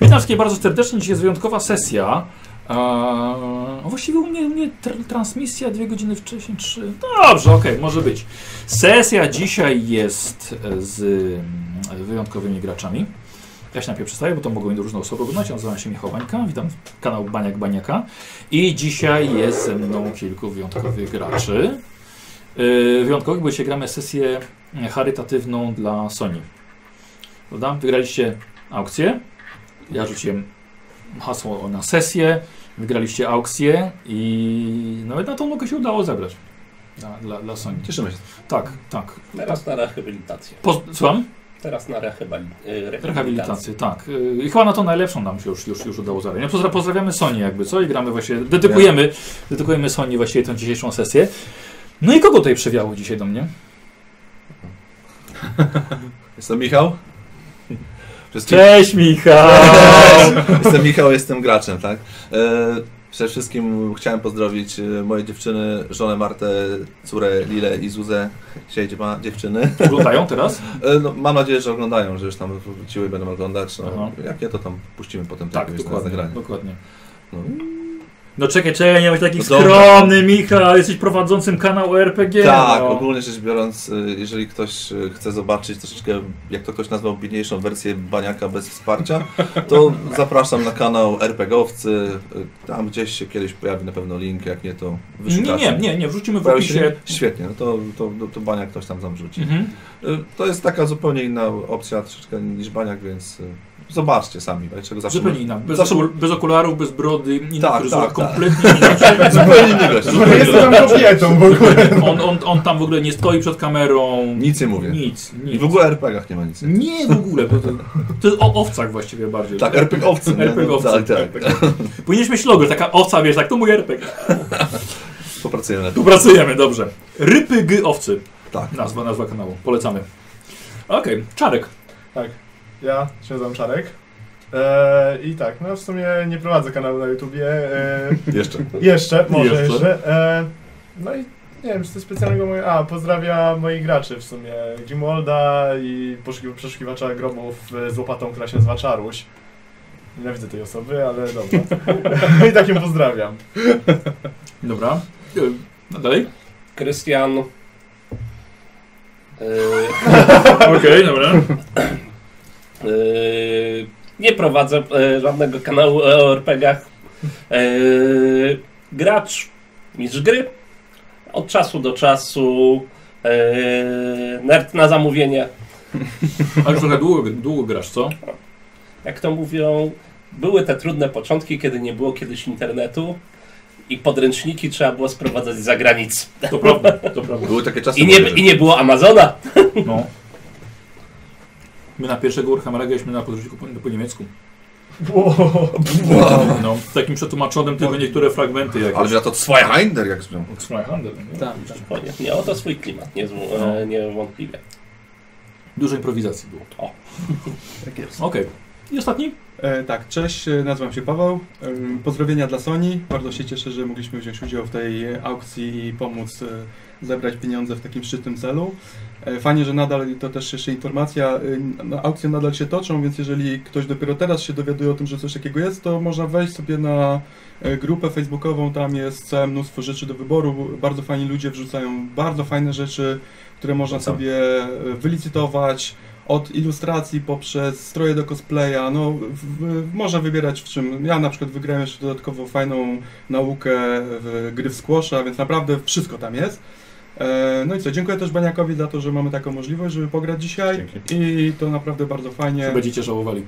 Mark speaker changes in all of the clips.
Speaker 1: Witam wszystkich bardzo serdecznie. Dzisiaj jest wyjątkowa sesja. Eee, a właściwie u mnie, u mnie tr- transmisja dwie godziny wcześniej, trzy. Dobrze, okej, może być. Sesja dzisiaj jest e, z mm, wyjątkowymi graczami. Ja się najpierw przedstawię, bo to mogą inne różne osoby oglądać. Ja Nazywam się Michał Bańka, witam kanał Baniak Baniaka. I dzisiaj jest ze mną kilku wyjątkowych graczy. Yy, wyjątkowych, bo dzisiaj gramy sesję e, charytatywną dla Sony. Prawda? Wygraliście aukcję. Ja rzuciłem hasło na sesję, wygraliście aukcję i nawet na tą nogę się udało zebrać. Dla, dla, dla Sony.
Speaker 2: Cieszymy się.
Speaker 1: Tak, tak.
Speaker 3: Teraz na rehabilitację.
Speaker 1: Po, słucham?
Speaker 3: Teraz na rehabilitację. rehabilitację.
Speaker 1: Rehabilitację, tak. Y, I chyba na to najlepszą nam się już, już, już udało zarobić. No, pozdra- pozdrawiamy Sonię jakby, co? I gramy właśnie, dedykujemy, dedykujemy Soni właśnie tą dzisiejszą sesję. No i kogo tutaj przewiało dzisiaj do mnie?
Speaker 2: Jestem Michał. Wszystkim...
Speaker 1: Cześć Michał!
Speaker 2: Jestem Michał, jestem graczem, tak? E, Przede wszystkim chciałem pozdrowić e, moje dziewczyny, żonę Martę, córę Lilę i Zuzę. Dzisiaj ma dziewczyny.
Speaker 1: Oglądają teraz?
Speaker 2: E, No, mam nadzieję, że oglądają, że już tam wróciły i będą oglądać.
Speaker 1: Aha.
Speaker 2: No, jak nie, to tam puścimy potem to
Speaker 1: Tak,
Speaker 2: jakieś na
Speaker 1: dokładnie.
Speaker 2: zagranie.
Speaker 1: dokładnie.
Speaker 2: No.
Speaker 1: No czekaj, czekaj, nie bądź taki
Speaker 2: No dobra.
Speaker 1: skromny Michał, jesteś prowadzącym kanał RPG.
Speaker 2: Tak,
Speaker 1: no.
Speaker 2: ogólnie rzecz biorąc, e, jeżeli ktoś e, chce zobaczyć troszeczkę, jak to ktoś nazwał, biedniejszą wersję baniaka bez wsparcia, to zapraszam na kanał RPGowcy. e, Tam gdzieś się kiedyś pojawi na pewno link, jak nie to
Speaker 1: Nie,
Speaker 2: wyszukacie.
Speaker 1: nie, nie, nie, wrzucimy w
Speaker 2: Pojawi się?
Speaker 1: opisie.
Speaker 2: Świetnie, no to, to, to, to baniak ktoś tam tam rzuci.
Speaker 1: Mhm.
Speaker 2: E, To jest taka zupełnie inna opcja troszeczkę niż baniak, więc e, zobaczcie sami, dlaczego zawsze...
Speaker 1: Zupełnie inna. Bez,
Speaker 2: zawsze-
Speaker 1: okul- bez okularów, bez brody, inna
Speaker 2: Tak,
Speaker 1: fryzura,
Speaker 2: tak, tak.
Speaker 1: kompletnie inaczej.
Speaker 2: Zupełnie inny gość.
Speaker 1: Zupełnie inny.
Speaker 4: Jestem tam kobietą w ogóle.
Speaker 1: On, on, on tam w ogóle nie stoi przed kamerą.
Speaker 2: Nic nie mówię.
Speaker 1: Nic,
Speaker 2: I
Speaker 1: nic.
Speaker 2: w ogóle o RPGach nie ma nic.
Speaker 1: Nie w ogóle. Bo to, to jest o owcach właściwie bardziej.
Speaker 2: Tak, RPGowcy. nie? No,
Speaker 1: RPGowcy.
Speaker 2: Tak, tak.
Speaker 1: Powinniśmy mieć logo, taka owca, wiesz, tak, to mój RPG.
Speaker 2: Popracujemy na tym.
Speaker 1: Tu pracujemy, dobrze. Rypy G Owcy.
Speaker 2: Tak.
Speaker 1: Nazwa, nazwa kanału. Polecamy. Okej, Czarek.
Speaker 4: Tak, ja się nazywam Czarek. E, I tak, no w sumie nie prowadzę kanału na YouTubie. E,
Speaker 2: Jeszcze.
Speaker 4: jeszcze, może
Speaker 2: Jeszcze.
Speaker 4: jeszcze. E, no i nie wiem, czy coś specjalnego moje... A, pozdrawiam moich graczy w sumie. Grimolda i poszukiw- przeszukiwacza grobów e, z łopatą, która się nazywa Czaruś. Nienawidzę tej osoby, ale dobra. I tak ją pozdrawiam.
Speaker 1: Dobra. Y, No dalej.
Speaker 3: Krystian. y, Yy,
Speaker 1: Okej, dobra.
Speaker 3: yy, nie prowadzę yy, żadnego kanału o RPG-ach. Yy, gracz, mistrz gry. Od czasu do czasu. Yy, nerd na zamówienie.
Speaker 1: Ale już trochę długo, długo grasz, co?
Speaker 3: Jak to mówią, były te trudne początki, kiedy nie było kiedyś internetu. I podręczniki trzeba było sprowadzać z zagranic.
Speaker 1: To prawda, to prawda.
Speaker 2: Były takie czasy.
Speaker 3: I nie,
Speaker 2: mówię, że-
Speaker 3: I nie było Amazona.
Speaker 1: No. My na pierwszego Warhammera graliśmy na podróżniku po, po niemiecku.
Speaker 4: Wow.
Speaker 1: No, z takim przetłumaczonym tylko niektóre fragmenty
Speaker 2: Ale
Speaker 1: jakieś.
Speaker 2: ja to Zweihander jak brzmią.
Speaker 1: Zweihander, nie?
Speaker 3: Tak, dokładnie. Miało to swój klimat, nie,
Speaker 1: No.
Speaker 3: no. niewątpliwie.
Speaker 1: Dużo improwizacji było.
Speaker 3: O.
Speaker 5: Tak jest.
Speaker 1: Okej. I ostatni?
Speaker 5: E, tak, cześć, e, nazywam się Paweł. E, pozdrowienia dla Sony. Bardzo się cieszę, że mogliśmy wziąć udział w tej e, aukcji i pomóc e, zebrać pieniądze w takim szczytnym celu. E, fajnie, że nadal, to też jeszcze informacja, e, n- aukcje nadal się toczą, więc jeżeli ktoś dopiero teraz się dowiaduje o tym, że coś takiego jest, to można wejść sobie na e, grupę facebookową, tam jest całe mnóstwo rzeczy do wyboru. Bardzo fajni ludzie wrzucają bardzo fajne rzeczy, które można
Speaker 2: Polecam.
Speaker 5: sobie e, wylicytować, od ilustracji poprzez stroje do cosplaya, no w, w, można wybierać w czym. Ja na przykład wygrałem jeszcze dodatkowo fajną naukę w gry w squasha, więc naprawdę wszystko tam jest. E, No i co, dziękuję też Baniakowi za to, że mamy taką możliwość, żeby pograć dzisiaj
Speaker 2: Dzięki.
Speaker 5: i to naprawdę bardzo
Speaker 1: Czy
Speaker 5: fajnie,
Speaker 1: będziecie żałowali?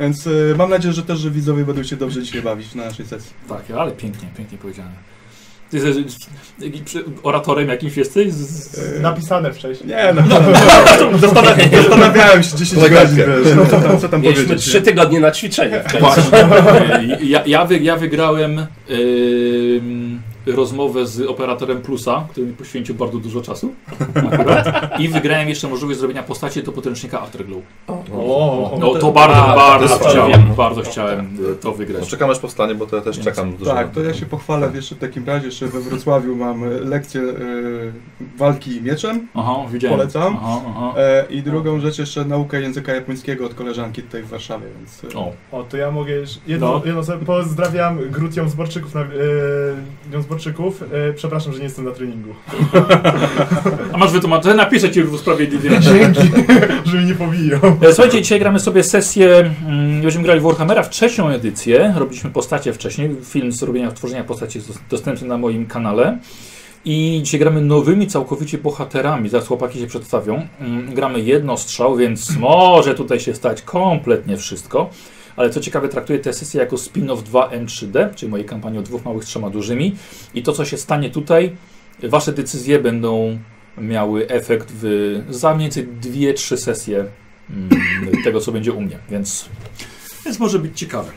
Speaker 5: więc e, mam nadzieję, że też że widzowie będą się dobrze dzisiaj bawić na naszej sesji.
Speaker 1: Tak, ale pięknie, pięknie powiedziane. Ty jesteś jakimś przy- oratorem jakimś jesteś? Z- z-
Speaker 4: E, Napisane wcześniej.
Speaker 5: Nie no, zastanawiałem, zastanawiałem się 10
Speaker 2: Pogadkę.
Speaker 5: godzin, wiesz, no, co tam, co tam
Speaker 3: Mieliśmy
Speaker 5: powiedzieć.
Speaker 3: trzy tygodnie na ćwiczenie.
Speaker 1: Właśnie. Ja, ja, wy, ja wygrałem ym, rozmowę z operatorem Plusa, który mi poświęcił bardzo dużo czasu akurat, i wygrałem jeszcze możliwość zrobienia postaci do podręcznika Afterglow.
Speaker 4: O,
Speaker 1: No to
Speaker 6: A,
Speaker 1: bardzo, bardzo
Speaker 2: to jest
Speaker 1: chciałem,
Speaker 6: fajne.
Speaker 1: bardzo chciałem to wygrać.
Speaker 2: No, czekam aż powstanie, bo to ja też
Speaker 1: Więc-
Speaker 2: czekam dużo.
Speaker 5: Tak, to ja się pochwalę jeszcze w takim razie, że we Wrocławiu mam e, lekcję e, walki mieczem
Speaker 1: Aha, widziałem.
Speaker 5: Polecam.
Speaker 1: Aha, aha.
Speaker 5: e, i drugą rzecz jeszcze naukę języka japońskiego od koleżanki tutaj w Warszawie, więc... e,
Speaker 1: O,
Speaker 4: O, to ja mogę jeszcze. Jedno,
Speaker 1: No.
Speaker 4: jedno sobie pozdrawiam Grut Jązborczyków, na, yy, Jązborczyków. Yy, przepraszam, że nie jestem na treningu.
Speaker 1: a masz wytłumaczenie? Napiszę ci już w usprawiedliwieniu.
Speaker 4: Dzięki, że mnie nie pobiją.
Speaker 1: E, Słuchajcie, dzisiaj gramy sobie sesję, mm, będziemy grali w Warhammera w trzecią edycję, robiliśmy postacie wcześniej, film z robienia, tworzenia postaci jest dos- dostępny na moim kanale i dzisiaj gramy nowymi całkowicie bohaterami, zaraz chłopaki się przedstawią, Mm, gramy jednostrzał, więc może tutaj się stać kompletnie wszystko, ale co ciekawe traktuję tę sesję jako spin-off 2N3D, czyli mojej kampanii o dwóch małych, trzema dużymi i to co się stanie tutaj, wasze decyzje będą miały efekt w za mniej więcej 2-3 sesje mm, tego, co będzie u mnie, więc, więc może być ciekawe.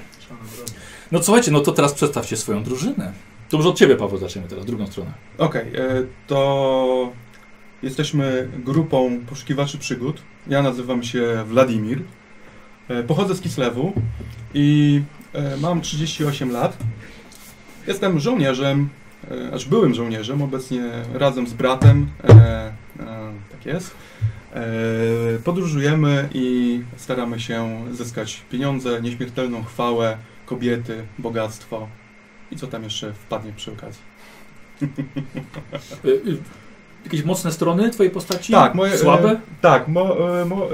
Speaker 1: No co, słuchajcie, no to teraz przedstawcie swoją drużynę. To może od Ciebie, Paweł, zaczniemy teraz, drugą stronę.
Speaker 5: Okej, e, to jesteśmy grupą poszukiwaczy przygód. Ja nazywam się Wladimir. E, Pochodzę z Kislewu i e, mam 38 lat. Jestem żołnierzem, e, aż byłym żołnierzem, obecnie razem z bratem. e, e, Tak jest. E, Podróżujemy i staramy się zyskać pieniądze, nieśmiertelną chwałę, kobiety, bogactwo i co tam jeszcze wpadnie przy okazji.
Speaker 1: Y, y, Jakieś mocne strony Twojej postaci?
Speaker 5: Tak, moje,
Speaker 1: Słabe?
Speaker 5: E, tak, mo, e, mo, e,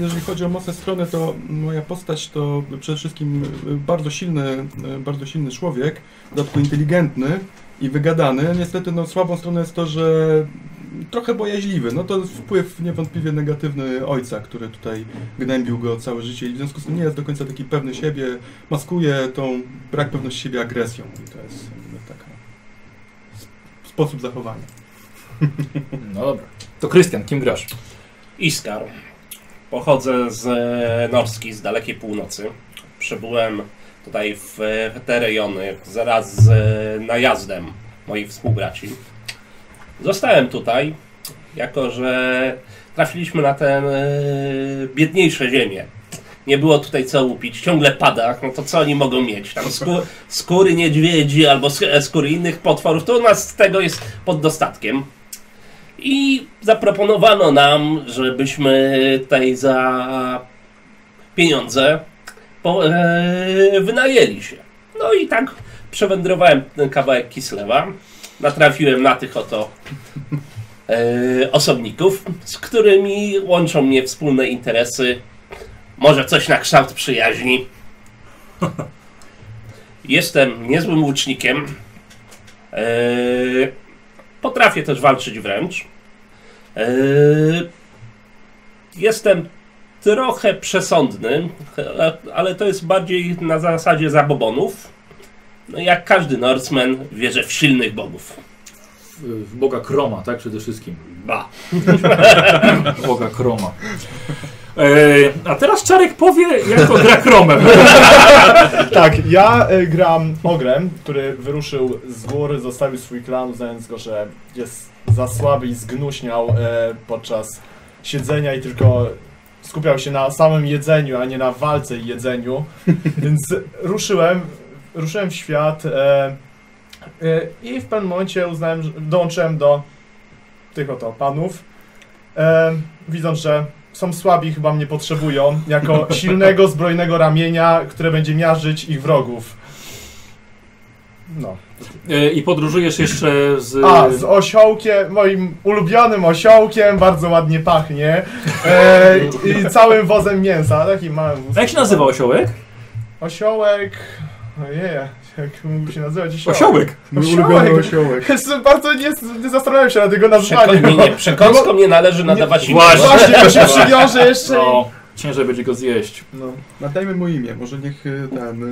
Speaker 5: jeżeli chodzi o mocne strony, to moja postać to przede wszystkim e, bardzo silny, e, bardzo silny człowiek, w dodatku inteligentny i wygadany. Niestety no, słabą stroną jest to, że trochę bojaźliwy. No to wpływ niewątpliwie negatywny ojca, który tutaj gnębił go całe życie i w związku z tym nie jest do końca taki pewny siebie, maskuje tą brak pewności siebie agresją. I to jest jakby taka sp- sposób zachowania.
Speaker 1: No dobra. To Krystian, kim grasz?
Speaker 6: Iskar. Pochodzę z e, Norski, z dalekiej północy. Przybyłem tutaj w e, te rejony zaraz z e, najazdem moich współbraci. Zostałem tutaj, jako że trafiliśmy na te e, biedniejsze ziemie. Nie było tutaj co łupić, ciągle pada, no to co oni mogą mieć? Tam sku, skóry niedźwiedzi albo sk- e, skóry innych potworów, to u nas tego jest pod dostatkiem. I zaproponowano nam, żebyśmy tutaj za pieniądze po, e, wynajęli się. No i tak przewędrowałem ten kawałek Kislewa. Natrafiłem na tych oto e, osobników, z którymi łączą mnie wspólne interesy. Może coś na kształt przyjaźni. Jestem niezłym łucznikiem. E, potrafię też walczyć wręcz. Eee, Jestem trochę przesądny, e, ale to jest bardziej na zasadzie zabobonów. No, jak każdy Norseman wierzę w silnych bogów.
Speaker 1: W w Boga Kroma, tak? Przede wszystkim.
Speaker 6: Ba.
Speaker 1: W Boga Kroma. E, a teraz Czarek powie, jak to gra Kromem.
Speaker 4: Tak, ja y, gram Ogrem, który wyruszył z góry, zostawił swój klan, uznając go, że jest za słaby i zgnuśniał y, podczas siedzenia i tylko skupiał się na samym jedzeniu, a nie na walce i jedzeniu. Więc ruszyłem, ruszyłem w świat y, y, i w pewnym momencie uznałem, że dołączyłem do tych oto panów, y, widząc, że są słabi, chyba mnie potrzebują, jako silnego, zbrojnego ramienia, które będzie miażdżyć ich wrogów. No.
Speaker 1: E, I podróżujesz jeszcze z...
Speaker 4: A, z osiołkiem, moim ulubionym osiołkiem, bardzo ładnie pachnie. E, I całym wozem mięsa, takim małym wózkiem.
Speaker 1: A jak się nazywa osiołek?
Speaker 4: Osiołek... Ojej, jak mógł się nazywać osiołek?
Speaker 1: Osiołek!
Speaker 5: Mój
Speaker 4: Osiołek.
Speaker 5: ulubiony osiołek.
Speaker 4: Jest- Bardzo nie, nie zastanawiam się nad jego
Speaker 6: Przekon-
Speaker 4: nazwaniem.
Speaker 6: nie, nie, przekąską nie należy nadawać innym.
Speaker 1: Właśnie.
Speaker 4: Właśnie, bo się przywiąże jeszcze i...
Speaker 1: No, ciężej będzie go zjeść.
Speaker 4: No.
Speaker 5: Nadajmy mu imię, może niech y, ten y,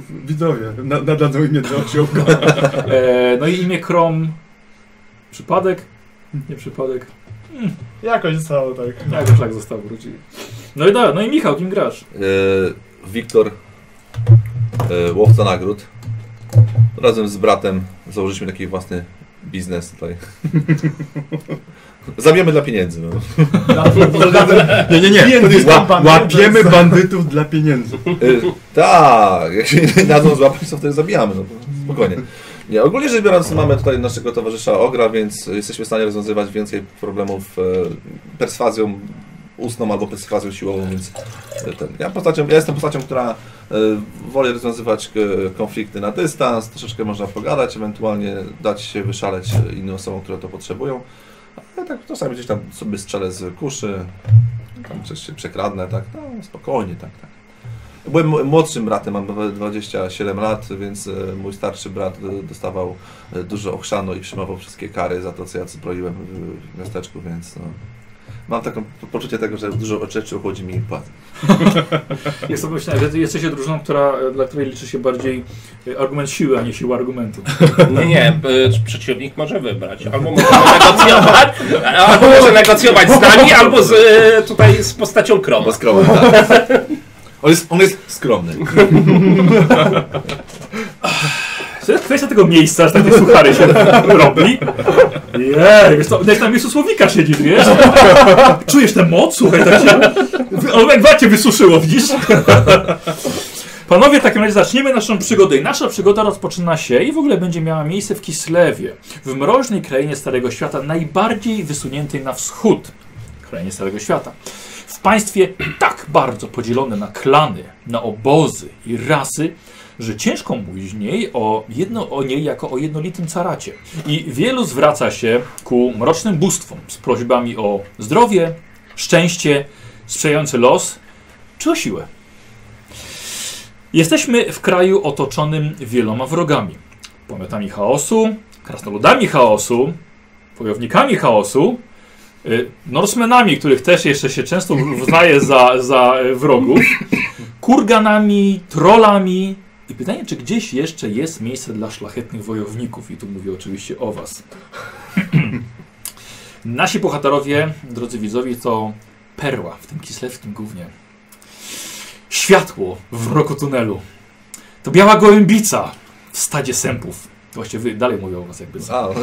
Speaker 5: w- widzowie na, nadadzą imię do osiołka.
Speaker 1: E, no i imię Krom... Przypadek? Nie przypadek.
Speaker 4: Jakoś zostało tak.
Speaker 1: Jak szlak został wróci. No i da, no i Michał, kim grasz?
Speaker 2: E, Wiktor, e, łowca nagród. Razem z bratem założyliśmy taki własny biznes tutaj. Zabijamy dla pieniędzy. No.
Speaker 5: Nie, nie, nie.
Speaker 4: Pieniędzy
Speaker 5: Ła-
Speaker 4: dla bandytów.
Speaker 5: łapiemy bandytów dla pieniędzy.
Speaker 2: Y, tak, jak się nie dadzą złapać, to wtedy zabijamy, no to spokojnie. Nie, ogólnie rzecz biorąc mamy tutaj naszego towarzysza Ogra, więc jesteśmy w stanie rozwiązywać więcej problemów e, perswazją ustną albo perswazją siłową, więc e, ten, ja, postacią, ja jestem postacią, która e, woli rozwiązywać e, konflikty na dystans, troszeczkę można pogadać, ewentualnie dać się wyszaleć e, innym osobom, które to potrzebują. Ale tak czasami gdzieś tam sobie strzelę z kuszy, tam coś się przekradnę, tak, no spokojnie, tak, tak. Byłem m- młodszym bratem, mam dwa- 27 lat, więc e, mój starszy brat e, dostawał e, dużo ochrzano i przyjmował wszystkie kary za to, co ja zbroiłem w- w miasteczku, więc no, mam taką po- poczucie tego, że dużo rzeczy uchodzi mi płat.
Speaker 1: Jest to myślę, że jesteście drużyną, która, dla której liczy się bardziej e, argument siły, a nie siła argumentu.
Speaker 3: Nie, nie, y, przeciwnik może wybrać. Albo może negocjować, albo może negocjować z nami, albo z, y, tutaj z postacią Kroma.
Speaker 2: Bo skromny, tak. On jest, on jest skromny.
Speaker 1: To jest kwestia tego miejsca, że tak te suchary się robi. Jej, wiesz co, jak na miejscu słownika siedzisz, wiesz? Czujesz tę moc, słuchaj, tak się... O, jak wacie wysuszyło, widzisz? Panowie, w takim razie zaczniemy naszą przygodę. I nasza przygoda rozpoczyna się i w ogóle będzie miała miejsce w Kislewie, w mroźnej krainie Starego Świata, najbardziej wysuniętej na wschód krainie Starego Świata. W państwie tak bardzo podzielone na klany, na obozy i rasy, że ciężko mówić w niej o, jedno, o niej jako o jednolitym caracie. I wielu zwraca się ku mrocznym bóstwom z prośbami o zdrowie, szczęście, sprzyjający los czy o siłę. Jesteśmy w kraju otoczonym wieloma wrogami. Pomiotami chaosu, krasnoludami chaosu, wojownikami chaosu, y, Norsemenami, których też jeszcze się często uznaje za, za y, wrogów, kurganami, trollami, i pytanie, czy gdzieś jeszcze jest miejsce dla szlachetnych wojowników? I tu mówię oczywiście o Was. Nasi bohaterowie, drodzy widzowie, to perła w tym kislewskim głównie. Światło w roku tunelu. To biała gołębica w stadzie sępów. Właściwie dalej mówię o Was jakby.
Speaker 2: A, no.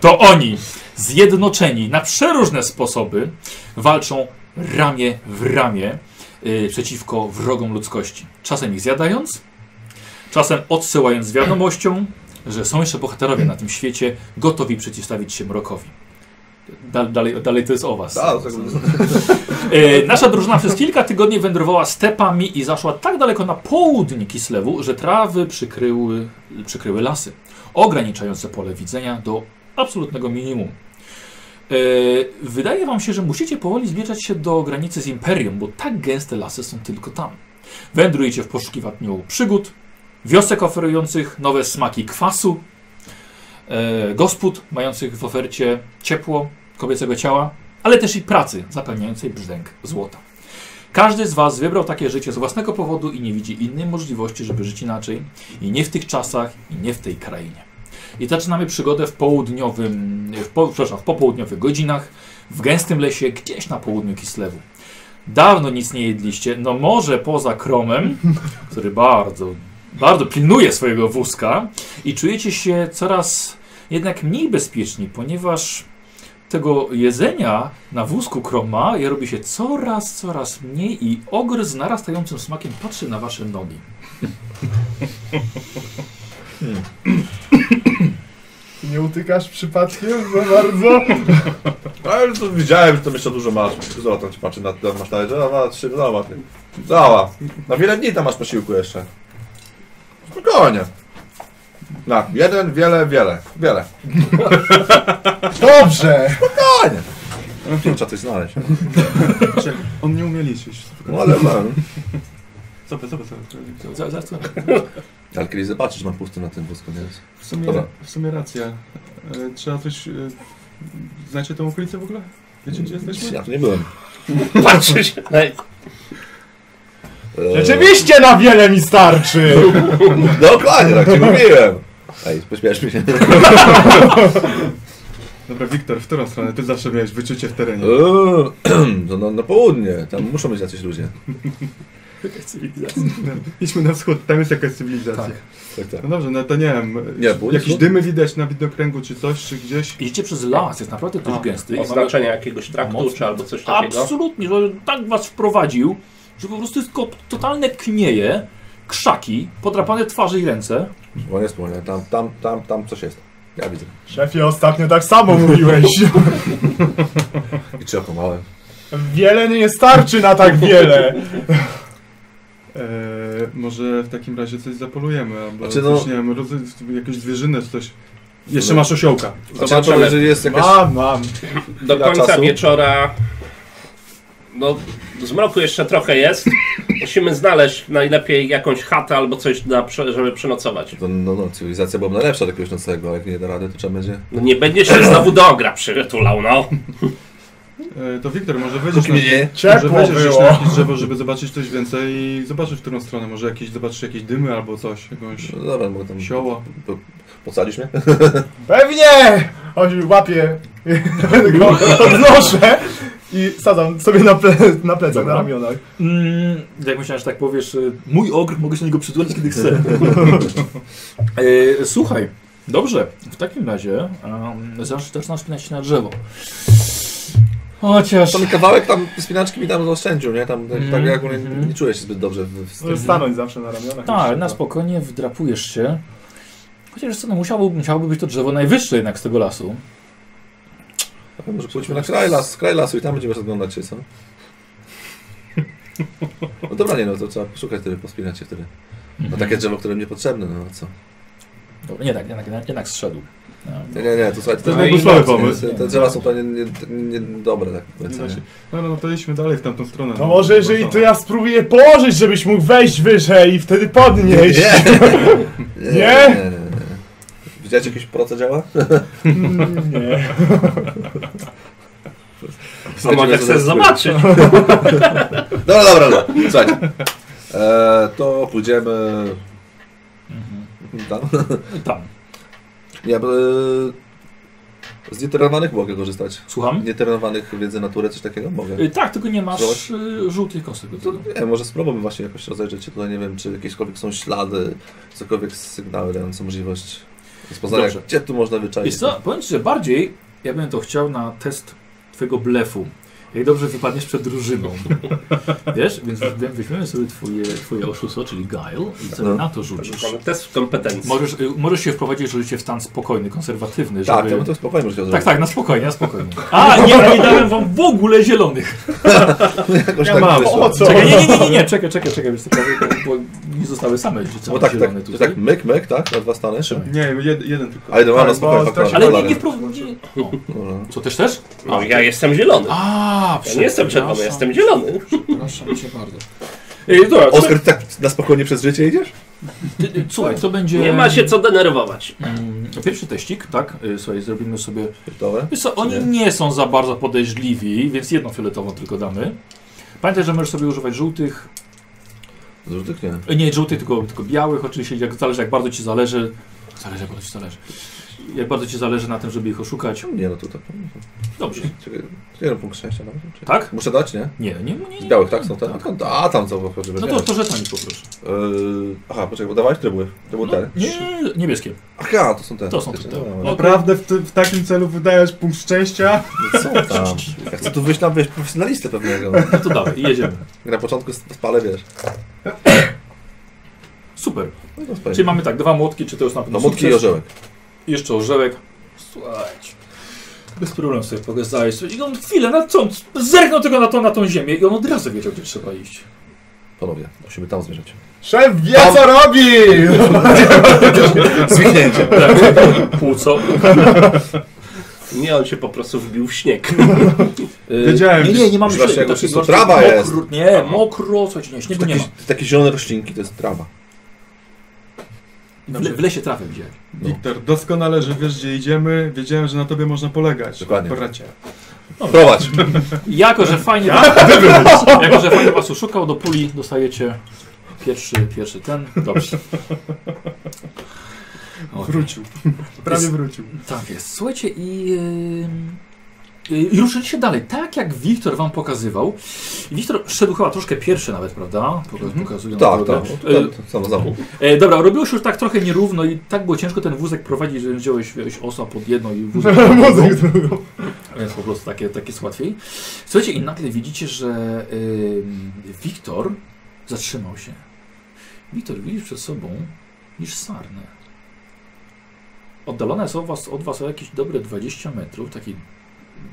Speaker 1: To oni, zjednoczeni na przeróżne sposoby, walczą ramię w ramię y, przeciwko wrogom ludzkości. Czasem ich zjadając, czasem odsyłając z wiadomością, że są jeszcze bohaterowie na tym świecie gotowi przeciwstawić się mrokowi. Dal, dalej, dalej to jest o was.
Speaker 2: a, tak,
Speaker 1: E, Nasza drużyna przez kilka tygodni wędrowała stepami i zaszła tak daleko na południe Kislewu, że trawy przykryły, przykryły lasy, ograniczające pole widzenia do absolutnego minimum. E, Wydaje wam się, że musicie powoli zbliżać się do granicy z Imperium, bo tak gęste lasy są tylko tam. Wędrujecie w poszukiwaniu przygód, wiosek oferujących nowe smaki kwasu, e, gospod mających w ofercie ciepło kobiecego ciała, ale też i pracy zapełniającej brzdęk złota. Każdy z Was wybrał takie życie z własnego powodu i nie widzi innej możliwości, żeby żyć inaczej i nie w tych czasach i nie w tej krainie. I zaczynamy przygodę w południowym, w po, przepraszam, w popołudniowych godzinach, w gęstym lesie, gdzieś na południu Kislewu. Dawno nic nie jedliście, no może poza Kromem, który bardzo, bardzo pilnuje swojego wózka i czujecie się coraz jednak mniej bezpieczni, ponieważ tego jedzenia na wózku kroma je robi się coraz, coraz mniej i ogr z narastającym smakiem patrzy na wasze nogi.
Speaker 4: Nie utykasz przypadkiem za bardzo?
Speaker 2: a już No, to widziałem, że tam jeszcze dużo masz. Zobacz, tam ci patrzy, na, na- masz na dwa, trzy, dwa, Dała. Na wiele dni tam masz posiłku jeszcze. Spokojnie. Na jeden, wiele, wiele, wiele.
Speaker 4: Dobrze!
Speaker 2: Fajnie. No, Trzeba coś znaleźć.
Speaker 5: Czekaj, On nie umie liczyć.
Speaker 2: No ale mam.
Speaker 5: Zobacz, zobacz. zobacz.
Speaker 1: Za- za co?
Speaker 2: Ale kiedy zobaczysz na pusto na tym wózku, nie jest.
Speaker 5: W sumie,
Speaker 2: Dobra.
Speaker 5: w sumie racja. E, Trzeba coś... e, Znacie tą okolicę w ogóle? Wiecie gdzie jesteśmy?
Speaker 2: Ja tu nie byłem.
Speaker 3: Patrzy się na...
Speaker 2: Eee,
Speaker 4: Rzeczywiście na wiele mi starczy!
Speaker 2: Dokładnie, tak ci mówiłem. Ej, pośmieszmy się.
Speaker 5: Dobra, Wiktor, w którą stronę? Ty zawsze E? miałeś wyczucie w terenie.
Speaker 2: Eee, No, na południe, tam muszą być jacyś ludzie.
Speaker 1: Jakaś cywilizacja.
Speaker 5: Idźmy na wschód, tam jest jakaś cywilizacja.
Speaker 1: Tak.
Speaker 2: Tak, tak.
Speaker 5: No dobrze, no to nie wiem.
Speaker 2: Nie, było
Speaker 5: jakieś
Speaker 2: nic.
Speaker 5: dymy widać na widokręgu, czy coś, czy gdzieś.
Speaker 1: Idziecie przez las, jest naprawdę dość
Speaker 5: A,
Speaker 1: gęsty.
Speaker 3: Oznaczenia jakiegoś traktu,
Speaker 1: Mocno.
Speaker 3: czy albo coś takiego.
Speaker 1: Absolutnie, że tak was wprowadził, że po prostu jest tylko totalne knieje, krzaki, podrapane twarze i ręce.
Speaker 2: Bo jest, bo nie, tam, tam, tam, tam coś jest. Ja widzę.
Speaker 4: Szefie, ostatnio tak samo mówiłeś.
Speaker 2: I czy okłamałem?
Speaker 4: Wiele nie starczy na tak wiele.
Speaker 5: E, może w takim razie coś zapolujemy, albo
Speaker 2: Znaczy, no-
Speaker 5: coś, nie wiem, roz... jakąś zwierzynę, czy coś. Jeszcze
Speaker 2: No.
Speaker 5: masz osiołka.
Speaker 2: Znaczy, no to
Speaker 3: Zobaczymy.
Speaker 2: jeżeli jest jakaś...
Speaker 4: Mam, mam.
Speaker 3: Do
Speaker 2: Chwila
Speaker 3: końca
Speaker 2: czasu.
Speaker 3: wieczora. No, zmroku jeszcze trochę jest. Musimy znaleźć najlepiej jakąś chatę albo coś, na, prze- żeby przenocować.
Speaker 2: To, no, no, cywilizacja byłaby najlepsza do jakiegoś nocnego, jak nie da rady, to trzeba będzie...
Speaker 3: No nie będzie się znowu do ogra przytulał, no.
Speaker 5: E, to Wiktor, może wyjdziesz na... Może
Speaker 4: Ciepło
Speaker 5: wejdziesz gdzieś na
Speaker 4: było.
Speaker 5: jakieś drzewo, żeby zobaczyć coś więcej i zobaczysz w którą stronę. Może jakieś, zobaczysz jakieś dymy albo coś, jakąś
Speaker 2: No dobra, mogę tam...
Speaker 5: sioła.
Speaker 2: Ocalisz mnie?
Speaker 4: Pewnie! Chodź, łapię. Go odnoszę i sadzam sobie na, ple na plecach,
Speaker 1: Dobra.
Speaker 4: na ramionach.
Speaker 1: Mm, jak myślałem, że tak powiesz, y, mój ogr, mogę się do niego przytulać, kiedy chcę. y, słuchaj, dobrze, w takim razie um, zaczynasz spinać się na drzewo. Chociaż...
Speaker 2: Ten kawałek tam spinaczki mi tam zaoszczędził, nie? Tam tak, tak jak nie,
Speaker 5: Mhm,
Speaker 2: nie czuję się zbyt dobrze w, w
Speaker 4: Możesz stanąć zawsze na ramionach.
Speaker 1: Tak,
Speaker 4: Jeszcze
Speaker 1: na
Speaker 4: to.
Speaker 1: spokojnie wdrapujesz się. Chociaż co, no, musiałoby, musiałoby być to drzewo najwyższe jednak z tego lasu.
Speaker 2: Tak, Może pójdźmy na kraj, las, kraj lasu i tam będziemy rozglądać się, co? No dobra, nie no, to trzeba poszukać wtedy, pospinać się wtedy. No takie drzewo, które mi niepotrzebne, no co?
Speaker 1: Dobra, tak, nie tak, jednak, jednak zszedł. No,
Speaker 2: Nie, nie, nie, to słuchajcie,
Speaker 5: To
Speaker 2: to-
Speaker 5: jest najgłupszy
Speaker 2: to-
Speaker 5: pomysł.
Speaker 2: Te, te drzewa są to niedobre, nie, nie dobre, tak
Speaker 5: Nie
Speaker 2: powiedzmy.
Speaker 5: da się.
Speaker 2: nie?
Speaker 5: No, no to idźmy dalej w tamtą stronę.
Speaker 4: No może jeżeli to ja spróbuję położyć, żebyś mógł wejść wyżej i wtedy podnieść.
Speaker 2: Nie, nie, nie,
Speaker 4: Nie?
Speaker 2: nie, nie. Widziałeś jakieś proce działa?
Speaker 4: Mm, nie.
Speaker 3: A może chcesz zobaczyć?
Speaker 2: Dobra, dobra, dobra. Słuchajcie. E, to pójdziemy tam.
Speaker 1: Mhm. Y, Tam.
Speaker 2: Nie, bo, e, z nietrenowanych mogę korzystać.
Speaker 1: Słucham?
Speaker 2: Nietrenowanych wiedzy natury, coś takiego mogę. No
Speaker 1: Y, tak, tylko nie masz y, żółtych kostek do
Speaker 2: To
Speaker 1: tego.
Speaker 2: nie, wiem, może spróbujmy właśnie jakoś rozejrzeć się tutaj, nie wiem, czy jakiekolwiek są ślady, cokolwiek sygnały dające możliwość rozpoznania,
Speaker 1: Dobrze.
Speaker 2: gdzie tu można wyczaić.
Speaker 1: Wiesz co, powiem ci, że bardziej ja bym to chciał na test twojego blefu. Jak dobrze wypadniesz przed drużyną. Wiesz, więc wy- weźmiemy sobie twoje, twoje oszustwo, czyli guile i sobie
Speaker 2: No.
Speaker 1: na to rzucisz.
Speaker 3: Mamy test kompetencji.
Speaker 1: Możesz, y, możesz się wprowadzić oczywiście w stan spokojny, konserwatywny, żeby...
Speaker 2: Tak, to bym to spokojnie musiał
Speaker 1: Tak,
Speaker 2: zrobić.
Speaker 1: tak, na spokojnie, na spokojnie. A, nie, nie dałem wam w ogóle zielonych.
Speaker 2: Jakoś
Speaker 4: Ja
Speaker 2: tak
Speaker 4: mam,
Speaker 2: wyszło.
Speaker 4: o co?
Speaker 1: Czekaj, nie, nie, nie, nie, nie, czekaj, czekaj, czekaj, wiesz, co, bo, bo nie zostały same dzieci
Speaker 2: Bo tak, tak,
Speaker 1: zielone tutaj.
Speaker 2: tak, myk, myk, tak, na dwa stany.
Speaker 1: Trzymaj.
Speaker 5: Nie, jed, jeden tylko.
Speaker 2: Ale dobra,
Speaker 4: Tak,
Speaker 2: no
Speaker 4: bo
Speaker 2: spokojnie,
Speaker 4: strasznie-
Speaker 2: faktycznie.
Speaker 1: Ale nie,
Speaker 2: cholera.
Speaker 1: nie, pro, nie. O,
Speaker 2: Dobra.
Speaker 1: co, też też?
Speaker 3: No ja jestem zielony.
Speaker 1: A,
Speaker 3: Ja nie jestem czerwony, jestem zielony.
Speaker 1: Przepraszam cię bardzo. Ej, dobra, co,
Speaker 2: Oskar, ty tak na spokojnie przez życie idziesz?
Speaker 1: ty, ty, słuchaj, to będzie...
Speaker 3: Nie ma się co denerwować.
Speaker 1: Mm, Pierwszy teścik, tak? Y, Słuchaj, zrobimy sobie...
Speaker 2: Gotowe?
Speaker 1: Wiesz co, oni
Speaker 2: Nie.
Speaker 1: nie są za bardzo podejrzliwi, więc jedną fioletową tylko damy. Pamiętaj, że możesz sobie używać żółtych, y,
Speaker 2: Zrzutek nie.
Speaker 1: Nie żółty, tylko, tylko białych. Oczywiście jak, zależy, jak bardzo ci zależy. Zależy, jak bardzo ci zależy. Jak bardzo ci zależy na tym, żeby ich oszukać.
Speaker 2: Nie, no tutaj.
Speaker 1: Dobrze.
Speaker 2: Czekaj, jeden punkt szczęścia nawet. czy-
Speaker 1: Tak?
Speaker 2: Muszę dać, nie?
Speaker 1: Nie, nie, nie.
Speaker 2: Z
Speaker 1: nie.
Speaker 2: białych, tak? Są te? A, tam co wychodzi,
Speaker 1: No to, to rzeczami poproszę.
Speaker 2: Yy, aha, poczekaj, bo dawałeś tryby. To był
Speaker 1: No,
Speaker 2: ten.
Speaker 1: nie, niebieskie.
Speaker 2: Aha, to są te.
Speaker 1: To są te.
Speaker 2: Faktycznie,
Speaker 1: No,
Speaker 2: dobra.
Speaker 5: Naprawdę w, ty- w takim celu wydajesz punkt szczęścia?
Speaker 2: No co tam? Ja chcę tu wyjść na wiesz, profesjonalistę pewnego.
Speaker 1: No to dawaj, jedziemy.
Speaker 2: Na początku spalę, wiesz.
Speaker 1: Super.
Speaker 2: No, to
Speaker 1: Czyli
Speaker 2: spalę.
Speaker 1: mamy tak, dwa młotki, czy to już na pewno
Speaker 2: no motki i
Speaker 1: sukces?
Speaker 2: orzełek.
Speaker 1: Jeszcze orzełek. Słuchajcie. Bez problemu sobie pogadałeś. I on chwilę, na co? on Zerknął tylko na, to, na tą ziemię i on od razu wiedział, gdzie trzeba iść.
Speaker 2: Panowie, musimy tam zmierzać.
Speaker 4: Szef wie co robi!
Speaker 2: Zwichnięcie.
Speaker 1: Płuco.
Speaker 3: Nie, on się po prostu wbił w śnieg.
Speaker 1: Y,
Speaker 5: Wiedziałem,
Speaker 1: Nie, nie, nie mamy
Speaker 2: Zobacz,
Speaker 1: śniegu,
Speaker 2: jak
Speaker 1: takiego,
Speaker 2: czysto
Speaker 1: że
Speaker 2: trawa
Speaker 1: mokro,
Speaker 2: jest.
Speaker 1: Nie, mokro, słuchajcie, nie, śniegu nie ma.
Speaker 2: Takie, takie zielone roślinki, to jest trawa.
Speaker 1: W, le, w lesie trawę widziałem.
Speaker 2: No.
Speaker 5: Wiktor, doskonale, że wiesz gdzie idziemy. Wiedziałem, że na tobie można polegać.
Speaker 2: Dokładnie.
Speaker 5: Bracie.
Speaker 2: Prowadź.
Speaker 1: Jako, że fajnie was, jako, że fajnie was uszukał do puli, dostajecie pierwszy, pierwszy ten. Dobrze. O,
Speaker 5: Wrócił. Prawie
Speaker 1: Jest-
Speaker 5: wrócił.
Speaker 1: tak jest. Słuchajcie i... ym, I ruszyliście dalej, tak jak Wiktor wam pokazywał. I Wiktor szedł chyba troszkę pierwszy nawet, prawda? Poka- Pokazując
Speaker 2: Tak,
Speaker 1: drogę.
Speaker 2: tak.
Speaker 1: E,
Speaker 2: Samo zamówił.
Speaker 1: E, dobra, robiło się już tak trochę nierówno i tak było ciężko ten wózek prowadzić, że wziąłeś, wziąłeś osa pod jedną i wózek pod drugą.
Speaker 4: Mózg drugą.
Speaker 1: Więc po prostu takie, takie jest łatwiej. Słuchajcie, i nagle widzicie, że ym, Wiktor zatrzymał się. Wiktor, widzisz przed sobą niż sarnę. Oddalona jest od was, od was o jakieś dobre 20 metrów, taki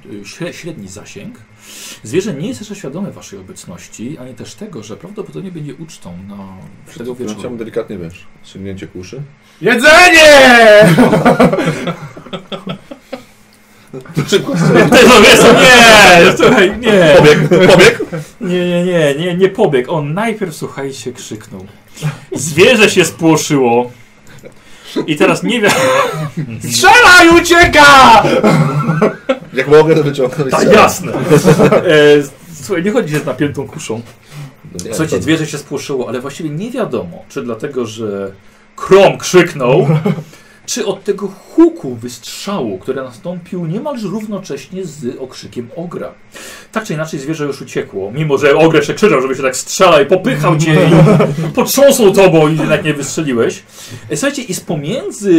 Speaker 1: y, śre- średni zasięg. Zwierzę nie jest jeszcze świadome waszej obecności, ani też tego, że prawdopodobnie będzie ucztą na tego wieczoru.
Speaker 2: Chciałbym Tak, delikatnie, wiesz, sięgnięcie kuszy.
Speaker 4: Jedzenie!
Speaker 2: Szybko.
Speaker 1: Też on jest, nie, słuchaj, nie. Pobieg, Nie, nie, nie, nie, nie pobieg. On najpierw, słuchajcie, krzyknął. Zwierzę się spłoszyło. I teraz nie wiem.
Speaker 4: Strzelaj, ucieka!
Speaker 2: Jak mogę, to wyciągnąć.
Speaker 1: Tak, jasne. E, słuchaj, nie chodzi z napiętą kuszą.
Speaker 2: No nie,
Speaker 1: Słuchajcie,
Speaker 2: to-
Speaker 1: zwierzę się spłoszyło, ale właściwie nie wiadomo, czy dlatego, że Krom krzyknął, czy od tego huku wystrzału, który nastąpił niemalże równocześnie z okrzykiem ogra. Tak czy inaczej zwierzę już uciekło, mimo że ogr jeszcze krzyczał, żeby się tak strzelał i popychał cię i potrząsnął tobą i jednak nie wystrzeliłeś. E, Słuchajcie, i z pomiędzy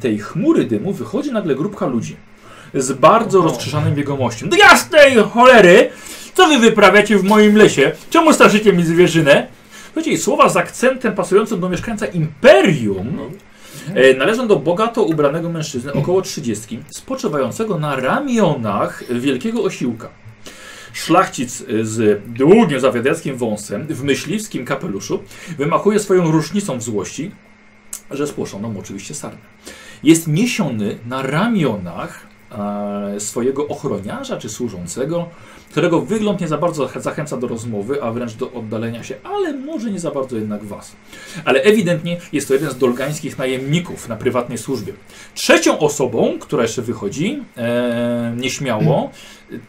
Speaker 1: tej chmury dymu wychodzi nagle grupka ludzi z bardzo rozkrzeszanym biegomościem. Do jasnej cholery! Co wy wyprawiacie w moim lesie? Czemu straszycie mi zwierzynę? Słuchajcie, i słowa z akcentem pasującym do mieszkańca imperium e, należą do bogato ubranego mężczyzny, około 30, spoczywającego na ramionach wielkiego osiłka. Szlachcic e, z długim zawiadiackim wąsem w myśliwskim kapeluszu wymachuje swoją różnicą w złości, że spłoszono mu oczywiście sarnę. Jest niesiony na ramionach e, swojego ochroniarza czy służącego, którego wygląd nie za bardzo zach- zachęca do rozmowy, a wręcz do oddalenia się, ale może nie za bardzo jednak was. Ale ewidentnie jest to jeden z dolgańskich najemników na prywatnej służbie. Trzecią osobą, która jeszcze wychodzi e, nieśmiało,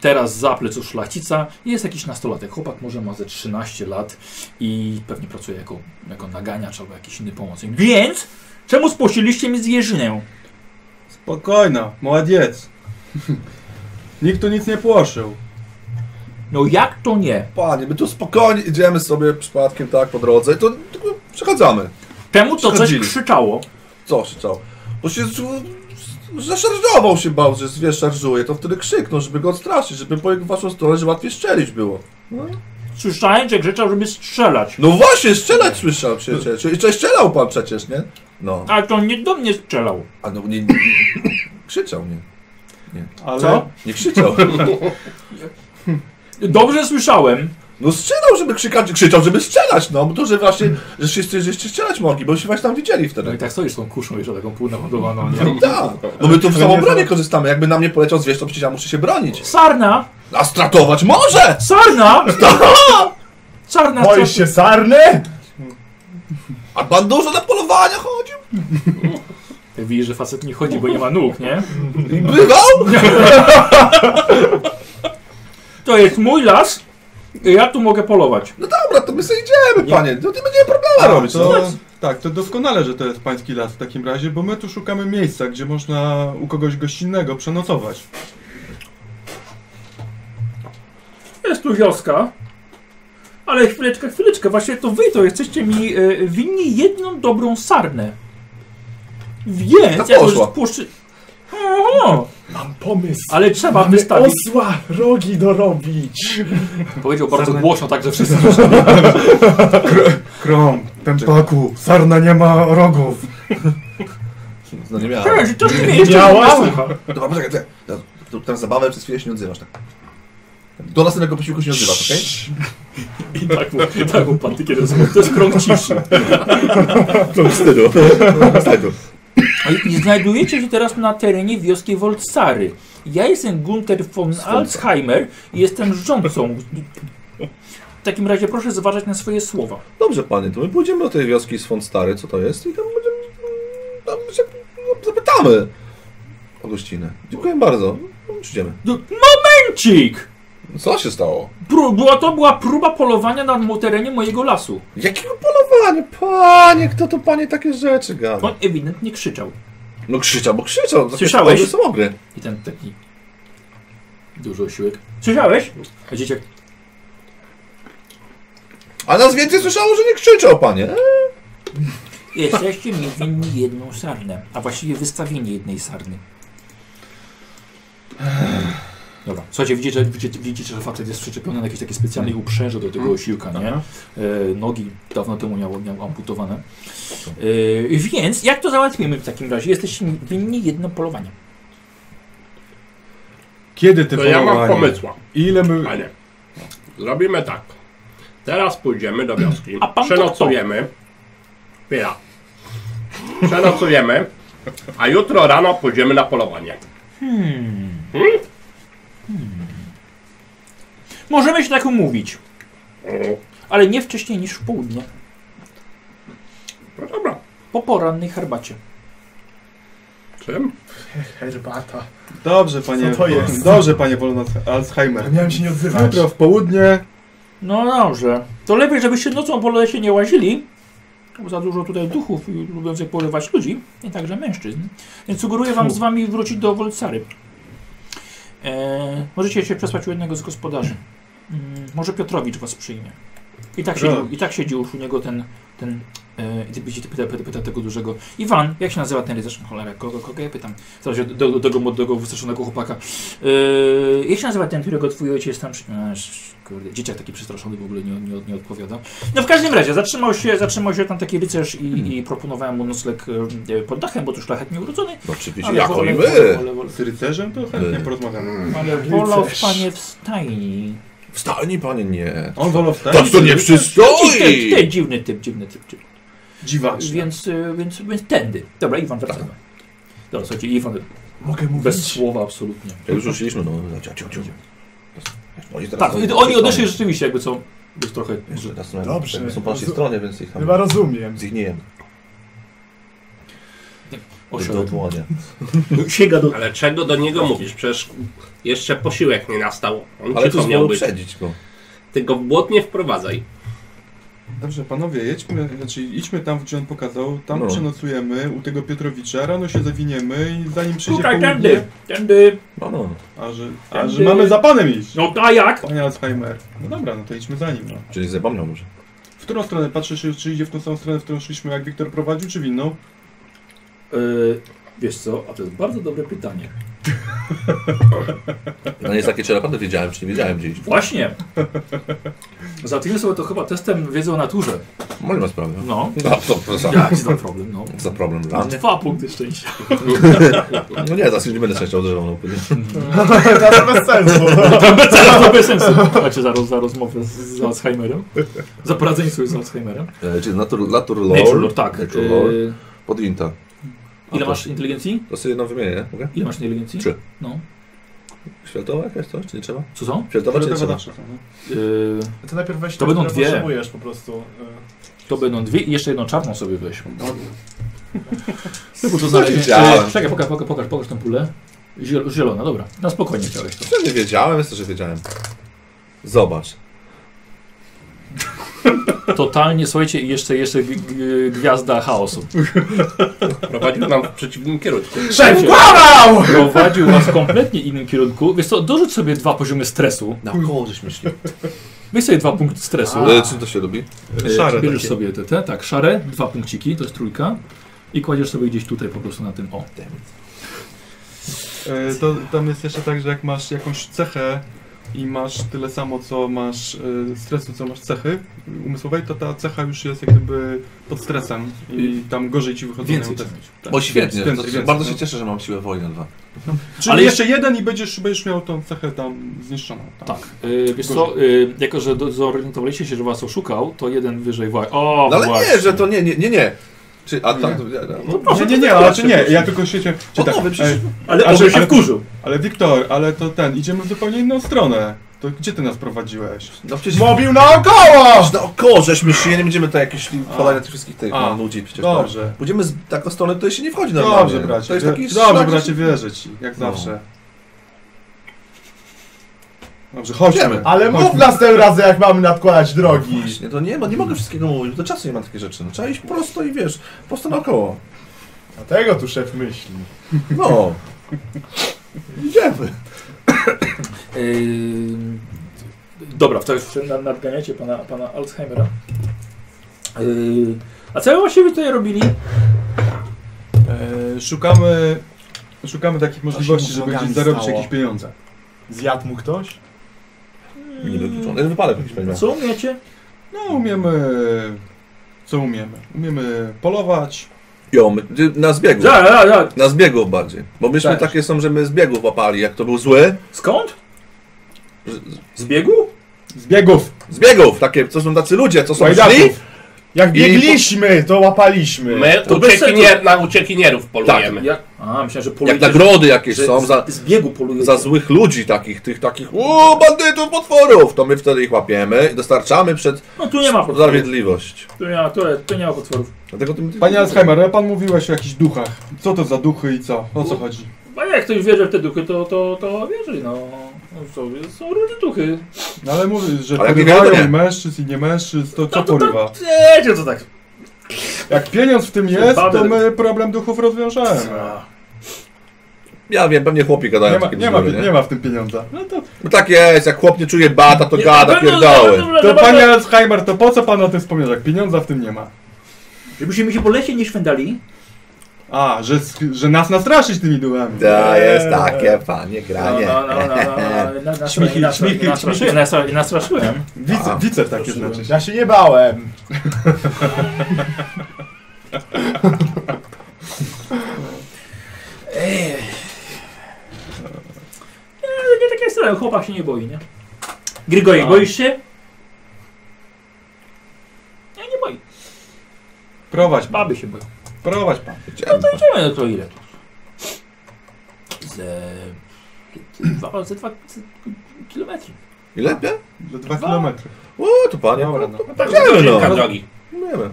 Speaker 1: teraz za pleców szlachcica, jest jakiś nastolatek. Chłopak może ma ze 13 lat i pewnie pracuje jako, jako naganiacz albo jakiś inny pomocnik. Więc czemu sposiliście mi zwierzynę?
Speaker 5: Spokojna, młodziec. Nikt tu nic nie płoszył.
Speaker 1: No jak to nie?
Speaker 2: Panie, my tu spokojnie idziemy sobie przypadkiem tak po drodze i to tylko przechadzamy.
Speaker 1: Temu to coś
Speaker 2: Przychodzili.
Speaker 1: krzyczało.
Speaker 2: Co się stało? Bo się z- zaszarżował się bał, że zwierzę szarżuje, to wtedy krzyknął, żeby go odstraszyć, żeby po jego waszą stronę, żeby łatwiej strzelić było.
Speaker 1: Słyszałem, że krzyczał, żeby strzelać.
Speaker 2: No właśnie, strzelać słyszał przecież. I czy strzelał pan przecież, nie? No.
Speaker 1: A to nie do mnie strzelał.
Speaker 2: A no nie, nie, krzyczał, nie.
Speaker 5: Ale
Speaker 1: Co?
Speaker 2: Nie krzyczał.
Speaker 1: Dobrze słyszałem.
Speaker 2: No strzelał, żeby krzykać, krzyczał, żeby strzelać, no. Bo to, że właśnie, że wszyscy że jeszcze strzelać mogli, bo się właśnie tam widzieli
Speaker 1: No i
Speaker 2: wtedy.
Speaker 1: tak stoisz z tą kuszą jeszcze taką półnaładowaną, nie?
Speaker 2: No tak, bo my tu w samobronie korzystamy. Jakby na mnie poleciał zwierz, to przecież ja muszę się bronić.
Speaker 1: Sarna!
Speaker 2: A stratować może!
Speaker 1: Sarna! Sarna
Speaker 4: Boisz
Speaker 1: straszy-
Speaker 4: się sarny?
Speaker 2: A pan dużo na polowania chodził?
Speaker 1: Widzisz, że facet nie chodzi, bo nie ma nóg, nie?
Speaker 2: I bywał?
Speaker 1: To jest mój las. Ja tu mogę polować.
Speaker 2: No dobra, to my sobie idziemy, panie. No nie będziemy problemu robić, no.
Speaker 5: to, tak, to doskonale, że to jest pański las w takim razie, bo my tu szukamy miejsca, gdzie można u kogoś gościnnego przenocować.
Speaker 1: Jest tu wioska. Ale chwileczkę, chwileczkę. Właśnie to wy to jesteście mi e, winni jedną dobrą sarnę. Więc...
Speaker 2: Ta poszła.
Speaker 1: Puszczy... O,
Speaker 4: Mam pomysł.
Speaker 1: ale trzeba
Speaker 4: Mamy
Speaker 1: wystawić...
Speaker 4: osła rogi dorobić.
Speaker 1: Powiedział bardzo
Speaker 5: Sarna-
Speaker 1: głośno, tak, że wszyscy
Speaker 5: Krom,
Speaker 4: Paku, sarna nie ma rogów.
Speaker 2: No nie miałem.
Speaker 1: Cześć, to mnie jeszcze
Speaker 4: Miała?
Speaker 2: Dobra, poczekaj, czekaj. No, to- Tam zabawę przez chwilę się nie odzywasz, tak. Do następnego posiłku się nie odzywasz, okej?
Speaker 1: I tak mu, i tak mu pan tykier rozumie. To jest krąg ciszy.
Speaker 2: To wstydu. Wstydu.
Speaker 1: I znajdujecie się teraz na terenie wioski Wolcary. Ja jestem Gunther von Alzheimer i jestem rządcą. W takim razie proszę zważać na swoje słowa.
Speaker 2: Dobrze, panie, to my pójdziemy do tej wioski z Font Stary, co to jest, i tam będziemy... Tam się zapytamy o gościnę. Dziękuję bardzo. No, Idziemy.
Speaker 1: No, Momencik!
Speaker 2: Co się stało?
Speaker 1: Pró- była to była próba polowania na mo- terenie mojego lasu.
Speaker 2: Jakiego polowania? Panie, kto to panie takie rzeczy gada?
Speaker 1: On ewidentnie krzyczał.
Speaker 2: No krzyczał, bo krzyczał. Takie
Speaker 1: Słyszałeś?
Speaker 2: sprawy są ogry.
Speaker 1: I ten taki... Dużo siłek. Słyszałeś? A dzieciak,
Speaker 2: A nas więcej słyszało, że nie krzyczał, panie.
Speaker 1: jesteście mi winni jedną sarnę, a właściwie wystawienie jednej sarny. Dobra, słuchajcie, widzicie, że- widzicie, widzicie, że facet jest przyczepiony na jakieś takie specjalne uprzeże do tego osiłka, nie?
Speaker 5: Aha.
Speaker 1: E, nogi dawno temu miał, miał amputowane. E, więc jak to załatwimy w takim razie? Jesteście mi winni jedno polowanie.
Speaker 5: Kiedy ty
Speaker 6: To ja mam
Speaker 5: polowanie?
Speaker 6: pomysła,
Speaker 5: Ile my...
Speaker 6: panie. Zrobimy tak. Teraz pójdziemy do wioski.
Speaker 1: A pan to
Speaker 6: Przenocujemy. Chwila. Przenocujemy. A jutro rano pójdziemy na polowanie.
Speaker 1: Hmm. Możemy się tak umówić, ale nie wcześniej niż w południe,
Speaker 6: No dobra.
Speaker 1: po porannej herbacie.
Speaker 6: Czym?
Speaker 4: Herbata.
Speaker 5: Dobrze, panie...
Speaker 4: Co to jest?
Speaker 5: Dobrze, panie Wolno Alzheimer.
Speaker 4: Miałem się nie odzywać.
Speaker 5: Jutro w południe
Speaker 1: No dobrze. To lepiej, żebyście nocą po lesie nie łazili, bo za dużo tutaj duchów i lubiących porywać ludzi, i także mężczyzn. Więc sugeruję wam z wami wrócić do Wolcary. E, możecie się przespać u jednego z gospodarzy. Mm, może Piotrowicz was przyjmie. I tak siedzi,
Speaker 5: Proszę.
Speaker 1: i tak siedzi już u niego ten... ten e, i ty- pyta, pyta, pyta, pyta tego dużego Iwan, jak się nazywa ten rycerz? No Cholera, kogo, kogo ja pytam? Zaraz się do, do, do tego młodego, wystraszonego chłopaka. Yy, jak się nazywa ten, którego twój ojciec tam... przy- Aż, kurde, dzieciak taki przestraszony w ogóle nie, nie, nie odpowiada. No w każdym razie, zatrzymał się, zatrzymał się tam taki rycerz i, i proponowałem mu nocleg e, pod dachem, bo tu szlachetnie urodzony.
Speaker 2: No Oczywiście,
Speaker 1: Ale
Speaker 2: jako
Speaker 1: wolę-
Speaker 2: i my.
Speaker 1: wolę- wolę-
Speaker 5: z rycerzem, to chętnie
Speaker 2: Y.
Speaker 5: porozmawiam.
Speaker 1: Ale wolał w panie w stajni.
Speaker 2: W stajni, panie, nie.
Speaker 5: On wolał wstać.
Speaker 2: Tak to nie
Speaker 5: rycerz?
Speaker 1: Ty, ty, ty,
Speaker 2: przystoi!
Speaker 1: dziwny typ, dziwny typ. Dziwny.
Speaker 5: Dziwaczne.
Speaker 1: Więc, y, więc, więc tędy. Dobra, Iwan, wracamy. Dobra, słuchajcie, Iwan
Speaker 4: Mogę mówić?
Speaker 1: bez słowa absolutnie.
Speaker 2: Jak już ruszyliśmy, no, no, ciu, ciu, ciu. Oni teraz
Speaker 1: Tak,
Speaker 2: są-
Speaker 1: oni odeszli rzeczywiście jakby co, już trochę...
Speaker 2: Jeszcze raz, no,
Speaker 4: Dobrze.
Speaker 2: Są po naszej stronie, więc ich tam
Speaker 4: Chyba rozumiem.
Speaker 2: zgnijem. Do
Speaker 1: Osioł.
Speaker 2: odwołania.
Speaker 1: Sięga do...
Speaker 6: Ale czego do niego mówisz? Przecież jeszcze posiłek nie nastał. On
Speaker 2: Ale
Speaker 6: cicho
Speaker 2: tu
Speaker 6: miał
Speaker 2: miał
Speaker 6: być.
Speaker 2: uprzedzić go.
Speaker 6: Ty go w błot nie wprowadzaj.
Speaker 5: Dobrze, panowie, jedźmy, znaczy idźmy tam, gdzie on pokazał, tam
Speaker 2: No.
Speaker 5: przenocujemy u tego Piotrowicza, rano się zawiniemy i zanim przyjdzie
Speaker 1: Szukaj
Speaker 5: południe...
Speaker 1: tędy, tędy.
Speaker 2: No, no.
Speaker 5: A że, a
Speaker 1: Tędy.
Speaker 5: że mamy za panem iść!
Speaker 1: No a jak?
Speaker 5: Panie Alzheimer. No dobra, no to idźmy za nim, no.
Speaker 2: Czyli zapomniał może.
Speaker 5: W którą stronę? Patrzysz, czy- czy idzie w tą samą stronę, w którą szliśmy, jak Wiktor prowadził, czy w inną?
Speaker 1: Yy, wiesz co, a to jest bardzo dobre pytanie.
Speaker 2: No jest takie czerapane, wiedziałem, czy nie wiedziałem gdzieś.
Speaker 1: Właśnie. Załatwimy sobie to chyba testem wiedzy o naturze.
Speaker 2: Może ma sprawę.
Speaker 1: No.
Speaker 2: No, to, to za,
Speaker 1: Jak znam problem, no.
Speaker 2: za problem dla mnie.
Speaker 1: Dwa punkty szczęścia.
Speaker 2: No nie, teraz już nie będę szczęścia uderzał. No, później.
Speaker 4: To to bez sensu.
Speaker 1: Teraz to bez sensu. Znaczy za, roz- za rozmowę z, z Alzheimerem. Za poradzeństwo z Alzheimerem.
Speaker 2: e, czyli natur, natur lore.
Speaker 1: Nature Lore, tak.
Speaker 2: Nature lore.
Speaker 1: Yy,
Speaker 2: Pod Inta.
Speaker 1: ile
Speaker 2: A,
Speaker 1: masz inteligencji?
Speaker 2: To sobie jedną wymienię, mogę?
Speaker 1: Ile masz inteligencji?
Speaker 2: Trzy.
Speaker 1: No.
Speaker 2: Światowa jakaś coś, czy nie trzeba?
Speaker 1: Co są?
Speaker 2: Światowa czy nie
Speaker 5: Dobra,
Speaker 2: trzeba?
Speaker 5: zawsze są, no.
Speaker 1: Yy,
Speaker 4: To najpierw weź
Speaker 1: To
Speaker 4: te,
Speaker 1: będą
Speaker 4: które
Speaker 1: dwie.
Speaker 4: potrzebujesz po prostu. y.
Speaker 1: to będą dwie i jeszcze jedną czarną sobie weź. No, Tylko to
Speaker 2: nie
Speaker 1: znaleźć.
Speaker 2: No, wiedziałem.
Speaker 1: Y, Czekaj, pokaż, pokaż, pokaż, pokaż tą pulę. Ziel- Zielona, dobra. Na spokojnie chciałeś to.
Speaker 2: Ja nie wiedziałem, jest to, że wiedziałem. Zobacz.
Speaker 1: Totalnie, słuchajcie, i jeszcze, jeszcze g- g- gwiazda chaosu.
Speaker 6: Prowadził nam w przeciwnym kierunku.
Speaker 1: Szef Prowadził was w kompletnie innym kierunku. Wiesz co, dorzuć sobie dwa poziomy stresu.
Speaker 2: Na koło żeśmy szli.
Speaker 1: Weź sobie dwa punkty stresu.
Speaker 2: E, czym to się robi?
Speaker 1: E,
Speaker 5: Szare
Speaker 1: Bierzesz
Speaker 5: takie.
Speaker 1: sobie te, te, tak, szare, dwa punkciki, to jest trójka. I kładziesz sobie gdzieś tutaj po prostu na tym o.
Speaker 5: E, To tam jest jeszcze tak, że jak masz jakąś cechę i masz tyle samo, co masz e, stresu, co masz cechy umysłowej, to ta cecha już jest jak gdyby pod stresem i tam gorzej ci wychodzą
Speaker 1: Więcej
Speaker 5: te-
Speaker 1: trzeba mieć.
Speaker 5: tak.
Speaker 2: O świetnie,
Speaker 5: Więcej,
Speaker 2: to,
Speaker 5: więcej,
Speaker 2: bardzo
Speaker 5: no.
Speaker 2: się cieszę, że mam siłę woli na dwa.
Speaker 5: Czyli
Speaker 1: Ale
Speaker 5: jeszcze jeden i będziesz, będziesz miał tą cechę tam zniszczoną. Tam.
Speaker 1: Tak. E, wiesz co, e, jako że do- zorientowaliście się, że was oszukał, to jeden wyżej właśnie. O,
Speaker 2: No, ale
Speaker 1: właśnie.
Speaker 2: nie, że to nie, nie, nie, nie. Czy, a tam, no,
Speaker 5: Nie, nie, nie, ale czy nie, ja tylko się... Czy
Speaker 2: O,
Speaker 5: tak,
Speaker 2: nowy przyszedł.
Speaker 1: Ale
Speaker 5: A,
Speaker 1: on
Speaker 5: że-
Speaker 1: się wkurzył.
Speaker 5: ale Wiktor, ale to ten, idziemy w zupełnie inną stronę. To gdzie ty nas prowadziłeś?
Speaker 2: no przecież...
Speaker 4: Mobił naokoło!
Speaker 2: Naokoło żeśmy szli, nie będziemy tak jakieś
Speaker 5: A.
Speaker 2: wpadania tych wszystkich tych
Speaker 5: A.
Speaker 2: no, ludzi przecież. tam.
Speaker 5: Dobrze.
Speaker 2: Pójdziemy z taką stronę, to się nie wchodzi na
Speaker 5: Dobrze, bracie.
Speaker 2: To jest taki
Speaker 5: Dobrze,
Speaker 2: szlak, że-
Speaker 5: bracie, wierzę ci, jak
Speaker 2: No.
Speaker 5: zawsze. Dobrze, chodźmy.
Speaker 2: Idziemy.
Speaker 4: Ale mów następnym razem, jak mamy nadkładać drogi.
Speaker 2: Właśnie, to nie ma, nie mogę wszystkiego mówić, do czasu nie ma takie rzeczy. No, trzeba iść prosto i wiesz, prosto naokoło.
Speaker 4: Dlatego tu szef myśli.
Speaker 2: No. Idziemy.
Speaker 1: E, Yy, dobra, to już na- nadganiacie pana, pana Alzheimera. Yy, a co wy właściwie tutaj robili?
Speaker 5: E, szukamy, szukamy takich możliwości,
Speaker 4: mu
Speaker 5: żeby
Speaker 4: nogami
Speaker 5: gdzieś zarobić
Speaker 4: stało.
Speaker 5: jakieś pieniądze.
Speaker 4: Zjadł mu ktoś?
Speaker 2: Nie wykluczony. Wypalek jakiś będzie.
Speaker 1: Co umiecie?
Speaker 5: No umiemy... Co umiemy? Umiemy polować.
Speaker 2: Jo, my, na zbiegu.
Speaker 1: Za, za, za.
Speaker 2: Na zbiegów bardziej. Bo myśmy
Speaker 5: Też.
Speaker 2: takie są, że my zbiegów łapali. Jak to był zły,
Speaker 1: Skąd?
Speaker 2: Z-
Speaker 1: Z biegu?
Speaker 5: Zbiegów!
Speaker 2: zbiegów, takie, co są tacy ludzie, co są
Speaker 4: Łajdaków.
Speaker 2: szli.
Speaker 4: Jak
Speaker 2: I-
Speaker 4: biegliśmy, to łapaliśmy.
Speaker 3: My
Speaker 1: To bez
Speaker 3: uciekinier,
Speaker 1: sensu.
Speaker 3: na uciekinierów polujemy.
Speaker 1: Ja, a, myślałem, że polujecie.
Speaker 2: Jak nagrody jakieś
Speaker 1: że
Speaker 2: są za,
Speaker 1: z, z biegu polujecie.
Speaker 2: za złych ludzi takich, tych takich uuu, bandytów, potworów, to my wtedy ich łapiemy i dostarczamy przed
Speaker 1: No tu nie ma potworów.
Speaker 2: sprawiedliwość.
Speaker 1: Tu nie ma, tu, tu nie ma potworów.
Speaker 2: Dlatego tym...
Speaker 5: Panie Alzheimer, ale pan mówiłeś o jakichś duchach. Co to za duchy i co?
Speaker 2: No.
Speaker 5: O co chodzi?
Speaker 1: A jak ktoś wierzy w te duchy, to, to, to wierzy, no. No, są- Są różne duchy.
Speaker 5: No ale mówisz, że
Speaker 2: Ale jak nie wiadomo,
Speaker 5: porywają
Speaker 2: nie.
Speaker 5: i mężczyzn i nie mężczyzn, to co
Speaker 1: No, to,
Speaker 5: porywa?
Speaker 1: to, wiecie, to tak.
Speaker 5: Jak pieniądz w tym jest, to
Speaker 1: Baby.
Speaker 5: my problem duchów rozwiążemy.
Speaker 2: Ja wiem, pewnie chłopi gadają
Speaker 5: Nie ma,
Speaker 2: takie
Speaker 5: nie, ma,
Speaker 2: bzdury,
Speaker 5: nie ma w tym pieniądza. No to,
Speaker 2: No tak jest, jak chłop nie czuje bata, to
Speaker 1: Nie,
Speaker 2: gada,
Speaker 1: na pewno- na
Speaker 2: pierdoły.
Speaker 1: pewno, że
Speaker 5: to
Speaker 1: bardzo-
Speaker 5: panie Alzheimer, to po co pan o tym wspomniał, jak pieniądza w tym nie ma?
Speaker 1: Żebyśmy się po lesie nie szwendali.
Speaker 5: A, że, sk- że nas nastraszyć tymi duchami.
Speaker 2: To jest takie, panie granie.
Speaker 1: No, no, no, no, no, no, no,
Speaker 5: Śmichy, śmichy,
Speaker 1: nastraszyłem. nastra- Nastraszyłem.
Speaker 5: Wice,
Speaker 2: A,
Speaker 5: wice takie
Speaker 1: proszę.
Speaker 5: znaczy.
Speaker 4: Ja się nie bałem.
Speaker 1: Ej. Nie, nie tak jak stałem, chłopak się nie boi, nie? Tak. Grigori,
Speaker 5: A.
Speaker 1: boisz się? Nie, nie boi.
Speaker 5: Prowadź pan,
Speaker 1: Baby się boją.
Speaker 5: prowadź pan.
Speaker 2: Chciałem-
Speaker 1: Idziemy, no to ile? Ze... Dwa, ze dwa ze kilometry.
Speaker 2: Ile? Pie?
Speaker 5: Za dwa kilometry.
Speaker 2: O, to panie.
Speaker 5: Dobra,
Speaker 2: No,
Speaker 5: no.
Speaker 2: to,
Speaker 3: Tak,
Speaker 2: Idziemy, no.
Speaker 3: kilka drogi.
Speaker 2: nie wiem.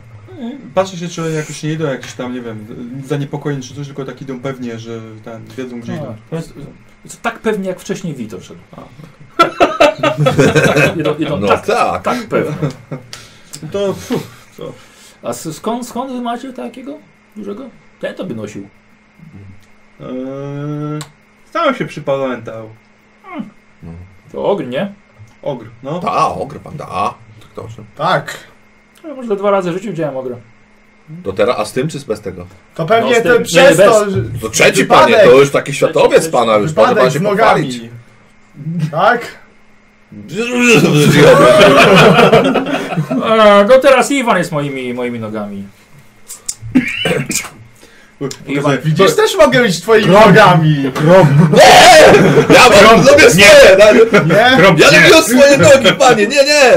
Speaker 5: Patrzę się, czy jakoś nie idą jakieś tam, nie wiem, zaniepokojeni czy coś, tylko tak idą pewnie, że ten, wiedzą gdzie idą.
Speaker 1: A, jest- jest tak pewnie jak wcześniej Witor szedł.
Speaker 5: A,
Speaker 1: Jedno, jedno,
Speaker 2: No
Speaker 1: tak,
Speaker 2: tak.
Speaker 1: tak pewnie.
Speaker 5: No To fuh,
Speaker 1: A s- skąd, skąd wy macie takiego dużego? Ten to by nosił.
Speaker 5: eee, stałem się przypamiętał.
Speaker 2: No.
Speaker 1: To ognie. nie?
Speaker 5: Ogr, no.
Speaker 2: Da, ogr pan, da. To kto się-
Speaker 4: Tak.
Speaker 1: Ja No, może dwa razy w życiu widziałem ogra.
Speaker 2: To teraz, a z tym czy z bez tego?
Speaker 4: To pewnie
Speaker 1: No, z tym-
Speaker 4: ten przez
Speaker 1: bez-
Speaker 4: to... że-
Speaker 2: To No trzeci
Speaker 4: Wypadek.
Speaker 2: panie, to już taki światowiec
Speaker 1: Trzeci,
Speaker 2: pana już, pan pan
Speaker 4: Wypadek
Speaker 2: się
Speaker 4: z
Speaker 2: pochwalić.
Speaker 4: nogami. Tak?
Speaker 1: E, no teraz Iwan jest moimi, moimi nogami.
Speaker 5: Pokazuję,
Speaker 4: Widzisz, też mogę być twoimi nogami.
Speaker 2: Ja mam lubię swoje, da-
Speaker 4: Nie?
Speaker 2: ja lubię swoje nogi, panie, nie, nie.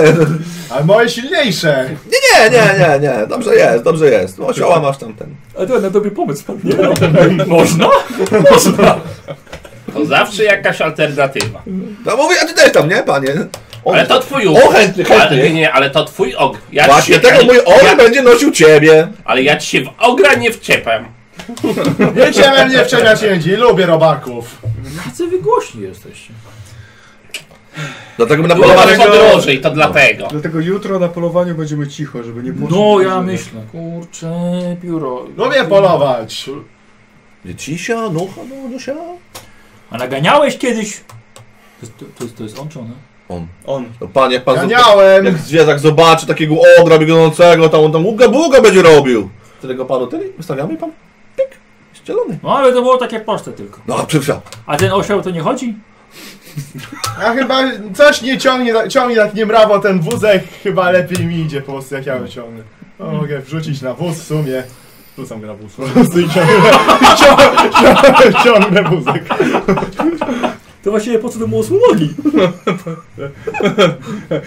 Speaker 4: Ale moje silniejsze.
Speaker 2: Nie, nie, nie, nie, dobrze jest, dobrze jest. Osioła masz tamten.
Speaker 1: Ale to na dobry pomysł padnie. Można? Można.
Speaker 3: To zawsze jakaś alternatywa.
Speaker 2: No mówię, a ty też tam, nie, panie? O,
Speaker 3: Ale to twój
Speaker 2: o
Speaker 3: og.
Speaker 2: chętny,
Speaker 3: Ale, nie,
Speaker 2: chętny.
Speaker 3: nie, ale to twój og. Ja ci
Speaker 2: Właśnie
Speaker 3: się-
Speaker 2: tego mój
Speaker 3: ja,
Speaker 2: on będzie nosił ciebie.
Speaker 3: Ale ja ci się w ogra nie wciepam.
Speaker 4: Nie ciemem, nie wciemniać jędzi. Lubię robaków.
Speaker 1: Jacy wy głośni jesteście.
Speaker 2: Dlatego my na
Speaker 3: Było
Speaker 2: polowaniu...
Speaker 5: Dlatego-
Speaker 3: bardzo drożej, to dlatego.
Speaker 5: Dlatego jutro na polowaniu będziemy cicho, żeby nie było...
Speaker 1: No ja myślę, kurczę, pióro.
Speaker 4: Lubię polować.
Speaker 2: Cisia, nucha, no, nusia.
Speaker 1: A naganiałeś kiedyś? To, jest- to, to, jest- to jest on czy ona?
Speaker 2: On.
Speaker 5: On.
Speaker 2: No panie, jak pan... zob- Jak
Speaker 4: Ganiałem.
Speaker 2: zwierzak zobaczy takiego ogra biegnącego, tam on tam uga buga będzie robił. Tego panu tyle wystawiamy i pan pyk, ścielony.
Speaker 1: No ale to było takie proste tylko.
Speaker 2: No, przepraszam.
Speaker 1: A ten osioł to nie chodzi?
Speaker 4: Ja chyba coś nie ciągnie, ciągnie tak niemrawo ten wózek. Chyba lepiej mi idzie po prostu jak ja go ciągnę. No, mogę wrzucić na wóz w sumie. Wrzucam go na wóz po prostu i ciągnę, ciągnę, ciągnę wózek.
Speaker 1: To właściwie po co to było słowogi?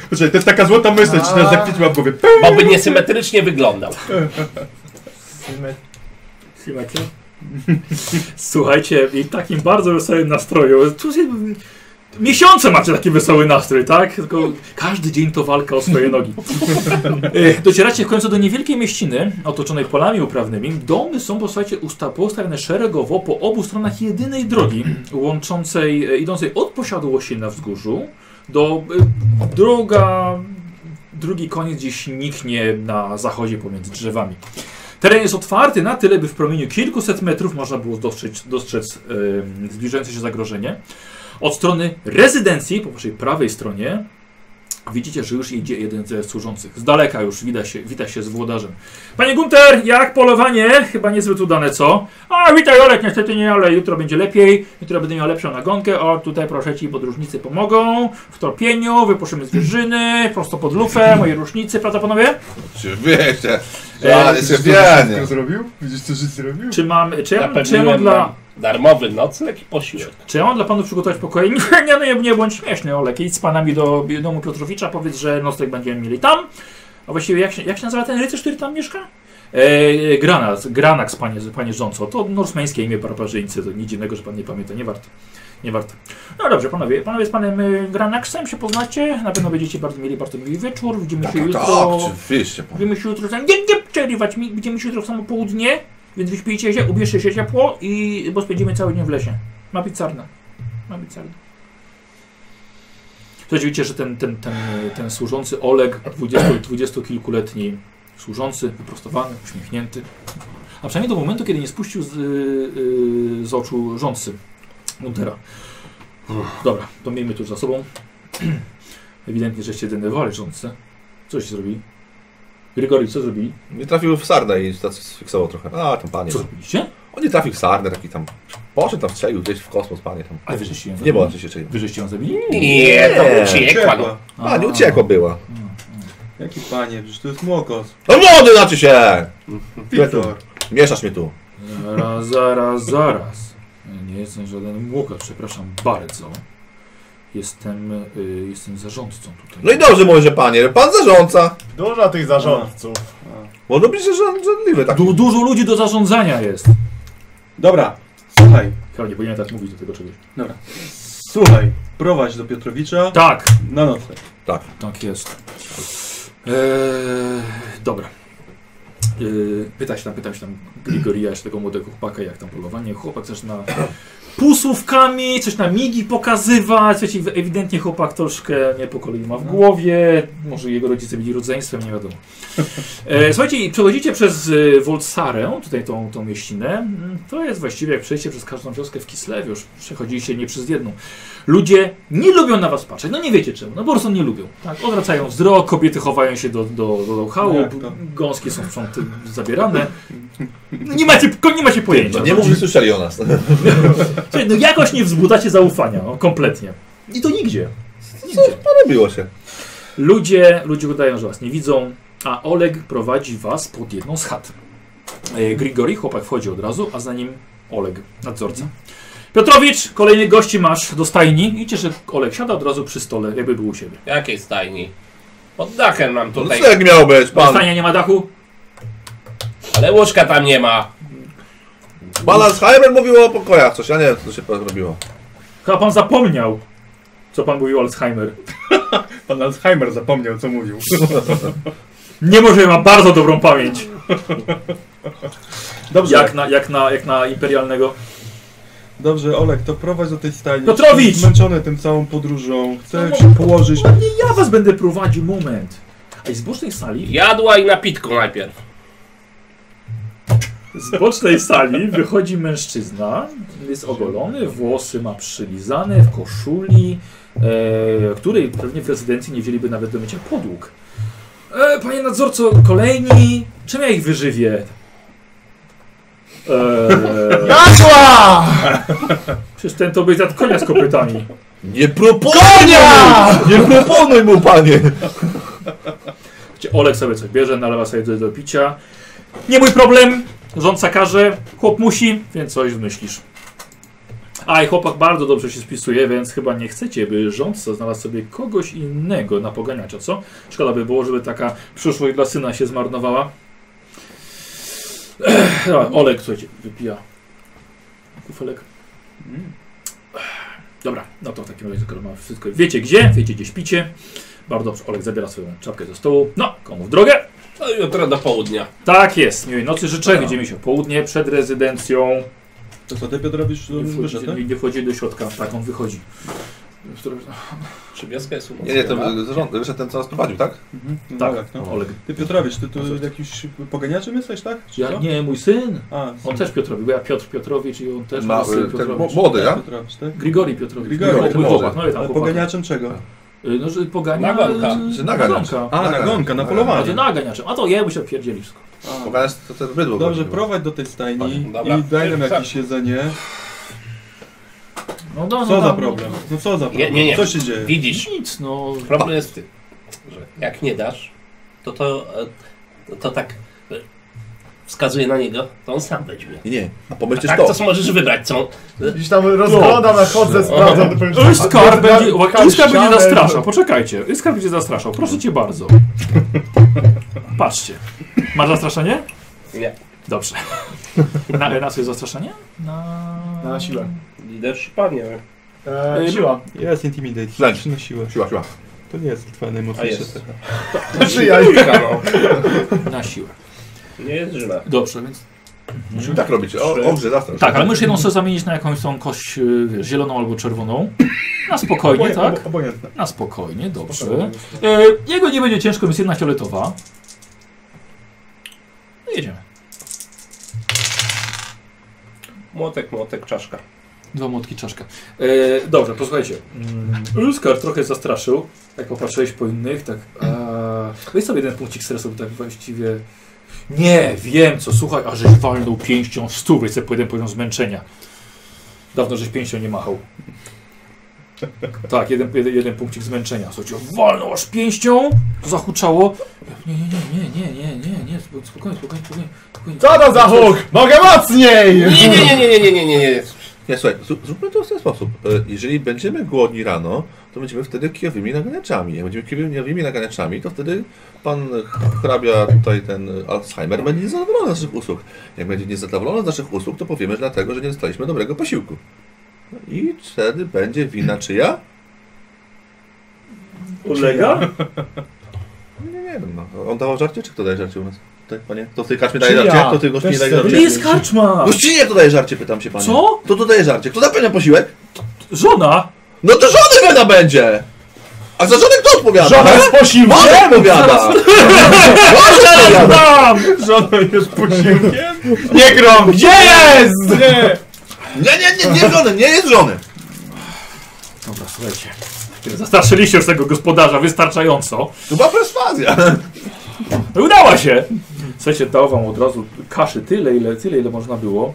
Speaker 5: Poczekaj, to jest taka złota myśl, czy nas zakwieciła w głowie. Pyk!
Speaker 3: Bo by niesymetrycznie wyglądał.
Speaker 1: Słuchajcie. Słuchajcie, i takim bardzo wesołym nastroju. Tu się... Miesiące macie taki wesoły nastrój, tak? Tylko każdy dzień to walka o swoje nogi. E, Docieracie w końcu do niewielkiej mieściny otoczonej polami uprawnymi. Domy są, posłuchajcie, usta- postawione szeregowo po obu stronach jedynej drogi łączącej, e, idącej od posiadłości na wzgórzu do e, druga, drugi koniec gdzieś niknie na zachodzie pomiędzy drzewami. Teren jest otwarty na tyle, by w promieniu kilkuset metrów można było dostrzec, dostrzec em, zbliżające się zagrożenie. Od strony rezydencji, po waszej prawej stronie, widzicie, że już idzie jeden ze służących. Z daleka już wita się, wita się z włodarzem. Panie Gunter, jak polowanie? Chyba niezbyt udane, co? A, witaj Olek, niestety nie, ale jutro będzie lepiej. Jutro będę miał lepszą nagonkę. O, tutaj proszę ci, podróżnicy pomogą. W tropieniu, wypuszczymy zwierzyny, prosto pod lufę, moje rusznicy, prawda panowie?
Speaker 2: Oczywiście.
Speaker 1: E,
Speaker 2: Ale
Speaker 5: Widzisz, co
Speaker 2: sypianie.
Speaker 5: wszystko zrobił? Widzisz, co życie zrobił?
Speaker 1: Czy mam, czy ja, mam- czy ja
Speaker 3: Zapewniłem
Speaker 1: mam dla...
Speaker 6: tak.
Speaker 3: wam darmowy nocleg i posiłek.
Speaker 1: Czy ja mam dla panów przygotować pokoje? Nie, no nie, nie, nie bądź śmieszny, Olek. Idź z panami do domu Piotrowicza, powiedz, że nocleg będziemy mieli tam. A właściwie jak się, jak się nazywa ten rycerz, który tam mieszka? Eee, Granas, Granax, panie, panie rządzo. To norsmeńskie imię barbarzyńcy, to nic dziwnego, że pan nie pamięta, nie warto. Nie warto. No dobrze, panowie, panowie z panem y, Granaxem się poznacie, na pewno będziecie bardzo mieli bardzo miły wieczór, widzimy
Speaker 2: Tak,
Speaker 1: się
Speaker 2: tak,
Speaker 1: jutro.
Speaker 2: tak, oczywiście. panie.
Speaker 1: Będziemy się jutro tam nie, nie przerywać, mi- będziemy się jutro w samo południe, więc wyśpijcie się, ubierzcie się ciepło i bo spędzimy cały dzień w lesie. Ma być sarna. Ma być sarna. Słuchajcie, widzicie, że ten, ten, ten, ten służący Oleg, 20 dwudziestokilkuletni służący, wyprostowany, uśmiechnięty. A przynajmniej do momentu, kiedy nie spuścił z, yy, z oczu rządcy Guntera. Dobra, to miejmy tu za sobą. Ewidentnie, żeście denerwowali rządce. Coś zrobili. Grigori, co zrobili?
Speaker 2: Nie trafił w sarnę i tak sfiksował trochę. A, tam panie.
Speaker 1: Co zrobiliście?
Speaker 2: On nie trafił w sarnę, taki tam. Poszedł tam strzelił gdzieś w kosmos, panie tam.
Speaker 1: Ale wyżeście ją
Speaker 2: Nie
Speaker 1: zabili.
Speaker 2: było oczywiście czyjego.
Speaker 1: Wyżeście ją zabili?
Speaker 3: Nie,
Speaker 2: Nie,
Speaker 3: to uciekła. no.
Speaker 2: A, nie uciekła była.
Speaker 5: Jaki panie, przecież to jest młokos.
Speaker 2: No młody znaczy się!
Speaker 5: Pitor.
Speaker 2: Mieszasz mnie tu.
Speaker 1: Zaraz, zaraz, zaraz. Nie jestem żaden młoka, przepraszam bardzo. Jestem, y, jestem zarządcą tutaj.
Speaker 2: No i dobrze może panie, pan zarządca.
Speaker 4: Dużo tych zarządców.
Speaker 2: Może być że żen- żenliwy tak.
Speaker 1: Du, dużo ludzi do zarządzania jest.
Speaker 5: Dobra, słuchaj,
Speaker 1: Chyba nie powinienem tak mówić do tego czegoś.
Speaker 5: słuchaj. Prowadź do Piotrowicza
Speaker 1: Tak,
Speaker 5: na nocleg.
Speaker 2: Tak.
Speaker 1: tak jest. Eee, dobra. Eee, pyta się tam, pyta się tam Grigoria, czy tego młodego chłopaka, jak tam polowanie. Chłopak zaczyna półsłówkami, coś na migi pokazywać. Słuchajcie, ewidentnie chłopak troszkę nie po kolei ma w
Speaker 5: No.
Speaker 1: głowie. Może jego rodzice byli rodzeństwem, nie wiadomo. E, słuchajcie, i przechodzicie przez e, Wolsarę, tutaj tą, tą mieścinę. Mm, To jest właściwie jak przejście przez każdą wioskę w Kislewie. Już przechodziliście nie przez jedną. Ludzie nie lubią na was patrzeć. No nie wiecie czemu. No po prostu nie lubią. Tak, odwracają wzrok, kobiety chowają się do, do, do, do
Speaker 5: No
Speaker 1: chału,
Speaker 5: jak to?
Speaker 1: gąskie są sprząty zabierane. Nie macie, nie macie pojęcia.
Speaker 2: No nie mów, że słyszeli o nas. No,
Speaker 1: Słuchaj, no jakoś nie wzbudzacie zaufania, no, kompletnie. I to nigdzie. nigdzie.
Speaker 2: Robiło się.
Speaker 1: Ludzie, ludzie udają, że was nie widzą, a Oleg prowadzi was pod jedną z chat. E, Grigori, chłopak wchodzi od razu, a za nim Oleg, nadzorca. Piotrowicz, kolejnych gości masz do stajni. Widzicie, że Oleg siada od razu przy stole, jakby był u siebie.
Speaker 3: Jakiej stajni? Pod dachem mam
Speaker 2: No
Speaker 3: tutaj,
Speaker 2: co jak miał być
Speaker 1: Pan.
Speaker 2: pan?
Speaker 1: Stajnia nie ma dachu?
Speaker 3: ale łóżka tam nie ma.
Speaker 2: Balans Heimer mówił o pokojach, coś ja nie wiem co się robiło.
Speaker 1: Chyba pan zapomniał, co pan mówił Alzheimer.
Speaker 5: Pan Alzheimer zapomniał, co mówił.
Speaker 1: Nie może, ma bardzo dobrą pamięć.
Speaker 5: Dobrze,
Speaker 1: Jak na, jak na, jak na imperialnego.
Speaker 5: dobrze, Olek, to prowadź do tej stajni.
Speaker 1: Piotrowicz!
Speaker 5: Jestem Zmęczony tym całą podróżą. Chcę
Speaker 1: No,
Speaker 5: się położyć.
Speaker 1: Nie ja was będę prowadził, moment. A i z bocznej sali,
Speaker 3: Jadła i napitku najpierw.
Speaker 1: z bocznej sali wychodzi mężczyzna, jest ogolony, włosy ma przylizane w koszuli, e, której pewnie w rezydencji nie wzięliby nawet do mycia podłóg. E, panie nadzorco, kolejni, czym ja ich wyżywię? E,
Speaker 4: Jadła!
Speaker 1: przecież ten to by za konia z kopytami.
Speaker 2: Nie proponuj! mu! Nie proponuj mu panie!
Speaker 1: Gdzie Olek sobie coś bierze, nalewa sobie coś do picia. Nie mój problem, rządca każe, chłop musi, więc coś wymyślisz. A i chłopak bardzo dobrze się spisuje, więc chyba nie chcecie, by rządca znalazł sobie kogoś innego na poganiacza, co? Szkoda by było, żeby taka przyszłość dla syna się zmarnowała. Ech, dobra, Olek, słuchajcie, wypija kufelek. Dobra, no to w takim razie, skoro mam wszystko, wiecie gdzie, wiecie gdzie śpicie. Bardzo dobrze, Olek zabiera swoją czapkę ze stołu. No, komu w drogę?
Speaker 3: No i jutro do południa.
Speaker 1: Tak jest, miłej nocy życzę.
Speaker 5: Tak.
Speaker 1: Widzimy się w południe przed rezydencją.
Speaker 5: To co ty, Piotr, robisz?
Speaker 1: Nie
Speaker 5: Wyszedł, tak?
Speaker 1: wchodzi, nie wchodzi do środka, tak on wychodzi.
Speaker 3: Przybieska jest
Speaker 2: Nie, nie,
Speaker 3: umocniona.
Speaker 2: ten, rząd, jeszcze ten co nas prowadził, tak?
Speaker 5: Mhm. No
Speaker 1: Tak.
Speaker 5: tak no.
Speaker 1: Oleg.
Speaker 5: Ty Piotrowicz, ty tu jakimś poganiaczem jesteś, tak? Czy
Speaker 1: Ja,
Speaker 5: co?
Speaker 1: nie, mój syn.
Speaker 5: A,
Speaker 1: On też Piotrowicz, bo ja Piotr Piotrowicz i on też
Speaker 2: Ma,
Speaker 1: mój syn
Speaker 2: y, ten mo-
Speaker 1: Piotrowicz.
Speaker 2: młody, ja?
Speaker 5: Piotrowicz, tak?
Speaker 1: Grigori Piotrowicz.
Speaker 5: Grigori,
Speaker 1: Mój
Speaker 5: ten
Speaker 1: chłopak,
Speaker 2: młody.
Speaker 1: No i tam
Speaker 5: Ale
Speaker 1: chłopak.
Speaker 5: poganiaczem czego?
Speaker 1: Y, No, że pogania...
Speaker 3: Nagonka.
Speaker 1: y,
Speaker 2: Czy Znaczy naganiacz?
Speaker 1: nagonka.
Speaker 5: A, na gonka, na
Speaker 1: A ty
Speaker 5: polowanie.
Speaker 1: naganiaczem. A to jemu się pierdzieli wszystko.
Speaker 5: A.
Speaker 2: Pokaż to ten bydło. no.
Speaker 5: Dobrze,
Speaker 2: było.
Speaker 5: prowadź do tej stajni
Speaker 3: Dobra.
Speaker 5: i daj nam
Speaker 3: Tak.
Speaker 5: jakieś jedzenie.
Speaker 1: No, no, no,
Speaker 5: Co za
Speaker 1: tam-
Speaker 5: problem? No co za problem?
Speaker 3: nie, nie.
Speaker 5: Co się dzieje?
Speaker 3: Widzisz,
Speaker 1: Nic, no.
Speaker 3: problem jest w tym, że jak nie dasz, to to, e, to tak e, wskazuje na niego, to on sam weźmie.
Speaker 2: Nie, nie, a
Speaker 3: A
Speaker 2: pomyślisz
Speaker 3: tak
Speaker 2: to.
Speaker 3: to możesz wybrać, co?
Speaker 4: Gdzieś tam rozglądam, no. chodzę, sprawdzam. to powiem, że-
Speaker 1: Iskar będzie,
Speaker 4: Kar
Speaker 1: Iskar będzie
Speaker 4: ścianę,
Speaker 1: zastraszał, poczekajcie. Iskar będzie zastraszał, proszę cię bardzo. Patrzcie. Masz zastraszenie?
Speaker 3: Nie.
Speaker 1: Dobrze. Na, na co jest zastraszenie? Na...
Speaker 4: Na siłę.
Speaker 3: Liderz, panie.
Speaker 4: E, siła.
Speaker 5: Jest intimidate.
Speaker 2: Źle.
Speaker 5: Trzy na siłę.
Speaker 2: Siła, siła.
Speaker 5: To nie jest twoja
Speaker 3: A
Speaker 5: najmocniejsza
Speaker 3: jest.
Speaker 5: cecha.
Speaker 4: Szyja.
Speaker 3: Kurka,
Speaker 1: Na siłę.
Speaker 3: no. Nie jest źle.
Speaker 1: Dobrze, więc...
Speaker 2: Musimy tak robić. O,
Speaker 3: Trzy.
Speaker 2: Dobrze, zastrasz.
Speaker 1: Tak, ale możesz jedną sobie zamienić na jakąś tą kość y, wiesz, zieloną albo czerwoną. Na spokojnie,
Speaker 5: Oboje-
Speaker 1: tak?
Speaker 5: obo- Obojętne.
Speaker 1: Na spokojnie, dobrze. E, jego nie będzie ciężko, więc jedna fioletowa. No jedziemy.
Speaker 3: Młotek, młotek, czaszka.
Speaker 1: Dwa młotki, czaszka. E, dobrze, posłuchajcie. Mm, Luskar trochę zastraszył, jak popatrzyłeś po innych, tak. E, weź sobie jeden punkcik stresu, tak właściwie. Nie, wiem co, słuchaj, a żeś walnął pięścią w stół, więc sobie po jeden poziom zmęczenia. Dawno żeś pięścią nie machał. Tak, jeden, jeden, jeden punkcik zmęczenia. Słuchajcie, walnął aż pięścią, to zahuczało. Nie, nie, nie, nie, nie, nie, nie, nie, spokojnie, spokojnie, spokojnie. spokojnie.
Speaker 4: Co to za huk? Mogę mocniej!
Speaker 3: Nie, nie, nie, nie, nie, nie, nie, nie, nie.
Speaker 2: Nie, słuchaj, zró- zróbmy to w ten sposób. E, Jeżeli będziemy głodni rano, to będziemy wtedy kijowymi naganiaczami. Jak będziemy kijowymi naganiaczami, to wtedy pan hrabia, tutaj ten Alzheimer, będzie niezadowolony z naszych usług. Jak będzie niezadowolony z naszych usług, to powiemy, że dlatego, że nie dostaliśmy dobrego posiłku. No I wtedy będzie wina czyja?
Speaker 1: Ulega?
Speaker 2: Nie, nie wiem, no. On dawał żarcie, czy kto daje żarcie u nas? Tutaj, panie? To ty kaczmie daje
Speaker 4: Czy
Speaker 2: żarcie?
Speaker 4: ja?
Speaker 2: To ty gościnie
Speaker 4: Też
Speaker 2: daje
Speaker 4: sobie-
Speaker 2: żarcie?
Speaker 1: Nie jest karczma!
Speaker 2: Gościnie kto daje żarcie, pytam się panie.
Speaker 1: Co?
Speaker 2: Kto tu daje żarcie? Kto zapewnia posiłek?
Speaker 1: Żona!
Speaker 2: No to żony wena będzie! A za żonę kto odpowiada?
Speaker 4: Żona jest
Speaker 2: Żona
Speaker 4: posiłkiem!
Speaker 2: odpowiada! Żona odpowiada!
Speaker 1: Tam!
Speaker 4: Żona jest posiłkiem? Nie grom! Gdzie jest? Nie!
Speaker 2: Nie, nie, nie, nie żony, nie jest żony!
Speaker 1: Dobra, słuchajcie. Zastraszyliście już tego gospodarza wystarczająco.
Speaker 2: To była perswazja!
Speaker 1: No i udała się! Słuchajcie, dał wam od razu kaszy tyle, ile, tyle, ile można było.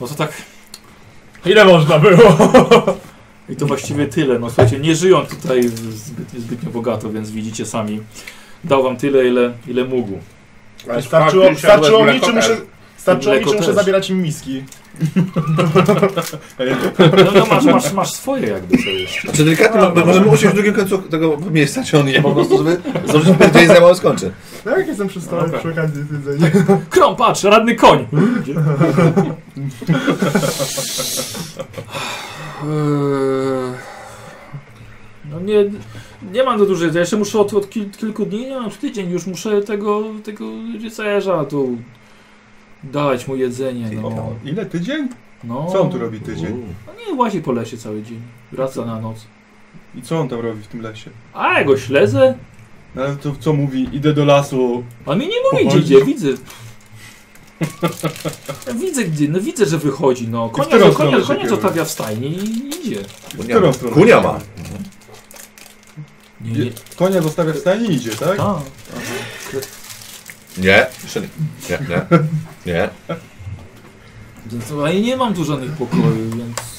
Speaker 1: No to tak...
Speaker 4: Ile można było?
Speaker 1: I to właściwie tyle. No słuchajcie, nie żyją tutaj zbyt, zbytnio bogato, więc widzicie sami. Dał wam tyle, ile, ile mógł.
Speaker 4: Starczyło, starczyło mi, czy muszę... Starczyło mi,
Speaker 1: Mleko
Speaker 4: czy muszę
Speaker 1: też.
Speaker 4: zabierać im miski?
Speaker 1: No, no masz, masz, masz swoje jakby sobie jeszcze.
Speaker 2: Czy Znaczy, delikatnie mo- możemy usiąść w drugim końcu tego miejsca, gdzie on je po prostu, żeby zdążyć powiedzieć, za mało skończy.
Speaker 4: No jak jestem przy stole
Speaker 1: Dobra.
Speaker 4: przy okazji jedzenia?
Speaker 1: Krom, patrz, radny koń! Eee,
Speaker 3: Yy,
Speaker 1: No nie, nie mam za dużo jedzenia. Jeszcze muszę od, od kil, kilku dni, nie mam już tydzień, już muszę tego, tego rycerza tu dać mu jedzenie. No.
Speaker 5: Ile? Tydzień?
Speaker 1: No.
Speaker 5: Co on tu robi tydzień?
Speaker 1: No nie, łazi po lesie cały dzień. Wraca na noc.
Speaker 5: I co on tam robi w tym lesie?
Speaker 1: A, ja go śledzę?
Speaker 5: No ale to co mówi? Idę do lasu.
Speaker 1: On mi nie mówi, gdzie
Speaker 5: Pochodzi.
Speaker 1: idzie, widzę. Ja Widzę gdzie, no widzę, że wychodzi, no.
Speaker 5: w którą
Speaker 1: Konia, konia,
Speaker 5: stronę się
Speaker 1: konia
Speaker 5: kieruje?
Speaker 1: zostawia w stajni i idzie.
Speaker 5: W którą stronę?
Speaker 2: Kunia ma!
Speaker 1: Nie, nie.
Speaker 5: Konia zostawia w stanie i idzie, tak?
Speaker 1: A,
Speaker 2: Nie, jeszcze nie. Nie, nie, nie.
Speaker 1: no, ja nie mam tu żadnych pokoju, więc...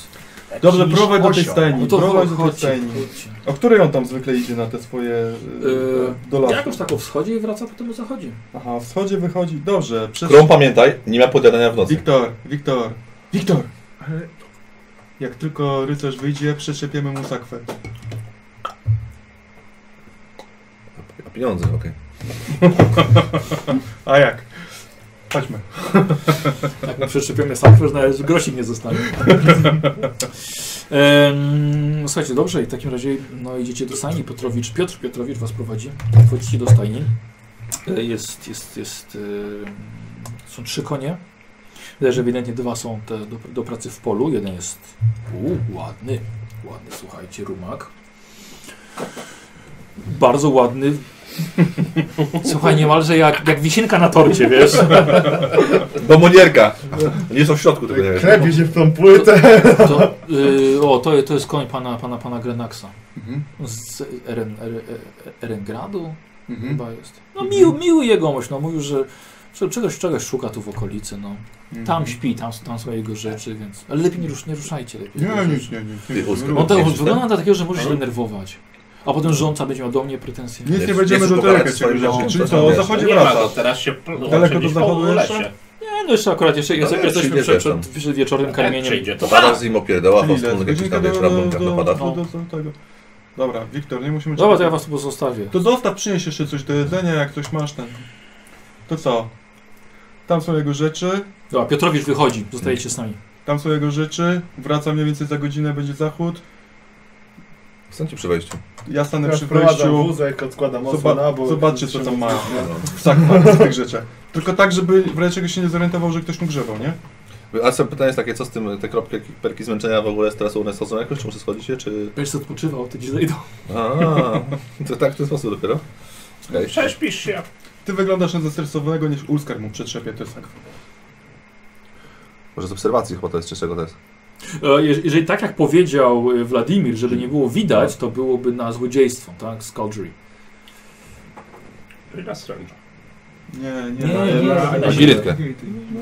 Speaker 5: Dobrze, prowadź do tej
Speaker 4: osioł.
Speaker 5: stajni.
Speaker 1: No to
Speaker 5: Prowadź do tej
Speaker 1: chodźcie,
Speaker 5: stajni.
Speaker 1: chodźcie.
Speaker 5: O której on tam zwykle idzie na te swoje...
Speaker 1: Yy,
Speaker 5: Yy, do lasu?
Speaker 1: Jakoś tak o wschodzie i wraca potem o zachodzie.
Speaker 5: Aha, wschodzie wychodzi. Dobrze, przez...
Speaker 2: Krom pamiętaj, nie ma podjadania w nocy.
Speaker 5: Wiktor, Wiktor, Wiktor! Jak tylko rycerz wyjdzie, przyczepiemy mu sakwę.
Speaker 2: A pieniądze, okej.
Speaker 5: A jak? Chodźmy.
Speaker 1: Tak, Jak mu przyczepiamy sakwę, że nawet grosik nie zostanie. Em, słuchajcie, dobrze, i w takim razie no, idziecie do stajni. Piotrowicz, Piotr Piotrowicz was prowadzi. Wchodzicie do stajni. E, Jest, jest, jest. e, są trzy konie. Widać, że ewidentnie dwa są te do, do pracy w polu. Jeden jest u, ładny, Ładny, słuchajcie, rumak. Bardzo ładny. Słuchaj, niemalże jak, jak wisienka na torcie, wiesz?
Speaker 2: Bomonierka! Nie są w środku tego, nie wiem.
Speaker 4: Klepie się w tą płytę.
Speaker 1: To, y, o, to, to jest koń pana, pana, pana Grenaxa.
Speaker 5: Mhm.
Speaker 1: Z Eren, Eren, Erengradu
Speaker 5: Mhm.
Speaker 1: chyba jest. No miły, miły jegomość, no mówił, że, że czegoś, czegoś szuka tu w okolicy, no.
Speaker 5: Mhm.
Speaker 1: Tam śpi, tam, tam są jego rzeczy, więc... Ale lepiej nie, rusz, nie ruszajcie. Lepiej
Speaker 5: Nie,
Speaker 1: nie
Speaker 5: nie,
Speaker 1: ruszajcie.
Speaker 5: nie, nie.
Speaker 2: Ty, Oskar,
Speaker 5: nie.
Speaker 1: On tak
Speaker 2: Wiecie,
Speaker 1: wygląda na takiego, że może się denerwować. A potem rząca będzie miał do mnie pretensje.
Speaker 5: Nic nie
Speaker 2: Wiesz,
Speaker 5: będziemy
Speaker 2: wiesz,
Speaker 5: dotykać
Speaker 2: pogadać
Speaker 5: tego
Speaker 2: swoim
Speaker 5: rzeczy.
Speaker 2: małym,
Speaker 5: Czyli
Speaker 2: to
Speaker 5: co,
Speaker 2: tam
Speaker 5: o
Speaker 2: wiesz,
Speaker 5: zachodzie
Speaker 3: Nie ma go,
Speaker 5: wraca.
Speaker 3: teraz się
Speaker 5: Daleko
Speaker 3: daleko
Speaker 5: do
Speaker 3: do
Speaker 5: zachodu
Speaker 3: po lesie.
Speaker 5: jeszcze?
Speaker 1: Nie, no jeszcze akurat, jeszcze, jeszcze
Speaker 2: No,
Speaker 1: jesteśmy
Speaker 2: przyjdzie
Speaker 1: przed,
Speaker 2: tam.
Speaker 1: przed, przed wieczornym
Speaker 3: Jak
Speaker 1: karmieniem.
Speaker 3: przyjdzie, to
Speaker 2: Zaraz z nim opierdoła,
Speaker 5: Czyli
Speaker 2: po
Speaker 5: ile?
Speaker 2: wspólnych jakichś
Speaker 5: Godzinka
Speaker 2: tam wiesz,
Speaker 5: do, do, do,
Speaker 2: rabunkach
Speaker 5: do,
Speaker 2: napada.
Speaker 5: do, do tego. Dobra, Wiktor, nie musimy...
Speaker 1: Dobra, to ja was tu pozostawię.
Speaker 5: To zostaw, przynieś jeszcze coś do jedzenia, jak coś masz ten. To co? Tam są jego rzeczy,
Speaker 1: Dobra, Piotrowicz wychodzi, zostajecie z nami.
Speaker 5: tam są jego rzeczy, wraca mniej więcej za godzinę, będzie zachód.
Speaker 2: Chcę ci przy wejściu.
Speaker 5: Ja stanę
Speaker 4: Ja
Speaker 5: przy
Speaker 4: wprowadzam
Speaker 5: wejściu,
Speaker 4: wózek, odkładam mocno
Speaker 5: Zoba-
Speaker 4: na bok.
Speaker 5: zobaczcie, co tam mają.
Speaker 2: No.
Speaker 5: w sakwa z tych rzeczy. Tylko tak, żeby w razie czego się nie zorientował, że ktoś mu grzewał, nie?
Speaker 2: A sobie pytanie jest takie, co z tym, te kropki, perki zmęczenia w ogóle stresu one są jakoś, czy muszę schodzić je, czy...
Speaker 1: Będziesz odpoczywał, to ci zejdą.
Speaker 2: A, to tak w ten sposób dopiero? Okej.
Speaker 3: prześpisz się.
Speaker 5: Ty wyglądasz na zestresowanego, niż Ulskar mu przetrzepie tak- tę sakwę.
Speaker 2: Może z obserwacji chyba to jest, czy z czego to jest?
Speaker 1: E, je- Jeżeli tak jak powiedział e, Wladimir, żeby nie było widać, to byłoby na złodziejstwo, tak? Skulldry.
Speaker 6: Czyli na stręcza.
Speaker 5: Nie, nie,
Speaker 1: Nie, nie,
Speaker 6: nie.
Speaker 2: Na girytkę.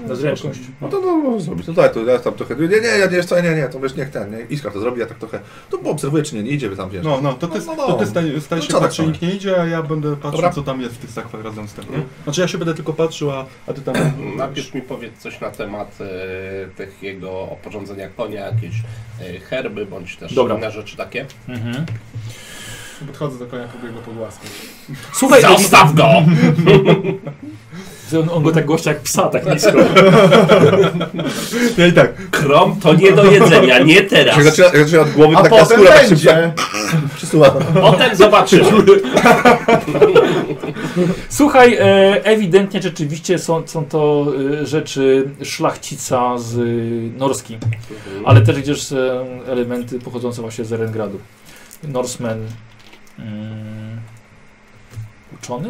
Speaker 1: Na zręczność.
Speaker 2: No to no, można zrobić. No tak, to ja tam trochę... Nie, nie, ja nie, wiesz co, nie, nie, to wiesz, niech ten, nie, Iskra to zrobi, ja tak trochę... To bo obserwuję, czy nie, nie idzie, by tam, wiesz.
Speaker 5: No, no, to ty,
Speaker 2: No, no, no.
Speaker 5: To ty staj, staj
Speaker 2: No
Speaker 5: się
Speaker 2: co tak
Speaker 5: patrzy,
Speaker 2: mamy?
Speaker 5: nikt nie idzie, a ja będę patrzył,
Speaker 2: Dobra.
Speaker 5: co tam jest w tych sakwach razem z tym, nie?
Speaker 6: Mhm.
Speaker 5: Znaczy ja się będę tylko patrzył, a, a ty tam...
Speaker 6: Napisz mi powiedz coś na temat e, tych jego oporządzenia konia, jakieś e, herby bądź też
Speaker 1: Dobra.
Speaker 6: inne rzeczy takie.
Speaker 1: Mhm.
Speaker 4: Podchodzę do konia, próbuję go pogłaskać.
Speaker 1: Słuchaj,
Speaker 6: Zostaw go!
Speaker 1: on- on, on go tak gościa jak psa, tak nisko.
Speaker 5: Ja i tak,
Speaker 3: Krom to nie do jedzenia, nie
Speaker 2: Jak
Speaker 3: teraz.
Speaker 2: zaczyna, jak zaczyna od głowy, to
Speaker 4: A
Speaker 2: tak ta
Speaker 4: potem
Speaker 2: skóra tak się prze-
Speaker 4: będzie!
Speaker 2: przesuwa.
Speaker 3: Potem zobaczymy.
Speaker 1: Słuchaj, e, ewidentnie rzeczywiście są, są to e, rzeczy szlachcica z e, Norski, ale też gdzieś e, elementy pochodzące właśnie z Erengradu. Norseman mm, uczony?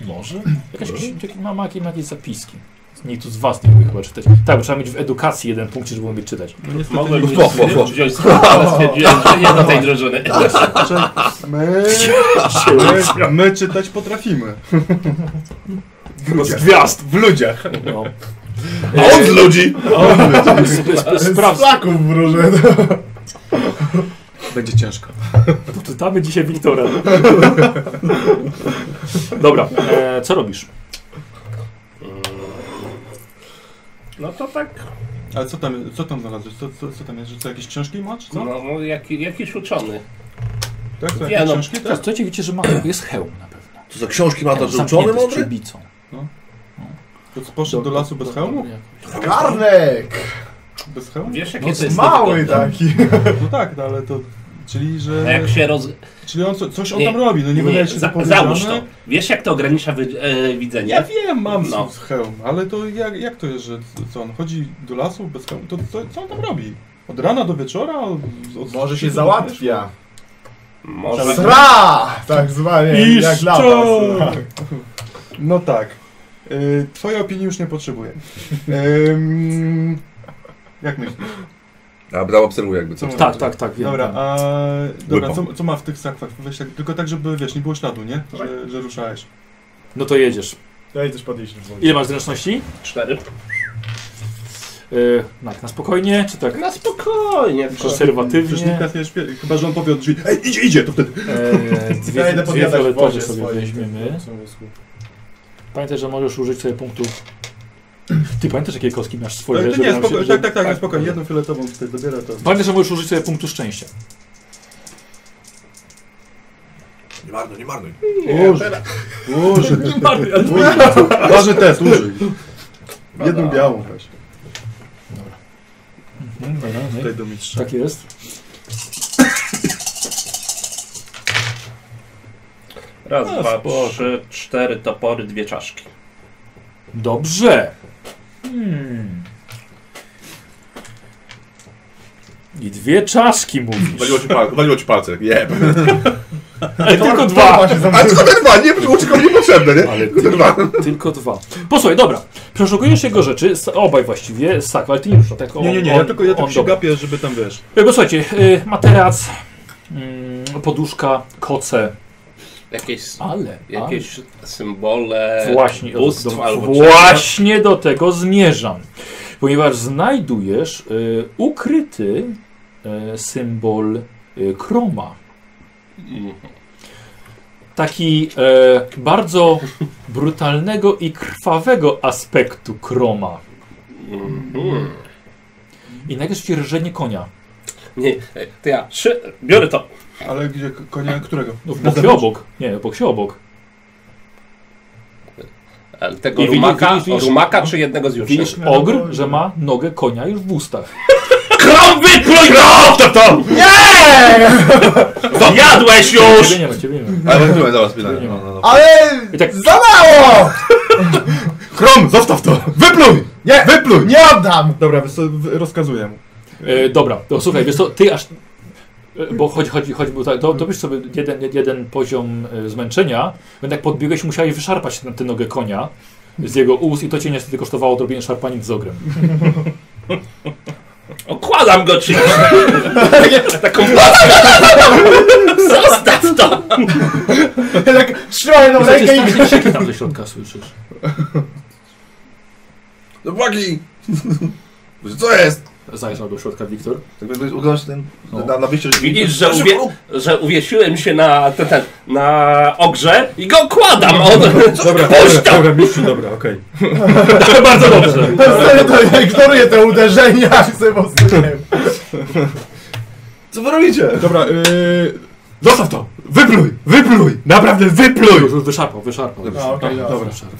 Speaker 1: Może? Jakaś, jakaś, ma, ma jakieś, ma jakieś zapiski. Nikt tu z was nie umie chyba czytać. Tak, bo trzeba mieć w edukacji jeden punkt, żeby umieć czytać.
Speaker 5: no niestety
Speaker 3: Mogłem
Speaker 5: nie.
Speaker 3: już
Speaker 2: Wo, wo, wo.
Speaker 3: wziąć skrót, ale stwierdziłem, że nie do tej drużyny.
Speaker 5: Znaczy, My, my, my czytać potrafimy.
Speaker 1: Chyba z gwiazd!
Speaker 4: W ludziach!
Speaker 1: No.
Speaker 2: A on z ludzi!
Speaker 1: Sp- sp-
Speaker 4: Z
Speaker 1: Sprawdź.
Speaker 4: flaków wróżę.
Speaker 5: Będzie ciężko.
Speaker 1: Czytamy dzisiaj Wiktora. Dobra, e, co robisz?
Speaker 6: No to tak,
Speaker 5: Ale co tam, co tam znalazłeś? Co, co, co tam jest? Że co, jakieś książki masz? Co?
Speaker 6: no, no jak, jakiś uczony.
Speaker 5: Tak, co,
Speaker 6: Nie,
Speaker 5: jakieś
Speaker 6: no.
Speaker 5: książki?
Speaker 1: Teraz
Speaker 5: Tak?
Speaker 1: co widzicie, że ma, jest hełm na pewno.
Speaker 2: To za książki ma to, że uczony
Speaker 1: Zamknięty z
Speaker 2: mądry?
Speaker 1: przyłbicą.
Speaker 5: To co, poszedł do lasu bez hełmu?
Speaker 4: Garnek!
Speaker 5: Bez hełmu?
Speaker 6: Wiesz jakie
Speaker 1: No,
Speaker 6: to jest
Speaker 4: Mały
Speaker 6: niewygodne?
Speaker 4: taki.
Speaker 5: No tak, no ale to... Czyli,
Speaker 3: A
Speaker 5: że...
Speaker 3: No jak się roz...
Speaker 5: Czyli on co, coś on
Speaker 3: Nie,
Speaker 5: tam robi, no tak. nie,
Speaker 3: Nie,
Speaker 5: wydaje się
Speaker 3: za,
Speaker 5: zapowiedziane.
Speaker 3: załóż to. Wiesz jak to ogranicza wy, e,
Speaker 5: Ja
Speaker 3: widzenie?
Speaker 5: wiem, mam
Speaker 3: No.
Speaker 5: no. hełm, ale to jak, jak to jest, że c- co on chodzi do lasu bez hełmu? To co, co on tam robi? Od rana do wieczora? Od, od
Speaker 4: Może się
Speaker 5: do-
Speaker 4: załatwia.
Speaker 6: Może
Speaker 4: Sra! Tak zwanie, jak dla
Speaker 5: Iszczo!
Speaker 4: was.
Speaker 5: No tak. Y, twojej opinii już nie potrzebuję. Ym, jak myślisz?
Speaker 2: A tam obserwuję jakby co.
Speaker 5: Co?
Speaker 1: Tak, tak, tak, wiem.
Speaker 5: Dobra, a, dobra
Speaker 2: Łypą.
Speaker 5: co, co ma w tych sakwach? Weź tak, tylko tak, żeby wiesz, nie było śladu, nie? Że, że ruszałeś.
Speaker 1: No to jedziesz.
Speaker 4: Ja i też podjeźdź w ogóle.
Speaker 1: Ile masz zręczności?
Speaker 6: cztery.
Speaker 1: E, na, na spokojnie, czy tak
Speaker 6: Na spokojnie. to-
Speaker 5: Przecież
Speaker 1: konserwatywnie?
Speaker 5: nikt nas nie śpie... Chyba, że on powie od drzwi, ej, idzie, idzie, to wtedy...
Speaker 1: E,
Speaker 4: Ja
Speaker 1: dwie
Speaker 4: idę
Speaker 1: dwie
Speaker 4: podjadać w
Speaker 1: fioletowe
Speaker 4: wodzie
Speaker 1: sobie
Speaker 4: swojej.
Speaker 1: weźmiemy.
Speaker 4: w tym wózku.
Speaker 1: Pamiętaj, że możesz użyć sobie punktów. Ty pamiętasz, jakie kostki masz swoje?
Speaker 5: Ale to
Speaker 1: żeby
Speaker 5: nie,
Speaker 1: nam
Speaker 5: spoko...
Speaker 1: żeby-
Speaker 5: tak, tak, tak, spokojnie, jedną fioletową tutaj dobiera to.
Speaker 1: Pamiętaj, że możesz użyć sobie punktu szczęścia.
Speaker 2: Nie marnuj, nie marnuj.
Speaker 5: Użyj. Użyj. Ważny test, użyj. Jedną białą weź.
Speaker 1: Mhm, dobra, no i-
Speaker 5: Tutaj do mistrza.
Speaker 1: Tak jest.
Speaker 3: Raz,
Speaker 5: No,
Speaker 3: dwa,
Speaker 5: spoko.
Speaker 3: trzy, cztery topory, dwie czaszki.
Speaker 1: Dobrze. Hmm. I dwie czaszki mówisz.
Speaker 7: Waliło ci, pal waliło ci palce. Nie.
Speaker 1: Ale E, tylko dwa.
Speaker 4: Się
Speaker 7: Ale tylko te dwa, nie? Było ci komu niepotrzebne, nie?
Speaker 1: Ale
Speaker 7: Tylko te dwa.
Speaker 1: Tylko dwa. Posłuchaj, dobra. Przeszukujesz jego rzeczy, s- obaj właściwie, sak, ale ty nie ruszasz. Tak, on-
Speaker 5: No. Nie, nie, nie,
Speaker 1: on-
Speaker 5: ja tylko, ja
Speaker 1: on-
Speaker 5: tylko się
Speaker 1: dobra.
Speaker 5: gapię, żeby tam wiesz.
Speaker 1: Jego, słuchajcie, y, materac, mm, poduszka, koce.
Speaker 6: Jakieś,
Speaker 1: Ale, ale.
Speaker 6: jakieś symbole
Speaker 1: Właśnie,
Speaker 6: bóstw
Speaker 1: do,
Speaker 6: albo czegoś.
Speaker 1: właśnie do tego zmierzam. Ponieważ znajdujesz y, ukryty y, symbol y, kroma.
Speaker 6: Mhm.
Speaker 1: Taki e, bardzo brutalnego i krwawego aspektu kroma.
Speaker 6: Mhm.
Speaker 1: I nagle ci rżenie konia.
Speaker 6: Nie, e, to ja szy, biorę to.
Speaker 5: Ale gdzie k- konia którego?
Speaker 1: No, w
Speaker 5: Na
Speaker 1: boksie
Speaker 5: zewnątrz?
Speaker 1: obok. Nie, w boksie obok.
Speaker 6: E, Tego
Speaker 1: I widzisz-
Speaker 6: rumaka,
Speaker 1: widzisz- widzisz-
Speaker 6: rumaka czy jednego z już?
Speaker 1: Widzisz ogr, że ma nogę konia już w ustach.
Speaker 6: Krom wypluj go!
Speaker 7: To, to!
Speaker 6: Zjadłeś już!
Speaker 1: Ciebie nie ma, ciebie nie ma.
Speaker 7: Ale wrócimy, dobra, spinaj. No, no, no.
Speaker 4: Ale
Speaker 1: I tak
Speaker 4: za mało!
Speaker 7: Krom, zostaw to! Wypluj!
Speaker 4: Nie!
Speaker 7: Wypluj!
Speaker 4: Nie oddam!
Speaker 5: Dobra, wiesz co, w- rozkazuję mu.
Speaker 1: E, dobra, to słuchaj, wiesz co, ty aż... e, Bo choć, choć, choć był tak, to, to byś sobie jeden, jeden poziom e, zmęczenia, jednak podbiegłeś i musiałeś wyszarpać tę, tę nogę konia z jego ust i to cię niestety kosztowało odrobienie szarpanin z ogrem.
Speaker 6: Okładam go czymś. Taką plaskę. Zostaw to!
Speaker 4: Tak trzymaj jedną
Speaker 1: Znaczy,
Speaker 4: rękę i...
Speaker 1: strasznie krzyki tam ze środka słyszysz.
Speaker 7: No błagi! Co jest?
Speaker 1: Zajrzał do środka Wiktor.
Speaker 2: Tak jakbyś udało się ten,
Speaker 1: No.
Speaker 2: na, na wyjście, że...
Speaker 6: Widzisz, że, uwie,
Speaker 7: no,
Speaker 6: że uwiesiłem się na, ten, ten, na ogrze i go okładam. On,
Speaker 5: Dobra,
Speaker 6: puść
Speaker 5: dobra,
Speaker 6: to!
Speaker 5: dobra, mistrzu, dobra, okej.
Speaker 1: Bardzo dobrze.
Speaker 4: Serio, to ja ignoruję te uderzenia, sobie po prostu nie wiem.
Speaker 2: Co wy robicie?
Speaker 5: Dobra, yy,
Speaker 7: y, Zostaw to! Wypluj! Wypluj! Naprawdę wypluj!
Speaker 1: Już, już wyszarpał, wyszarpał.
Speaker 4: No, okej, dobra.
Speaker 1: Wyszarpał.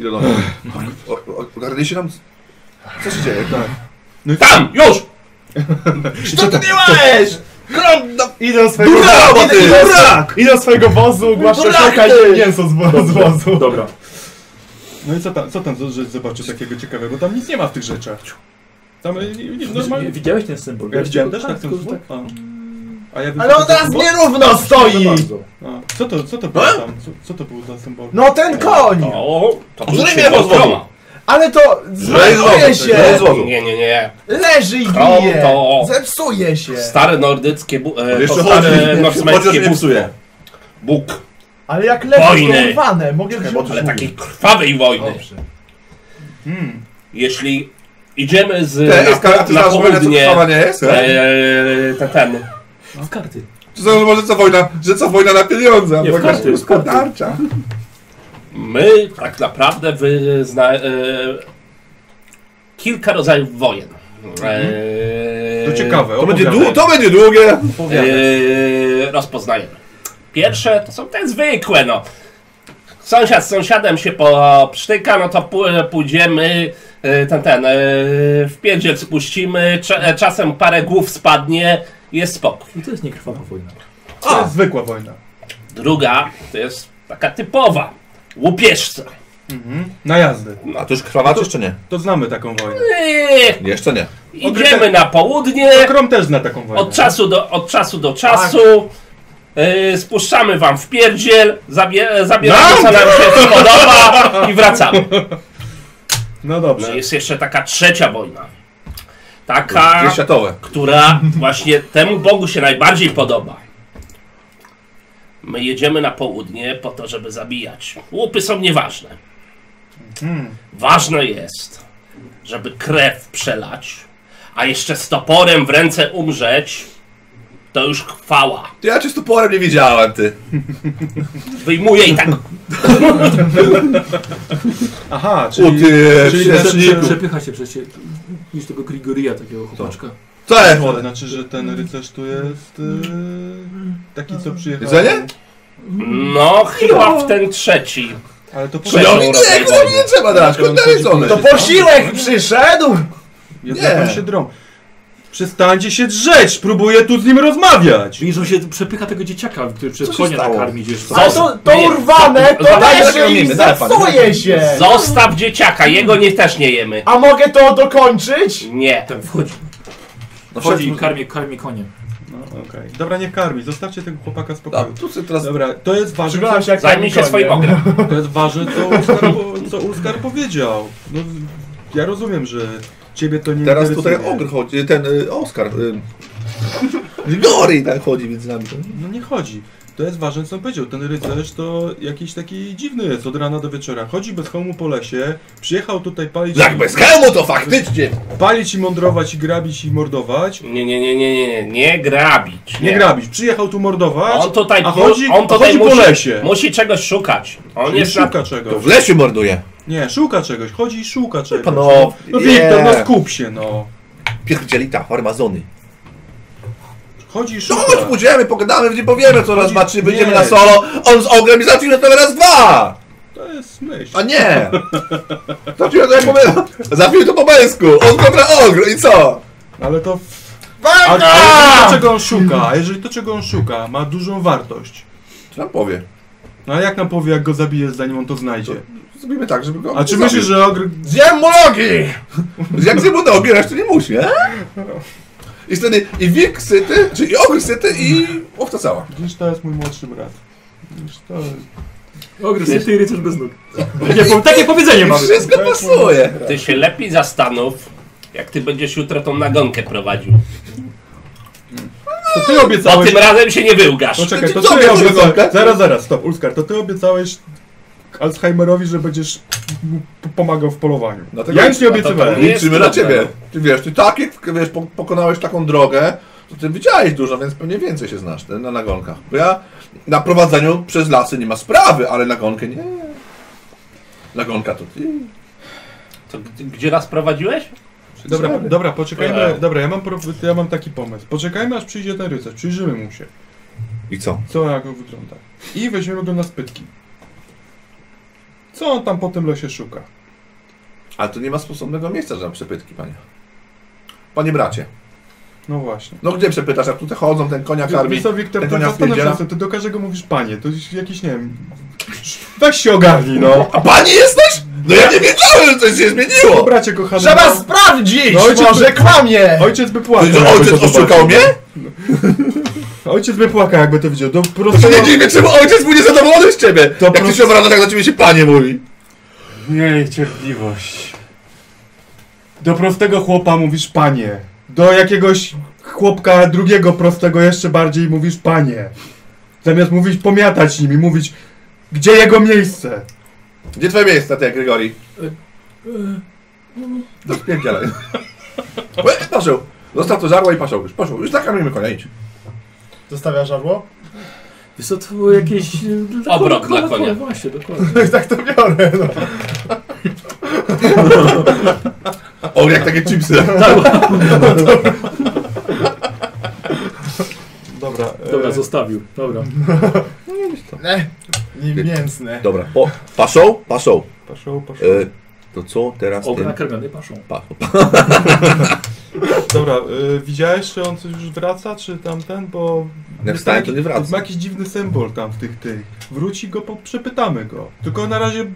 Speaker 2: Ile
Speaker 7: No.
Speaker 2: lat? O- o- Ogarnęliście nam? Co się dzieje? Tak.
Speaker 5: No
Speaker 6: Tam! Już!
Speaker 2: Co ty nie małeś? Krom, no,
Speaker 4: Idę do swojego...
Speaker 2: brawo
Speaker 4: idę,
Speaker 2: ty!
Speaker 4: idę, do-
Speaker 2: Brak!
Speaker 4: idę do swojego wozu, głaszczę
Speaker 2: Brak,
Speaker 4: szoka
Speaker 2: ty!
Speaker 4: i mięso z, wo- z wozu.
Speaker 1: Dobra.
Speaker 5: no i co tam, co tam z- że zobaczysz takiego ciekawego? Tam nic nie ma w tych rzeczach. Tam yy, nie, normalnie...
Speaker 1: Widziałeś ten symbol?
Speaker 5: Ja widziałem też
Speaker 1: Tak,
Speaker 5: tak, tak,
Speaker 1: tylko, że
Speaker 5: tak. A. A ja wiem,
Speaker 4: Ale
Speaker 5: co
Speaker 4: on
Speaker 5: to
Speaker 4: teraz
Speaker 5: było.
Speaker 4: nierówno stoi!
Speaker 5: A, co to, co to było tam? Co, co to było za symbol?
Speaker 4: No ten koń!
Speaker 6: O, to był
Speaker 2: Zryj mnie
Speaker 6: symbol
Speaker 2: pod wodą.
Speaker 6: Kroma.
Speaker 4: Ale to zmarnuje się!
Speaker 2: złoto.
Speaker 6: Nie, nie, nie.
Speaker 4: Leży i
Speaker 6: Krom
Speaker 4: bije!
Speaker 6: to-
Speaker 4: Zepsuje się!
Speaker 6: Stare nordyckie, bu- e, to
Speaker 7: Jeszcze
Speaker 6: stare
Speaker 7: stary, chociaż
Speaker 6: nordyckie
Speaker 7: nie
Speaker 6: bóstwo.
Speaker 7: psuje.
Speaker 6: Bóg,
Speaker 4: Ale jak leży
Speaker 6: Wojny.
Speaker 4: to urwane, mogę wziąć...
Speaker 6: ale takiej krwawej wojny.
Speaker 5: Hmm.
Speaker 6: Jeśli idziemy z
Speaker 7: Te, jest
Speaker 6: na,
Speaker 7: karty
Speaker 6: na
Speaker 7: zaraz wojna, co
Speaker 6: południe,
Speaker 7: trwała, nie jest?
Speaker 6: e,
Speaker 7: e?
Speaker 6: ten, ten,
Speaker 1: tak, W karty.
Speaker 7: Czy to może co wojna, że co wojna na pieniądze?
Speaker 1: Nie,
Speaker 7: bo
Speaker 1: w karty,
Speaker 7: jakaś
Speaker 1: w karty.
Speaker 7: tarcza.
Speaker 6: my tak naprawdę wyzna, e, kilka rodzajów wojen. E,
Speaker 5: Mhm. Eee, To ciekawe,
Speaker 7: To będzie,
Speaker 5: opowiadaj.
Speaker 7: dłu- to będzie długie.
Speaker 6: Yy, rozpoznajemy. Pierwsze to są te zwykłe, no. Sąsiad z sąsiadem się poprztyka, no to pó- pójdziemy, yy, ten, ten, yy, w pierdziel spuścimy, cze- e, czasem parę głów spadnie, jest spokój.
Speaker 1: No to jest niekrwawa wojna.
Speaker 5: To jest zwykła wojna.
Speaker 6: Druga to jest taka typowa, łupieżca.
Speaker 5: Mhm. Na jazdy.
Speaker 2: A to już krwawacie jeszcze nie?
Speaker 5: To znamy taką wojnę.
Speaker 6: Yy,
Speaker 2: Jeszcze nie.
Speaker 6: idziemy na południe,
Speaker 5: To Krom też zna taką wojnę.
Speaker 6: od czasu do, od czasu, do czasu. Yy, spuszczamy wam w pierdziel, zabie- zabieramy co nam się podoba i wracamy.
Speaker 5: No
Speaker 6: No
Speaker 5: dobrze.
Speaker 6: jest jeszcze taka trzecia wojna. Taka,
Speaker 2: Dwie światowe.
Speaker 6: która właśnie temu Bogu się najbardziej podoba. My jedziemy na południe po to, żeby zabijać. Łupy są nieważne.
Speaker 4: Hmm.
Speaker 6: Ważne jest, żeby krew przelać, a jeszcze z toporem w ręce umrzeć. To już chwała.
Speaker 2: Ty, Ja cię z tuporem nie widziałem, ty.
Speaker 6: Wyjmuję i tak
Speaker 5: Aha, czyli...
Speaker 7: U ty,
Speaker 5: czyli
Speaker 7: przyjaźniku.
Speaker 1: Przepycha się przecież. Widzisz tego Grigoria, takiego chłopaczka.
Speaker 7: Co jest?
Speaker 5: To znaczy, że ten rycerz tu jest yy, taki, co przyjechał.
Speaker 7: Jedzenie?
Speaker 6: No, chyba w ten trzeci.
Speaker 5: Ale to
Speaker 6: Trzecią
Speaker 5: poszedł.
Speaker 6: rodzaj
Speaker 7: Tego nam
Speaker 6: wojny.
Speaker 7: nie trzeba dać, kurde,
Speaker 4: To
Speaker 7: jedzone.
Speaker 4: posiłek przyszedł!
Speaker 5: Jednak on
Speaker 7: Nie.
Speaker 5: się drą. Przestańcie się drzeć! Próbuję tu z nim rozmawiać!
Speaker 1: Widzisz, on się przepycha tego dzieciaka, który przez
Speaker 2: Co się
Speaker 1: konia tak
Speaker 2: stało?
Speaker 1: nakarmi gdzieś. Co?
Speaker 4: Ale to, to
Speaker 6: Nie.
Speaker 4: urwane, to
Speaker 6: Dawaj,
Speaker 4: leży i
Speaker 2: zakromimy, dawaj, pan.
Speaker 4: zepsuje się!
Speaker 6: Zostaw dzieciaka, jego nie też nie jemy.
Speaker 4: A mogę to dokończyć?
Speaker 6: Nie.
Speaker 1: Tam wchodzi.
Speaker 2: No
Speaker 1: Chodzi i
Speaker 2: wszędzie-
Speaker 1: karmi, karmi konie.
Speaker 5: No okej. Dobra, niech karmi, zostawcie tego chłopaka w
Speaker 2: A
Speaker 5: spokoju.
Speaker 2: tu sobie teraz
Speaker 5: Dobra, to jest ważne,
Speaker 4: Przyglądam się jak
Speaker 6: Zajmij się
Speaker 4: konie.
Speaker 6: swoim ogrem.
Speaker 5: To jest ważne, co Ulskar, po- co Ulskar powiedział. No, ja rozumiem, że ciebie to nie
Speaker 2: Teraz tutaj
Speaker 5: interesuje.
Speaker 2: ogr chodzi, ten y, Oskar. Y, Gory tak chodzi między nami.
Speaker 5: No nie chodzi. To jest ważne, co on powiedział. Ten rycerz to jakiś taki dziwny jest od rana do wieczora. Chodzi bez hełmu po lesie, przyjechał tutaj palić,
Speaker 2: Jak bez hełmu to faktycznie!
Speaker 5: palić i mądrować, i grabić, i mordować.
Speaker 6: Nie, nie, nie, nie, nie, nie, nie grabić.
Speaker 5: Nie grabić, przyjechał tu mordować,
Speaker 6: On tutaj,
Speaker 5: a
Speaker 6: mu-
Speaker 5: chodzi,
Speaker 6: on tutaj
Speaker 5: chodzi
Speaker 6: musi,
Speaker 5: po lesie.
Speaker 6: musi czegoś szukać. On
Speaker 5: Nie
Speaker 6: jest na
Speaker 5: szuka
Speaker 2: To
Speaker 5: czegoś.
Speaker 2: w lesie morduje.
Speaker 5: Nie, szuka czegoś, chodzi i szuka czegoś.
Speaker 2: panowie.
Speaker 5: no Wiktor, no skup się, no.
Speaker 2: Pierdzielita, farmazony.
Speaker 5: Chodzi
Speaker 6: No,
Speaker 5: i szuka.
Speaker 2: Chodź, pójdziemy, pogadamy, nie powiemy co raz
Speaker 5: Chodzi-
Speaker 2: dwa, trzy,
Speaker 5: nie.
Speaker 2: będziemy na solo, on z ogrem i załatwimy to raz dwa!
Speaker 5: To jest myśl.
Speaker 2: A nie! Załatwimy to jak po męsku. Załatwimy to po męsku, on kontra ogr i co?
Speaker 5: Ale to. A, ale to, czego on szuka, a jeżeli to, czego on szuka, ma dużą wartość.
Speaker 2: Co nam powie?
Speaker 5: No a jak nam powie, jak go zabijesz, zanim on to znajdzie?
Speaker 2: Zrobimy tak, żeby go...
Speaker 5: A czy myślisz, że ogr.
Speaker 2: Zjem mu nogi! Jak zjem mu nogi, reszty nie musi, e? I wtedy i wilk syty, czyli ogr syty i owca cała.
Speaker 5: Widzisz, to jest mój młodszy brat. Widzisz, to
Speaker 1: Ogrysyty i rycerz bez nóg. Takie, po, takie powiedzenie
Speaker 2: I
Speaker 1: mamy.
Speaker 2: wszystko pasuje.
Speaker 6: Ty się lepiej zastanów, jak ty będziesz jutro tą nagonkę prowadził.
Speaker 5: To ty
Speaker 6: Bo
Speaker 5: obiecałeś.
Speaker 6: tym razem się nie wyłgasz.
Speaker 5: No czekaj, to
Speaker 2: Co
Speaker 5: ty
Speaker 2: miał
Speaker 5: obiecałeś.
Speaker 2: wyglądać?
Speaker 5: Zaraz, zaraz, stop, Ulskar, to ty obiecałeś Alzheimerowi, że będziesz mu p- pomagał w polowaniu.
Speaker 2: Dlatego-
Speaker 5: Ja już nie
Speaker 6: A to- to
Speaker 5: obiecywałem.
Speaker 6: nie-
Speaker 2: Liczymy
Speaker 6: jest no.
Speaker 2: na
Speaker 6: problem.
Speaker 2: ciebie. Ty wiesz, ty tak jak wiesz, po- pokonałeś taką drogę, to ty widziałeś dużo, więc pewnie więcej się znasz ty, na nagonkach. Bo ja na prowadzeniu przez lasy nie ma sprawy, ale nagonkę nie. Nagonka to ty.
Speaker 6: To, g- gdzie nas prowadziłeś?
Speaker 5: Dobra,
Speaker 2: Sorry.
Speaker 5: dobra, poczekajmy.
Speaker 6: Eee.
Speaker 5: Dobra, ja mam, pro- ja mam taki pomysł. Poczekajmy, aż przyjdzie ten rycerz, przyjrzymy mu się.
Speaker 2: I co?
Speaker 5: Co jak on wygląda? I weźmiemy go na spytki. Co on tam po tym lesie szuka?
Speaker 2: Ale tu nie ma sposobnego miejsca na przepytki, panie. Panie bracie,
Speaker 5: No właśnie.
Speaker 2: no gdzie przepytasz, jak tutaj chodzą, ten konia karmi.
Speaker 5: Wiesz co, Wiktor,
Speaker 2: ten
Speaker 5: ty
Speaker 2: konia
Speaker 5: zastanów się,
Speaker 2: wpierdziela.
Speaker 5: nad tym, ty do każdego mówisz panie, to jest jakiś, nie wiem... Weź się ogarnij, no!
Speaker 2: A pani jesteś? No ja nie wiedziałem, że coś się
Speaker 5: O,
Speaker 2: zmieniło!
Speaker 5: bracie kochany,
Speaker 4: Trzeba
Speaker 5: no,
Speaker 4: sprawdzić!
Speaker 5: No, ojciec-
Speaker 4: Może
Speaker 6: No
Speaker 4: kłamie!
Speaker 5: ojciec by
Speaker 2: To,
Speaker 5: płakał.
Speaker 2: że
Speaker 5: jakby
Speaker 2: ojciec
Speaker 5: to zobaczył.
Speaker 2: oszukał mnie?
Speaker 5: Ojciec by płakał, jakby to widział. To po prostu...
Speaker 2: To się nie dziwię, czemu ojciec był niezadowolony z ciebie!
Speaker 5: To
Speaker 2: jak ty
Speaker 5: proste.
Speaker 2: się obrażasz, tak do ciebie się panie mówi.
Speaker 5: Miej cierpliwość. Do prostego chłopa mówisz panie. Do jakiegoś chłopka drugiego prostego jeszcze bardziej mówisz panie. Zamiast mówić pomiatać nimi, mówić gdzie jego miejsce.
Speaker 2: Gdzie twoje miejsce, ty, Grigori? No spierdzielaj. Łe, Paszył. Zostaw to żarło i pasiał już. Pasiał. Już zakarmimy konia, idź.
Speaker 4: Zostawia żarło?
Speaker 1: Jest to było jakieś... e,
Speaker 6: Obrok
Speaker 1: konia,
Speaker 6: dla konia.
Speaker 1: konia, Właśnie, dokładnie.
Speaker 4: No i tak to biorę, no.
Speaker 2: O, jak takie chipsy.
Speaker 1: Tak.
Speaker 5: Dobra, e,
Speaker 1: Dobra, zostawił. Dobra.
Speaker 4: Ne, niemięsne.
Speaker 2: Dobra, po, paszą, paszą.
Speaker 5: Paszą, paszą.
Speaker 2: E, to co teraz
Speaker 1: Ogr
Speaker 2: ten...
Speaker 1: nakarmiony paszą.
Speaker 2: Pa,
Speaker 5: Dobra, y, widziałeś, czy on coś już wraca, czy tamten, bo...
Speaker 2: Jak wstałem, to nie
Speaker 5: Ma
Speaker 2: wraca.
Speaker 5: jakiś dziwny symbol tam w tych tych. Wróci go, po, przepytamy go. Tylko na razie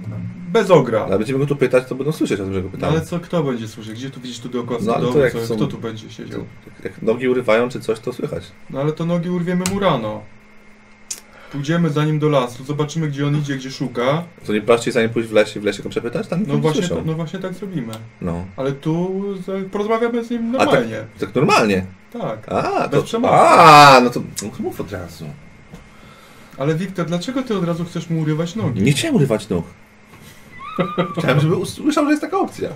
Speaker 5: bez ogra.
Speaker 2: Ale będziemy go tu pytać, to będą słyszeć o tym, że go
Speaker 5: No
Speaker 2: pytamy.
Speaker 5: ale co, kto będzie słyszał? Gdzie tu widzisz tu dookoła
Speaker 2: No, ale to
Speaker 5: domu,
Speaker 2: jak
Speaker 5: co,
Speaker 2: są-
Speaker 5: kto tu będzie siedział?
Speaker 2: Jak- Jak nogi urywają czy coś, to słychać.
Speaker 5: No ale to nogi urwiemy mu rano. Pójdziemy za nim do lasu, zobaczymy gdzie on idzie, gdzie szuka.
Speaker 2: To nie prościej zanim pójść w lesie, w lesie go przepytać? Tam
Speaker 5: No właśnie,
Speaker 2: słyszą.
Speaker 5: no właśnie tak zrobimy.
Speaker 2: No.
Speaker 5: Ale tu za- porozmawiamy z nim
Speaker 2: tak-
Speaker 5: normalnie.
Speaker 2: Tak normalnie.
Speaker 5: Tak.
Speaker 2: A,
Speaker 5: Bez
Speaker 2: to...
Speaker 5: przemocy.
Speaker 2: A, no to no to mów od razu.
Speaker 5: Ale Wiktor, dlaczego ty od razu chcesz mu urywać nogi?
Speaker 2: Nie chciałem urywać nóg. Chciałem, żeby usłyszał, że jest taka opcja.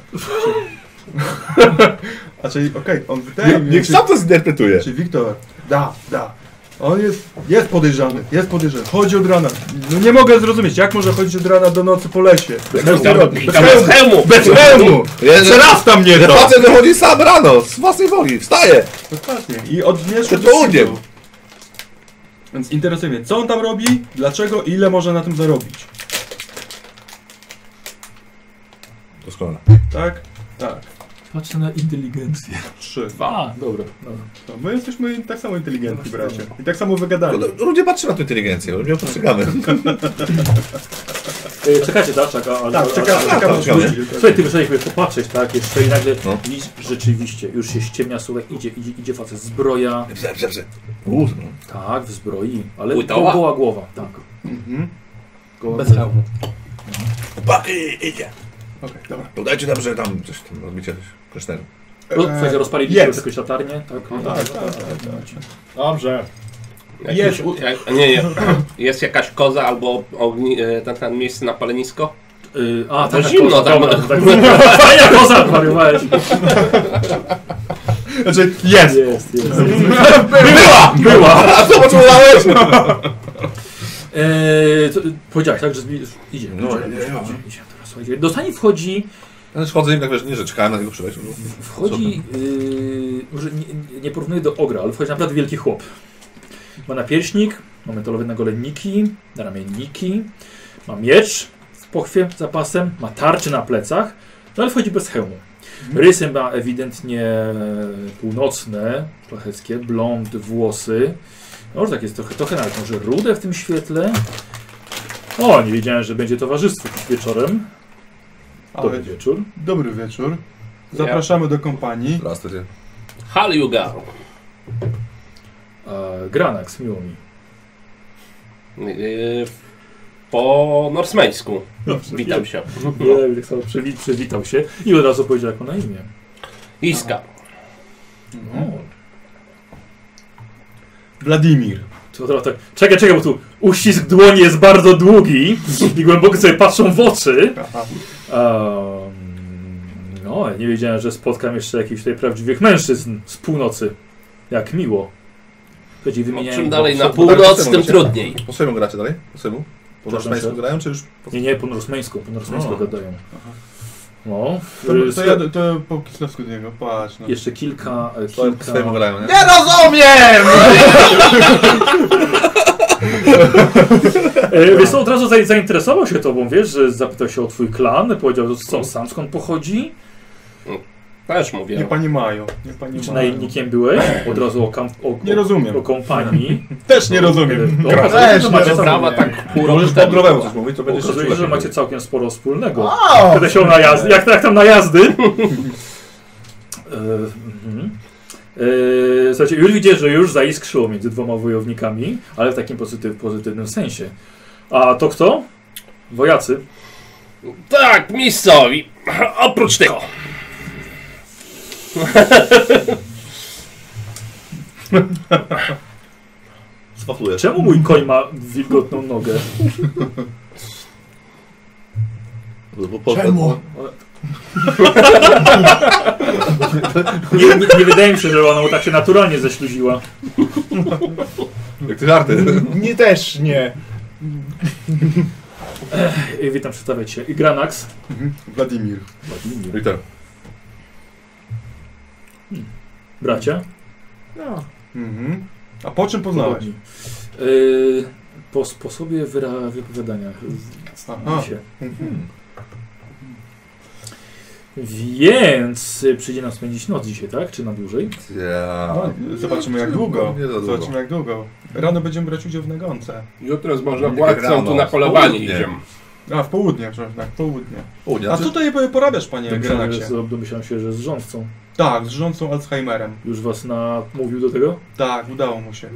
Speaker 5: A czyli okej, on wydaje mi
Speaker 2: Niech
Speaker 5: się.
Speaker 2: sam to zinterpretuje.
Speaker 5: Czy Wiktor? Da, da. On jest, jest podejrzany, jest podejrzany. Chodzi od rana. No nie mogę zrozumieć, jak może chodzić od rana do nocy po lesie?
Speaker 2: Tak.
Speaker 5: Bez
Speaker 6: Tam,
Speaker 5: hełmu.
Speaker 6: tam jest hełmu!
Speaker 5: Bez hełmu! Przerasta mnie
Speaker 2: Że
Speaker 5: to!
Speaker 2: facet wychodzi sam rano, z własnej woli, wstaje.
Speaker 5: Dokładnie. I od mieszka
Speaker 2: Przed południem.
Speaker 5: Więc interesuje mnie, co on tam robi, dlaczego i ile może na tym zarobić.
Speaker 2: Doskonale.
Speaker 5: Tak? Tak.
Speaker 1: Patrzę na inteligencję.
Speaker 5: Trzy.
Speaker 1: Dwa. Dobra, dobra.
Speaker 5: No, my jesteśmy tak samo inteligentni, bracie. I tak samo wygadani.
Speaker 2: No, Ludzie patrzą na tę inteligencję, ludzie ją postrzegamy.
Speaker 1: E, czekacie, tak? Czeka, ale,
Speaker 5: Tak, czekam,
Speaker 2: tak,
Speaker 5: czekam.
Speaker 2: czekamy.
Speaker 1: Słuchaj, ty musiałeś sobie popatrzeć, tak? Jeszcze i nagle
Speaker 2: No.
Speaker 1: widzisz, rzeczywiście, już się ściemnia, słuchaj, idzie, idzie, idzie facet, zbroja,
Speaker 2: Dobrze, dobrze. Uuu, no.
Speaker 1: tak, w zbroi, ale
Speaker 3: Łytoła?
Speaker 1: goła głowa, tak.
Speaker 5: Mhm.
Speaker 1: Goła
Speaker 5: Bez
Speaker 1: głowa.
Speaker 5: traumy.
Speaker 2: Chłopaki, idzie.
Speaker 5: Okej, dobra.
Speaker 2: Podajcie nam, że tam coś tam robicie, coś kosznego.
Speaker 1: Ro- Słuchajcie, rozpaliliście
Speaker 5: jest.
Speaker 1: już jakąś latarnię, tak?
Speaker 3: No
Speaker 5: tak, tak, tak,
Speaker 4: Dobrze.
Speaker 5: Jest.
Speaker 3: Jakiś, u- jak, nie, nie. Jest jakaś koza albo ogni, e, ten, ten miejsce na palenisko?
Speaker 1: Y, a,
Speaker 3: No To
Speaker 1: tak,
Speaker 3: zimno
Speaker 1: koza,
Speaker 3: tam.
Speaker 1: dobra, tak, Fajna koza, zwariowałeś.
Speaker 7: Znaczy, jest!
Speaker 1: Jest, jest.
Speaker 7: Była! Była!
Speaker 2: A co potrzebowałeś?
Speaker 1: Eee, to, powiedziałeś, tak, że zbi- idzie.
Speaker 2: No,
Speaker 1: idzie, idzie,
Speaker 2: nie, nie,
Speaker 1: idzie, idzie, dobra, słuchajcie. Do sani wchodzi,
Speaker 2: Ja chodzę i tak wiesz, nie, że czekałem na niego przyjść.
Speaker 1: w- wchodzi, yy, może nie, nie porównuję do ogra, ale wchodzi naprawdę wielki chłop. Ma napierśnik, ma metalowe nagolenniki, ramienniki, ma miecz w pochwie za pasem, ma tarczę na plecach, no ale wchodzi bez hełmu. Rysy ma ewidentnie północne, szlacheckie, blond włosy. Może tak jest trochę, trochę nawet może rude w tym świetle. O, nie wiedziałem, że będzie towarzystwo dziś wieczorem. Dobry
Speaker 5: Ale
Speaker 1: wieczór.
Speaker 5: dobry wieczór. Zapraszamy do kompanii.
Speaker 2: Raz, to dzień.
Speaker 3: Hal you go.
Speaker 1: E, Granax, miło mi.
Speaker 3: E, Po norsmeńsku. Witam się.
Speaker 5: No.
Speaker 1: Ja tak samo przywi- przywitał się i od razu powiedział, jak ma na imię. No.
Speaker 3: Iska.
Speaker 1: O,
Speaker 5: Wladimir.
Speaker 1: to od razu tak, czekaj, czekaj, bo tu uścisk dłoni jest bardzo długi i głęboko sobie patrzą w oczy. Ehm, no, nie wiedziałem, że spotkam jeszcze jakichś tutaj prawdziwych mężczyzn z północy. Jak miło. Chodzi
Speaker 3: No,
Speaker 1: wymieniają...
Speaker 3: czym dalej na
Speaker 2: Są-
Speaker 5: tak
Speaker 3: północ, tym
Speaker 2: Są-
Speaker 3: trudniej.
Speaker 2: Po swojemu gracie dalej? Po swojemu? Po
Speaker 1: Przepraszam,
Speaker 2: naszym
Speaker 1: co?
Speaker 2: grają, czy już... Po...
Speaker 1: Nie, nie, po norosmeńsku, po norosmeńsku
Speaker 2: O.
Speaker 1: gadają. No,
Speaker 5: To,
Speaker 1: y,
Speaker 5: to, ja, to po kislowsku do niego, patrz. No.
Speaker 1: jeszcze kilka... e,
Speaker 2: Po
Speaker 1: kilka...
Speaker 2: swojemu grają, nie?
Speaker 1: E, Wiesz co, od razu za- zainteresował się tobą, wiesz, że zapytał się o twój klan, powiedział, co sam, skąd pochodzi,
Speaker 3: Też
Speaker 5: Nie
Speaker 3: mówię.
Speaker 5: pani mają. Nie pani
Speaker 1: czy
Speaker 5: mają.
Speaker 1: najemnikiem byłeś, od razu o, kam- o,
Speaker 5: No. Nie
Speaker 1: o, o
Speaker 5: rozumiem.
Speaker 1: kompanii.
Speaker 5: Też nie rozumiem.
Speaker 1: O, okazuje,
Speaker 5: Też
Speaker 1: że
Speaker 5: nie
Speaker 1: macie
Speaker 5: rozumiem.
Speaker 1: całkiem,
Speaker 3: Sprawa tak pół roku
Speaker 2: Możesz po
Speaker 3: temu.
Speaker 2: growemu coś mówić, no, to będziesz
Speaker 1: okazuje się,
Speaker 2: jeszcze
Speaker 1: że macie
Speaker 2: lepiej.
Speaker 1: całkiem sporo wspólnego.
Speaker 4: Wow!
Speaker 1: Kiedy się na jazdy, jak, jak tam na jazdy. E, mhm. E, słuchajcie, już widzę, że już zaiskrzyło między dwoma wojownikami, ale w takim pozytyw, pozytywnym sensie. A to kto? Wojacy.
Speaker 3: Tak, miejscowi. Oprócz tego.
Speaker 2: Swaflujesz.
Speaker 1: Czemu mój koń ma wilgotną nogę?
Speaker 2: Bo- bo-
Speaker 7: Czemu?
Speaker 1: Nie, nie, nie wydaje mi się, że ona mu tak się naturalnie ześluziła.
Speaker 2: Jak ty żarty.
Speaker 4: Nie też nie.
Speaker 1: Ej, witam, przedstawiać się. I Granax.
Speaker 5: Mhm. Wladimir.
Speaker 2: I tak.
Speaker 1: Bracia.
Speaker 4: No.
Speaker 5: Mhm. A po czym poznałeś?
Speaker 1: Yy, po sposobie wyra- wypowiadania.
Speaker 5: Aha.
Speaker 1: Się.
Speaker 2: Hmm.
Speaker 1: Więc y, przyjdzie nam spędzić noc dzisiaj, tak? Czy na dłużej?
Speaker 2: Ja.
Speaker 5: A, zobaczymy jak długo.
Speaker 2: Nie No, za długo.
Speaker 5: Zobaczymy jak długo. Rano będziemy brać udział w nagonce.
Speaker 3: Jutro z można
Speaker 2: Nie
Speaker 3: władcą
Speaker 2: grano.
Speaker 3: tu na polowanie
Speaker 2: Południe.
Speaker 3: idziemy.
Speaker 5: A, w południe, przepraszam, tak, w południe.
Speaker 2: U, nie, znaczy,
Speaker 5: A co tutaj porabiasz, panie
Speaker 1: Myślałem, Tak, że
Speaker 5: Granaksie?
Speaker 1: z- Domyślam się, że z rządcą.
Speaker 5: Tak, z rządcą Alzheimerem.
Speaker 1: Już was namówił do tego?
Speaker 5: Tak, udało mu się.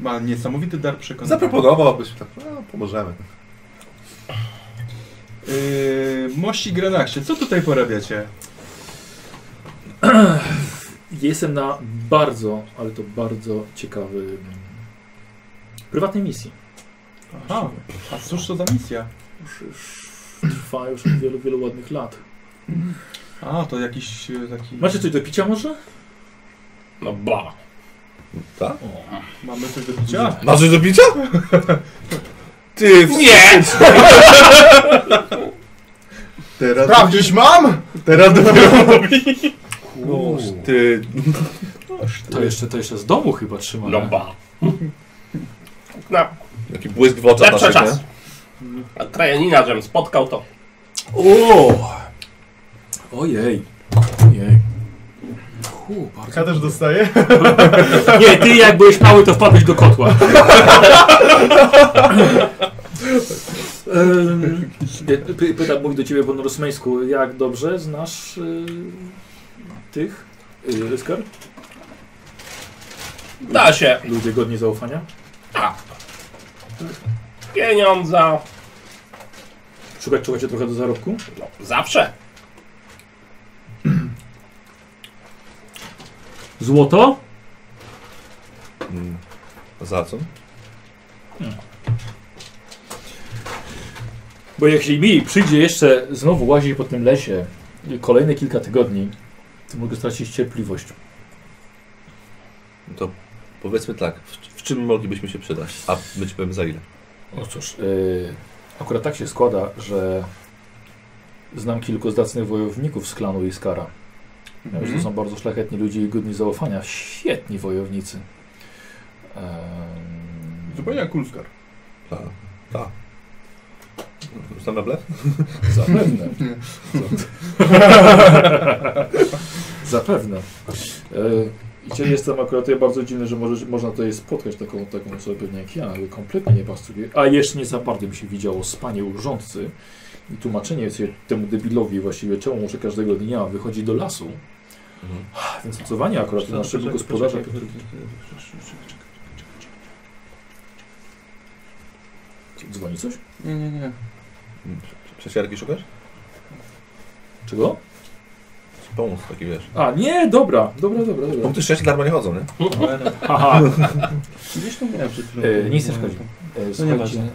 Speaker 5: Ma niesamowity dar przekonania.
Speaker 2: Zaproponował, abyśmy tak, no, pomożemy.
Speaker 5: Yy, mości Granaksie, co tutaj porabiacie?
Speaker 1: Jestem na bardzo, ale to bardzo ciekawy mm, prywatnej misji.
Speaker 5: Aha, a cóż to za misja?
Speaker 1: Już, już trwa już od wielu, wielu ładnych lat.
Speaker 5: A, to jakiś e, taki...
Speaker 1: Macie coś do picia może?
Speaker 3: No ba.
Speaker 2: Tak?
Speaker 5: Mamy coś do picia?
Speaker 2: Masz coś do picia? Ty, w...
Speaker 3: Nie!
Speaker 2: teraz...
Speaker 4: Sprawdzić mam?
Speaker 2: Teraz dopiero
Speaker 1: Uuu.
Speaker 2: Ty,
Speaker 1: To jeszcze, to jeszcze z domu chyba trzymane.
Speaker 3: No ba. Na
Speaker 2: jaki błysk w oczach
Speaker 3: lepszy
Speaker 2: naszych,
Speaker 3: czas.
Speaker 2: nie?
Speaker 3: A krajanina, żem spotkał to.
Speaker 1: O! Ojej. Ojej. Hu, bardzo
Speaker 4: Ja też dostaję.
Speaker 1: Nie, ty jak byłeś mały, to wpadłeś do kotła. Em, py- Pyta Bóg do ciebie po norosmeńsku, jak dobrze znasz y, tych y, Ryskar?
Speaker 3: Da się.
Speaker 1: Ludzie godni zaufania?
Speaker 3: Pieniądza.
Speaker 1: Szukać czegoś trochę do zarobku?
Speaker 3: No, zawsze.
Speaker 1: Złoto?
Speaker 2: Mm. Za co?
Speaker 1: Bo jeśli mi przyjdzie jeszcze znowu łazić po tym lesie y, kolejne kilka tygodni, to mogę stracić cierpliwość.
Speaker 2: No To powiedzmy tak, w, w czym moglibyśmy się przydać? A być powiem za ile?
Speaker 1: No cóż, y, akurat tak się składa, że znam kilku zacnych wojowników z klanu Iskara. Mianowicie To są bardzo szlachetni ludzie i godni zaufania. Świetni wojownicy. Ehm,
Speaker 5: Zupełnie jak Ulfgar.
Speaker 2: Ta. Ta. Tam na blef?
Speaker 1: Zapewne. Zapewne. E, I jestem akurat ja bardzo dziwny, że może, można tutaj spotkać taką, taką osobę pewnie jak ja, ale kompletnie nie pasuje. A jeszcze nie za bardzo mi się widziało spanie urządcy i tłumaczenie sobie temu debilowi właściwie, czemu muszę każdego dnia wychodzi do lasu.
Speaker 2: Mhm.
Speaker 1: Więc nocowanie akurat naszego gospodarza. Dzwoni coś?
Speaker 5: Nie, nie, nie.
Speaker 2: Przesiarki szukasz?
Speaker 1: Czego?
Speaker 2: Pomóc taki wiesz.
Speaker 1: A, nie, dobra, dobra, dobra, dobra.
Speaker 2: Punkty szczęścia darmo nie chodzą, nie?
Speaker 1: Haha,
Speaker 5: Gdzieś tam miałem przed chwilą.
Speaker 1: E, nic nie szkodzi. E, Słuchajcie,
Speaker 5: nieważne.
Speaker 1: em,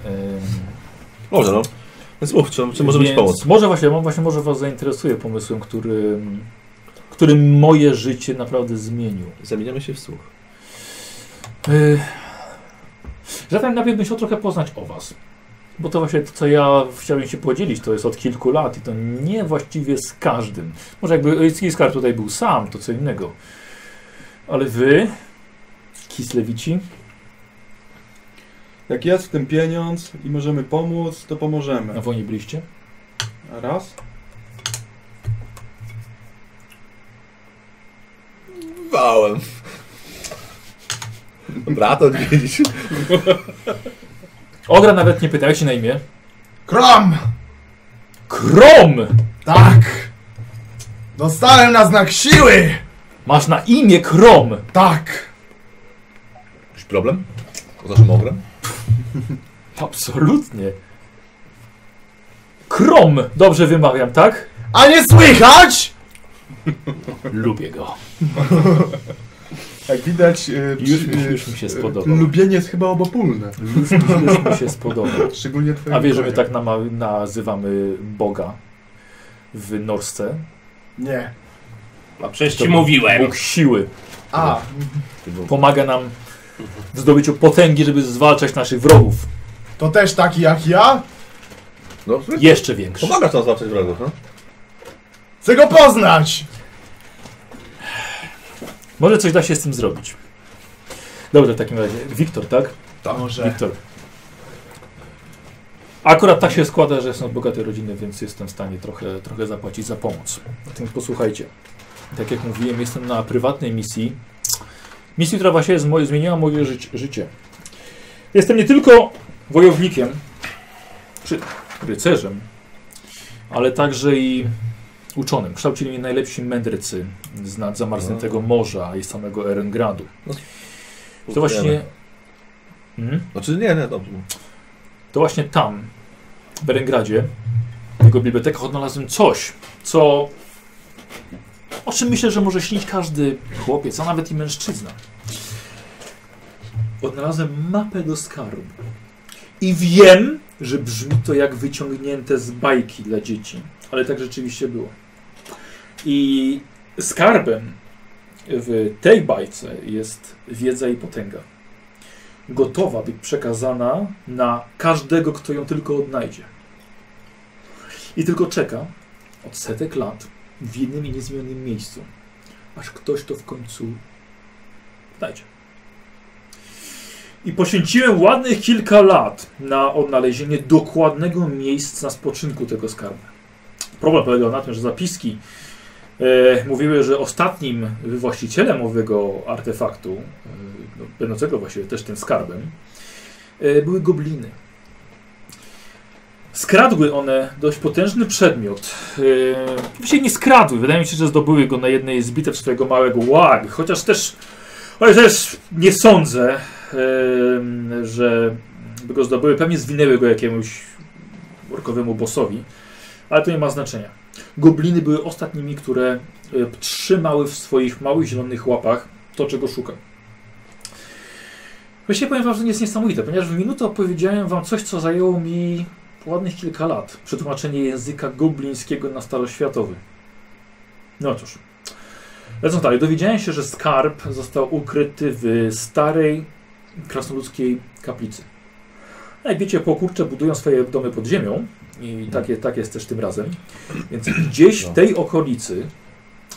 Speaker 2: Może no. Więc mów, czy, czy może być
Speaker 1: Więc
Speaker 2: pomoc?
Speaker 1: Może właśnie, mo- właśnie może Was zainteresuje pomysłem, który, który moje życie naprawdę zmienił.
Speaker 2: Zamieniamy się w słuch.
Speaker 1: Yy, Zatem najpierw bym chciał trochę poznać o Was. Bo to właśnie to, co ja chciałem się podzielić, to jest od kilku lat i to nie właściwie z każdym. Może jakby Iskar tutaj był sam, to co innego. Ale Wy, Kislewici,
Speaker 5: Jak jest w tym pieniądz i możemy pomóc, to
Speaker 1: na
Speaker 5: pomożemy.
Speaker 1: wojnie byliście?
Speaker 5: Raz.
Speaker 2: Wałem. Brat odwiedzić.
Speaker 1: Ogra nawet nie pyta, jak się na imię?
Speaker 7: Krom!
Speaker 1: Krom!
Speaker 7: Tak! Dostałem na znak siły!
Speaker 1: Masz na imię Krom!
Speaker 7: Tak!
Speaker 2: Jakiś problem? Z naszym ogrem?
Speaker 1: Absolutnie. Krom, dobrze wymawiam, tak?
Speaker 7: A nie słychać?
Speaker 1: Lubię go.
Speaker 5: Jak widać, e,
Speaker 1: Już,
Speaker 5: przy-
Speaker 1: już mi się
Speaker 5: e,
Speaker 1: spodobał.
Speaker 5: lubienie jest chyba obopólne.
Speaker 1: Już, już mi się spodobał.
Speaker 5: Szczególnie twoje.
Speaker 1: A wiesz, że my tak nama, nazywamy Boga w Norsce?
Speaker 7: Nie.
Speaker 3: No przecież
Speaker 1: To
Speaker 3: ci mówiłem.
Speaker 1: Bóg siły.
Speaker 7: A,
Speaker 1: Pomaga nam w zdobyciu potęgi, żeby zwalczać naszych wrogów.
Speaker 7: to też taki jak ja?
Speaker 2: No,
Speaker 1: Jeszcze większy.
Speaker 2: pomagasz nam zwalczać wrogów, no?
Speaker 7: Chcę go poznać!
Speaker 1: Może coś da się z tym zrobić. Dobrze, w takim razie. Wiktor, tak?
Speaker 7: Może.
Speaker 1: Wiktor. Akurat tak się składa, że są bogate rodziny, więc jestem w stanie trochę, trochę zapłacić za pomoc. Zatem posłuchajcie. Tak jak mówiłem, jestem na prywatnej misji. Misji, która właśnie jest moje, zmieniła moje żyć, życie. Jestem nie tylko wojownikiem, czy rycerzem, ale także i uczonym. Kształcili mnie najlepsi mędrcy z nad zamarzniętego morza i samego Erengradu. To właśnie... Mhm.
Speaker 2: Znaczy nie, nie, no.
Speaker 1: To właśnie tam, w Berengradzie, w jego bibliotekach odnalazłem coś, co. o czym myślę, że może śnić każdy chłopiec, a nawet i mężczyzna. Odnalazłem mapę do skarbu. I wiem, że brzmi to jak wyciągnięte z bajki dla dzieci, ale tak rzeczywiście było. I skarbem w tej bajce jest wiedza i potęga gotowa być przekazana na każdego, kto ją tylko odnajdzie. I tylko czeka od setek lat w jednym i niezmienionym miejscu, aż ktoś to w końcu znajdzie. I poświęciłem ładnych kilka lat na odnalezienie dokładnego miejsca spoczynku tego skarbu. Problem polegał na tym, że zapiski e, mówiły, że ostatnim właścicielem owego artefaktu, e, no, będącego właściwie też tym skarbem, e, były gobliny. Skradły one dość potężny przedmiot. E, Oczywiście nie skradły, wydaje mi się, że zdobyły go na jednej z bitew swojego małego łag, chociaż też, chociaż też nie sądzę, em, że by go zdobyły, pewnie zwinęły go jakiemuś orkowemu bossowi, ale to nie ma znaczenia. Gobliny były ostatnimi, które e, trzymały w swoich małych zielonych łapach to, czego szuka. Właściwie powiem wam, że to jest niesamowite, ponieważ w minutę opowiedziałem wam coś, co zajęło mi ładnych kilka lat. Przetłumaczenie języka goblińskiego na staroświatowy. No cóż. Lecąc dalej, dowiedziałem się, że skarb został ukryty w starej krasnoludzkiej kaplicy. Jak wiecie, pokurcze budują swoje domy pod ziemią i tak, je, tak jest też tym razem. Więc gdzieś w tej okolicy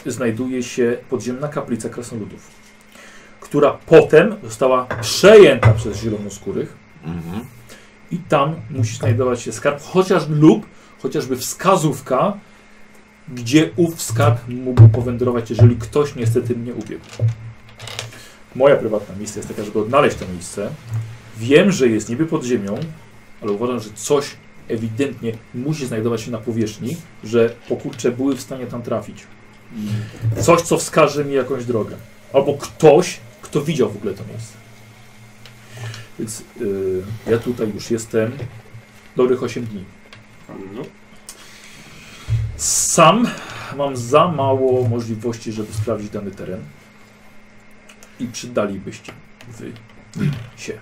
Speaker 1: znajduje się podziemna kaplica krasnoludów, która potem została przejęta przez zielonoskórych
Speaker 2: Mhm.
Speaker 1: i tam musi znajdować się skarb, chociaż lub chociażby wskazówka, gdzie ów skarb mógł powędrować, jeżeli ktoś niestety mnie ubiegł. Moja prywatna misja jest taka, żeby odnaleźć to miejsce. Wiem, że jest niby pod ziemią, ale uważam, że coś ewidentnie musi znajdować się na powierzchni, że pokurcze były w stanie tam trafić. Coś, co wskaże mi jakąś drogę. Albo ktoś, kto widział w ogóle to miejsce. Więc y, ja tutaj już jestem dobrych 8 dni.
Speaker 3: No.
Speaker 1: Sam mam za mało możliwości, żeby sprawdzić dany teren. I przydalibyście wy się.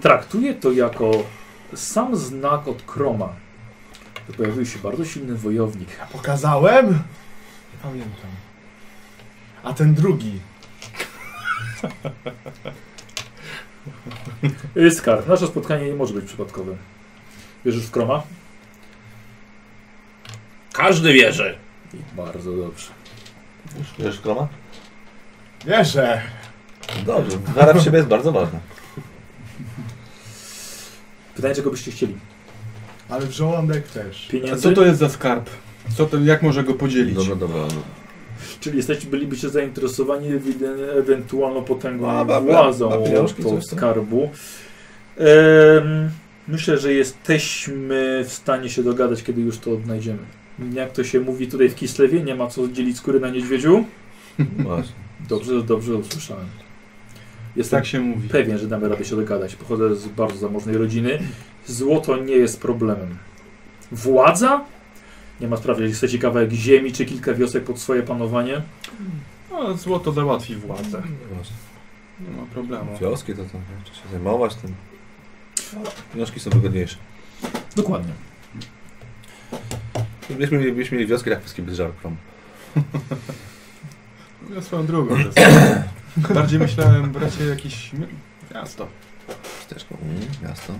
Speaker 1: Traktuję to jako sam znak od Kroma. że Pojawił się bardzo silny wojownik.
Speaker 4: Pokazałem? Nie pamiętam. A ten drugi.
Speaker 1: Iskar, nasze spotkanie nie może być przypadkowe. Wierzysz w Kroma?
Speaker 6: Każdy wierzy.
Speaker 1: Bardzo dobrze.
Speaker 2: Już wiesz, Kroma?
Speaker 4: Wierzę.
Speaker 2: Dobrze, wiara w siebie jest bardzo ważna.
Speaker 1: Pytanie, czego byście chcieli?
Speaker 4: Ale w żołądek też.
Speaker 5: A
Speaker 1: Pieniędzy?
Speaker 5: co to jest za skarb? Co to, jak może go podzielić?
Speaker 2: No, Dobra, dobra. dobra.
Speaker 1: Czyli jesteście, bylibyście zainteresowani ewi- ewentualną potęgą
Speaker 2: A,
Speaker 1: A,
Speaker 2: ba- ba-
Speaker 1: władzą
Speaker 2: papieroszki,
Speaker 1: do
Speaker 2: coś tam?
Speaker 1: skarbu. Em, myślę, że jesteśmy w stanie się dogadać, kiedy już to odnajdziemy. Jak to się mówi tutaj w Kislewie, nie ma co dzielić skóry na niedźwiedziu?
Speaker 2: Właśnie.
Speaker 1: Dobrze, dobrze usłyszałem. Jestem
Speaker 5: Tak się mówi.
Speaker 1: pewien, że damy radę się dogadać. Pochodzę z bardzo zamożnej rodziny. Złoto nie jest problemem. Władza? Nie ma sprawy, jeśli chcecie kawałek ziemi czy kilka wiosek pod swoje panowanie.
Speaker 5: No, złoto załatwi władzę.
Speaker 2: Właśnie.
Speaker 5: Nie ma problemu.
Speaker 2: Wioski to tam, trzeba się zajmować tym. Wnioski są wygodniejsze.
Speaker 1: Dokładnie.
Speaker 2: Gdybyśmy mieli, gdybyśmy mieli wioski, tak wszystkie by żarł Krom.
Speaker 5: Ja swoją drugą. Bardziej myślałem, bracie, jakieś mi- miasto.
Speaker 2: Ścieżką, mm, miasto.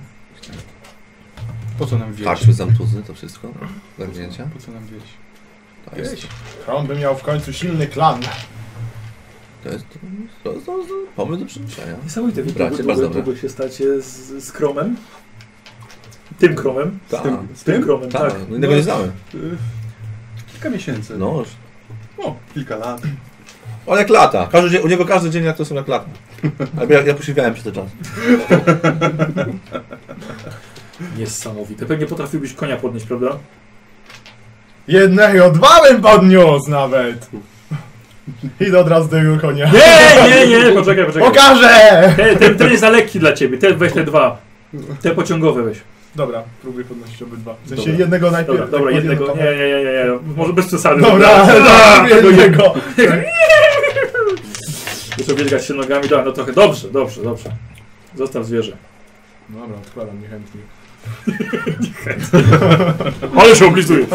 Speaker 5: Po co nam wieś?
Speaker 1: Tak,
Speaker 2: Karczmy, zamtuzy, to wszystko. Zagnięcia.
Speaker 5: Po co nam wieś?
Speaker 2: To jest,
Speaker 4: On by miał w końcu silny klan.
Speaker 2: to jest, to jest, to jest pomysł do przemyślenia.
Speaker 1: Niesamowite, wy
Speaker 2: Bracie,
Speaker 1: długo,
Speaker 2: bardzo
Speaker 1: długo,
Speaker 2: dobre.
Speaker 1: długo się stacie z, z Kromem. Tym Kromem.
Speaker 2: Tak,
Speaker 1: Z tym Kromem, tak.
Speaker 2: tak. No innego nie znamy.
Speaker 5: Y, Kilka miesięcy.
Speaker 2: No już.
Speaker 5: O, kilka lat.
Speaker 2: On jak lata. Każdy dzień, u niego każdy dzień jak to są jak lata. Albo ja, ja posiwiałem przez ten czas.
Speaker 1: Niesamowite. Pewnie potrafiłbyś konia podnieść, prawda?
Speaker 4: Jednego, dwa bym podniósł nawet. Idę od razu do jego konia.
Speaker 1: Nie, nie, nie, poczekaj, poczekaj.
Speaker 4: Pokażę!
Speaker 1: Ten, ten, ten jest za lekki dla ciebie, ten weź te dwa. Te pociągowe weź.
Speaker 4: Dobra, próbuję podnosić obydwa. W sensie
Speaker 1: Dobra.
Speaker 4: jednego najpierw.
Speaker 1: Dobra, dobra,
Speaker 4: tak pod
Speaker 1: jednego. Nie,
Speaker 4: jedną
Speaker 1: nie, nie, nie, nie. może bez przesady.
Speaker 4: kamerę. Dobra, dobra, jednego.
Speaker 1: Muszę biegać się nogami, dobra, no trochę. Dobrze, dobrze, dobrze. Zostaw zwierzę.
Speaker 4: Dobra, odkładam niechętnie.
Speaker 1: Ale się oblizuje.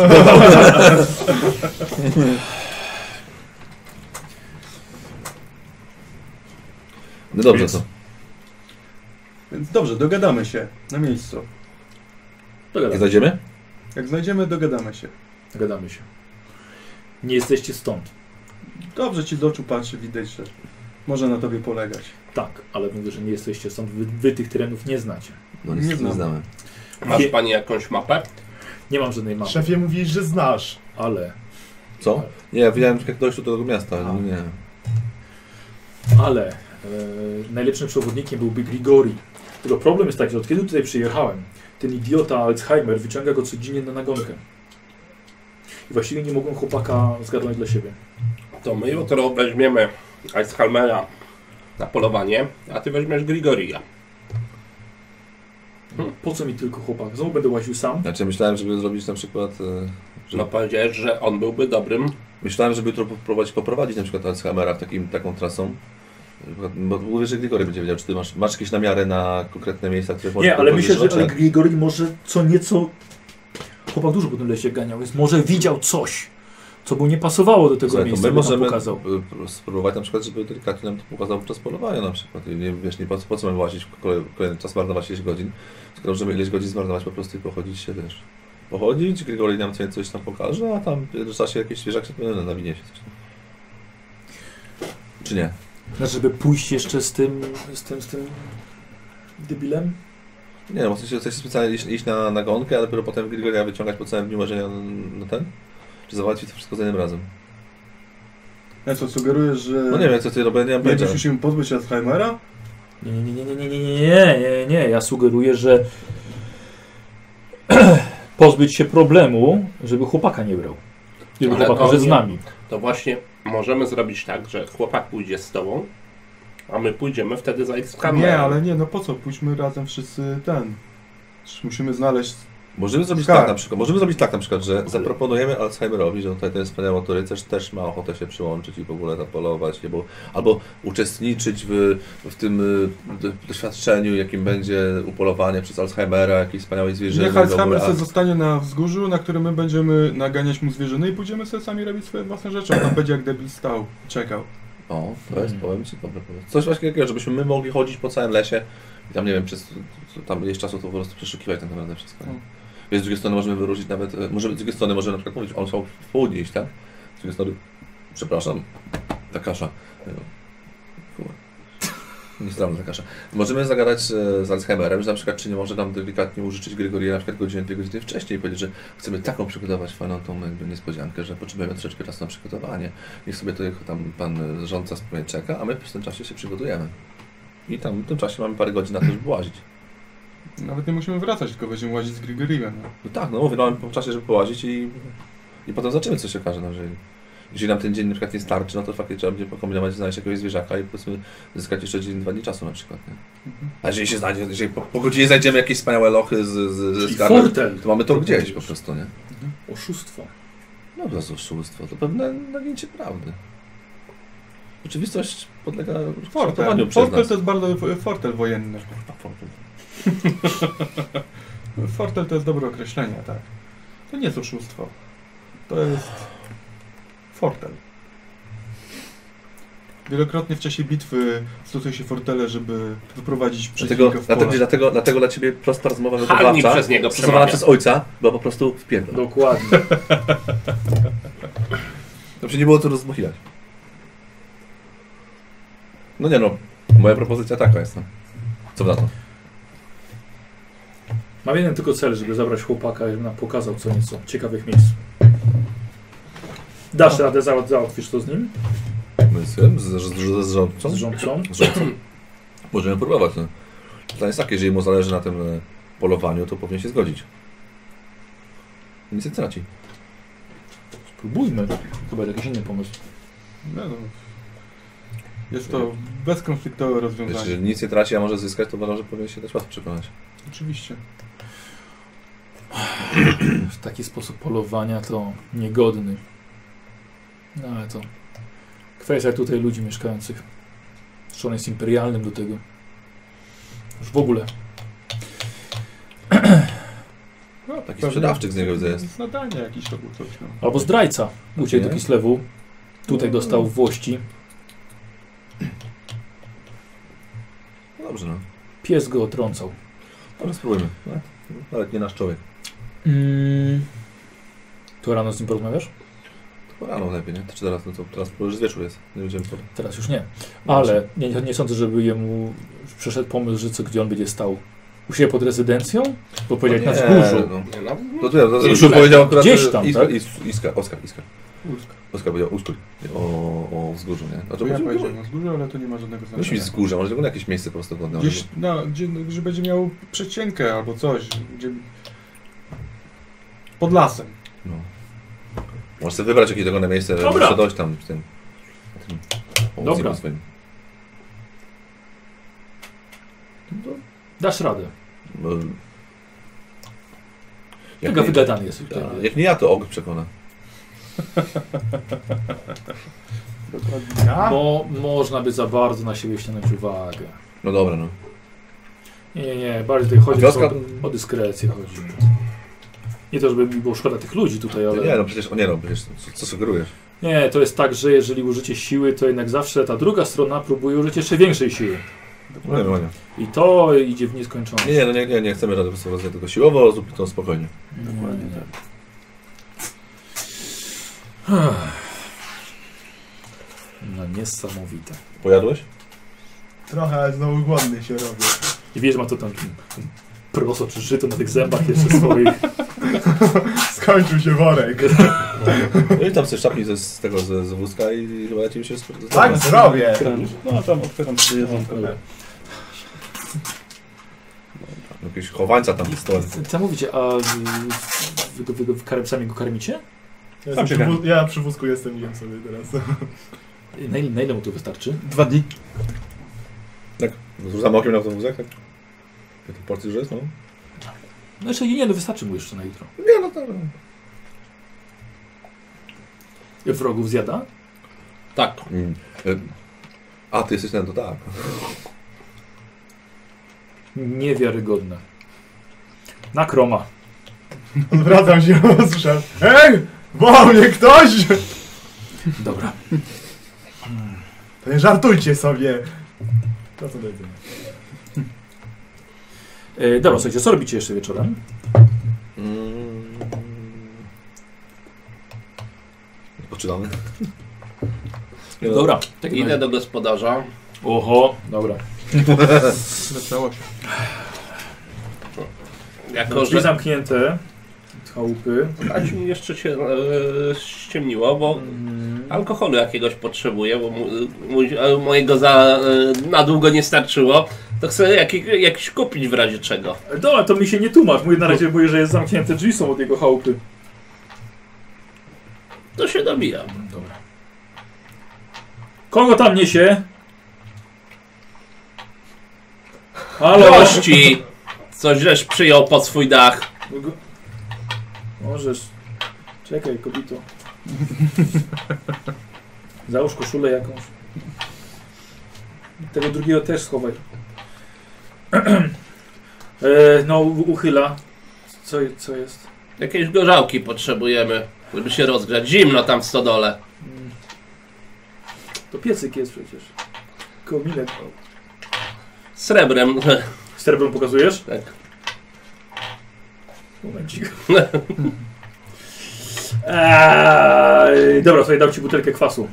Speaker 2: No dobrze to.
Speaker 5: Więc dobrze, dogadamy się na miejscu.
Speaker 2: Nie
Speaker 1: Dogadamy,
Speaker 2: znajdziemy?
Speaker 5: Jak znajdziemy, dogadamy się.
Speaker 1: dogadamy się. Nie jesteście stąd.
Speaker 5: Dobrze ci z oczu patrzy, widać, że może na tobie polegać.
Speaker 1: Tak, ale mówię, że nie jesteście stąd. Wy, wy tych terenów nie znacie.
Speaker 2: No
Speaker 5: Nie
Speaker 2: nic nie,
Speaker 5: znam.
Speaker 2: znamy.
Speaker 6: Masz
Speaker 1: Je-
Speaker 6: pani jakąś mapę?
Speaker 1: Nie mam żadnej mapy,
Speaker 4: Szefie mówisz, że znasz.
Speaker 1: ale
Speaker 2: Co? Nie, widziałem, jak dojść do tego miasta, ale nie.
Speaker 1: ale e, najlepszym przewodnikiem byłby Grigori. Tylko problem jest taki, że od kiedy tutaj przyjechałem, ten idiota Alzheimer wyciąga go codziennie na nagonkę. I właściwie nie mogłem chłopaka zgarnąć dla siebie.
Speaker 6: To my jutro weźmiemy Eishalmera na polowanie, a ty weźmiesz Grigoria.
Speaker 1: Po co mi tylko chłopak? Znowu będę łaził sam.
Speaker 2: Znaczy myślałem, żeby zrobić na przykład... e,
Speaker 6: No powiedziałeś, że on byłby dobrym.
Speaker 2: Myślałem, żeby jutro poprowadzić, poprowadzić na przykład Alzheimera w takim, taką trasą. Bo mówię, że Grigory będzie wiedział, czy ty masz, masz jakieś namiary na konkretne miejsca, które możesz
Speaker 1: Nie, ale
Speaker 2: poprowadzić
Speaker 1: myślę, że
Speaker 2: rzeczy?
Speaker 1: ale Grigori może co nieco... Chłopak dużo po tym lesie ganiał, więc może widział coś, co mu nie pasowało do tego
Speaker 2: Słuchaj, to
Speaker 1: miejsca,
Speaker 2: my
Speaker 1: by nam
Speaker 2: możemy
Speaker 1: pokazał.
Speaker 2: y, spróbować na przykład, żeby delikatnie nam to pokazał podczas polowania na przykład. I nie, wiesz, nie po, po co mamy łazić w kolej- kolejny czas, marnować ileś godzin, skoro możemy ileś godzin zmarnować po prostu i pochodzić się też. Pochodzić, Grigory nam coś- coś tam pokaże, a tam w międzyczasie jakieś świeżak się no, nawinie się coś tam. Czy nie?
Speaker 1: Znaczy, żeby pójść jeszcze z tym, z tym, z tym debilem?
Speaker 2: Nie, no, chcesz, chcesz specjalnie iść, iść na nagonkę, a dopiero potem Grigoria wyciągać po całym dniu marzenia na, na ten? Czy załatwić to wszystko za jednym razem?
Speaker 5: Ja co, sugerujesz, że
Speaker 2: No nie wiem, co ty robię, nie mam pojęcia.
Speaker 5: będziesz już się pozbyć Alzheimera?
Speaker 1: Nie, nie, nie, nie, nie, nie, nie, nie, nie, nie. Ja sugeruję, że pozbyć się problemu, żeby chłopaka nie brał. Żeby
Speaker 6: Ale
Speaker 1: chłopak
Speaker 6: to
Speaker 1: może z
Speaker 6: nie-
Speaker 1: nami.
Speaker 6: To właśnie możemy zrobić tak, że chłopak pójdzie z tobą, a my pójdziemy wtedy za Eishalmerem.
Speaker 5: Nie, ale nie, no po co? Pójdźmy razem wszyscy ten. Musimy znaleźć
Speaker 2: Możemy zrobić
Speaker 5: Tak.
Speaker 2: tak na przykład, możemy zrobić tak na przykład, że zaproponujemy Alzheimerowi, że tutaj ten wspaniały autorytet też, też ma ochotę się przyłączyć i w ogóle zapolować, nie? Bo, albo uczestniczyć w, w tym y, do- doświadczeniu, jakim będzie upolowanie przez Alzheimera, jakiejś wspaniałej zwierzyny.
Speaker 5: Niech
Speaker 2: w ogóle,
Speaker 5: Alzheimer
Speaker 2: a-
Speaker 5: se zostanie na wzgórzu, na którym my będziemy naganiać mu zwierzyny i pójdziemy sobie sami robić swoje własne rzeczy. A tam będzie jak debil stał, czekał.
Speaker 2: O, to jest, powiem Ci, dobry pomysł. Coś właśnie takiego, żebyśmy my mogli chodzić po całym lesie i tam, nie wiem, przez, tam ileś czasu to po prostu przeszukiwać tak naprawdę wszystko. Nie?
Speaker 5: Mm.
Speaker 2: Więc z drugiej strony możemy wyróżnić nawet, e, możemy, z drugiej strony możemy na przykład mówić, on są w południe iść, tak? Z drugiej strony, przepraszam, ta kasza. e, kurwa. Nie sprawdzę ta kasza. Możemy zagadać e, z Alzheimerem, że na przykład, czy nie może nam delikatnie użyczyć Gregoria na przykład godzinę, dwie godziny wcześniej i powiedzieć, że chcemy taką przygotować fajną tą jakby niespodziankę, że potrzebujemy troszeczkę czasu na przygotowanie. Niech sobie to jako tam pan y, rządca spokojnie czeka, a my w tym czasie się przygotujemy. I tam w tym czasie mamy parę godzin na to, żeby łazić.
Speaker 5: Nawet nie musimy wracać, tylko będziemy łazić z Grigoriem. No.
Speaker 2: No tak, no mówię, mamy po czasie, żeby połazić i, i potem zobaczymy, co się okaże. No, jeżeli, jeżeli nam ten dzień na przykład nie starczy, no to faktycznie trzeba będzie pokombinować, znaleźć jakiegoś zwierzaka i powiedzmy zyskać jeszcze dzień, dwa dni czasu na przykład. Nie? A jeżeli się znajdzie, jeżeli po, po godzinie znajdziemy jakieś wspaniałe lochy z, z, ze
Speaker 1: I
Speaker 2: skarbem,
Speaker 1: fortel.
Speaker 2: to mamy to gdzieś po prostu, nie?
Speaker 1: Oszustwo.
Speaker 2: No to jest oszustwo, to pewne nagięcie prawdy. Rzeczywistość podlega kształtowaniu
Speaker 5: Fortel.
Speaker 2: przez nas.
Speaker 5: Fortel to jest bardzo... Fortel wojenny.
Speaker 2: A, fortel.
Speaker 5: Fortel to jest dobre określenie, tak. To nie jest oszustwo. To jest... Fortel. Wielokrotnie w czasie bitwy stosuje się fortele, żeby wyprowadzić przeciwnika
Speaker 2: Dlatego,
Speaker 5: w pole.
Speaker 2: dlatego, dlatego, dlatego dla ciebie prosta rozmowa
Speaker 6: Harni
Speaker 2: wychowawcza,
Speaker 6: przez niego
Speaker 2: stosowana
Speaker 6: przemawia.
Speaker 2: przez ojca, była po prostu w
Speaker 1: No.
Speaker 2: pierdol.
Speaker 1: Dokładnie.
Speaker 2: Dobrze, nie było co rozmochilać. No nie no, moja propozycja taka jest. no. Co na to?
Speaker 1: Mam jeden tylko cel, żeby zabrać chłopaka i nam pokazał co nieco ciekawych miejsc. Dasz radę, za- załatwisz to z nim?
Speaker 2: My z tym, z, z, z, z rządcą?
Speaker 1: Z rządcą?
Speaker 2: Z rządcą. Możemy próbować. No. Pytanie jest takie, jeżeli mu zależy na tym e, polowaniu, to powinien się zgodzić. Nic nie traci.
Speaker 1: Spróbujmy. Chyba jakiś inny pomysł.
Speaker 5: No, no. Jest to bezkonfliktowe rozwiązanie.
Speaker 2: Jeżeli nic Znaczy, nie traci, a może zyskać, to uważam, że powinien się też łatwo przekonać.
Speaker 5: Oczywiście.
Speaker 1: W taki sposób polowania to niegodny. No ale to kwestia tutaj ludzi mieszkających. Zresztą on jest imperialnym do tego. Już w ogóle.
Speaker 5: No,
Speaker 2: Taki sprzedawczyk z niego widzę jest.
Speaker 5: Z nadania jakiś albo coś. No.
Speaker 1: Albo zdrajca. Uciekł do Kislewu. Tutaj dostał włości.
Speaker 2: No dobrze, no.
Speaker 1: Pies go otrącał.
Speaker 2: Dobrze, spróbujmy. No, Nawet nie nasz człowiek.
Speaker 1: Mm. Tu rano z nim porozmawiasz?
Speaker 2: To rano lepiej, nie? To czy teraz, no to teraz bo już z wieczór jest. Nie będziemy po... Znaczy-
Speaker 1: Teraz już nie. Ale nie, nie sądzę, żeby jemu przyszedł pomysł, że co, gdzie on będzie stał. U siebie pod rezydencją? Bo powiedział jak na
Speaker 2: Nie,
Speaker 1: wzgórzu.
Speaker 2: No.
Speaker 6: Nie, no,
Speaker 2: To tu ja, to
Speaker 6: Gdzieś
Speaker 2: już powiedział akurat
Speaker 1: Gdzieś
Speaker 2: że
Speaker 1: tam,
Speaker 2: Iska,
Speaker 1: tak?
Speaker 2: Is- Iska, Oskar, Iska.
Speaker 5: Górska.
Speaker 2: Oskar powiedział uszkuj o, o wzgórzu, nie? A to
Speaker 5: ja
Speaker 2: będzie
Speaker 5: powiedziałem na wzgórze, ale to nie ma żadnego
Speaker 2: Musi
Speaker 5: znaczenia.
Speaker 2: być wzgórze, może na jakieś miejsce po prostu wodne.
Speaker 5: Gdzieś, no, gdzie, no, że będzie miał przecinkę albo coś, gdzie... Pod lasem.
Speaker 2: No. Możesz sobie wybrać jakieś dogone miejsce,
Speaker 1: Dobra.
Speaker 2: Dobra. dojść tam z tym. tym pomocnikiem
Speaker 1: Dobra.
Speaker 2: Swoim.
Speaker 1: Dasz radę.
Speaker 2: No, jak,
Speaker 1: Tego
Speaker 2: nie,
Speaker 1: wygadany jest.
Speaker 2: tak, jak nie ja, to Og przekona.
Speaker 4: Ja?
Speaker 1: Bo można by za bardzo na siebie ściągnąć uwagę.
Speaker 2: No dobra, no.
Speaker 1: Nie, nie, nie, bardziej chodzi
Speaker 2: wioska-
Speaker 1: o, o dyskrecję chodzi. Nie to, żeby mi było szkoda tych ludzi tutaj, ale...
Speaker 2: Nie no, przecież, o nie no, przecież co, co sugerujesz?
Speaker 1: Nie, to jest tak, że jeżeli użycie siły, to jednak zawsze ta druga strona próbuje użyć jeszcze większej siły.
Speaker 2: No, nie, no, nie.
Speaker 1: I to idzie w nieskończoność.
Speaker 2: Nie, nie, no nie, nie, nie chcemy rady po prostu rozwijać tylko siłowo, zrób to spokojnie.
Speaker 1: Dokładnie tak. No niesamowite.
Speaker 2: Pojadłeś?
Speaker 4: Trochę znowu głodny się robię.
Speaker 1: I wiesz, ma to tam proso czy żyto na tych zębach jeszcze swoich.
Speaker 4: Skończył się worek.
Speaker 2: No i tam sobie szapnij ze, z tego, ze, z wózka i i chyba ci się... sp-
Speaker 4: Tak zrobię.
Speaker 5: No, tam otwieram sobie jedzonko.
Speaker 2: Jakiegoś chowańca tam w stole.
Speaker 1: Co mówicie, a wy, wy, wy, wy karabcami go karmicie?
Speaker 4: Ja, jestem
Speaker 5: Tam się
Speaker 4: przy, wó- ja przy wózku jestem, jem sobie teraz.
Speaker 1: Na ile, na ile mu to wystarczy?
Speaker 5: Dwa dni.
Speaker 2: Rzucam okiem na ten wózek, tak? Jak tych porcji już jest, no?
Speaker 1: No jeszcze nie, nie, no wystarczy mu jeszcze na jutro.
Speaker 2: Nie, no to...
Speaker 1: Wrogów zjada?
Speaker 3: Tak.
Speaker 2: Mm. Y, A, ty jesteś ten, to tak.
Speaker 1: Niewiarygodne. Na kroma.
Speaker 4: Odwracam się, słyszałem. Ej! Wołał mnie ktoś!
Speaker 1: Dobra.
Speaker 4: To nie żartujcie sobie. To co do jedzenia.
Speaker 1: E, dobra, słuchajcie, co robicie jeszcze wieczorem?
Speaker 2: Mm. Odpoczywamy. Nie, no,
Speaker 1: Dobra. Tak
Speaker 6: Idę do gospodarza.
Speaker 1: Oho, dobra.
Speaker 5: Zaczęło się.
Speaker 6: Jako,
Speaker 1: Drzwi
Speaker 6: że
Speaker 1: zamknięte. Chałupy.
Speaker 6: aż mi jeszcze się e, ściemniło, bo
Speaker 5: Mhm.
Speaker 1: Mm.
Speaker 6: alkoholu jakiegoś potrzebuję, bo mu, mój- e, mojego za, e, na długo nie starczyło. To chcę jakiś, jakiś kupić w razie czego.
Speaker 1: E, Dobra, to mi się nie tłumacz. Mój na razie mówię, że jest zamknięte drzwi są od jego chałupy.
Speaker 6: To się dobija.
Speaker 1: Dobra. Kogo tam niesie? Halo?
Speaker 6: Gości! Coś żeś przyjął pod swój dach.
Speaker 1: Go- Możesz. Czekaj, kobito. Załóż koszulę jakąś. Tego drugiego też schowaj. e, no, u- uchyla. Co, co jest?
Speaker 6: Jakieś gorzałki potrzebujemy, żeby się rozgrzać. Zimno tam w stodole.
Speaker 1: Mm. To piecyk jest przecież. Kominek.
Speaker 6: Srebrem.
Speaker 1: Sterbem pokazujesz?
Speaker 6: Tak.
Speaker 1: Momencik. Eee, dobra, sobie dam ci butelkę kwasu.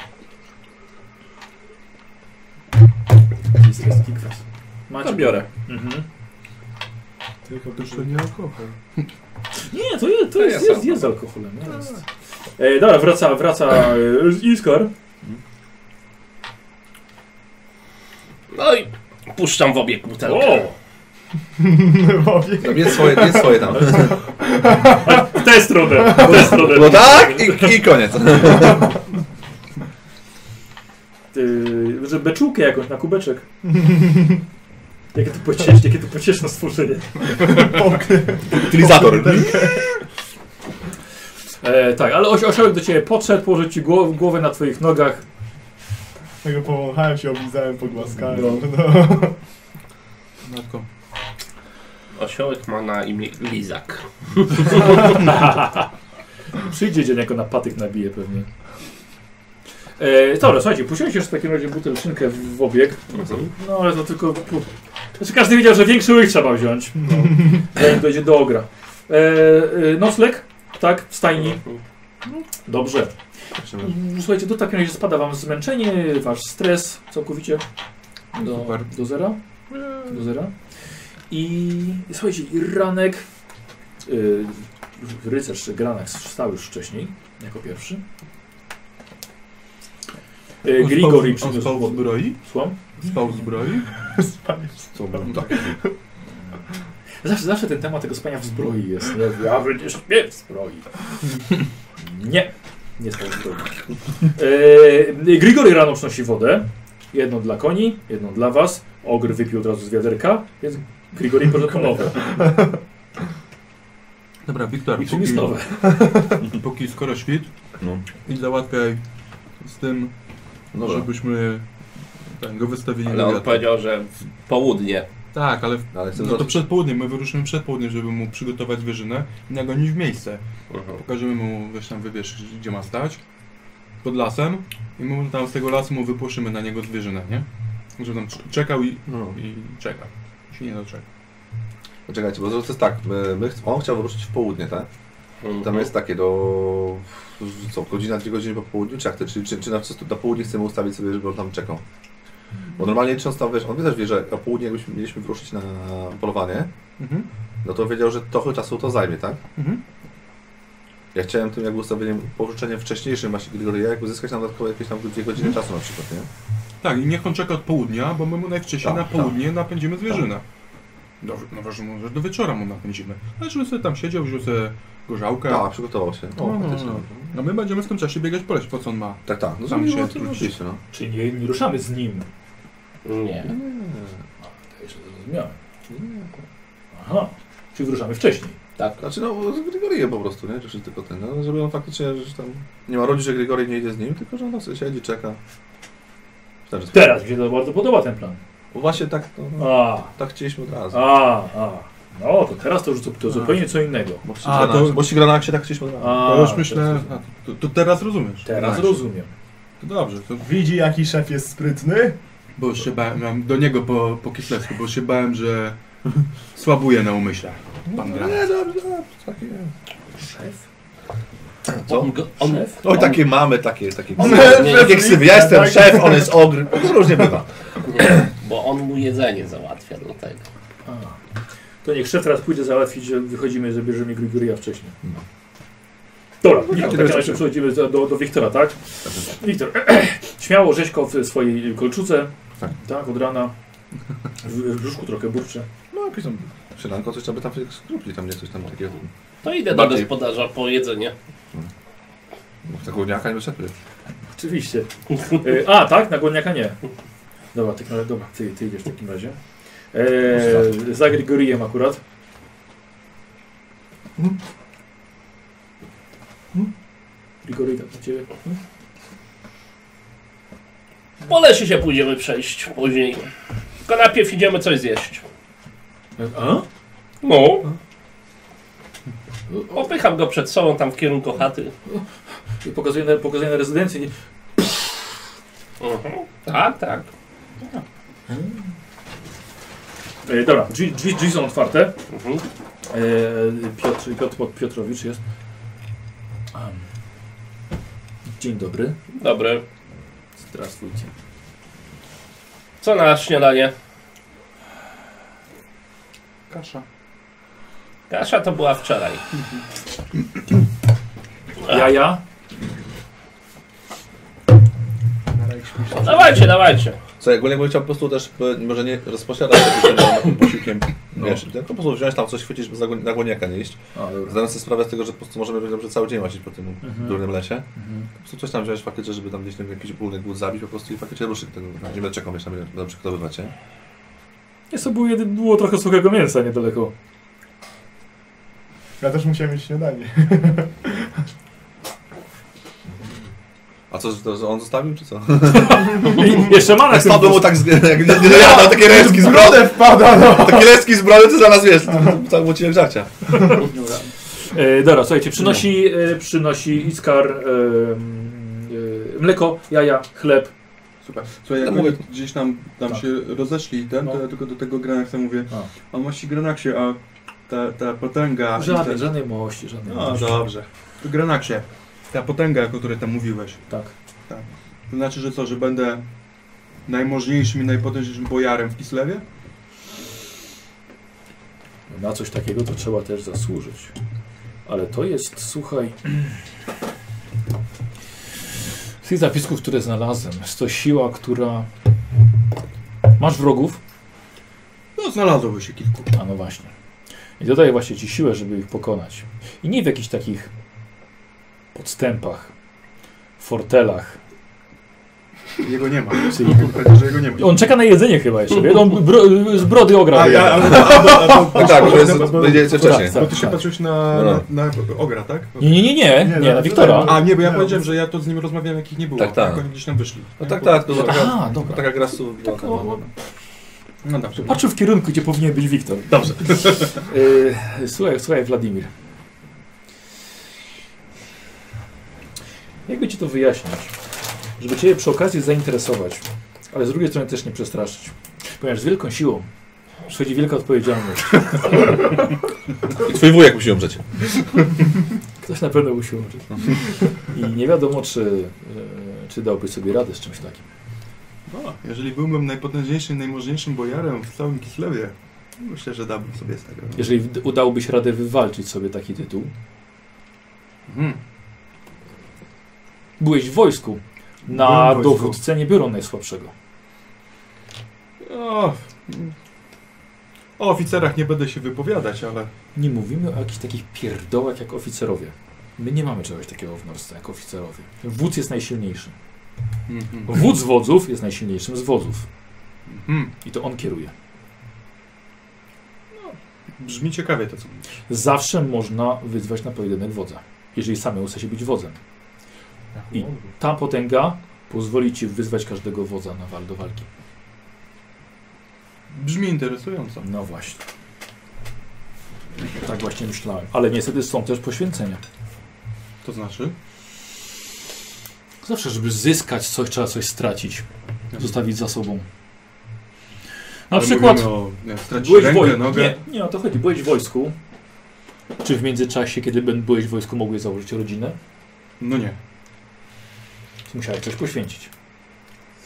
Speaker 1: Jest, jest taki kwas. Macie.
Speaker 6: To biorę.
Speaker 1: Mhm.
Speaker 4: Tylko
Speaker 5: To nie alkohol.
Speaker 1: Nie, to jest, to
Speaker 6: To
Speaker 1: jest,
Speaker 6: jest
Speaker 1: jest, jest z alkoholem. nie Jest. E, dobra, wraca, wraca e, Iskor.
Speaker 6: No i puszczam w obieg
Speaker 2: Tak.
Speaker 6: butelkę.
Speaker 1: O!
Speaker 2: Tam jest No, swoje, jest swoje tam.
Speaker 1: W tę stronę, w tę stronę.
Speaker 2: No tak i, i koniec.
Speaker 1: Yy, że beczułkę jakąś na kubeczek. Jakie to pocieszne, jakie to pocieszne stworzenie.
Speaker 2: Utylizator.
Speaker 1: E, tak, ale osi osiołek do ciebie podszedł, położył ci głow głowę na twoich nogach.
Speaker 4: Tego powąchałem się, oblizałem, pogłaskałem. No.
Speaker 5: Matko.
Speaker 6: Osiołek ma na imię Lizak.
Speaker 1: Przyjdzie dzień, jako na patyk nabije pewnie. E, dobra, słuchajcie, puściłeś jeszcze w takim razie butelczynkę w, w obieg.
Speaker 6: Mhm.
Speaker 1: No ale to tylko... pu- Znaczy każdy wiedział, że większy łyk trzeba wziąć. No. Zanim dojdzie do ogra. E, e, nocleg? Tak, w stajni. Dobrze. Słuchajcie, do takiego razie spada wam zmęczenie, wasz stres całkowicie do,
Speaker 5: Super.
Speaker 1: do zera. Do zera. I słuchajcie, i ranek. y, Yy, rycerz czy granak wstał już wcześniej, jako pierwszy. E,
Speaker 5: On
Speaker 1: Grigori
Speaker 5: spał- On
Speaker 1: przyniósł
Speaker 5: spał
Speaker 1: złoto.
Speaker 5: zbroi?
Speaker 1: Słucham?
Speaker 5: Spał zbroi?
Speaker 2: Co było tak?
Speaker 1: Zawsze, zawsze ten temat tego spania w zbroi jest. nie? Ja przecież nie w zbroi. Nie, nie spał w zbroi. E, Grigory rano przynosi wodę. Jedną dla koni, jedną dla was. Ogr wypił od razu z wiaderka, więc Grigori porządku nowe.
Speaker 5: Dobra, Wiktor,
Speaker 1: I w sumie jest nowe.
Speaker 5: póki skoro świt,
Speaker 2: No.
Speaker 5: idź załatwiaj z tym,
Speaker 2: Dobra.
Speaker 5: żebyśmy ten, go wystawili
Speaker 6: Ale
Speaker 5: na
Speaker 6: on
Speaker 5: wiatr.
Speaker 6: powiedział, że w południe.
Speaker 5: Tak, ale w,
Speaker 2: Ale chcę
Speaker 5: no to
Speaker 2: zacząć...
Speaker 5: przed południem, my wyruszymy przed południem, żeby mu przygotować wyżynę i nagonić w miejsce. Pokażemy mu, wiesz tam, wybierz, gdzie ma stać, pod lasem i mu tam z tego lasu mu wypłoszymy na niego zwierzynę, nie? Żeby tam cz- czekał i,
Speaker 2: No.
Speaker 5: i czeka. Się nie doczeka.
Speaker 2: Czekajcie, bo to jest tak, my, my, chc- on chciał wyruszyć w południe, tak?
Speaker 6: Mhm. No.
Speaker 2: Tam jest takie do... co, godzina, dwie godziny po południu, czy jak to, czy, czy, czy na, na południe chcemy ustawić sobie, żeby on tam czekał? Bo normalnie licząc tam, wiesz, on też wie, że na południe jakbyśmy mieliśmy wyruszyć na polowanie,
Speaker 5: Mhm.
Speaker 2: no to wiedział, że trochę czasu to zajmie, tak?
Speaker 5: Mhm.
Speaker 2: Ja chciałem tym jakby ustawieniem, pożyczeniem wcześniejszym właśnie Grigoria, jak uzyskać nam dodatkowo jakieś tam dwie godziny czasu na przykład, nie?
Speaker 5: Tak, i niech on czeka od południa, bo my mu najwcześniej
Speaker 2: Tak,
Speaker 5: na południe napędzimy zwierzynę. Do, no ważne, może do wieczora mu napędzimy. Ale żeby sobie tam siedział, wziął sobie gorzałkę.
Speaker 2: Tak, przygotował się.
Speaker 5: No,
Speaker 2: O,
Speaker 5: no,
Speaker 2: faktycznie.
Speaker 5: no. no my będziemy w tym czasie biegać po lesie, po co on ma.
Speaker 2: Tak, tak, no
Speaker 5: Tam
Speaker 2: tam
Speaker 5: się
Speaker 2: się
Speaker 5: wróci.
Speaker 2: oczywiście, no.
Speaker 1: Czyli nie, nie ruszamy z nim.
Speaker 6: Nie.
Speaker 1: To jeszcze zrozumiałem. Aha, czyli wyruszamy wcześniej.
Speaker 2: Znaczy no, z Grigoriem po prostu, nie? Czy tylko ten, no, żeby on faktycznie, że tam nie ma rodzic, że Grigory nie idzie z nim, tylko że on tam sobie siedzi, czeka. W ten sposób.
Speaker 1: Teraz mi się to bardzo podoba ten plan.
Speaker 2: Bo właśnie tak, no, no,
Speaker 1: A,
Speaker 2: tak chcieliśmy od razu.
Speaker 1: a, a. No, to teraz to już zu- to zupełnie co innego.
Speaker 2: Bo w
Speaker 5: A,
Speaker 2: Sigrana-
Speaker 5: to-
Speaker 2: Bo w Sigranaxie tak chcieliśmy od razu.
Speaker 1: A,
Speaker 5: To już
Speaker 1: to
Speaker 5: myślę,
Speaker 1: jest-
Speaker 5: a, to, to teraz rozumiesz.
Speaker 1: Teraz
Speaker 5: Znaczy,
Speaker 1: rozumiem.
Speaker 5: To dobrze, to,
Speaker 4: Widzi, jaki szef jest sprytny?
Speaker 5: bo już się bałem, mam do niego po, po kislewsku, bo się bałem, że słabuje na umyśle. Pan
Speaker 2: No,
Speaker 5: gra.
Speaker 2: nie, dobrze, dobrze, tak jest.
Speaker 1: Szef?
Speaker 2: No Co?
Speaker 6: On, go- on,
Speaker 2: Oj, tak. takie mamy, takie, takie
Speaker 4: On-
Speaker 2: ksywy. Takie ksywy. Ja jestem
Speaker 4: Tak.
Speaker 2: szef, on jest ogr. No, różnie bywa.
Speaker 6: Nie, bo on mu jedzenie załatwia do tego.
Speaker 1: A. To niech szef teraz pójdzie załatwić, że wychodzimy, zabierzemy Grigoria wcześniej.
Speaker 2: No.
Speaker 1: Dobra, Michał,
Speaker 2: tak,
Speaker 1: tak
Speaker 2: tak.
Speaker 1: razie przechodzimy do, do, do Wiktora, tak? Wiktor, śmiało rzeźko w swojej kolczuce,
Speaker 2: Tak.
Speaker 1: tak, od rana. W, w brzuszku trochę burczy.
Speaker 2: No, jakieś tam przydanko, coś tam by tam skrupli, tam nie coś tam takiego.
Speaker 6: To idę do
Speaker 2: Bardziej.
Speaker 6: gospodarza po jedzenie.
Speaker 2: No, w taką dniaka nie wyszedł.
Speaker 1: Oczywiście. E, a, tak? Na głodniaka nie. Dobra, ty, no, dobra, ty, ty idziesz w takim razie. E, za Grigorijem akurat. Grigori, tak do ciebie.
Speaker 6: Po lesie się pójdziemy przejść później. Tylko najpierw idziemy coś zjeść.
Speaker 1: E, A?
Speaker 6: No. Popycham go przed sobą tam w kierunku chaty.
Speaker 1: I pokazuje na, pokazuje na rezydencję. Nie?
Speaker 3: Mhm.
Speaker 6: Tak, tak.
Speaker 1: E, dobra, drzwi, drzwi, drzwi są otwarte.
Speaker 6: Mhm.
Speaker 1: E, Piotr, Piotr, Piotrowicz jest. Am. Dzień dobry.
Speaker 6: Dobry.
Speaker 1: Strasujcie.
Speaker 6: Co na śniadanie?
Speaker 5: Kasza.
Speaker 6: Kasza to była wczoraj.
Speaker 1: Jaja.
Speaker 6: Dawajcie, dawajcie.
Speaker 2: Co, jak ogólnie bym chciał po prostu też, e, może nie rozposiadać jakimś tam takim posiłkiem, wiesz, tylko po prostu wziąć tam coś, chwycić, żeby za gó- na głoniaka nie iść.
Speaker 1: A, dobra.
Speaker 2: Zdając sobie sprawę z tego, że po prostu możemy dobrze cały dzień łazić po tym
Speaker 1: Mhm.
Speaker 2: durnym lesie.
Speaker 1: Mhm.
Speaker 2: Po prostu coś tam wziąć faktycznie, żeby tam gdzieś tam jakiś bólny głód zabić po prostu i faktycznie ruszyć tego. Nie będę czekał, wiesz, tam będę przygotowywać, nie?
Speaker 1: Jest to było, jedy- było trochę suchego mięsa niedaleko.
Speaker 4: Ja też musiałem mieć śniadanie.
Speaker 2: A co, to, że on zostawił, czy co?
Speaker 1: I jeszcze ma na
Speaker 2: Tak
Speaker 1: tym
Speaker 2: spadło mu tak, z, jak nie, nie, jadał, takie reszki z brody,
Speaker 4: wpada, no!
Speaker 2: takie reszki z brody, to zaraz wiesz, cały błociłem żarcia.
Speaker 1: E, dobra, słuchajcie, przynosi, e, przynosi Iskar e, e, mleko, jaja, chleb.
Speaker 5: Super. Słuchaj, jak
Speaker 2: No
Speaker 5: my
Speaker 2: mówię-
Speaker 5: gdzieś tam, tam
Speaker 1: Tak.
Speaker 5: się rozeszli i ten,
Speaker 1: No.
Speaker 5: to ja tylko do tego Granaksa mówię. On mości Granaksie, a ta, ta potęga...
Speaker 1: Żadnej,
Speaker 5: i
Speaker 1: żadnej mości, żadnej
Speaker 5: No
Speaker 1: mości.
Speaker 5: dobrze. To Granaksie, ta potęga, o której tam mówiłeś,
Speaker 1: Tak.
Speaker 5: to znaczy, że co, że będę najmożniejszym i najpotężniejszym bojarem w Kislewie?
Speaker 1: Na coś takiego to trzeba też zasłużyć. Ale to jest, słuchaj. Z tych zapisków, które znalazłem, jest to siła, która... Masz wrogów?
Speaker 5: No, znalazłoby się kilku.
Speaker 1: A no właśnie. I dodaję właśnie ci siłę, żeby ich pokonać. I nie w jakichś takich podstępach, fortelach.
Speaker 5: Jego nie ma.
Speaker 1: Czyli-
Speaker 5: Konkretnie, że jego nie ma.
Speaker 1: On czeka na jedzenie chyba jeszcze, wie? On bro, z brody ogra.
Speaker 5: A, ja,
Speaker 1: wyjada.
Speaker 5: ale, ale, ale,
Speaker 2: Tak, bo jest,
Speaker 5: bo- bo-
Speaker 2: będziecie wcześniej.
Speaker 1: tak,
Speaker 5: bo ty się
Speaker 1: tak.
Speaker 5: patrzyłeś na, na, na Ogra, tak?
Speaker 1: Nie, nie, nie, nie,
Speaker 2: no,
Speaker 1: nie, na Wiktora.
Speaker 5: A nie, bo ja
Speaker 4: no, Nie, no,
Speaker 5: powiedziałem, że ja to z nim rozmawiałem, jakich nie było.
Speaker 2: Tak, tak.
Speaker 5: Jak oni gdzieś tam wyszli.
Speaker 2: No tak, tak, to taka,
Speaker 1: Aha, Tak, dobra.
Speaker 2: taka gra su...
Speaker 5: No dobrze.
Speaker 1: Patrzył w kierunku, gdzie powinien być Wiktor.
Speaker 5: Dobrze.
Speaker 1: Y, słuchaj, słuchaj, Wladimir. Jakby ci to wyjaśnić, żeby cię przy okazji zainteresować, ale z drugiej strony też nie przestraszyć. Ponieważ z wielką siłą przychodzi wielka odpowiedzialność.
Speaker 2: I twój wujek musi umrzeć.
Speaker 1: Ktoś na pewno musi umrzeć. I nie wiadomo, czy, e, czy dałby sobie radę z czymś takim.
Speaker 5: No, jeżeli byłbym najpotężniejszym, najmożniejszym bojarem w całym Kislewie, myślę, że dałbym sobie z tego.
Speaker 1: Jeżeli wd- udałoby się radę wywalczyć sobie taki tytuł,
Speaker 5: Mhm.
Speaker 1: byłeś w wojsku.
Speaker 5: Byłem
Speaker 1: Na
Speaker 5: w wojsku.
Speaker 1: dowódcę nie biorą najsłabszego.
Speaker 5: O, o oficerach nie będę się wypowiadać, ale
Speaker 1: Nie mówimy o jakichś takich pierdołach jak oficerowie. My nie mamy czegoś takiego w Norce jak oficerowie. Wódz jest najsilniejszy. Wódz wodzów jest najsilniejszym z wodzów.
Speaker 5: Mhm.
Speaker 1: I to on kieruje.
Speaker 5: brzmi ciekawie to, co mówisz.
Speaker 1: Zawsze można wyzwać na pojedynek wodza, jeżeli samemu chce się być wodzem. I ta potęga pozwoli ci wyzwać każdego wodza na wal do walki.
Speaker 5: Brzmi interesująco.
Speaker 1: No właśnie. Tak właśnie myślałem. Ale niestety są też poświęcenia.
Speaker 5: To znaczy?
Speaker 1: Zawsze, żeby zyskać coś, trzeba coś stracić. Zostawić za sobą. Na
Speaker 5: Ale
Speaker 1: przykład...
Speaker 5: mówimy O, nie, stracić
Speaker 1: Byłeś
Speaker 5: rękę,
Speaker 1: woj...
Speaker 5: nogę.
Speaker 1: nie, nie o to chodzi. Byłeś w wojsku. Czy w międzyczasie, kiedy ben- byłeś w wojsku, mogłeś założyć rodzinę?
Speaker 5: No nie,
Speaker 1: To musiałeś coś poświęcić.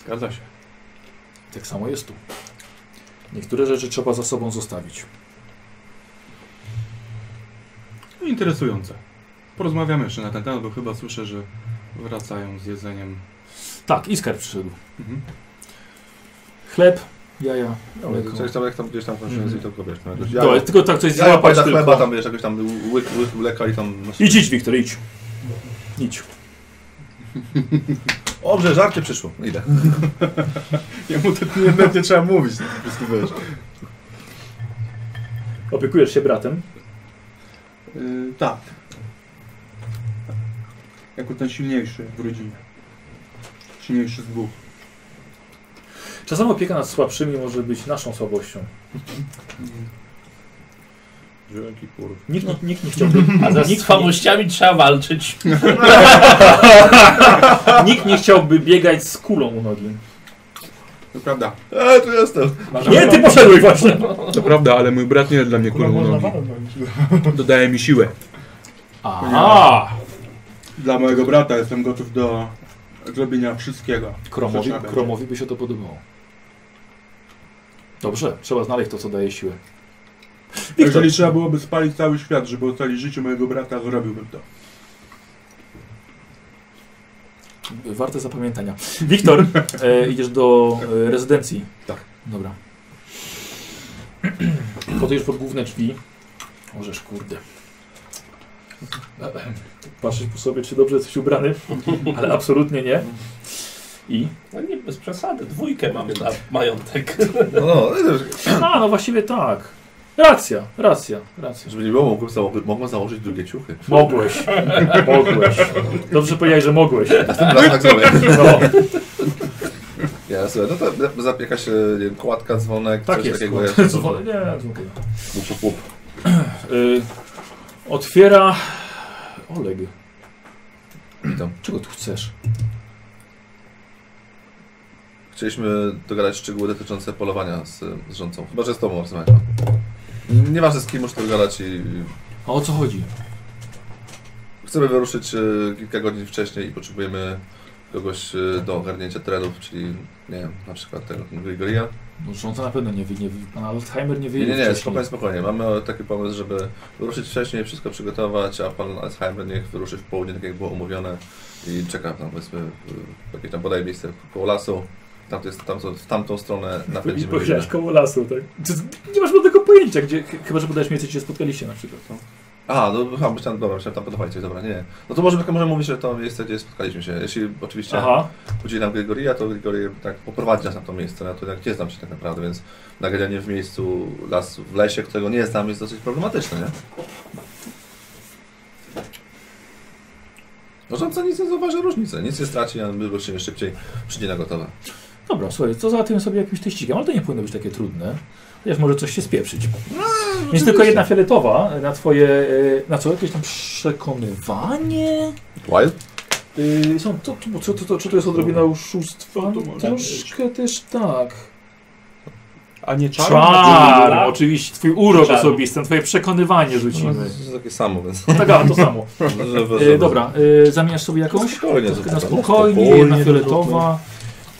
Speaker 5: zgadza się.
Speaker 1: Tak samo jest tu. Niektóre rzeczy trzeba za sobą zostawić.
Speaker 5: No, Interesujące. Porozmawiamy jeszcze na ten temat, bo chyba słyszę, że wracają z jedzeniem.
Speaker 1: Tak, Iskar przyszedł.
Speaker 5: Mhm.
Speaker 1: Chleb, jaja,
Speaker 2: No,
Speaker 1: mleko.
Speaker 2: coś tam, jak tam gdzieś tam
Speaker 1: Mhm.
Speaker 2: kończyłem z tą kobietą. jakoś-
Speaker 1: To, ale tylko tak coś
Speaker 2: Ja
Speaker 1: złapać
Speaker 2: pada
Speaker 1: tylko.
Speaker 2: chleba, tam wiesz, jakoś tam łyk, łyk mleka i tam...
Speaker 1: Idź, idź, Wiktor, idź. Idź.
Speaker 2: Dobrze, żarcie przyszło. Idę.
Speaker 5: Jemu to
Speaker 4: Nie, nawet nie trzeba mówić, po prostu wiesz.
Speaker 1: Opiekujesz się bratem.
Speaker 5: Yy, tak. Jako ten silniejszy w rodzinie. Silniejszy z dwóch.
Speaker 1: Czasem opieka nad słabszymi może być naszą słabością.
Speaker 2: Dzięki, kurwa.
Speaker 1: Nikt, nikt, nikt nie chciałby...
Speaker 3: A ze
Speaker 1: nikt,
Speaker 3: słabościami trzeba walczyć.
Speaker 1: nikt nie chciałby biegać z kulą u nogi.
Speaker 5: To prawda.
Speaker 2: A, E, tu jestem.
Speaker 1: Nie, ty poszedłeś właśnie!
Speaker 5: To prawda, ale mój brat nie jest dla mnie
Speaker 4: Kurwa,
Speaker 5: kulą u
Speaker 4: można
Speaker 5: nogi.
Speaker 4: walnąć.
Speaker 5: Dodaje mi siłę.
Speaker 1: Aha!
Speaker 5: Dla mojego brata jestem gotów do zrobienia wszystkiego.
Speaker 1: Kromowi,
Speaker 5: Zaczynamy.
Speaker 1: Kromowi by się to podobało. Dobrze, trzeba znaleźć to, co daje siłę. Wiktor,
Speaker 5: Jeżeli trzeba byłoby spalić cały świat, żeby ocalić życie mojego brata, zrobiłbym to.
Speaker 1: warte zapamiętania. Wiktor, e, idziesz do e, rezydencji.
Speaker 2: Tak.
Speaker 1: Dobra. Podejdziesz pod główne drzwi. Możesz, kurde. Patrzysz po sobie, czy dobrze jesteś ubrany, ale absolutnie nie. I?
Speaker 3: No nie, bez przesady, dwójkę mamy na majątek.
Speaker 2: No, no,
Speaker 1: A, no właściwie tak. Racja, racja, racja.
Speaker 2: żeby nie było, mogłem, zało- mogłem założyć drugie ciuchy.
Speaker 1: Mogłeś. Mogłeś. Dobrze powiedziałeś, że mogłeś.
Speaker 2: Ten raz tak zrobię.
Speaker 1: No.
Speaker 2: Ja sobie, no to zapieka się nie wiem, kładka, dzwonek,
Speaker 1: Tak
Speaker 2: coś
Speaker 1: jest.
Speaker 2: takiego.
Speaker 1: kurwa.
Speaker 2: jeszcze.
Speaker 1: Dzwon- nie, dzwonka.
Speaker 2: Pup, pup, pup.
Speaker 1: Y, otwiera. Oleg,
Speaker 2: Witam.
Speaker 1: czego tu chcesz?
Speaker 2: Chcieliśmy dogadać szczegóły dotyczące polowania z, z rządcą. Chyba, że z tobą rozmawiam. Nieważne z kim muszę to dogadać i
Speaker 1: A o co chodzi?
Speaker 2: chcemy wyruszyć e, kilka godzin wcześniej i potrzebujemy kogoś
Speaker 1: Tak.
Speaker 2: y, do ogarnięcia terenów, czyli nie wiem, na przykład tego Grigoria.
Speaker 1: No, że on to na pewno nie wie, nie, wie- pan Alzheimer nie wie.
Speaker 2: Nie, nie, nie,
Speaker 1: wcześniej.
Speaker 2: spokojnie, spokojnie. Mamy taki pomysł, żeby ruszyć wcześniej, wszystko przygotować, a pan Alzheimer niech wyruszy w południe, tak jak było umówione i czeka tam, powiedzmy, y, jakieś tam bodaj miejsce koło lasu. Tam, jest, tam, są- w tamtą stronę
Speaker 1: I
Speaker 2: napędzimy
Speaker 1: powiedziałeś
Speaker 2: godzinę.
Speaker 1: koło lasu, tak? Ty- Nie masz żadnego pojęcia, gdzie, ch- chyba że podajesz mi, co się spotkaliście na przykład. No.
Speaker 2: A, no chyba myślałem, dobra, myślałem tam podobać coś, dobra, nie. No to może, możemy mówić, że to miejsce, gdzie spotkaliśmy się. Jeśli oczywiście
Speaker 1: Aha,
Speaker 2: udzieli nam Gregoria, to Gregory tak poprowadzi nas na to miejsce, ja to tak nie znam się tak naprawdę, więc nagranie w miejscu, las w lesie, którego nie znam, jest dosyć problematyczne, nie? Rządca nic nie zauważy różnicy, nic nie straci, a my ruszymy szybciej, przyjdzie na gotowe.
Speaker 1: dobra, słuchaj, co załatwiłem sobie jakimś teścikiem, ale to nie powinno być takie trudne. Chociaż może coś się spieprzyć. Jest tylko jedna fioletowa na twoje, e, na co, jakieś tam przekonywanie?
Speaker 2: Wild?
Speaker 1: Yy, są, to, to, co- to, to, czy to jest odrobina oszustwa?
Speaker 5: To może
Speaker 1: Troszkę też tak.
Speaker 5: A nie czar?
Speaker 1: Czar, oczywiście, twój urok
Speaker 3: Czar.
Speaker 1: osobisty, na twoje przekonywanie
Speaker 2: No,
Speaker 1: rzucimy.
Speaker 2: to jest takie samo, więc... No,
Speaker 1: Tak, a, to samo.
Speaker 2: żeby-
Speaker 1: E, dobra, e, zamieniasz sobie
Speaker 2: żeby-
Speaker 1: jakąś?
Speaker 2: Spokojnie,
Speaker 1: Taka na
Speaker 2: zupełnie.
Speaker 1: spokojnie, jedna fioletowa.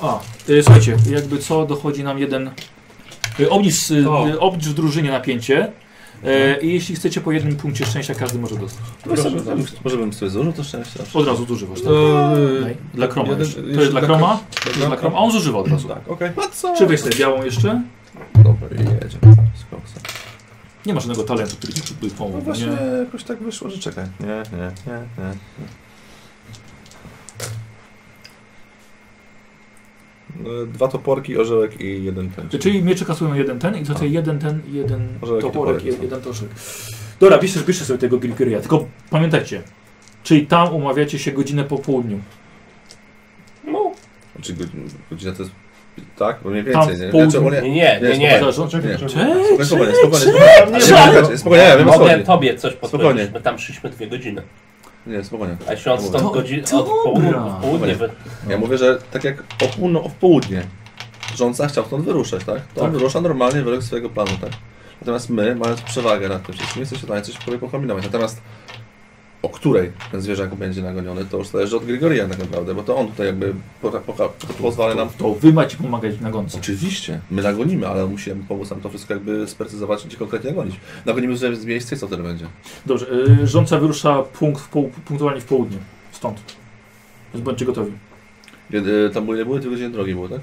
Speaker 1: A, e, słuchajcie, jakby co, dochodzi nam jeden e, obniż, e,
Speaker 5: O.
Speaker 1: e, obniż w drużynie napięcie. E, I jeśli chcecie po jednym punkcie szczęścia, każdy może dostać.
Speaker 2: Weź sobie- Może bym sobie zużył to szczęście?
Speaker 1: Od razu zużywasz. Tak?
Speaker 5: To,
Speaker 1: Daj. Dla kroma
Speaker 5: jeden-
Speaker 1: jeszcze. To
Speaker 5: jeszcze
Speaker 1: jest dla
Speaker 5: dla
Speaker 1: kroma,
Speaker 5: kroma.
Speaker 1: to jest dla kroma, a on zużywa od razu.
Speaker 5: Tak, okej.
Speaker 1: Czy weź sobie białą jeszcze?
Speaker 2: Dobra, jedziemy. Spokojnie.
Speaker 1: Nie ma żadnego talentu, który ci by
Speaker 2: No
Speaker 1: pomógł.
Speaker 2: właśnie
Speaker 1: nie?
Speaker 2: jakoś tak wyszło, że czekaj. Nie, nie, nie, nie. No, Dwa toporki, orzełek i jeden ten.
Speaker 1: Czyli miecze kasują jeden ten i to
Speaker 2: A.
Speaker 1: jeden ten, jeden
Speaker 2: Może taki
Speaker 1: toporek,
Speaker 2: toporek,
Speaker 1: je-
Speaker 2: co?
Speaker 1: jeden toszek. Dobra, piszesz, piszesz sobie tego Gilkyria, tylko pamiętajcie, czyli tam umawiacie się godzinę po południu.
Speaker 3: No,
Speaker 2: Znaczy godzi- godzina to jest... Tak? Bo mniej
Speaker 1: Tam
Speaker 2: więcej, nie?
Speaker 1: południe.
Speaker 2: Znaczy, bo nie...
Speaker 3: nie, nie, nie.
Speaker 1: Zależy od-
Speaker 2: Nie.
Speaker 1: Czekaj,
Speaker 2: Spokojnie,
Speaker 1: czekaj,
Speaker 2: spokojnie,
Speaker 1: czekaj.
Speaker 2: spokojnie.
Speaker 1: czekaj.
Speaker 2: Nie, Spokojnie, ja wiem o co
Speaker 3: Mogę
Speaker 2: chodzi.
Speaker 3: tobie coś podpowiedzieć.
Speaker 2: Spokojnie.
Speaker 3: My tam szliśmy dwie godziny.
Speaker 2: Nie, spokojnie.
Speaker 3: A się od
Speaker 1: To-
Speaker 3: stąd godzin, od południa,
Speaker 1: dobra.
Speaker 3: w południe wy...
Speaker 2: Ja mówię, że tak jak o, pół, no, o południe rządca chciał stąd wyruszać, tak? To on wyrusza normalnie według swojego planu, tak? Natomiast my, mając przewagę nad tym wszystkim, jesteśmy w stanie coś próbuje pokombinować. Natomiast o której ten zwierzak będzie nagoniony, to już zależy od Grigoria tak naprawdę, bo to on tutaj jakby po, po, po, pozwala nam...
Speaker 1: To wy macie pomagać na gonce.
Speaker 2: Oczywiście, my nagonimy, ale musimy pomóc nam to wszystko jakby sprecyzować, gdzie konkretnie nagonić. Nagonimy z z miejsca i co wtedy będzie?
Speaker 1: Dobrze, y, rządca wyrusza punkt w poł- punktualnie w południe, stąd. Więc bądźcie gotowi.
Speaker 2: Kiedy tam były, były dwie godziny drogi było, tak?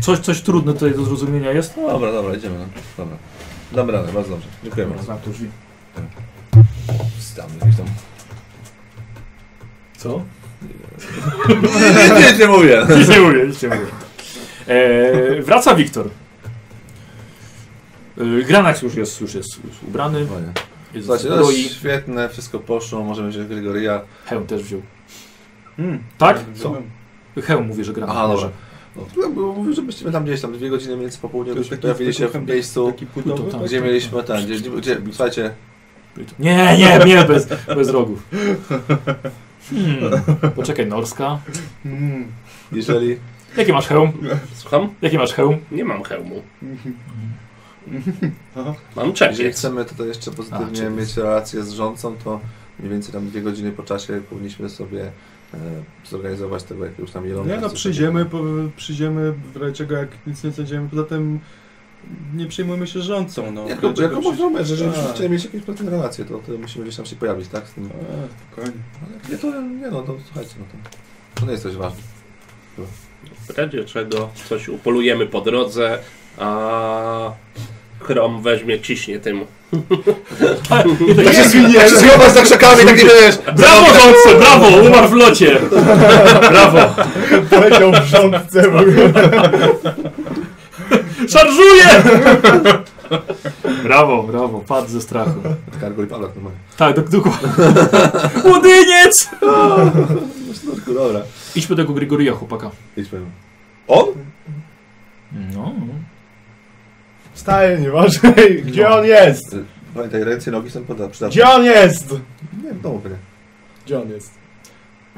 Speaker 1: Coś, coś trudne tutaj do zrozumienia jest?
Speaker 2: No dobra, dobra, idziemy, no. dobra. Dam radę, bardzo dobrze, dziękuję bardzo.
Speaker 1: Znam to drzwi.
Speaker 2: Tam jakiś tam
Speaker 1: Co?
Speaker 2: Nie, nie, nie mówię.
Speaker 1: Nic nie mówię, nic nie mówię. E, wraca Wiktor. E, Granax już jest, już jest, już ubrany. Jest
Speaker 2: Słuchajcie,
Speaker 1: w
Speaker 2: to
Speaker 1: zbroi.
Speaker 2: jest świetne, wszystko poszło, możemy wziąć Gregoria.
Speaker 1: Hełm też wziął.
Speaker 5: Mm.
Speaker 1: Tak?
Speaker 5: Co?
Speaker 1: Hełm mówi, że Granax.
Speaker 2: Aha,
Speaker 1: może.
Speaker 2: dobra. No, bo mówił, że byliśmy tam gdzieś, tam dwie godziny między popołudniem,
Speaker 5: To jest
Speaker 2: byśmy
Speaker 5: taki
Speaker 2: pojawili się w
Speaker 5: taki-
Speaker 2: miejscu,
Speaker 5: Taki płytowy? tak.
Speaker 1: tam.
Speaker 2: gdzie mieliśmy ten, gdzie, gdzie, gdzie słuchajcie,
Speaker 1: Nie, nie, nie, bez, bez rogów. Hmm. Poczekaj, Norska.
Speaker 5: Mm.
Speaker 2: jeżeli...
Speaker 1: Jaki masz hełm?
Speaker 3: Słucham?
Speaker 1: Jaki masz hełm?
Speaker 3: Nie mam hełmu.
Speaker 5: Aha.
Speaker 3: Mam
Speaker 5: tak
Speaker 2: Jeżeli
Speaker 3: czepiec.
Speaker 2: chcemy tutaj jeszcze
Speaker 1: A,
Speaker 2: pozytywnie
Speaker 1: czyli-
Speaker 2: mieć relację z rządcą, to mniej więcej tam dwie godziny po czasie powinniśmy sobie e, zorganizować tego jakiegoś tam jelonka.
Speaker 5: Nie no,
Speaker 2: coś
Speaker 5: przyjdziemy, po, przyjdziemy w razie czego jak nic nie znajdziemy, poza tym nie przejmujmy się rządcą, no.
Speaker 2: takiego. Jako, jako
Speaker 5: Dlatego
Speaker 2: możemy, że żebyśmy
Speaker 5: Tak.
Speaker 2: chcieli mieć jakieś pozytywne relacje, to, to musimy gdzieś tam się pojawić, tak? Z tym.
Speaker 5: przy- A, spokojnie.
Speaker 2: Ale Nie, to, nie no, to słuchajcie, no to, to nie jest coś ważne.
Speaker 3: W razie czego coś upolujemy po drodze, a Chrom weźmie, ciśnie tym.
Speaker 2: Tak się zwiniesz, zgrywasz za krzakami, tak nie wiesz.
Speaker 1: Brawo, rządce, brawo, umarł w locie. Brawo.
Speaker 4: Powiedział w rządce,
Speaker 1: Szarżuję! Brawo, brawo, padł ze strachu.
Speaker 2: Kargo i no Pawlak normalnie.
Speaker 1: Tak, dok- dokładnie. Budyniec!
Speaker 2: No sznurku, dobra.
Speaker 1: Idźmy do tego Grigoria, chłopaka.
Speaker 2: Idźmy. On?
Speaker 1: No.
Speaker 4: Wstaje, nieważne. Gdzie
Speaker 1: No.
Speaker 4: on jest?
Speaker 2: Pamiętaj, ręce i nogi są poda- przydatne.
Speaker 4: Gdzie on jest?
Speaker 2: Nie, w domu pewnie.
Speaker 4: Gdzie on jest?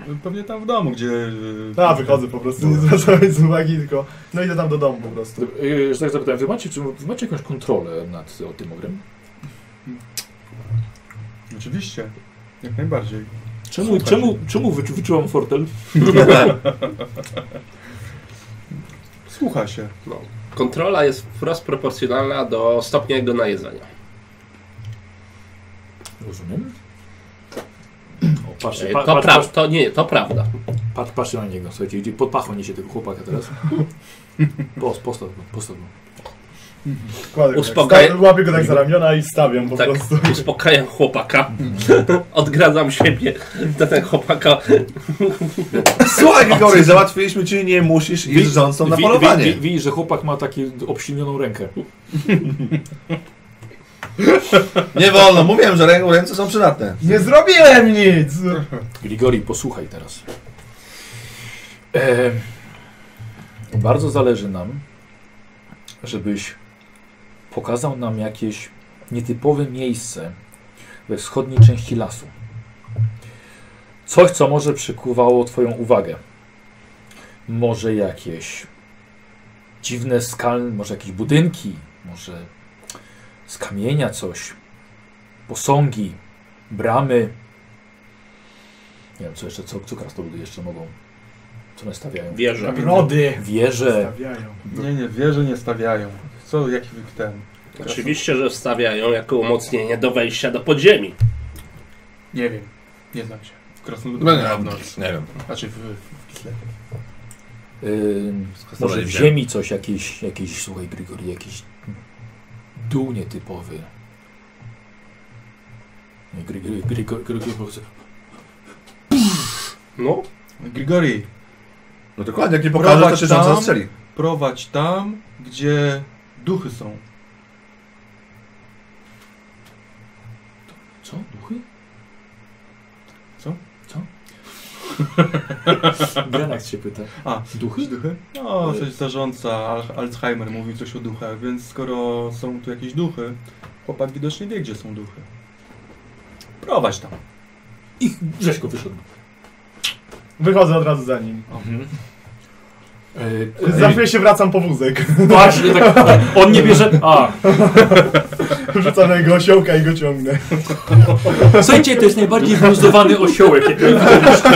Speaker 5: No, Pewnie tam w domu, gdzie... y,
Speaker 4: A, wychodzę po prostu, nie zwracając uwagi, tylko... No idę tam do domu po prostu.
Speaker 1: Yy, że tak zapytałem, wy macie, czy wy macie jakąś kontrolę nad o tym ogrem?
Speaker 5: Oczywiście, jak najbardziej.
Speaker 1: Czemu, czemu, czemu wyczu- wyczułam fortel?
Speaker 5: Słucha się.
Speaker 6: Kontrola jest wprost proporcjonalna do stopnia jego najedzenia.
Speaker 1: Rozumiem. O, patrz,
Speaker 6: E,
Speaker 1: pa,
Speaker 6: To,
Speaker 1: patrz,
Speaker 6: pra,
Speaker 1: patrz,
Speaker 6: to nie, to prawda.
Speaker 1: patrz, patrz na niego, słuchajcie, idzie pod pachą niesie tego chłopaka teraz. Post, postaw go, postaw go.
Speaker 4: Kładę go
Speaker 6: Uspokaj-
Speaker 4: Tak, sta- łapię go tak za ramiona i stawiam po
Speaker 6: Tak,
Speaker 4: prostu.
Speaker 6: uspokajam chłopaka. Odgradzam siebie. Ten chłopaka
Speaker 2: Słuchaj, Gory, załatwiliśmy ci, nie musisz iść z rządzą na
Speaker 1: Wi-
Speaker 2: polowanie.
Speaker 1: wi- wi- Widzisz, że chłopak ma taką obsilnioną rękę.
Speaker 2: Nie wolno, mówiłem, że rę- ręce są przydatne.
Speaker 4: Nie zrobiłem nic!
Speaker 1: Grigori, posłuchaj teraz. E, bardzo zależy nam, żebyś pokazał nam jakieś nietypowe miejsce we wschodniej części lasu. Coś, co może przykuwało Twoją uwagę. Może jakieś dziwne skalne, może jakieś budynki, może z kamienia coś, posągi, bramy. Nie wiem, co jeszcze, co, co krasnoludy jeszcze mogą, co one stawiają.
Speaker 6: wierzę.
Speaker 4: Brody!
Speaker 1: Wieże,
Speaker 4: Stawiają.
Speaker 5: Nie, nie, wieże nie stawiają. Co, jaki ten?
Speaker 6: Oczywiście, że wstawiają jako umocnienie do wejścia do podziemi.
Speaker 5: Nie wiem. Nie znam się. W Krasnoludzie.
Speaker 2: No nie, nie wiem.
Speaker 5: Znaczy w, w Kislewie.
Speaker 1: yy, może w ziemi coś, jakieś, jakieś słuchaj Grigori, jakiś dół nietypowy. Grigori, Grigori, Grigori,
Speaker 6: No,
Speaker 5: Grigori,
Speaker 2: No dokładnie, jak nie pokażę, to
Speaker 5: Prowadź
Speaker 2: cię rządza
Speaker 5: tam.
Speaker 2: zastrzeli.
Speaker 5: prowadź tam, gdzie duchy są.
Speaker 1: co? Duchy?
Speaker 5: Co?
Speaker 1: Co? Branak się pyta.
Speaker 5: A,
Speaker 1: duchy?
Speaker 5: duchy? No, coś zarządca Al- Alzheimer mówił coś o duchach, więc skoro są tu jakieś duchy, chłopak widocznie wie, gdzie są duchy. Prowadź tam.
Speaker 1: I Grześko wyszedł.
Speaker 4: Wychodzę od razu za nim.
Speaker 1: Yy,
Speaker 4: Mhm. Za chwilę się wracam po wózek.
Speaker 1: Właśnie, tak, on nie bierze... A,
Speaker 4: Rzucam na jego osiołka i go ciągnę.
Speaker 1: słuchajcie, to jest najbardziej wyluzowany osiołek, jaki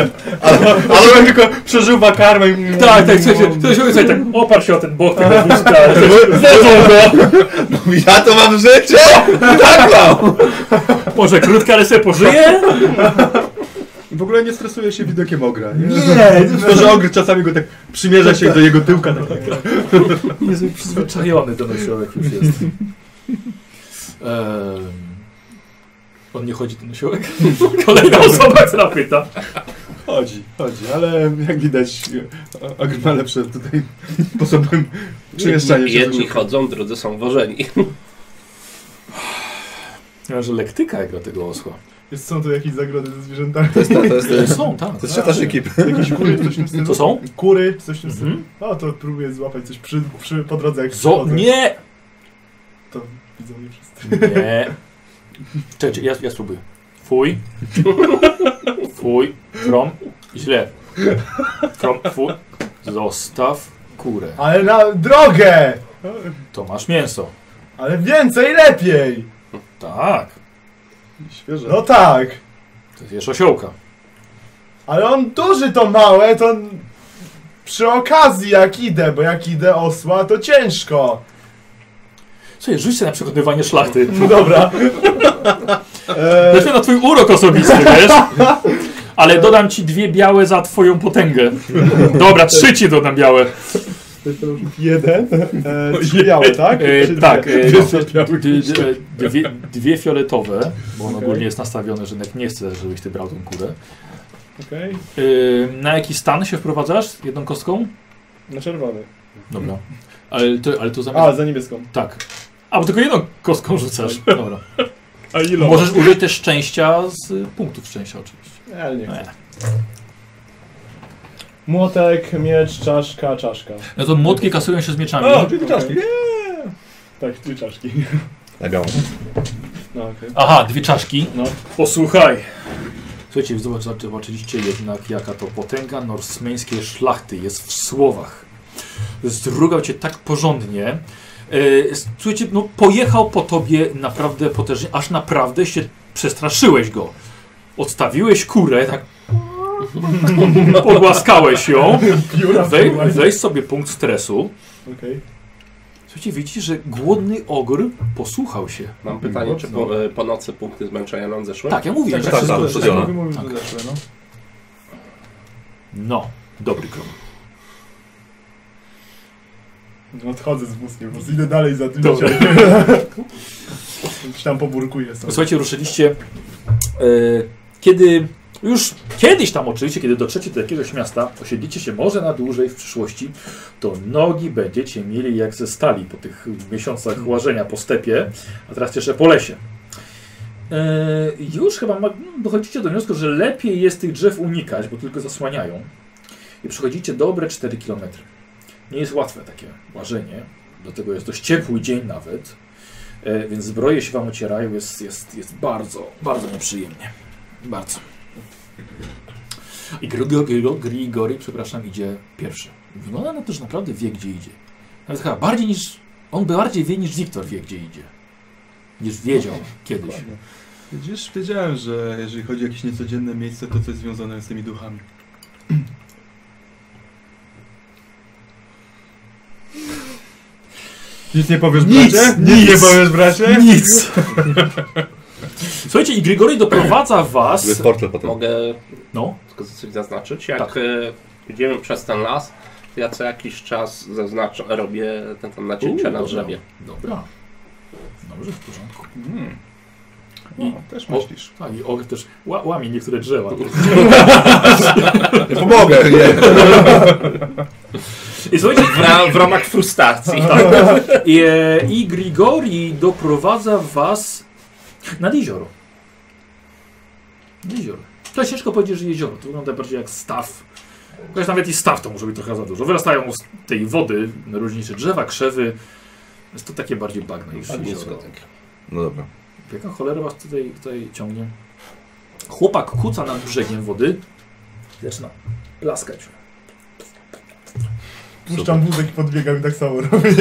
Speaker 7: Ale on tylko przeżywa karmę i...
Speaker 1: Tak, tak, słuchajcie, słuchajcie, słuchajcie, tak, oparł się o ten bok tego wózka.
Speaker 2: Ja to mam życie! Tak mam!
Speaker 1: Może krótko, ale sobie pożyje?
Speaker 5: I w ogóle nie stresuje się widokiem ogra, nie?
Speaker 4: Nie!
Speaker 5: To, że ogry czasami go tak przymierza się do jego tyłka. Tak,
Speaker 1: Jezu, przyzwyczajony ten osiołek już jest. Ehm, on nie chodzi ten osiołek? Kolejna osoba, która pyta.
Speaker 5: Chodzi, chodzi, ale jak widać, e, ogry ma lepsze tutaj sposobem przemieszczania się.
Speaker 6: jedni chodzą, drudzy są wożeni.
Speaker 1: Ja, że lektyka jak do tego osła.
Speaker 4: Jest, są tu jakieś zagrody ze zwierzętami?
Speaker 2: To jest, to jest, to jest,
Speaker 1: Są, tak.
Speaker 2: E, to jest szatasz ekipy.
Speaker 4: Jakieś kury, coś w tym stylu?
Speaker 1: To są?
Speaker 4: Kury, coś w tym stylu?
Speaker 1: Mhm.
Speaker 4: No to próbuję złapać coś przy, przy, po drodze jak
Speaker 1: Zo
Speaker 4: przychodzę.
Speaker 1: nie!
Speaker 4: To widzą mnie wszyscy.
Speaker 1: Nie. Czekaj, czekaj, ja, ja spróbuję. Fuj. Fuj. Krom. Źle. Krom. Fuj. Zostaw kurę.
Speaker 4: Ale na drogę!
Speaker 1: To masz mięso.
Speaker 4: Ale więcej lepiej!
Speaker 1: Tak.
Speaker 5: Świeże.
Speaker 4: No tak!
Speaker 1: To jest osiołka.
Speaker 4: Ale on duży to małe, to... Przy okazji jak idę, bo jak idę osła, to ciężko.
Speaker 1: Słuchaj, rzuć się na przekonywanie szlachty.
Speaker 4: No dobra. Eee,
Speaker 1: Znaczy na twój urok osobisty, wiesz? Ale dodam ci dwie białe za twoją potęgę. Dobra, trzy ci dodam białe.
Speaker 4: jeden. Eee, trzy białe, tak? no. Czy
Speaker 1: E, tak,
Speaker 4: dwie?
Speaker 1: e, dwie, dwie, dwie fioletowe, bo on ogólnie jest nastawiony, że jednak nie chce, żebyś ty brał tą kulę.
Speaker 4: Okej,
Speaker 1: E, na jaki stan się wprowadzasz? Jedną kostką?
Speaker 4: na czerwony.
Speaker 1: Dobra. Ale to, ale to
Speaker 4: A,
Speaker 1: zamiast...
Speaker 4: za niebieską.
Speaker 1: Tak. A, bo tylko jedną kostką rzucasz. Dobra.
Speaker 7: A ile?
Speaker 1: Możesz użyć też szczęścia z y, punktów szczęścia oczywiście.
Speaker 4: Nie, ale nie chcę.
Speaker 1: Nie.
Speaker 4: Młotek, miecz, czaszka, czaszka.
Speaker 1: No to młotki kasują się z mieczami.
Speaker 4: czyli czaszki. Tak, dwie czaszki.
Speaker 2: Legal.
Speaker 4: No, okej.
Speaker 1: Aha, dwie czaszki.
Speaker 4: No.
Speaker 1: Posłuchaj. Słuchajcie, zobacz, zobaczyliście jednak jaka to potęga norsemeńskiej szlachty jest w słowach. Zdrugał cię tak porządnie. E, s- Słuchajcie, no pojechał po tobie naprawdę potężnie, aż naprawdę się przestraszyłeś go. odstawiłeś kurę, tak pogłaskałeś ją,
Speaker 4: Pióra
Speaker 1: wej,
Speaker 4: wpływają.
Speaker 1: weź sobie punkt stresu.
Speaker 4: Okej.
Speaker 1: Słuchajcie, widzisz, że głodny ogr posłuchał się.
Speaker 6: Mam pytanie, czy po, e, po nocy punkty zmęczenia nam zeszły?
Speaker 1: No, Tak, ja mówię.
Speaker 2: Tak, tak, tak,
Speaker 4: Tak,
Speaker 2: przedzielone.
Speaker 4: mówił, mówił,
Speaker 1: Tak.
Speaker 4: że zeszłe, no.
Speaker 1: No, dobry krok.
Speaker 4: No Odchodzę z wózkiem, po prostu idę dalej za tym
Speaker 1: Dobra.
Speaker 4: ciałem. Gdzieś tam poburkuję sobie.
Speaker 1: No Słuchajcie, ruszyliście. e, Kiedy już kiedyś tam oczywiście, kiedy dotrzecie do jakiegoś miasta, osiedlicie się może na dłużej w przyszłości, to nogi będziecie mieli jak ze stali po tych miesiącach łażenia po stepie, a teraz jeszcze po lesie. E, Już chyba ma- no, dochodzicie do wniosku, że lepiej jest tych drzew unikać, bo tylko zasłaniają. I przechodzicie dobre 4 km. Nie jest łatwe takie łażenie. Do tego jest dość ciepły dzień nawet. E, więc zbroje się wam ocierają, jest, jest, jest bardzo, bardzo nieprzyjemnie. Bardzo. I Grigor, Grigor, Grigori, przepraszam, idzie pierwszy. Wygląda na to, że naprawdę wie, gdzie idzie. Nawet chyba bardziej niż... On bardziej wie, niż Wiktor wie, gdzie idzie. Niż wiedział kiedyś.
Speaker 5: Dokładnie. Widzisz, wiedziałem, że jeżeli chodzi o jakieś niecodzienne miejsce, to coś związane jest z tymi duchami. Nic nie powiesz,
Speaker 7: Nic,
Speaker 5: bracie?
Speaker 7: nic.
Speaker 5: nie powiesz, bracie?
Speaker 1: Nic! Słuchajcie, i Grigori doprowadza was...
Speaker 2: Jest portfel potem.
Speaker 6: Mogę
Speaker 1: No,
Speaker 6: tylko coś zaznaczyć. Jak
Speaker 1: Tak.
Speaker 6: tak. idziemy przez ten las, to ja co jakiś czas zaznaczam, robię ten tam nacięcia
Speaker 1: Uuu,
Speaker 6: na
Speaker 1: dobra.
Speaker 6: drzewie.
Speaker 1: dobra. Dobrze, w porządku.
Speaker 5: Mm.
Speaker 1: I-
Speaker 5: No, O, też myślisz.
Speaker 1: A, i ogr też ła, łamie niektóre drzewa.
Speaker 2: Nie pomogę, nie.
Speaker 1: I słuchajcie,
Speaker 6: W, ra- w ramach frustracji.
Speaker 1: I, e, I Grigori doprowadza was nad jezioro. Nad jezioro. To ciężko powiedzieć, że jezioro. To wygląda bardziej jak staw. Chociaż nawet i staw to może być trochę za dużo. Wyrastają z tej wody różniejsze drzewa, krzewy. Jest to takie bardziej bagno niż jezioro.
Speaker 2: No dobra.
Speaker 1: Jaka cholera was tutaj, tutaj ciągnie? Chłopak kuca nad brzegiem wody. Zaczyna plaskać.
Speaker 4: Puszczam wózek i podbiegam i tak samo robię.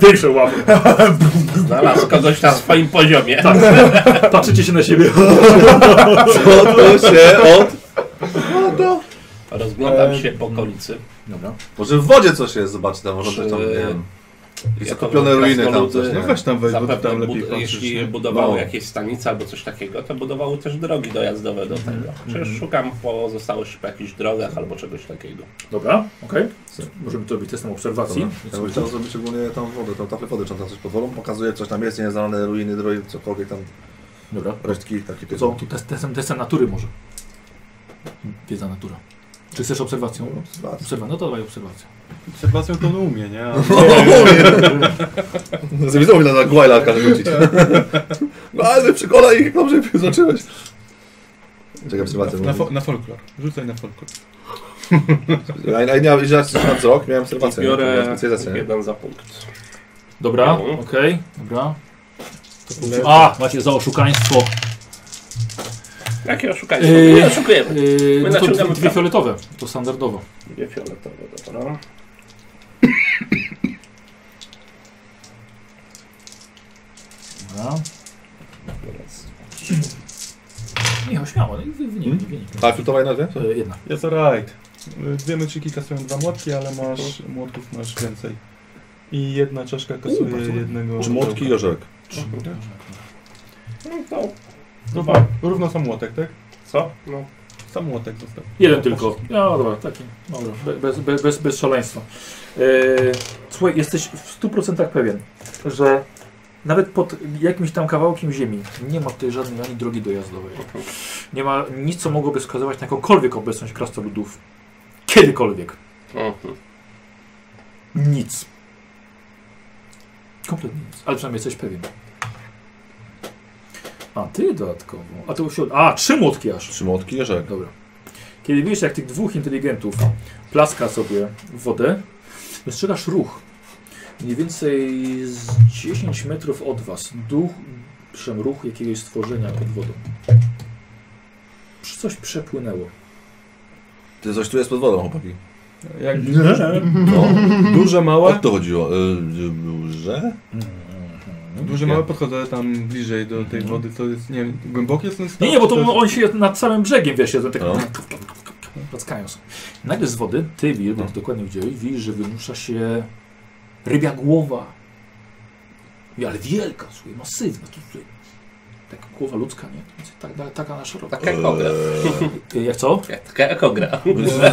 Speaker 1: Większe łapy.
Speaker 6: Znalazł kogoś na swoim poziomie.
Speaker 1: Tak. Patrzycie się na siebie.
Speaker 2: Co to się od...
Speaker 6: Rozglądam
Speaker 1: E,
Speaker 4: Em,
Speaker 6: się po okolicy.
Speaker 1: Dobra.
Speaker 2: Może w wodzie coś jest, zobaczcie tam, może
Speaker 6: Czy-
Speaker 2: coś tam, nie wiem. I
Speaker 6: jako
Speaker 2: zakupione ruiny tam
Speaker 6: krasnoludy-
Speaker 2: coś,
Speaker 5: No
Speaker 2: nie?
Speaker 5: weź tam wejdź, bo ty
Speaker 6: Zapewne
Speaker 5: tam lepiej
Speaker 6: bud-
Speaker 5: patrzysz.
Speaker 6: jeśli
Speaker 5: nie?
Speaker 6: budowały
Speaker 2: No.
Speaker 6: jakieś stanice albo coś takiego, to budowały też drogi dojazdowe do tego.
Speaker 1: Mhm.
Speaker 6: Przecież szukam pozostałości po jakichś drogach albo czegoś takiego.
Speaker 1: Dobra, okej. Możemy to robić testem obserwacji.
Speaker 2: Dobra. Ja bym chciał zrobić ogólnie tam wodę, tam taflę wody, czy tam coś pod wodą, pokazuje coś tam jest, nieznane ruiny, drogi, cokolwiek tam,
Speaker 1: Dobra.
Speaker 2: resztki, takie
Speaker 1: To co? Tu test, testem, testem natury może. Wiedza natura. Czy chcesz obserwacją?
Speaker 2: Obserwacja.
Speaker 1: Obserwa, no to dawaj obserwację.
Speaker 5: Obserwacją to on umie, nie? A-
Speaker 2: Zawiedzą No, mi na Guayla każe rzucić. No ale przekona ich, jak dobrze zacząłeś. Czekaj, obserwację.
Speaker 5: Na, fo- na folklor. Rzucaj na folklor.
Speaker 2: Ja, ja nie miałem, na co rok miałem obserwację. nie? To miałem
Speaker 6: Biorę
Speaker 2: specjalizację, nie?
Speaker 6: jeden za punkt.
Speaker 1: Dobra,
Speaker 6: Mhm.
Speaker 1: okej, dobra. A, macie za oszukaństwo.
Speaker 6: Jakie oszukaliśmy?
Speaker 1: Yy,
Speaker 6: Nie oszukujemy.
Speaker 1: Yy, no to dwie,
Speaker 6: naciągamy
Speaker 1: dwie
Speaker 6: prawo.
Speaker 1: fioletowe, to standardowo.
Speaker 6: Nie fioletowe, dobra.
Speaker 1: Dobra. Michał, śmiało, no i wy- wynik, wynik.
Speaker 2: A filtrowa jedna, dwie?
Speaker 1: Yy, Jedna.
Speaker 5: Jest alright. Dwie myciki kasują dwa młotki, ale masz młotków masz więcej. I jedna czaszka kasuje
Speaker 1: bardzo ładnie.
Speaker 5: jednego...
Speaker 2: Czy młotki i orzełek?
Speaker 6: No to
Speaker 5: Równo, równo sam młotek, tak?
Speaker 6: co? No.
Speaker 5: Sam młotek został.
Speaker 1: Jeden tylko. No dobra, taki. Dobra, be- bez, bez, bez, bez szaleństwa. Eee, słuchaj, jesteś w 100% pewien, że nawet pod jakimś tam kawałkiem ziemi nie ma tutaj żadnej ani drogi dojazdowej. Nie ma nic, co mogłoby wskazywać na jakąkolwiek obecność krasnoludów. Kiedykolwiek.
Speaker 6: Mhm.
Speaker 1: Nic. Kompletnie nic. Ale przynajmniej jesteś pewien. A ty dodatkowo. A ty się. A, trzy młotki aż.
Speaker 2: Czy młotki i orzełek?
Speaker 1: Dobra. Kiedy widzisz, jak tych dwóch inteligentów plaska sobie w wodę, dostrzegasz ruch. Mniej więcej z 10 metrów od was. Duch, przem ruch jakiegoś stworzenia pod wodą. Przy- Coś przepłynęło.
Speaker 2: Ty coś tu jest pod wodą, chłopaki.
Speaker 5: Jak
Speaker 2: No,
Speaker 5: duże,
Speaker 2: o
Speaker 5: małe?
Speaker 2: to chodziło. Y, y, Że?
Speaker 5: Duży mały No, podchodzę tam bliżej do tej wody, to jest, nie wiem, głęboki jest ten staw?
Speaker 1: No Nie, nie, bo
Speaker 5: czy
Speaker 1: to
Speaker 5: jest-
Speaker 1: oni się nad samym brzegiem, wiesz, jedzą tak
Speaker 2: No.
Speaker 1: plackają sobie. Nagle z wody, ty, Wil, bo to dokładnie widziałeś, widzisz, że wynusza się rybia głowa. I, Ale wielka, słuchaj, masywna. To tutaj, taka głowa ludzka, nie? Tak, tak, taka na szeroko.
Speaker 3: Tak jak ogra.
Speaker 1: Y, Jak co?
Speaker 3: Jak- Tak jak ogra.
Speaker 5: Nie, dobra,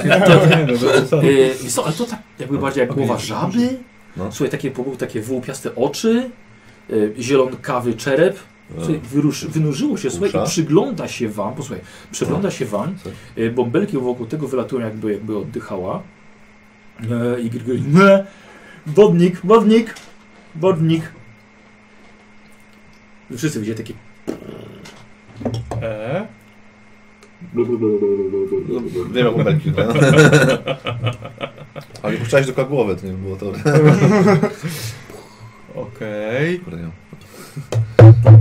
Speaker 5: to sam.
Speaker 1: Y, wiesz co, ale to tak jakby bardziej jak
Speaker 5: Okej.
Speaker 1: głowa żaby.
Speaker 2: No.
Speaker 1: Słuchaj, takie, pobył takie wołopiaste oczy, y, zielonkawy czerep. Słuchaj,
Speaker 2: Y.
Speaker 1: wyruszy, wynurzyło się, słuchaj,
Speaker 2: Usza.
Speaker 1: i przygląda się wam, posłuchaj, przygląda się wam,
Speaker 2: Tak.
Speaker 1: y, bąbelki wokół tego wylatują, jakby, jakby oddychała. E, I Grigori, nie, wodnik, wodnik, wodnik. I Wszyscy widzieli takie...
Speaker 4: Eee?
Speaker 2: Wiem jak obelki, no. Ale nie puszczałeś tylko głowy, to nie było to.
Speaker 5: Okej.
Speaker 2: Kurde, nie.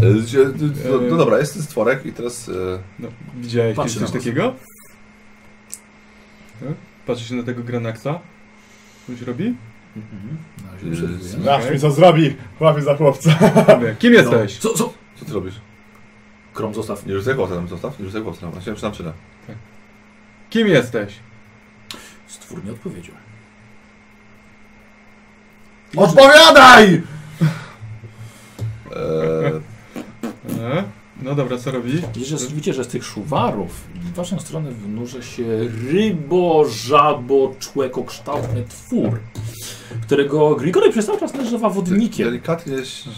Speaker 2: E, zie- No, no dobra, jest ten stworek i teraz... e,
Speaker 5: No, widziałeś
Speaker 1: Patrzy
Speaker 5: kiedyś
Speaker 1: na
Speaker 5: coś
Speaker 1: was.
Speaker 5: takiego? Tak? Patrzy się na tego Granaxa. Coś robi?
Speaker 1: Mhm.
Speaker 5: No,
Speaker 1: Na razie
Speaker 2: Yy,
Speaker 1: obserwuję.
Speaker 2: z-
Speaker 4: Aż mi co zrobi, łapie za chłopca.
Speaker 5: Mówię,
Speaker 1: No.
Speaker 5: Kim jesteś?
Speaker 1: Co, co?
Speaker 2: Co ty robisz?
Speaker 1: Krom zostaw.
Speaker 2: Nie rzucaj kłopota tam, zostaw. Nie rzucaj kłopota tam. Ja się nam przyda.
Speaker 5: Kim jesteś?
Speaker 1: Stwór nie odpowiedział.
Speaker 4: Odpowiadaj!
Speaker 2: Eee,
Speaker 5: E? No dobra, co robi?
Speaker 1: Widzicie, że- widzicie, że z tych szuwarów w waszą stronę wynurzy się rybo, żabo, człekokształtny twór, którego Grigory przez cały czas nazywa wodnikiem.
Speaker 2: Delikatnie się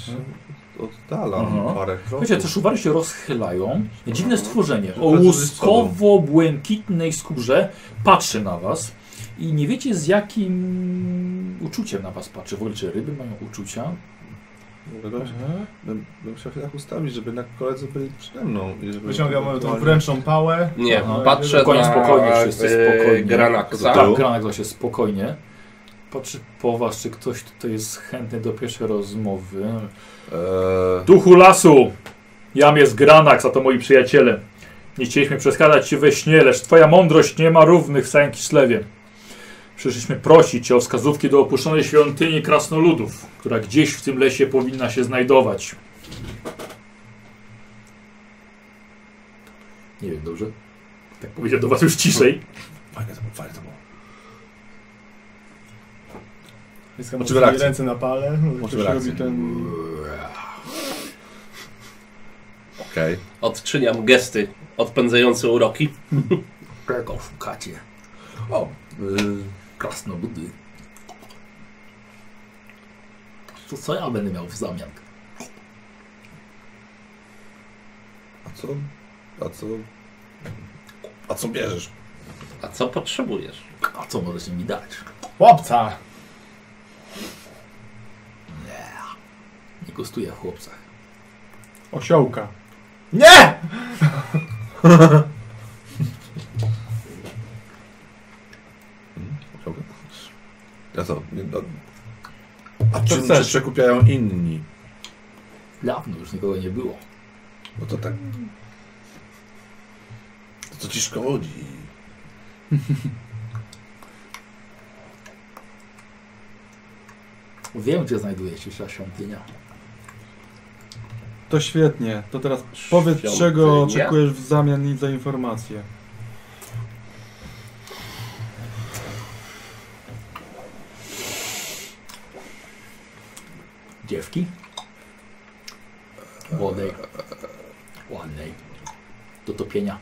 Speaker 2: oddalam
Speaker 1: Mhm.
Speaker 2: parę kroków.
Speaker 1: Wiecie, te szuwary się rozchylają. Dziwne stworzenie o
Speaker 2: Wychodzą ze
Speaker 1: łuskowo-błękitnej skórze patrzy na was i nie wiecie z jakim uczuciem na was patrzy. W ogóle czy ryby mają uczucia?
Speaker 2: Dlatego się- Bym, bym chciał się tak ustawić, żeby jednak koledzy byli przede mną. i żeby-
Speaker 4: Wyciągam moją tą wręczną pałę.
Speaker 3: Nie,
Speaker 1: Aha,
Speaker 3: patrzę
Speaker 1: spokojnie, No,
Speaker 3: na
Speaker 1: spokojnie, wszyscy,
Speaker 3: e,
Speaker 1: spokojnie.
Speaker 3: Granaxa.
Speaker 1: Tak,
Speaker 2: Tył?
Speaker 1: Granak się spokojnie. Patrzy po was, czy ktoś tutaj jest chętny do pierwszej rozmowy.
Speaker 2: Eee,
Speaker 1: Duchu lasu! Jam jest Granax, a to moi przyjaciele. Nie chcieliśmy przeskadać ci we śnie, lecz twoja mądrość nie ma równych w całym Kislewie. Przyszliśmy prosić cię o wskazówki do opuszczonej świątyni krasnoludów, która gdzieś w tym lesie powinna się znajdować. Nie wiem, dobrze? Tak powiedział do was już ciszej.
Speaker 2: fajnie to było, fajnie to było.
Speaker 4: Jestem
Speaker 2: Oczyma reakcja.
Speaker 4: ręce na pale.
Speaker 5: Co się robi ten...
Speaker 2: Okej.
Speaker 3: Odczyniam gesty odpędzające uroki.
Speaker 1: Czego Tak, szukacie? O, yy,
Speaker 2: y,
Speaker 1: krasnoludy. To co ja będę miał w zamian?
Speaker 2: A co? A co? A co bierzesz?
Speaker 3: A co potrzebujesz?
Speaker 1: A co możecie mi dać?
Speaker 4: Chłopca!
Speaker 1: Nie kosztuje w chłopcach.
Speaker 5: Osiołka.
Speaker 4: Nie!
Speaker 2: Hmm? Ja co? Nie, no. A
Speaker 5: Co
Speaker 2: czy
Speaker 5: chcesz?
Speaker 2: czy przekupiają inni?
Speaker 1: Dawno już nikogo nie było.
Speaker 2: No to tak. To co ci szkodzi?
Speaker 1: Wiem, gdzie znajduje się ta świątynia.
Speaker 5: To świetnie. To teraz powiedz,
Speaker 3: Świątynia?
Speaker 5: czego oczekujesz w zamian i za informację.
Speaker 1: Dziewki? Młodej. Ładnej. Do topienia.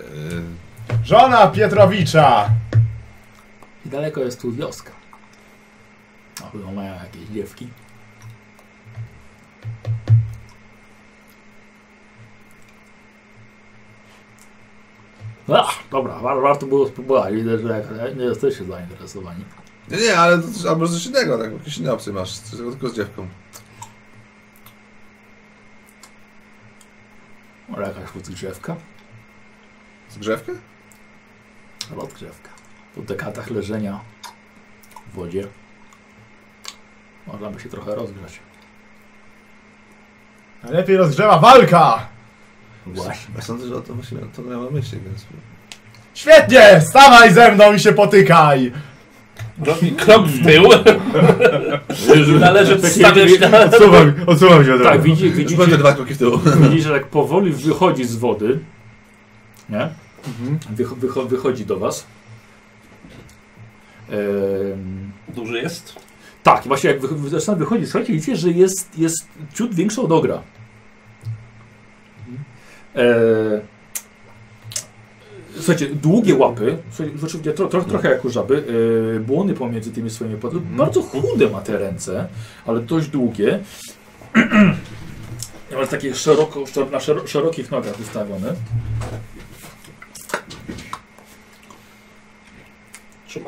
Speaker 2: Eee,
Speaker 4: Żona Pietrowicza!
Speaker 1: I daleko jest tu wioska. A chyba mają jakieś dziewki. Ach, dobra, war, warto było spróbować. Widzę, że jak nie jesteście zainteresowani.
Speaker 2: nie, nie, ale to, a może coś innego, tak? Jakieś inne opcje masz. Coś Tylko tylko z dziewką.
Speaker 1: Może jakaś podgrzewka?
Speaker 2: Z grzewkę?
Speaker 1: Podgrzewka. Po dekadach leżenia w wodzie można by się trochę rozgrzać.
Speaker 4: Najlepiej rozgrzewa walka!
Speaker 1: Właśnie.
Speaker 2: Ja sądzę, że o to właśnie to miałem na myśli, więc...
Speaker 4: Świetnie! Stawaj ze mną i się potykaj!
Speaker 3: Robi krok w tył. Należy
Speaker 1: Takie-
Speaker 3: wstawiać na...
Speaker 7: Odsuwam, odsuwam się od
Speaker 1: Tak,
Speaker 7: razu.
Speaker 1: widzi,
Speaker 2: Będzie
Speaker 1: widzicie,
Speaker 2: dwa kroki w tyłu.
Speaker 1: widzicie, że tak powoli wychodzi z wody. Nie?
Speaker 5: Mhm.
Speaker 1: Wycho, wycho, wychodzi do was. Ehm,
Speaker 3: Duży jest.
Speaker 1: tak, i właśnie jak wy, wy- zaczyna wychodzić, słuchajcie, widzicie, że jest, jest ciut większy od ogra. Ehm, słuchajcie, długie łapy, słuchajcie, oczywiście tro, tro, trochę jak u żaby, e, błony pomiędzy tymi swoimi podami. Bardzo chude ma te ręce, ale dość długie. Ale takie szeroko, szero- na szero- szerokich nogach wystawione.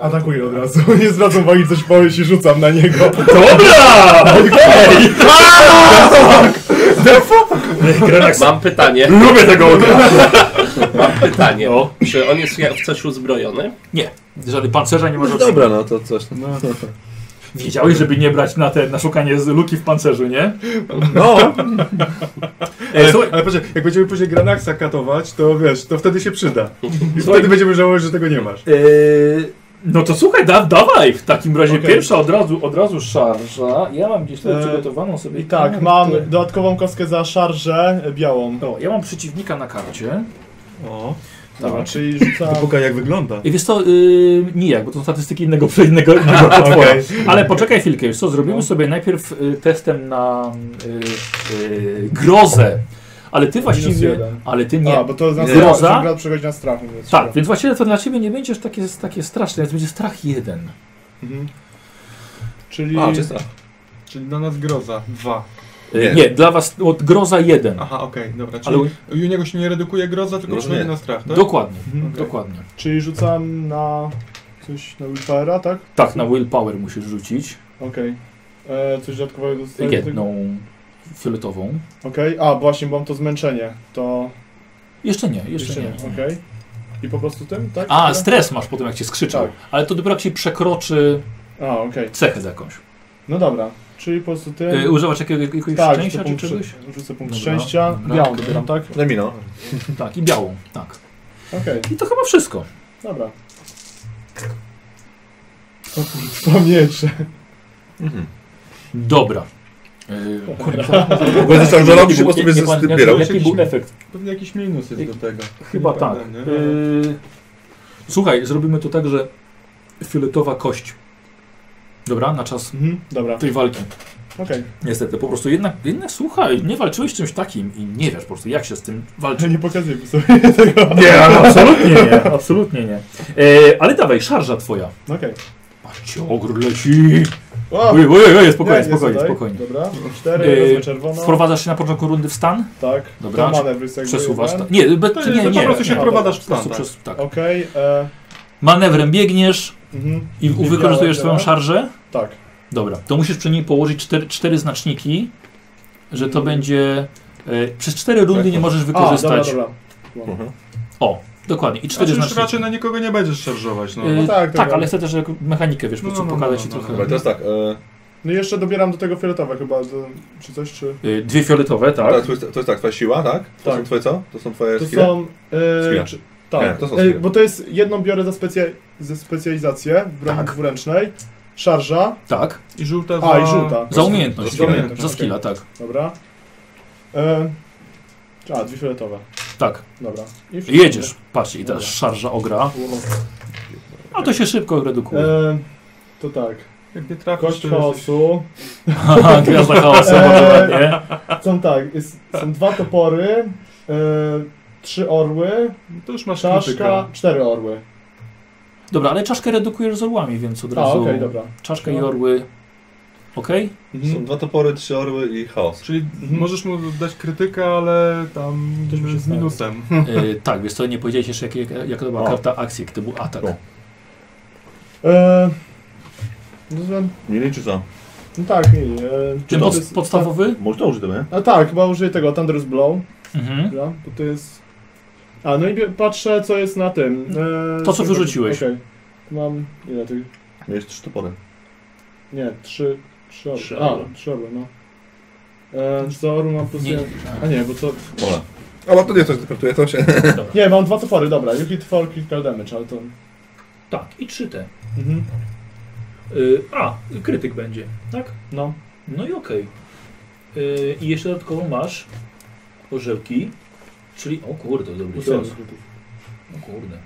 Speaker 4: Atakuję od razu. Nie zwracam uwagi, coś powiesz i rzucam na niego.
Speaker 1: Dobra! Okej! Grenak sam
Speaker 3: Mam pytanie.
Speaker 1: lubię tego ogra.
Speaker 3: Pytanie.
Speaker 1: No.
Speaker 3: Czy on jest jak w coś uzbrojony?
Speaker 1: Żadny pancerza nie może
Speaker 2: Dobra, no to coś.
Speaker 1: Wiedziałeś, żeby nie brać na te, na szukanie z luki w pancerzu, nie?
Speaker 2: No,
Speaker 1: E, słuchaj,
Speaker 4: Ale patrzcie, jak będziemy później Granaxa katować, to wiesz, to wtedy się przyda. I
Speaker 1: Słuchaj-
Speaker 4: wtedy będziemy żałować, że tego nie masz.
Speaker 1: e, no to słuchaj, da, dawaj. W takim razie
Speaker 4: Okej.
Speaker 1: pierwsza od razu, od razu szarża. Ja mam gdzieś tutaj
Speaker 4: E,
Speaker 1: przygotowaną sobie
Speaker 4: I tak,
Speaker 1: kartę.
Speaker 4: mam dodatkową kostkę za szarżę e, białą.
Speaker 1: No, ja mam przeciwnika na karcie.
Speaker 5: O,
Speaker 1: Tak.
Speaker 4: Dobra, czyli rzucam...
Speaker 5: pokaż jak wygląda.
Speaker 1: I wiesz co, yy, nijak, bo to statystyki innego, innego, innego potwora. Ale poczekaj chwilkę, już co, zrobimy
Speaker 4: No.
Speaker 1: sobie najpierw y, testem na y, y, grozę. Ale ty właściwie,
Speaker 4: jeden.
Speaker 1: ale ty
Speaker 4: Nie.
Speaker 1: nie.
Speaker 4: A, bo to na
Speaker 2: Nie.
Speaker 4: strach,
Speaker 1: Groza?
Speaker 4: gra przechodzi na strach. więc
Speaker 1: tak,
Speaker 4: szkoda.
Speaker 1: więc właściwie to dla ciebie nie będziesz takie, takie straszne, więc będzie strach jeden.
Speaker 4: Mhm. Czyli...
Speaker 2: a, czysta.
Speaker 5: Czyli dla nas groza. Dwa.
Speaker 1: Y,
Speaker 2: Nie.
Speaker 1: Nie, dla was od groza jeden.
Speaker 5: Aha, okej, dobra. Czyli
Speaker 1: Ale
Speaker 5: Ale... u niego się nie redukuje groza, tylko
Speaker 2: Groza
Speaker 5: przynajmniej
Speaker 2: nie.
Speaker 5: na strach, tak?
Speaker 1: dokładnie,
Speaker 5: Mhm.
Speaker 1: dokładnie.
Speaker 4: Czyli rzucam na coś na Willpowera, tak?
Speaker 1: Tak, na willpower musisz rzucić
Speaker 4: Okej. E, Coś dodatkowego dostaję?
Speaker 1: jedną fioletową.
Speaker 4: Okej, a właśnie, bo mam to zmęczenie. To
Speaker 1: Jeszcze nie, jeszcze nie.
Speaker 4: Okej. I po prostu tym, tak?
Speaker 1: A, stres masz potem jak cię skrzyczał,
Speaker 4: Tak.
Speaker 1: ale to dopiero jak się przekroczy
Speaker 4: A, okej.
Speaker 1: cechę jakąś.
Speaker 4: No dobra, czyli po prostu tym.
Speaker 1: Y, używasz jakiegoś, jakiegoś
Speaker 4: E, tak,
Speaker 1: szczęścia
Speaker 4: rzucę
Speaker 1: czy
Speaker 4: punkt
Speaker 1: czegoś?
Speaker 4: szczę- Rzucę punkt
Speaker 1: Dobra,
Speaker 4: szczęścia.
Speaker 1: dobra,
Speaker 4: Białą
Speaker 1: okej.
Speaker 4: dobieram, tak?
Speaker 2: No mino.
Speaker 1: Tak, i białą, tak.
Speaker 4: Okej,
Speaker 1: I to chyba wszystko.
Speaker 4: dobra. Pamięcze.
Speaker 2: Mhm.
Speaker 1: Dobra. Yy,
Speaker 2: W ogóle zacząłem to robić, bo sobie zbierał.
Speaker 1: Jaki był efekt?
Speaker 5: Pewnie jakiś minus jest do tego.
Speaker 1: Chyba
Speaker 5: Nie
Speaker 1: tak.
Speaker 5: pamiętam, nie?
Speaker 1: Yy, słuchaj, zrobimy to tak, że fioletowa kość. Dobra, na czas
Speaker 4: Mhm, dobra,
Speaker 1: tej walki.
Speaker 4: okej.
Speaker 1: Niestety, po prostu jednak, jednak słuchaj, nie walczyłeś z czymś takim i nie wiesz po prostu jak się z tym
Speaker 4: To
Speaker 1: walczy.
Speaker 4: nie pokazuję sobie tego.
Speaker 1: Nie, absolutnie nie, absolutnie nie. E, ale dawaj, szarża twoja.
Speaker 4: Okej.
Speaker 1: Patrzcie, ogr leci.
Speaker 4: O,
Speaker 1: Oj, oj, oj,
Speaker 4: nie,
Speaker 1: spokojnie,
Speaker 4: nie
Speaker 1: spokojnie,
Speaker 4: zadaj.
Speaker 1: spokojnie.
Speaker 4: Dobra,
Speaker 1: Yy,
Speaker 4: cztery, wezmę
Speaker 5: No,
Speaker 4: czerwoną.
Speaker 1: Wprowadzasz się na początku rundy w stan?
Speaker 4: Tak,
Speaker 1: Dobra,
Speaker 4: to manewr jest jakby
Speaker 1: Przesuwasz.
Speaker 4: jeden.
Speaker 1: Ta... Nie, be,
Speaker 5: tak. To
Speaker 1: nie, nie,
Speaker 5: jest- po prostu się
Speaker 4: nie.
Speaker 5: wprowadzasz
Speaker 1: Po
Speaker 5: w stan.
Speaker 1: prostu
Speaker 5: Tak.
Speaker 1: przez, tak.
Speaker 4: Okej, e,
Speaker 1: Manewrem biegniesz
Speaker 4: mhm,
Speaker 1: i
Speaker 4: Nie
Speaker 1: wykorzystujesz
Speaker 4: działa,
Speaker 1: swoją
Speaker 4: działa?
Speaker 1: szarżę.
Speaker 4: tak.
Speaker 1: Dobra, to musisz przy niej położyć cztery, cztery znaczniki, że to będzie. E, przez cztery rundy nie możesz
Speaker 4: A, dobra,
Speaker 1: wykorzystać.
Speaker 4: dobra.
Speaker 2: Mhm.
Speaker 1: O, dokładnie. I cztery
Speaker 5: Znaczy, już
Speaker 1: znaczniki.
Speaker 5: raczej na nikogo nie będziesz szarżować, no.
Speaker 1: E,
Speaker 4: No tak,
Speaker 1: tak,
Speaker 4: dobra.
Speaker 1: ale chcę też jako mechanikę, wiesz, po
Speaker 5: No,
Speaker 1: prostu
Speaker 5: no, no,
Speaker 1: pokazać
Speaker 5: no,
Speaker 1: ci
Speaker 5: no,
Speaker 1: trochę.
Speaker 2: Dobra, teraz tak. E,
Speaker 4: No i jeszcze dobieram do tego fioletowe chyba, do, czy coś, czy...
Speaker 1: E, dwie fioletowe, tak.
Speaker 2: teraz to, jest, to jest tak, twoja siła, tak? To
Speaker 4: Tak.
Speaker 2: są twoje co? To są twoje
Speaker 4: To
Speaker 2: skille?
Speaker 4: są...
Speaker 2: Skille.
Speaker 4: E, czy, tak,
Speaker 2: Nie, to są
Speaker 4: e,
Speaker 2: skille.
Speaker 4: bo to jest... Jedną biorę za specja- ze specjalizację w broni
Speaker 1: Tak.
Speaker 4: dwuręcznej. Szarża.
Speaker 1: Tak.
Speaker 5: I żółta
Speaker 4: A, i żółta.
Speaker 1: Za umiejętność.
Speaker 2: Za
Speaker 1: Za,
Speaker 4: umiejętność,
Speaker 1: za
Speaker 4: okej.
Speaker 1: skilla, tak.
Speaker 4: Dobra. E, a, dwie fioletowe.
Speaker 1: Tak.
Speaker 4: Dobra. I wszystko.
Speaker 1: Jedziesz. Patrz, i teraz
Speaker 4: Dobra.
Speaker 1: szarża ogra.
Speaker 4: Wow.
Speaker 1: A to się szybko redukuje.
Speaker 4: E, to tak.
Speaker 5: Jak nie trafisz,
Speaker 4: Kość
Speaker 5: to jesteś...
Speaker 4: chaosu.
Speaker 1: Haha, Gwiazda chaosowa,
Speaker 4: Eee.
Speaker 1: dokładnie.
Speaker 4: Są tak, jest, są dwa topory, e, trzy orły,
Speaker 5: To już masz
Speaker 4: czaszka,
Speaker 5: krytyka.
Speaker 4: cztery orły.
Speaker 1: Dobra, ale czaszkę redukujesz z orłami, więc od
Speaker 4: A,
Speaker 1: razu.
Speaker 4: okej, dobra. No.
Speaker 1: Czaszka i orły. Okej?
Speaker 2: Są dwa topory, trzy orły i chaos.
Speaker 5: Czyli możesz mu dać krytykę, ale tam
Speaker 4: Też mi się
Speaker 5: z
Speaker 4: stało.
Speaker 5: minusem.
Speaker 1: Y, tak, więc to nie powiedziałeś jeszcze, jak, jak, jaka to była
Speaker 2: O.
Speaker 1: karta akcji, jak to był atak.
Speaker 2: O.
Speaker 4: E, no, to-
Speaker 2: Mili czy co?
Speaker 4: no tak, mieli. E,
Speaker 1: Czy
Speaker 4: to
Speaker 1: pod,
Speaker 4: jest-
Speaker 1: podstawowy?
Speaker 2: Można użytemy?
Speaker 4: A tak, chyba użyję tego, Thunderous Blow,
Speaker 1: Mhm.
Speaker 4: dobra, bo to jest... A, no i bie- patrzę, co jest na tym. E,
Speaker 1: To, co wyrzuciłeś.
Speaker 4: Okej. Mam, ile tych,
Speaker 2: Miałeś trzy topory.
Speaker 4: nie, trzy, trzy orły.
Speaker 3: Trzy
Speaker 4: A,
Speaker 3: orły.
Speaker 4: trzy orły, no. E, co orły mam plus
Speaker 1: Nie,
Speaker 4: jeden. A nie, bo to...
Speaker 2: Ola. Ale to nie coś interpretuje, to się.
Speaker 4: Nie, mam dwa topory, dobra, you hit for critical damage, ale to...
Speaker 1: Tak, i trzy te.
Speaker 4: Mhm.
Speaker 1: Y, a, krytyk będzie, tak? No. No i okej. Y, I jeszcze dodatkowo masz orzełki, czyli... O kurde, dobry cios. O kurde.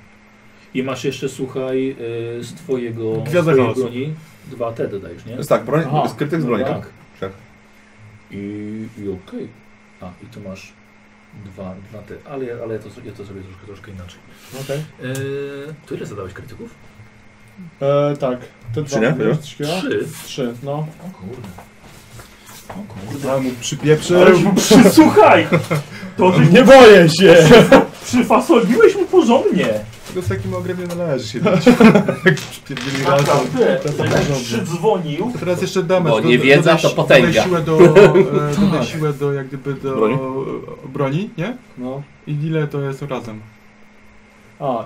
Speaker 1: I masz jeszcze, słuchaj, y, z twojego z
Speaker 4: Gwiazda
Speaker 1: twojej
Speaker 4: chaosu.
Speaker 1: broni dwa te dodajesz, nie?
Speaker 2: Jest tak, broń,
Speaker 1: Aha,
Speaker 2: jest krytyk z broni,
Speaker 1: no
Speaker 2: tak? Tak.
Speaker 1: I, i okej. A, i tu masz dwa, dwa te, ale, ja- ale ja, to, ja to zrobię troszkę, troszkę inaczej.
Speaker 4: Okej.
Speaker 1: Eee, to ile zadałeś krytyków?
Speaker 4: E, Tak. Te
Speaker 2: Trzy,
Speaker 4: dwa
Speaker 2: nie?
Speaker 4: mówiłeś, trzy kilo?
Speaker 1: Trzy.
Speaker 4: Trzy, no.
Speaker 1: O kurde. O kurde.
Speaker 7: Ja mu przypieprzę.
Speaker 8: Ale mu- przy- Słuchaj! To żeś
Speaker 4: Nie boję się!
Speaker 1: Przyfasoliłeś mu porządnie!
Speaker 7: Tylko z takim ogrem nie należy się bić. Przypierdzieli razem.
Speaker 1: Naprawdę,
Speaker 4: to
Speaker 1: żebyś
Speaker 4: porządnie.
Speaker 1: Tak, przydzwonił.
Speaker 5: To Teraz jeszcze damage.
Speaker 6: Bo
Speaker 5: do-
Speaker 6: nie
Speaker 5: do-
Speaker 6: wiedza
Speaker 5: dodaj-
Speaker 6: to potęga.
Speaker 5: Dodaj siłę do, e,
Speaker 4: Tak.
Speaker 5: dodaj siłę do jak gdyby do
Speaker 2: Broni?
Speaker 5: broni, broni nie?
Speaker 4: No.
Speaker 5: I ile to jest razem?
Speaker 4: A,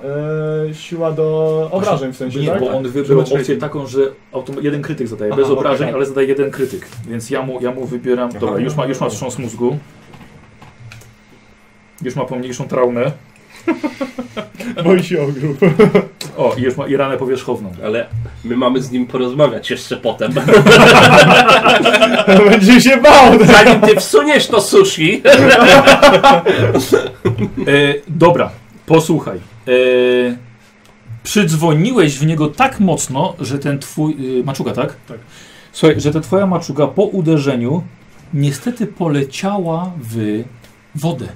Speaker 4: e, siła do obrażeń w sensie,
Speaker 1: Nie,
Speaker 4: tak?
Speaker 1: bo on wybrał
Speaker 5: Żeby
Speaker 1: opcję
Speaker 5: rating.
Speaker 1: taką, że automa- jeden krytyk zadaje,
Speaker 5: Aha,
Speaker 1: bez
Speaker 5: okej.
Speaker 1: obrażeń, ale zadaje jeden krytyk. Więc ja mu, ja mu wybieram... Dobra, już ma, już ma wstrząs mózgu. Już ma pomniejszą traumę.
Speaker 4: Boi się ogru.
Speaker 1: O, i już ma i ranę powierzchowną.
Speaker 6: Ale my mamy z nim porozmawiać jeszcze potem.
Speaker 4: Będzie się bał!
Speaker 6: Zanim ty wsuniesz to sushi,
Speaker 1: E, dobra, posłuchaj. E, przydzwoniłeś w niego tak mocno, że ten twój. E, maczuga, tak?
Speaker 4: Tak.
Speaker 1: Słuchaj, że ta twoja maczuga po uderzeniu niestety poleciała w wodę.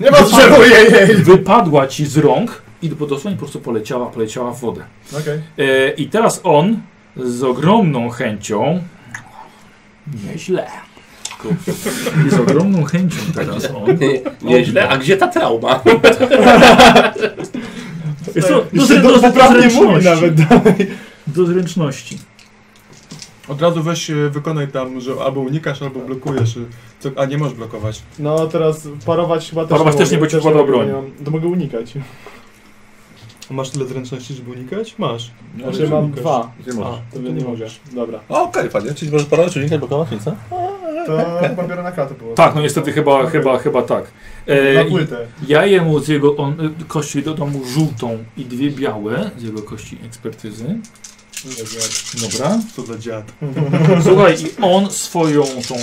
Speaker 4: Nie ma strzelbu jej!
Speaker 1: Wypadła ci z rąk i po dosłownie po prostu poleciała, poleciała w wodę.
Speaker 4: Okej.
Speaker 1: E, I teraz on z ogromną chęcią. Nieźle. I z ogromną chęcią teraz on.
Speaker 6: nieźle. A gdzie ta trauma?
Speaker 1: Jest to,
Speaker 4: Jeszcze do, poprawnie mówi nawet.
Speaker 1: Do zręczności.
Speaker 5: Od razu weź e, wykonaj tam, że albo unikasz, albo blokujesz. e, Co, a nie możesz blokować.
Speaker 4: No teraz parować chyba też
Speaker 1: Parować też nie, bo ci
Speaker 4: mogę,
Speaker 1: wkładał broń.
Speaker 4: nie mam- To mogę unikać.
Speaker 5: Masz tyle zręczności, żeby unikać? Masz.
Speaker 4: Znaczy mam dwa.
Speaker 2: Nie
Speaker 4: A,
Speaker 2: może.
Speaker 4: to nie mogę. Dobra.
Speaker 2: A, Okej, fajnie. Czyli możesz parować, unikać, blokować, nic, co?
Speaker 4: To chyba biorę na kratę było.
Speaker 1: Tak, no niestety chyba, chyba, chyba tak.
Speaker 4: Na
Speaker 1: E,
Speaker 4: płytę.
Speaker 1: ja jemu z jego on, y, kości dodam mu żółtą i dwie białe z jego kości ekspertyzy.
Speaker 4: No,
Speaker 1: Dobra.
Speaker 5: Co za dziad.
Speaker 1: Słuchaj, i on swoją tą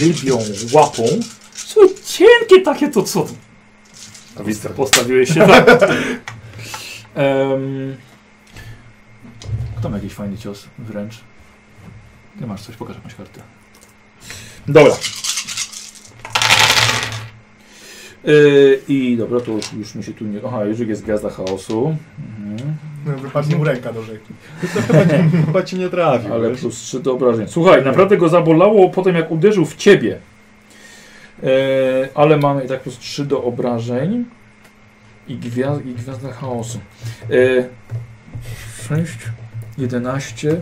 Speaker 1: rybią łapą. Słuchaj, cienkie takie to co?
Speaker 2: A wister.
Speaker 1: Postawiłeś się tak. Em, kto ma jakiś fajny cios wręcz? Ty masz coś, pokaż jakąś kartę. Dobra. Y, I dobra, to już mi się tu nie... Aha, Jerzyk jest gwiazda chaosu. Mhm.
Speaker 4: No, Wypadnie mu ręka do rzeki.
Speaker 5: Chyba ci nie trafił.
Speaker 1: Ale plus 3 do obrażeń. Słuchaj, naprawdę go zabolało po tym, jak uderzył w ciebie. E, ale mamy i tak plus 3 do obrażeń i, gwia- i gwiazda chaosu. E, 6, 11,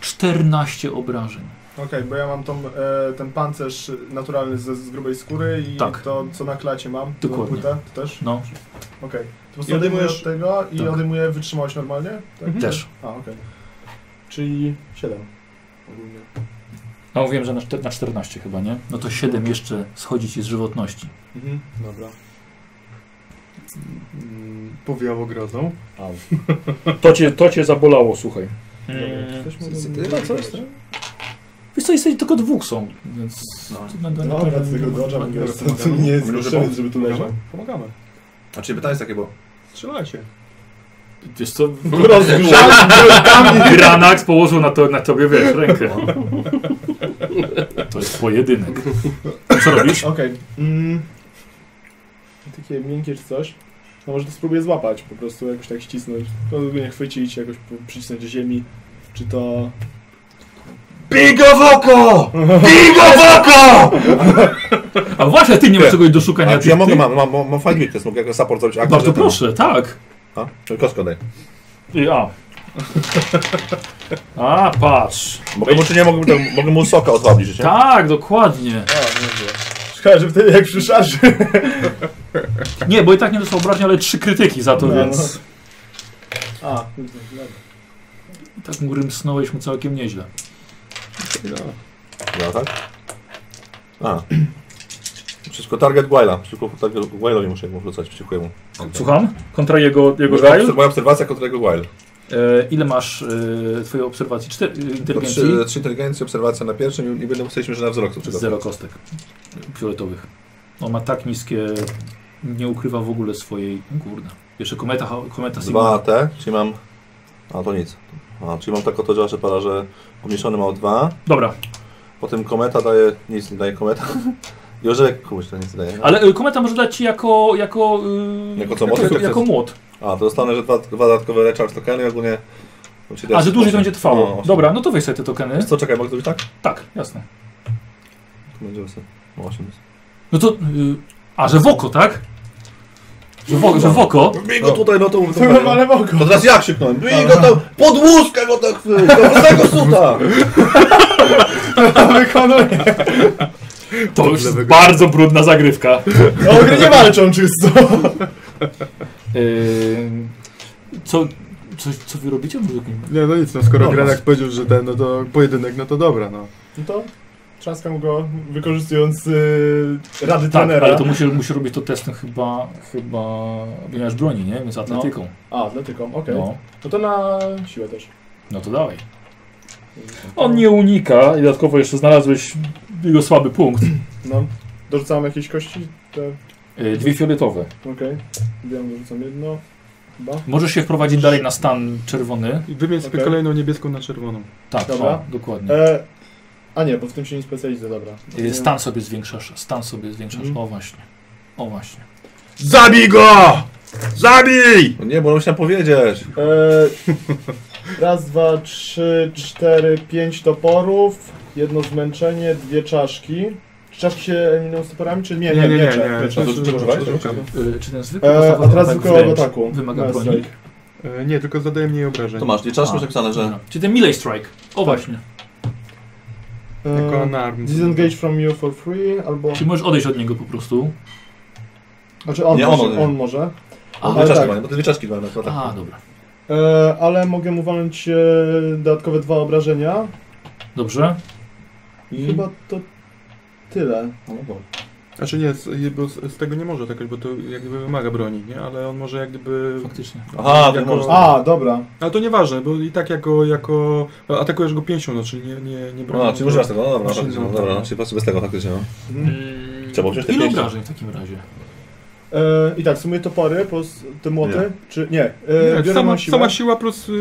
Speaker 1: 14 obrażeń.
Speaker 4: Okej, bo ja mam tą, e, ten pancerz naturalny z, z grubej skóry i
Speaker 1: Tak.
Speaker 4: to, co na klacie mam,
Speaker 1: Dokładnie.
Speaker 4: tą płytę, to też?
Speaker 1: No,
Speaker 4: Okej. To po prostu
Speaker 5: I
Speaker 4: odejmuję
Speaker 5: odejmujesz-
Speaker 4: od tego i
Speaker 1: tak.
Speaker 4: odejmuję wytrzymałość normalnie? Tak?
Speaker 1: też.
Speaker 4: A, okej. Czyli 7 ogólnie.
Speaker 1: No mówiłem, że na, czter- na 14 chyba, nie? No to 7 jeszcze schodzi ci z żywotności.
Speaker 5: Mhm.
Speaker 4: Dobra.
Speaker 5: Mm, Powiało grozą.
Speaker 1: To cię, to cię zabolało, słuchaj. Yy,
Speaker 4: Dobra, Yy, coś mogę-
Speaker 2: Tyle, coś, tak?
Speaker 1: Wiesz co, jesteś tylko dwóch są, więc... No, no,
Speaker 4: No, wracam do tego dodża, bo
Speaker 5: dobra,
Speaker 4: to,
Speaker 5: pomagamy.
Speaker 4: nie jest
Speaker 2: Pomagamy.
Speaker 4: gorzej, żeby tu leżał.
Speaker 5: Pomagamy? Pomagamy.
Speaker 2: A czyli pytanie jest takie było.
Speaker 5: Strzelajcie.
Speaker 1: Wiesz co,
Speaker 4: Rozgrzał!
Speaker 1: Granax położył na, to, na tobie, wiesz, rękę. To jest pojedynek. Co robisz?
Speaker 4: Okej. Mm. Takie miękkie czy coś. No może to spróbuję złapać, po prostu jakoś tak ścisnąć. To nie chwycić, jakoś po- przycisnąć do ziemi. Czy to...
Speaker 7: Bigo w oko! Bigo w oko!
Speaker 1: A właśnie, ty nie masz czegoś do szukania.
Speaker 2: A,
Speaker 1: ty-
Speaker 2: ja mogę,
Speaker 1: ty-
Speaker 2: mam, mam, mam, mam fajny test, mogę jako support zrobić. akcję,
Speaker 1: Bardzo
Speaker 2: że tam-
Speaker 1: proszę, tak.
Speaker 2: A, czyli kostkę daj.
Speaker 1: I- A. A, patrz.
Speaker 2: Mogę mu czy nie, mogę, mu- mogę mu soka odwalić, czy nie?
Speaker 1: Tak, dokładnie.
Speaker 4: A, nie wiem. Szkoda, że wtedy jak przy szarży.
Speaker 1: Nie, bo i tak nie dostał obraźni, ale trzy krytyki za to,
Speaker 4: No,
Speaker 1: więc...
Speaker 4: A, dobra.
Speaker 1: I Tak mu rymsnąłeś mu całkiem nieźle.
Speaker 2: No tak? A. Wszystko target Guayla. Wszystko target Guaylowi muszę mu rzucać, przeciwko jemu.
Speaker 1: Słucham? Kontra Tak. jego, jego
Speaker 2: Moja
Speaker 1: rail?
Speaker 2: obser- Moja obserwacja kontra jego Guayl.
Speaker 1: E, ile masz e, twojej obserwacji? Cztery, e,
Speaker 2: To
Speaker 1: inteligencji?
Speaker 2: trzy, trzy inteligencje, obserwacja na pierwszym i, i będę myśleliśmy, że na wzrok to
Speaker 1: Zero kostek fioletowych. On ma tak niskie... Nie ukrywa w ogóle swojej... Kurde. Jeszcze kometa, kometa
Speaker 2: Dwa te, czyli mam... A to nic. A, czyli mam tak oto działa, że para, że umniejszony ma o dwa,
Speaker 1: Dobra,
Speaker 2: potem kometa daje... nic nie daje kometa. I orzełek komuś to nic nie daje.
Speaker 1: ale y, kometa może dać ci jako... Jako, y,
Speaker 2: Jako co, młot?
Speaker 1: Jako, jako młot.
Speaker 2: A, to dostanę, że dwa, dwa dodatkowe recharge tokeny, ogólnie... musi
Speaker 1: A,
Speaker 2: dać
Speaker 1: że dłużej to
Speaker 2: osiem.
Speaker 1: będzie trwało.
Speaker 2: No, osiem.
Speaker 1: Dobra, no to weź sobie te tokeny.
Speaker 2: Wiesz Co, czekaj, mogę zrobić tak?
Speaker 1: Tak, jasne.
Speaker 2: To będzie osiem. No, osiem jest.
Speaker 1: No to... Y, a, że w oko, tak? Że w, że w oko.
Speaker 2: Bij go tutaj, no to mówię.
Speaker 4: To mam ale mogą.
Speaker 2: To teraz ja krzyknąłem. Bij go tam, pod łóżkę go tak, do prostego suta!
Speaker 4: Wykonuję.
Speaker 1: To już jest bardzo brudna zagrywka.
Speaker 4: Ogry No, nie walczą czysto.
Speaker 1: Yy, co, coś, co wy robicie? Może jakimś-
Speaker 7: Nie, no nic, no skoro
Speaker 1: No,
Speaker 7: Grenak powiedział, że ten, no to pojedynek, no to dobra, no.
Speaker 4: No to trzaskam go, wykorzystując y, rady
Speaker 1: Tak,
Speaker 4: trenera.
Speaker 1: ale to musi, musi robić to testem chyba, chyba, ponieważ broni, nie? Więc atletyką.
Speaker 4: A, atletyką, okej.
Speaker 1: No,
Speaker 4: No to na siłę też.
Speaker 1: no to dawaj. On nie unika i dodatkowo jeszcze znalazłeś jego słaby punkt.
Speaker 4: No. Dorzucam jakieś kości? Te...
Speaker 1: Yy, Dwie fioletowe.
Speaker 4: Okej. Wiem, dorzucam jedno. Chyba.
Speaker 1: Możesz się wprowadzić dalej na stan czerwony.
Speaker 5: I wymień sobie
Speaker 4: Okej.
Speaker 5: kolejną niebieską na czerwoną.
Speaker 1: Tak,
Speaker 4: Dobra.
Speaker 1: o, dokładnie.
Speaker 4: E, a nie, bo w tym się nie specjalizuję, dobra. E,
Speaker 1: Yy, Stan sobie zwiększasz, stan sobie zwiększasz.
Speaker 4: Mhm.
Speaker 1: O właśnie. O właśnie.
Speaker 7: Zabij go! Zabij!
Speaker 2: No nie, bo on musiał powiedzieć.
Speaker 4: E, raz, dwa, trzy, cztery, pięć toporów, jedno zmęczenie, dwie czaszki. Czy czaszki się eliminują z toporami, czy nie?
Speaker 7: Nie, nie, nie,
Speaker 4: miecze,
Speaker 7: nie.
Speaker 4: miecze.
Speaker 2: A to- to- to- to- to- to-
Speaker 1: Yy, Czy ten zwykły
Speaker 4: E,
Speaker 1: podstawowy
Speaker 4: a teraz
Speaker 1: atak
Speaker 4: tylko od
Speaker 1: wręcz
Speaker 4: ataku.
Speaker 1: Wymaga
Speaker 4: Na
Speaker 1: broni.
Speaker 4: strike.
Speaker 5: E, nie, tylko zadaje mniej obrażeń.
Speaker 2: To masz, nie czas,
Speaker 1: A. No,
Speaker 2: masz napisane, że...
Speaker 1: Dobra. Czy ten melee strike. O właśnie.
Speaker 5: Jako
Speaker 4: E,
Speaker 5: na arm.
Speaker 4: disengage from you for free, albo...
Speaker 1: Czy możesz odejść od niego po prostu?
Speaker 4: Znaczy on,
Speaker 2: Nie,
Speaker 4: może,
Speaker 2: ono nie.
Speaker 4: on może.
Speaker 2: A, dwie
Speaker 4: ale
Speaker 2: czaszki
Speaker 4: tak.
Speaker 2: mają, bo to dwie czaszki mają. no tak.
Speaker 1: A, dobra.
Speaker 4: E, ale mogę mu walnąć e, dodatkowe dwa obrażenia.
Speaker 1: Dobrze.
Speaker 4: I chyba to tyle.
Speaker 2: No, dobra.
Speaker 5: Znaczy nie, z, bo z, z tego nie może tak, bo to jakby wymaga broni, nie? Ale on może jakby...
Speaker 1: Faktycznie.
Speaker 2: Aha, to
Speaker 5: Jako-
Speaker 2: może.
Speaker 4: A, dobra.
Speaker 5: Ale to nieważne, bo i tak jako... jako atakujesz go pięścią, no czyli nie, nie, nie bronią.
Speaker 2: A, czyli używasz tego, no dobra,
Speaker 5: Znaczy,
Speaker 2: faktycznie,
Speaker 5: no,
Speaker 2: no, dobra,
Speaker 5: tak.
Speaker 2: no, czyli po prostu bez tego faktycznie, no.
Speaker 4: Mhm.
Speaker 1: Mm,
Speaker 2: Trzeba wziąć te
Speaker 1: Ile
Speaker 2: pięści.
Speaker 1: obrażeń w takim razie?
Speaker 4: E, I tak, sumuję topory plus te młoty. Czy nie? E,
Speaker 5: Nie,
Speaker 4: biorę
Speaker 5: sama,
Speaker 4: mam siłę.
Speaker 5: sama siła plus y,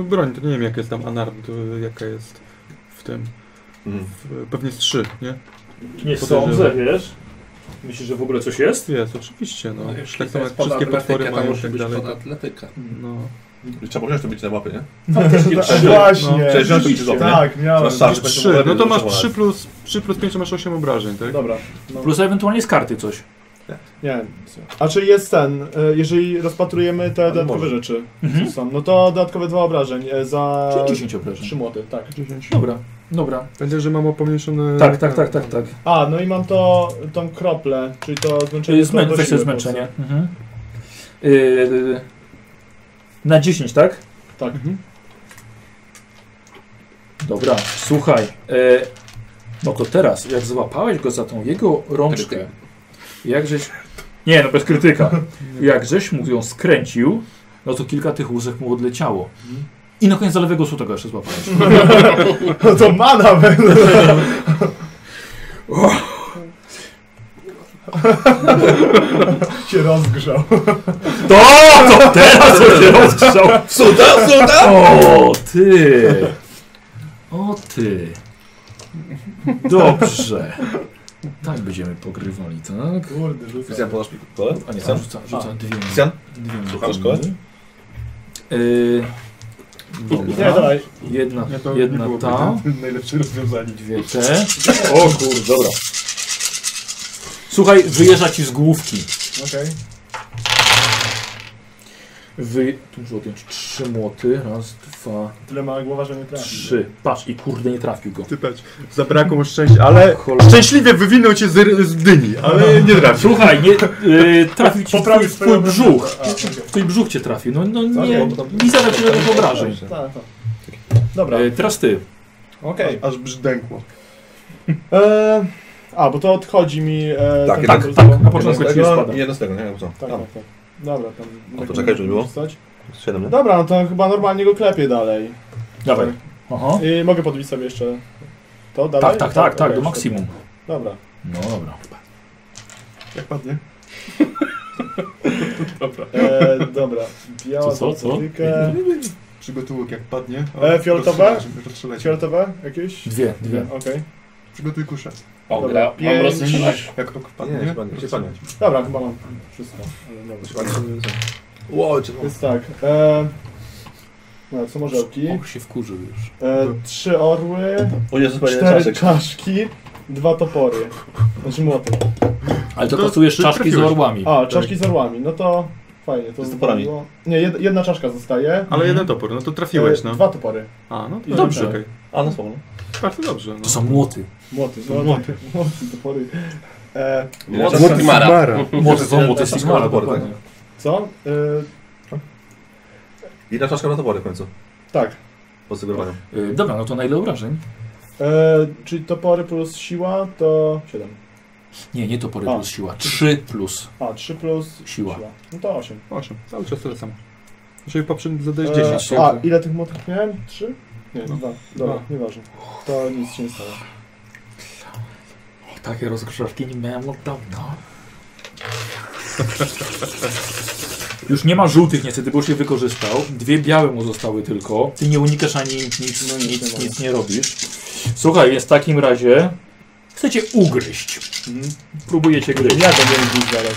Speaker 5: y, broń, to nie wiem jaka jest tam anarm, to jaka jest w tym.
Speaker 2: Mm.
Speaker 5: W, pewnie z 3, nie?
Speaker 8: Nie
Speaker 5: Podejrzewam.
Speaker 8: sądzę, wiesz?
Speaker 1: Myślisz, że w ogóle coś jest?
Speaker 5: Jest, oczywiście, no.
Speaker 6: jeśli
Speaker 5: tak
Speaker 6: to
Speaker 5: samo jak
Speaker 6: jest pod
Speaker 5: wszystkie potwory
Speaker 6: atletykę, to
Speaker 5: mają i
Speaker 6: musi
Speaker 5: tak
Speaker 6: być
Speaker 5: dalej.
Speaker 6: pod atletykę.
Speaker 5: No.
Speaker 2: I Trzeba wziąć to bić na łapy, nie?
Speaker 4: Tak,
Speaker 2: no.
Speaker 4: Właśnie.
Speaker 2: Trzeba wziąć to bić na łapy, nie?
Speaker 4: Tak, miałem.
Speaker 2: Masz szarż,
Speaker 5: Masz 3, no to masz 3 plus, 3 plus 5, to masz 8 obrażeń, tak?
Speaker 4: Dobra. No.
Speaker 1: Plus ewentualnie z karty coś.
Speaker 4: Nie wiem. A czy jest ten, e, jeżeli rozpatrujemy te dodatkowe
Speaker 2: może.
Speaker 4: rzeczy,
Speaker 1: Mhm.
Speaker 4: co są, no to dodatkowe dwa obrażeń e, za
Speaker 1: Czyli 10
Speaker 4: trzy
Speaker 1: obrażeń.
Speaker 4: młoty, tak. 10.
Speaker 1: Dobra, dobra.
Speaker 5: Będzie, że mam opomniejszone...
Speaker 1: Tak, tak, tak, tak, tak.
Speaker 4: A, no i mam to, tą kroplę, czyli to
Speaker 1: To
Speaker 4: zmęczenie.
Speaker 1: jest Y, zmę-
Speaker 4: do
Speaker 1: weź
Speaker 4: siły
Speaker 1: sobie
Speaker 4: po prostu.
Speaker 1: zmęczenie. Mhm. Yy, na 10, tak?
Speaker 4: Tak.
Speaker 5: Mhm.
Speaker 1: Dobra, słuchaj. Yy, no to teraz, jak złapałeś go za tą jego rączkę, jakżeś... Nie, no bez krytyka. Jakżeś mu ją skręcił, no to kilka tych łóżek mu odleciało. I na koniec za lewego suta go jeszcze złapałeś.
Speaker 4: No to ma nawet. się rozgrzał.
Speaker 1: To, to teraz to się rozgrzał.
Speaker 2: Suda, suda!
Speaker 1: O ty! O ty! Dobrze. Tak będziemy pogrywali, tak?
Speaker 4: Kurde, rzucam.
Speaker 2: Krystian, podasz mi kole?
Speaker 1: A nie,
Speaker 2: Krystian?
Speaker 1: rzuca, rzuca dwiema.
Speaker 2: Krystian?
Speaker 1: dwiema
Speaker 2: Słuchasz,
Speaker 1: tymi.
Speaker 2: koleś?
Speaker 1: Y,
Speaker 4: Nie,
Speaker 1: Dobra.
Speaker 4: dawaj.
Speaker 1: Jedna,
Speaker 5: Nie, to nie
Speaker 1: jedna
Speaker 5: byłoby
Speaker 1: ta,
Speaker 7: Najlepsze rozwiązanie.
Speaker 1: dwie te. O kurde, dobra. Słuchaj, wyjeżdża ci z główki.
Speaker 4: Okej.
Speaker 1: Wy... Tu muszę odjąć trzy młoty. Raz, dwa,
Speaker 4: Tyle mała głowa, że nie trafi.
Speaker 1: trzy. Patrz, i kurde, nie trafił go.
Speaker 7: Typeć. Zabrakło mu szczęścia, ale
Speaker 1: Cholera.
Speaker 7: szczęśliwie wywinął cię z, z dyni, ale nie trafił.
Speaker 1: Słuchaj, nie, y, trafił ci w twój,
Speaker 4: Poprawił
Speaker 1: w twój
Speaker 4: swoją
Speaker 1: brzuch.
Speaker 4: A, okej.
Speaker 1: W twój brzuch cię trafił. No, no nie,
Speaker 2: bo tam-
Speaker 1: nie zadał ci żadnych obrażeń.
Speaker 2: Dobrze.
Speaker 4: Tak, tak. Dobra,
Speaker 1: Y, teraz ty.
Speaker 4: okej.
Speaker 7: Aż brzdękło.
Speaker 4: E, A, bo to odchodzi mi e,
Speaker 2: Tak,
Speaker 4: ten
Speaker 2: tak,
Speaker 4: ten-
Speaker 1: tak. Na początku
Speaker 2: Jedno z
Speaker 1: ci nie
Speaker 2: tego
Speaker 1: spada.
Speaker 2: i Jedno z tego, nie? Dobrze.
Speaker 4: Tak,
Speaker 2: A,
Speaker 4: tak, tak. Dobra, tam...
Speaker 2: O, to czekaj, żeby było.
Speaker 4: Wstać.
Speaker 2: Siedem, nie?
Speaker 4: Dobra, no to chyba normalnie go klepię dalej.
Speaker 1: Dawaj. Aha.
Speaker 4: I mogę podbić sobie jeszcze to dalej?
Speaker 1: Tak, tak, tak, tak,
Speaker 4: okej,
Speaker 1: do
Speaker 4: świetnie.
Speaker 1: maksimum.
Speaker 4: Dobra.
Speaker 1: No dobra.
Speaker 5: Jak padnie?
Speaker 4: E, dobra. Biała
Speaker 1: Co, co, co?
Speaker 4: dwucytykę.
Speaker 5: Przygotuj jak padnie.
Speaker 4: E, fioletowe?
Speaker 5: rozstrzelać- rozstrzelać.
Speaker 4: Fioletowe jakieś?
Speaker 1: Dwie, dwie.
Speaker 4: Okej.
Speaker 5: Przygotuj kuszę.
Speaker 6: O,
Speaker 4: Dobra,
Speaker 6: gra, mam
Speaker 4: pięć.
Speaker 6: rozstrzelać.
Speaker 5: Jak ok
Speaker 2: Tak, Nie, nie,
Speaker 5: padnie.
Speaker 2: spadnie,
Speaker 5: rozstrzelać.
Speaker 4: Dobra, chyba mam wszystko. ale dobra.
Speaker 2: Wow, czy no.
Speaker 4: Więc tak. E, no, co orzełki?
Speaker 1: Och, się wkurzył już.
Speaker 4: E, trzy orły,
Speaker 2: O Jezu, panie
Speaker 4: cztery
Speaker 2: czaszek.
Speaker 4: czaszki, dwa topory. Znaczy młoty.
Speaker 1: Ale to,
Speaker 5: To-
Speaker 1: kasujesz
Speaker 5: to
Speaker 1: czaszki z
Speaker 5: trafiłeś.
Speaker 1: orłami.
Speaker 4: A, czaszki z orłami, no to fajnie. To
Speaker 2: Z toporami.
Speaker 4: było- Nie, jed, jedna czaszka zostaje.
Speaker 5: Ale jeden topór, no to trafiłeś,
Speaker 4: E,
Speaker 5: no.
Speaker 4: Dwa topory.
Speaker 5: A, no to
Speaker 1: Dobrze.
Speaker 5: dobrze. okej.
Speaker 2: A, no słowo.
Speaker 5: Bardzo dobrze, no.
Speaker 1: To są młoty.
Speaker 4: Młoty,
Speaker 5: To
Speaker 4: no,
Speaker 5: młoty.
Speaker 4: młoty, topory. E,
Speaker 6: Młody
Speaker 2: Młody
Speaker 6: Sigmara.
Speaker 1: Młoty są młoty
Speaker 2: Czaszka
Speaker 1: Sigmara,
Speaker 2: na topory,
Speaker 1: dokładnie.
Speaker 4: co? E,
Speaker 2: I na czaszkę na topory w końcu.
Speaker 4: tak.
Speaker 2: Po sugerowaniu.
Speaker 1: Y, Dobra, no to na ile obrażeń?
Speaker 4: E, czyli topory plus siła to 7.
Speaker 1: Nie, nie topory
Speaker 4: A.
Speaker 1: plus siła. Trzy plus
Speaker 4: A, 3 plus
Speaker 1: siła.
Speaker 4: No to 8.
Speaker 5: Osiem. Cały czas tyle samo. Jeżeli poprzednio zadajesz
Speaker 4: E,
Speaker 5: 10.
Speaker 4: a,
Speaker 5: to-
Speaker 4: ile tych młotów miałem? 3? Nie,
Speaker 5: No.
Speaker 4: 2. Dobra,
Speaker 5: Dwa.
Speaker 4: nieważne. To nic się nie stało.
Speaker 1: Takie rozgrzewki nie miałem od dawna. Już nie ma żółtych niestety, bo już je wykorzystał. Dwie białe mu zostały tylko. Ty nie unikasz ani nic, nic,
Speaker 4: No, nic nie
Speaker 1: nic,
Speaker 4: mogę.
Speaker 1: nic nie robisz. Słuchaj, więc w takim razie chcecie ugryźć. Próbujecie gryźć.
Speaker 4: Mhm. Ja to będę bić zaraz.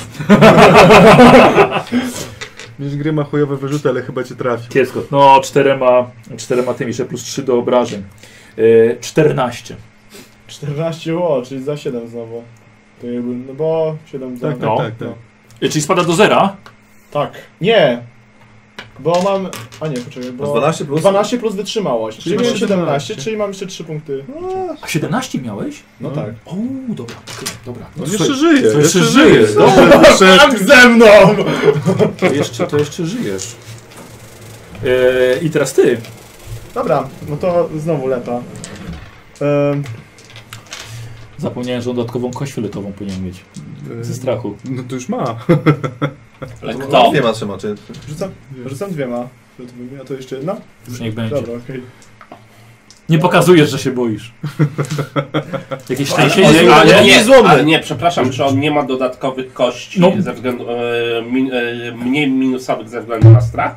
Speaker 5: Miesz gry ma chujowe wyrzuty, ale chyba cię trafił.
Speaker 1: Kiepsko. No, czterema, czterema tymi, jeszcze plus trzy do obrażeń. Yy, 14.
Speaker 4: 14 ło, czyli za 7 znowu. To jakby, no bo 7 za...
Speaker 5: Tak, tak,
Speaker 1: No.
Speaker 5: tak, tak.
Speaker 4: No.
Speaker 1: Yy, czyli spada do zera.
Speaker 4: Tak. Nie! Bo mam... A nie, poczekaj, bo...
Speaker 2: Masz 12 plus?
Speaker 4: 12 plus wytrzymałość, czyli
Speaker 5: Czyli No
Speaker 4: miałem 17,
Speaker 5: 17,
Speaker 4: czyli mam jeszcze 3 punkty.
Speaker 1: A 17 miałeś?
Speaker 4: No,
Speaker 5: No.
Speaker 4: tak.
Speaker 1: O, dobra, dobra.
Speaker 5: On
Speaker 1: słuchaj,
Speaker 5: jeszcze żyje,
Speaker 1: jeszcze
Speaker 5: jeszcze
Speaker 1: żyje.
Speaker 5: żyje. Dobrze, jeszcze...
Speaker 4: Tak ze mną!
Speaker 1: To jeszcze, to jeszcze żyjesz. Yy, I teraz ty.
Speaker 4: Dobra, no to znowu lepa. Ehm,
Speaker 1: Zapomniałem, że on dodatkową kość fioletową powinien mieć. Ze strachu.
Speaker 5: No to już ma.
Speaker 6: Ale
Speaker 2: No,
Speaker 6: kto?
Speaker 2: Nie ma trzyma, czy...
Speaker 4: rzucam, rzucam dwiema. fioletowymi, A to jeszcze jedna?
Speaker 1: Już niech będzie.
Speaker 4: Dobra, okej.
Speaker 1: Nie pokazujesz, że się boisz. Jakieś szczęście
Speaker 6: on-
Speaker 1: jest,
Speaker 6: ale
Speaker 1: ale...
Speaker 6: nie, ale nie, przepraszam, czy on nie ma dodatkowych kości
Speaker 1: No.
Speaker 6: ze względu, e, min, e, mniej minusowych ze względu na strach?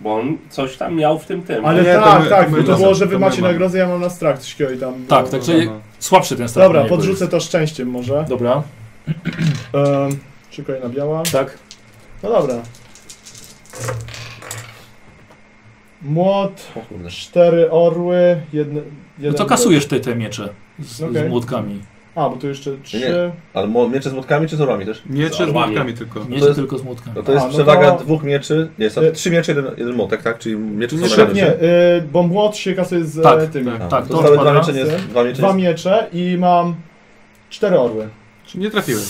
Speaker 6: Bo on coś tam miał w tym tym.
Speaker 4: Ale
Speaker 5: Nie, to
Speaker 4: tak,
Speaker 5: my-
Speaker 4: tak,
Speaker 5: my
Speaker 4: bo to
Speaker 5: razem,
Speaker 4: było, że wy
Speaker 5: to my
Speaker 4: macie
Speaker 5: mamy.
Speaker 4: nagrodę, ja mam na strach coś takiego i tam.
Speaker 1: Tak,
Speaker 4: no,
Speaker 1: także
Speaker 4: no.
Speaker 1: Słabszy ten strach.
Speaker 4: Dobra,
Speaker 1: niego
Speaker 4: podrzucę to szczęściem może.
Speaker 1: jest. Dobra,
Speaker 4: Ehm, czy kolejna biała?
Speaker 1: tak.
Speaker 4: No dobra. Młot,
Speaker 2: O kurde.
Speaker 4: cztery orły, jedne,
Speaker 1: No
Speaker 4: jeden...
Speaker 1: to kasujesz te, te miecze z,
Speaker 4: Okej.
Speaker 1: z młotkami.
Speaker 4: A, bo tu jeszcze trzy...
Speaker 2: Ale mo- miecze z młotkami czy z orłami też?
Speaker 5: Nie,
Speaker 6: Z
Speaker 5: czy z
Speaker 6: orłami.
Speaker 5: młotkami tylko.
Speaker 1: Miecze
Speaker 2: to jest-
Speaker 1: tylko z młotkami.
Speaker 2: No to jest
Speaker 4: A, no
Speaker 2: przewaga
Speaker 4: to-
Speaker 2: dwóch mieczy. Nie, są
Speaker 4: Y-
Speaker 2: trzy miecze, jeden, jeden młotek, tak? Czyli miecze
Speaker 5: Nie,
Speaker 2: są
Speaker 5: szef,
Speaker 2: na
Speaker 4: Nie,
Speaker 2: ręce.
Speaker 4: y, bo młot się kasuje z
Speaker 1: Tak,
Speaker 4: e, tymi.
Speaker 5: tak.
Speaker 2: A,
Speaker 1: tak, to
Speaker 2: Zostały dwa
Speaker 1: odpada.
Speaker 2: miecze, nie jest... Dwa miecze
Speaker 4: Dwa
Speaker 2: jest...
Speaker 4: miecze i mam cztery orły.
Speaker 5: Czy nie trafiłeś?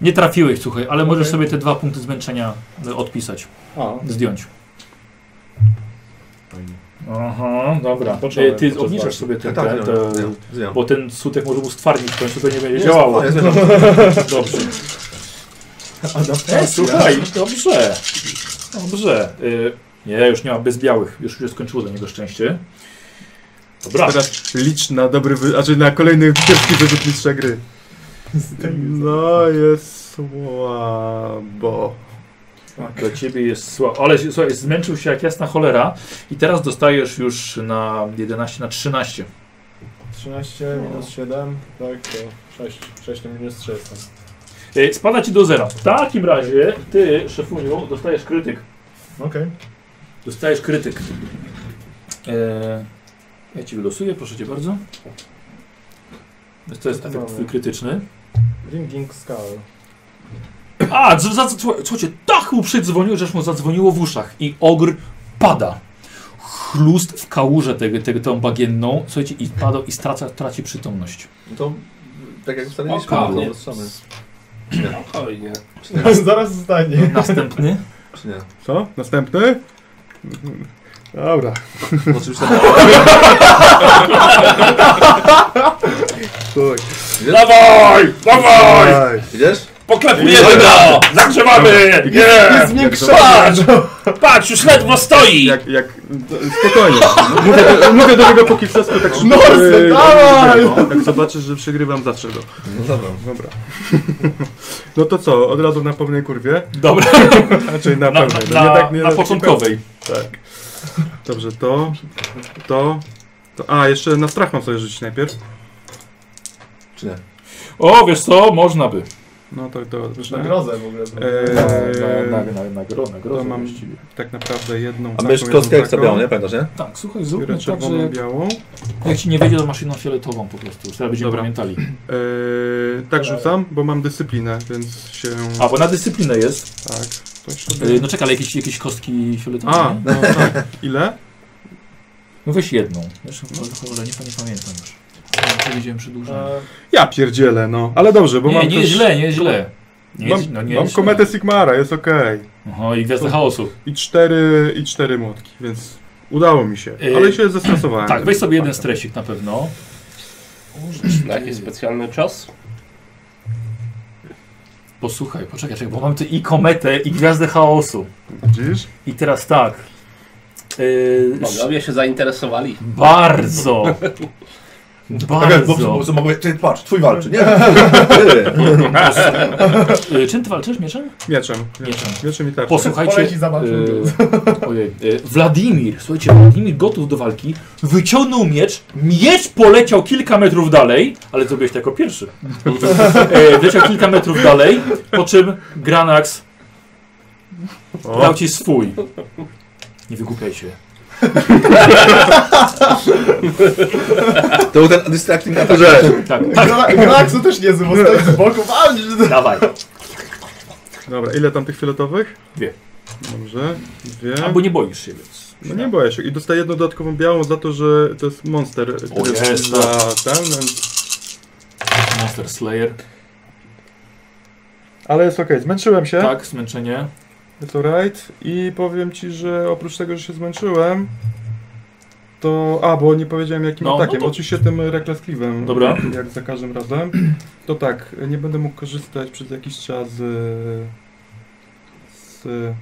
Speaker 1: Nie trafiłeś, słuchaj, ale możesz
Speaker 4: Okej.
Speaker 1: sobie te dwa punkty zmęczenia y, odpisać,
Speaker 4: A,
Speaker 1: zdjąć. Aha, dobra.
Speaker 4: Poczekaj,
Speaker 1: Ty, ty
Speaker 4: poczekaj.
Speaker 1: obniżasz sobie ten,
Speaker 2: Tak, tak,
Speaker 1: ten,
Speaker 2: zmieniam,
Speaker 1: ten,
Speaker 2: zmieniam, zmieniam.
Speaker 1: Bo ten sutek może mu stwardnić, w końcu to nie będzie
Speaker 2: Nie,
Speaker 1: działało.
Speaker 2: spokojnie, zmieniam.
Speaker 1: Dobrze.
Speaker 4: adaptacja.
Speaker 1: słuchaj, dobrze. Dobrze. Y, nie, już nie ma bez białych. Już się skończyło dla niego szczęście. Dobra.
Speaker 5: Teraz licz na dobry, wy... znaczy na kolejny kiepski wyrzut mistrza gry. No jest słabo.
Speaker 1: Dla ciebie jest słabo. Ale się- słuchaj, zmęczył się jak jasna cholera i teraz dostajesz już na 11, na 13.
Speaker 4: 13 minus 7, tak, to 6. 6 to minus 3 jestem.
Speaker 1: Y, spada ci do zera. W takim razie ty, szefuniu, dostajesz krytyk.
Speaker 4: Okej.
Speaker 1: Dostajesz krytyk. E, ja ci wylosuję, proszę cię bardzo. To jest
Speaker 4: Co
Speaker 1: efekt
Speaker 4: tu mamy?
Speaker 1: twój krytyczny.
Speaker 4: Ringing Skull.
Speaker 1: A, z- za- za- słuchaj- słuchajcie, tak mu przydzwonił, żeż mu zadzwoniło w uszach i ogr pada. Chlust w kałużę tego, tego, tą bagienną, słuchajcie, i pada i straca, traci przytomność.
Speaker 2: No to... Tak jak ustaliliśmy,
Speaker 6: Oka,
Speaker 2: to
Speaker 6: nie.
Speaker 2: rozstrzamy.
Speaker 6: Spokojnie.
Speaker 4: Zaraz zostanie.
Speaker 1: No, Następny.
Speaker 2: Czy nie?
Speaker 5: Co? Następny? Dobra.
Speaker 2: No, Oczywiście...
Speaker 5: Chuj.
Speaker 2: Idziesz?
Speaker 6: Dawaj! Dawaj!
Speaker 5: Daj.
Speaker 2: Idziesz?
Speaker 6: Poklepujemy
Speaker 1: No,
Speaker 6: go! Zagrzewamy!
Speaker 4: Jest mnie krzyż!
Speaker 6: Patrz, już ledwo stoi!
Speaker 5: Jak, jak, spokojnie. Mówię do, mówię do niego po kiepsku, tak szybko,
Speaker 4: Norse,
Speaker 5: e,
Speaker 4: dawaj!
Speaker 5: no, Jak zobaczysz, że przegrywam, zawsze go.
Speaker 2: No dobra.
Speaker 5: Dobra. No to co, od razu na pełnej kurwie?
Speaker 1: Dobra,
Speaker 5: Znaczy na
Speaker 1: na, na,
Speaker 5: pełnej. no, nie
Speaker 1: na,
Speaker 5: tak, nie
Speaker 1: na
Speaker 5: tak-
Speaker 1: początkowej.
Speaker 5: Tak. Dobrze, to, to, to... A, jeszcze na strach mam sobie rzucić najpierw.
Speaker 2: Czy nie?
Speaker 1: O, wiesz co, można by.
Speaker 5: No to, to,
Speaker 4: Już na
Speaker 5: to,
Speaker 4: grozę w ogóle.
Speaker 1: Na, na,
Speaker 5: Eee,
Speaker 1: na, na gro, na gro
Speaker 5: to mam-
Speaker 1: właściwie.
Speaker 5: tak naprawdę jedną
Speaker 2: A
Speaker 5: taką,
Speaker 2: będziesz
Speaker 5: jedną
Speaker 2: kostkę jak
Speaker 5: taką.
Speaker 2: białą, nie? Pamiętasz, nie?
Speaker 1: Tak, słuchaj,
Speaker 5: Biorę
Speaker 1: zróbmy tak, że
Speaker 5: czerwoną,
Speaker 1: jak,
Speaker 5: białą.
Speaker 1: jak ci nie wiedzie, to masz jedną fioletową po prostu. Teraz będziemy
Speaker 5: Dobra.
Speaker 1: pamiętali.
Speaker 5: Eee, tak rzucam, bo mam dyscyplinę, więc się...
Speaker 1: A, bo na dyscyplinę jest.
Speaker 5: Tak, to
Speaker 1: Yy,
Speaker 2: E,
Speaker 5: sobie...
Speaker 1: No czekaj, ale jakieś, jakieś kostki fioletowe?
Speaker 5: A,
Speaker 1: nie?
Speaker 5: no tak. Ile?
Speaker 1: No weź jedną. Zresztą cholera, nie, nie pamiętam już. Nie powiedziałem przedłużenie.
Speaker 5: Ja pierdzielę, no. Ale dobrze, bo
Speaker 1: E, Nie,
Speaker 5: mam
Speaker 1: nie
Speaker 5: też...
Speaker 1: jest źle, nie jest źle. Nie
Speaker 5: mam
Speaker 1: jest, no nie
Speaker 5: mam
Speaker 1: jest źle.
Speaker 5: kometę Sigmara, jest okej.
Speaker 1: Oho, i Gwiazda Chaosu.
Speaker 5: I cztery, i cztery młotki, więc udało mi się.
Speaker 1: Yy,
Speaker 5: Ale się zestresowałem.
Speaker 1: Tak, weź sobie jeden stresik na pewno.
Speaker 6: Na jakiś specjalny cios?
Speaker 1: Posłuchaj, poczekaj, czekaj, bo mam tu i kometę, i Gwiazdę Chaosu.
Speaker 5: Widzisz?
Speaker 1: I teraz tak. Yy,
Speaker 6: Bogowie się zainteresowali.
Speaker 1: bardzo.
Speaker 2: Tak,
Speaker 1: Bardzo.
Speaker 2: co mogę... Ty, patrz, twój walczy, nie? Tak,
Speaker 1: Y, Czym ty walczysz? Mieczem?
Speaker 5: Mieczem.
Speaker 1: Mieczem.
Speaker 5: Mieczem i tarczą.
Speaker 1: Posłuchajcie.
Speaker 4: Poleci zobaczymy.
Speaker 1: y, ojej, y, Wladimir, słuchajcie, Wladimir gotów do walki, wyciągnął miecz, miecz poleciał kilka metrów dalej, ale zrobiłeś to jako pierwszy. E, Wleciał kilka metrów dalej, po czym Granax dał ci swój. Nie wygłupiaj się.
Speaker 2: tak. To był ten distracting attack.
Speaker 1: Tak, tak,
Speaker 4: Galaksu też nie bo stoi z boku, walczy!
Speaker 1: dawaj.
Speaker 5: Dobra, ile tam tych fioletowych?
Speaker 1: Dwie.
Speaker 5: Dobrze, dwie.
Speaker 1: Albo nie boisz się, więc.
Speaker 5: No nie boję się. I dostaję jedną dodatkową białą za to, że to jest monster. który
Speaker 1: jest,
Speaker 5: jest
Speaker 1: no.
Speaker 5: za ten, więc...
Speaker 1: Monster Slayer.
Speaker 5: Ale jest okej, zmęczyłem się.
Speaker 1: Tak, zmęczenie.
Speaker 5: Jest alright. I powiem ci, że oprócz tego, że się zmęczyłem, to... A, bo nie powiedziałem jakim
Speaker 1: No, no
Speaker 5: atakiem.
Speaker 1: to-
Speaker 5: Oczywiście tym Reckless Cleave'em.
Speaker 1: Dobra.
Speaker 5: Jak za każdym razem. To tak, nie będę mógł korzystać przez jakiś czas z... z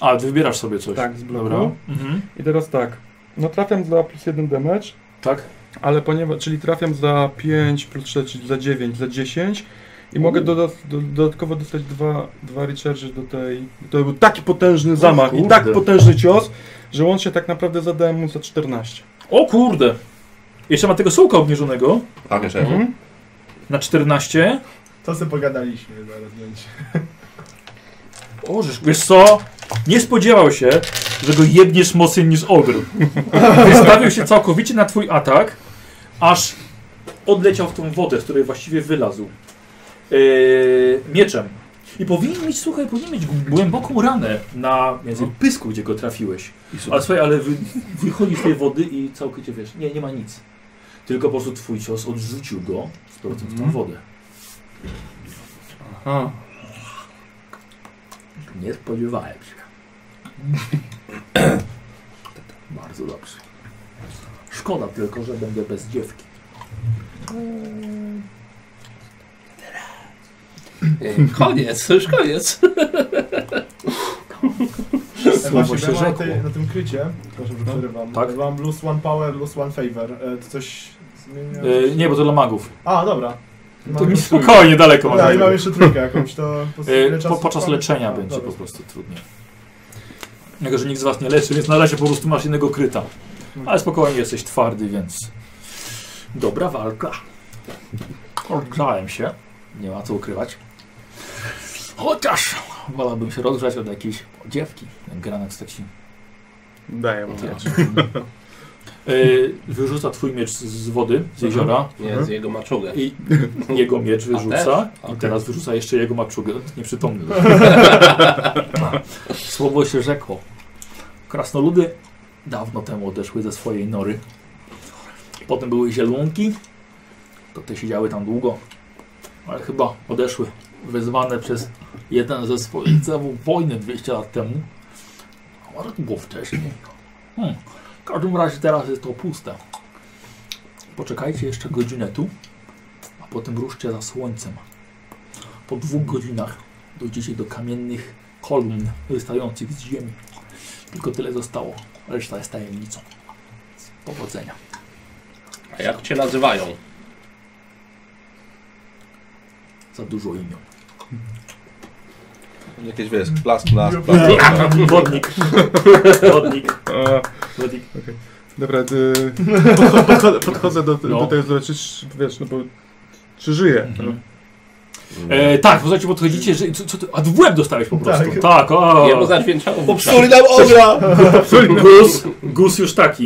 Speaker 1: A, ty wybierasz sobie coś.
Speaker 5: tak, z bloku.
Speaker 1: Dobra. Mhm.
Speaker 5: I teraz tak. No trafiam za plus 1 damage,
Speaker 1: Tak.
Speaker 5: ale ponieważ, czyli trafiam za 5 plus 3, czyli za 9, za 10 i mogę doda do, dodatkowo dostać dwa, dwa recharge do tej. To był taki potężny zamach i
Speaker 1: kurde.
Speaker 5: tak potężny cios, że łącznie tak naprawdę zadałem mu za 14.
Speaker 1: O kurde. Jeszcze ma tego sołka obniżonego
Speaker 2: Tak, jeszcze. Mhm.
Speaker 5: Mhm.
Speaker 1: na 14.
Speaker 4: To sobie pogadaliśmy zaraz będzie.
Speaker 1: O, żeż, wiesz co? Nie spodziewał się, że go jebniesz mocniej niż ogr. Wystawił się całkowicie na twój atak, aż odleciał w tą wodę, z której właściwie wylazł. Yy, mieczem. I powinien mieć, słuchaj, powinien mieć głęboką ranę na między pysku, gdzie go trafiłeś. Ale No. słuchaj, ale wy, wychodzi z tej wody i całkowicie wiesz, nie, nie ma nic. Tylko po prostu twój cios odrzucił go z powrotem w tą wodę.
Speaker 5: Aha.
Speaker 1: Nie spodziewałem się. Bardzo dobrze. Szkoda tylko, że będę bez dziewki.
Speaker 6: Ej, Koniec, już koniec.
Speaker 1: Słowo się
Speaker 4: ja mam na,
Speaker 1: rzekło.
Speaker 4: tej, na tym krycie, przepraszam, że
Speaker 1: No,
Speaker 4: przerywam,
Speaker 1: tak.
Speaker 4: tak? mam plus one power, plus one favor. E, To coś zmienia?
Speaker 1: E, nie, bo to dla magów.
Speaker 4: A, dobra.
Speaker 1: To
Speaker 4: Mam
Speaker 1: mi
Speaker 4: plus trójkę.
Speaker 1: spokojnie daleko mam.
Speaker 4: Dobra, i mam jeszcze trójkę jakąś, to... po prostu ile
Speaker 1: E, po,
Speaker 4: czasu Tak,
Speaker 1: podczas
Speaker 4: mamy?
Speaker 1: leczenia
Speaker 4: A,
Speaker 1: będzie
Speaker 4: dobra.
Speaker 1: po prostu trudniej. Jako, że nikt z was nie leczy, więc na razie po prostu masz innego kryta.
Speaker 4: Mhm.
Speaker 1: Ale spokojnie, jesteś twardy, więc... Dobra walka. Odgrzałem się. Nie ma co ukrywać. Chociaż wolałbym się rozgrzać od jakiejś dziewki. Jak granek z takim
Speaker 5: Daję mu.
Speaker 4: Tak.
Speaker 1: Y, wyrzuca twój miecz z z wody, z
Speaker 4: Mhm.
Speaker 1: jeziora
Speaker 6: Nie, z jego maczugę.
Speaker 1: i jego miecz wyrzuca
Speaker 6: też?
Speaker 1: i teraz wyrzuca jeszcze jego maczugę, nieprzytomny. Słowo się rzekło. Krasnoludy dawno temu odeszły ze swojej nory. Potem były zielonki, to te siedziały tam długo, ale chyba odeszły, wezwane przez jeden ze swoich celów wojny 200 lat temu. A Może to było wcześniej. Hmm. W każdym razie teraz jest to puste. Poczekajcie jeszcze godzinę tu, a potem ruszcie za słońcem. Po dwóch godzinach dojdziecie do kamiennych kolumn wystających z ziemi. Tylko tyle zostało. Reszta jest tajemnicą. Powodzenia.
Speaker 3: A jak cię nazywają?
Speaker 1: Za dużo imion.
Speaker 2: Jakieś wiesz, plas, plas, plas.
Speaker 8: Wodnik. Wodnik. Wodnik.
Speaker 5: Dobra, ty, podcho- podchodzę, podchodzę do,
Speaker 1: No.
Speaker 5: do tego, zobaczysz, wiesz, no bo czy żyje?
Speaker 1: Mhm. E, tak, słuchajcie, podchodzicie, że... Co, co ty, a w łeb dostałeś po prostu. Tak,
Speaker 4: Tak.
Speaker 1: o.
Speaker 3: Nie, bo zadźwięczało w uszach.
Speaker 2: Popsuli nam ogra!
Speaker 1: Gus, Gus już taki.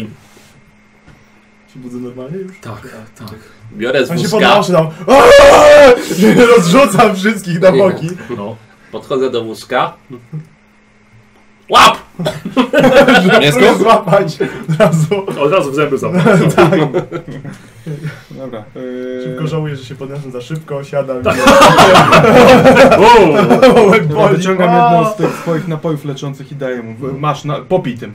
Speaker 4: Się budzę normalnie już?
Speaker 1: Tak, tak.
Speaker 3: Biorę z
Speaker 4: On się
Speaker 3: wózka,
Speaker 4: podnoszę tam. Aaaa! Rozrzucam wszystkich na boki.
Speaker 1: No.
Speaker 3: podchodzę do wózka. Łap!
Speaker 4: Próbuję złapać od razu. Tak
Speaker 1: Od razu w zęby zapał.
Speaker 5: Dobra.
Speaker 4: Szybko
Speaker 5: Yy,
Speaker 4: żałuję, że się podniosłem za szybko, siadam
Speaker 1: Tak.
Speaker 4: i łeb
Speaker 5: dobra,
Speaker 4: boli.
Speaker 5: wyciągam
Speaker 4: Aaa!
Speaker 5: jedno z tych swoich napojów leczących i daję mu. Masz, na, popij tym.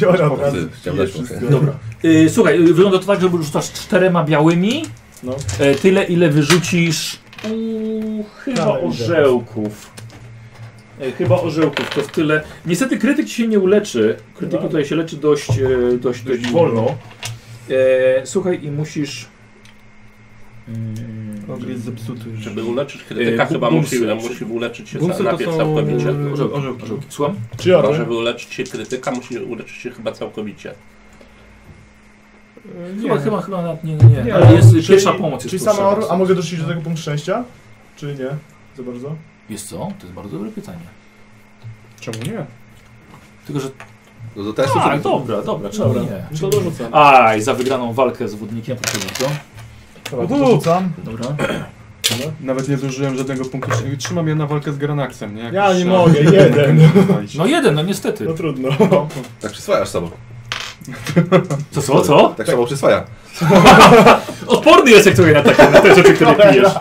Speaker 4: Biorę od razu.
Speaker 2: Ty, chciałem
Speaker 4: piję
Speaker 2: dać mu, okej.
Speaker 4: wszystko.
Speaker 1: Dobra. Y, słuchaj, y, wygląda to tak, że rzucasz czterema białymi.
Speaker 4: No.
Speaker 1: E, tyle, ile wyrzucisz. Uuu, chyba
Speaker 4: Dalej,
Speaker 1: orzełków. E, chyba orzełków, to w tyle. Niestety krytyk ci się nie uleczy. Krytyk
Speaker 4: Chyba.
Speaker 1: tutaj się leczy dość, e, dość, dość wolno. E, słuchaj, i musisz. Mm,
Speaker 5: jest zepsuty już.
Speaker 3: Żeby uleczyć krytyka,
Speaker 1: Yy, bu-
Speaker 3: chyba
Speaker 1: bumsy.
Speaker 3: musi,
Speaker 6: no,
Speaker 3: musi uleczyć się
Speaker 5: Bumsy
Speaker 3: sam,
Speaker 5: to
Speaker 3: najpierw
Speaker 5: są
Speaker 3: całkowicie.
Speaker 5: e,
Speaker 1: Orzełki.
Speaker 5: orzełki.
Speaker 1: orzełki. Słucham?
Speaker 4: Czy
Speaker 3: No,
Speaker 4: orzeł?
Speaker 3: żeby uleczyć się krytyka, musi uleczyć się chyba całkowicie.
Speaker 5: E, Nie,
Speaker 1: Chyba, chyba, chyba nawet nie, nie, nie.
Speaker 5: Nie,
Speaker 1: Ale jest
Speaker 4: Czyli-
Speaker 1: pierwsza pomoc. Jest
Speaker 4: Czyli
Speaker 1: pierwsza
Speaker 4: sama orzeł?
Speaker 1: pomoc.
Speaker 4: A mogę dotrzeć do tego punktu szczęścia? Czy nie? Za bardzo?
Speaker 1: Wiesz co? To jest bardzo dobre pytanie.
Speaker 5: Czemu nie?
Speaker 1: Tylko, że
Speaker 2: No to też
Speaker 1: Tak, dobra, dobra, czemu
Speaker 4: Dobra.
Speaker 1: nie?
Speaker 4: To dorzucam.
Speaker 1: Aj, za wygraną walkę z wodnikiem, proszę bardzo.
Speaker 4: Dobra, to dorzucam.
Speaker 1: Dobra.
Speaker 5: Nawet nie zużyłem żadnego punktu. Trzymam je na walkę z Granaxem, nie? Jak
Speaker 4: Ja
Speaker 5: już
Speaker 4: nie
Speaker 5: się-
Speaker 4: mogę, jeden.
Speaker 1: No jeden, no niestety.
Speaker 4: No trudno.
Speaker 2: Tak przyswajasz samo.
Speaker 1: Co, co, co?
Speaker 2: Tak samo przyswaja.
Speaker 1: Odporny jest jak tutaj na takie na te rzeczy, które pijesz.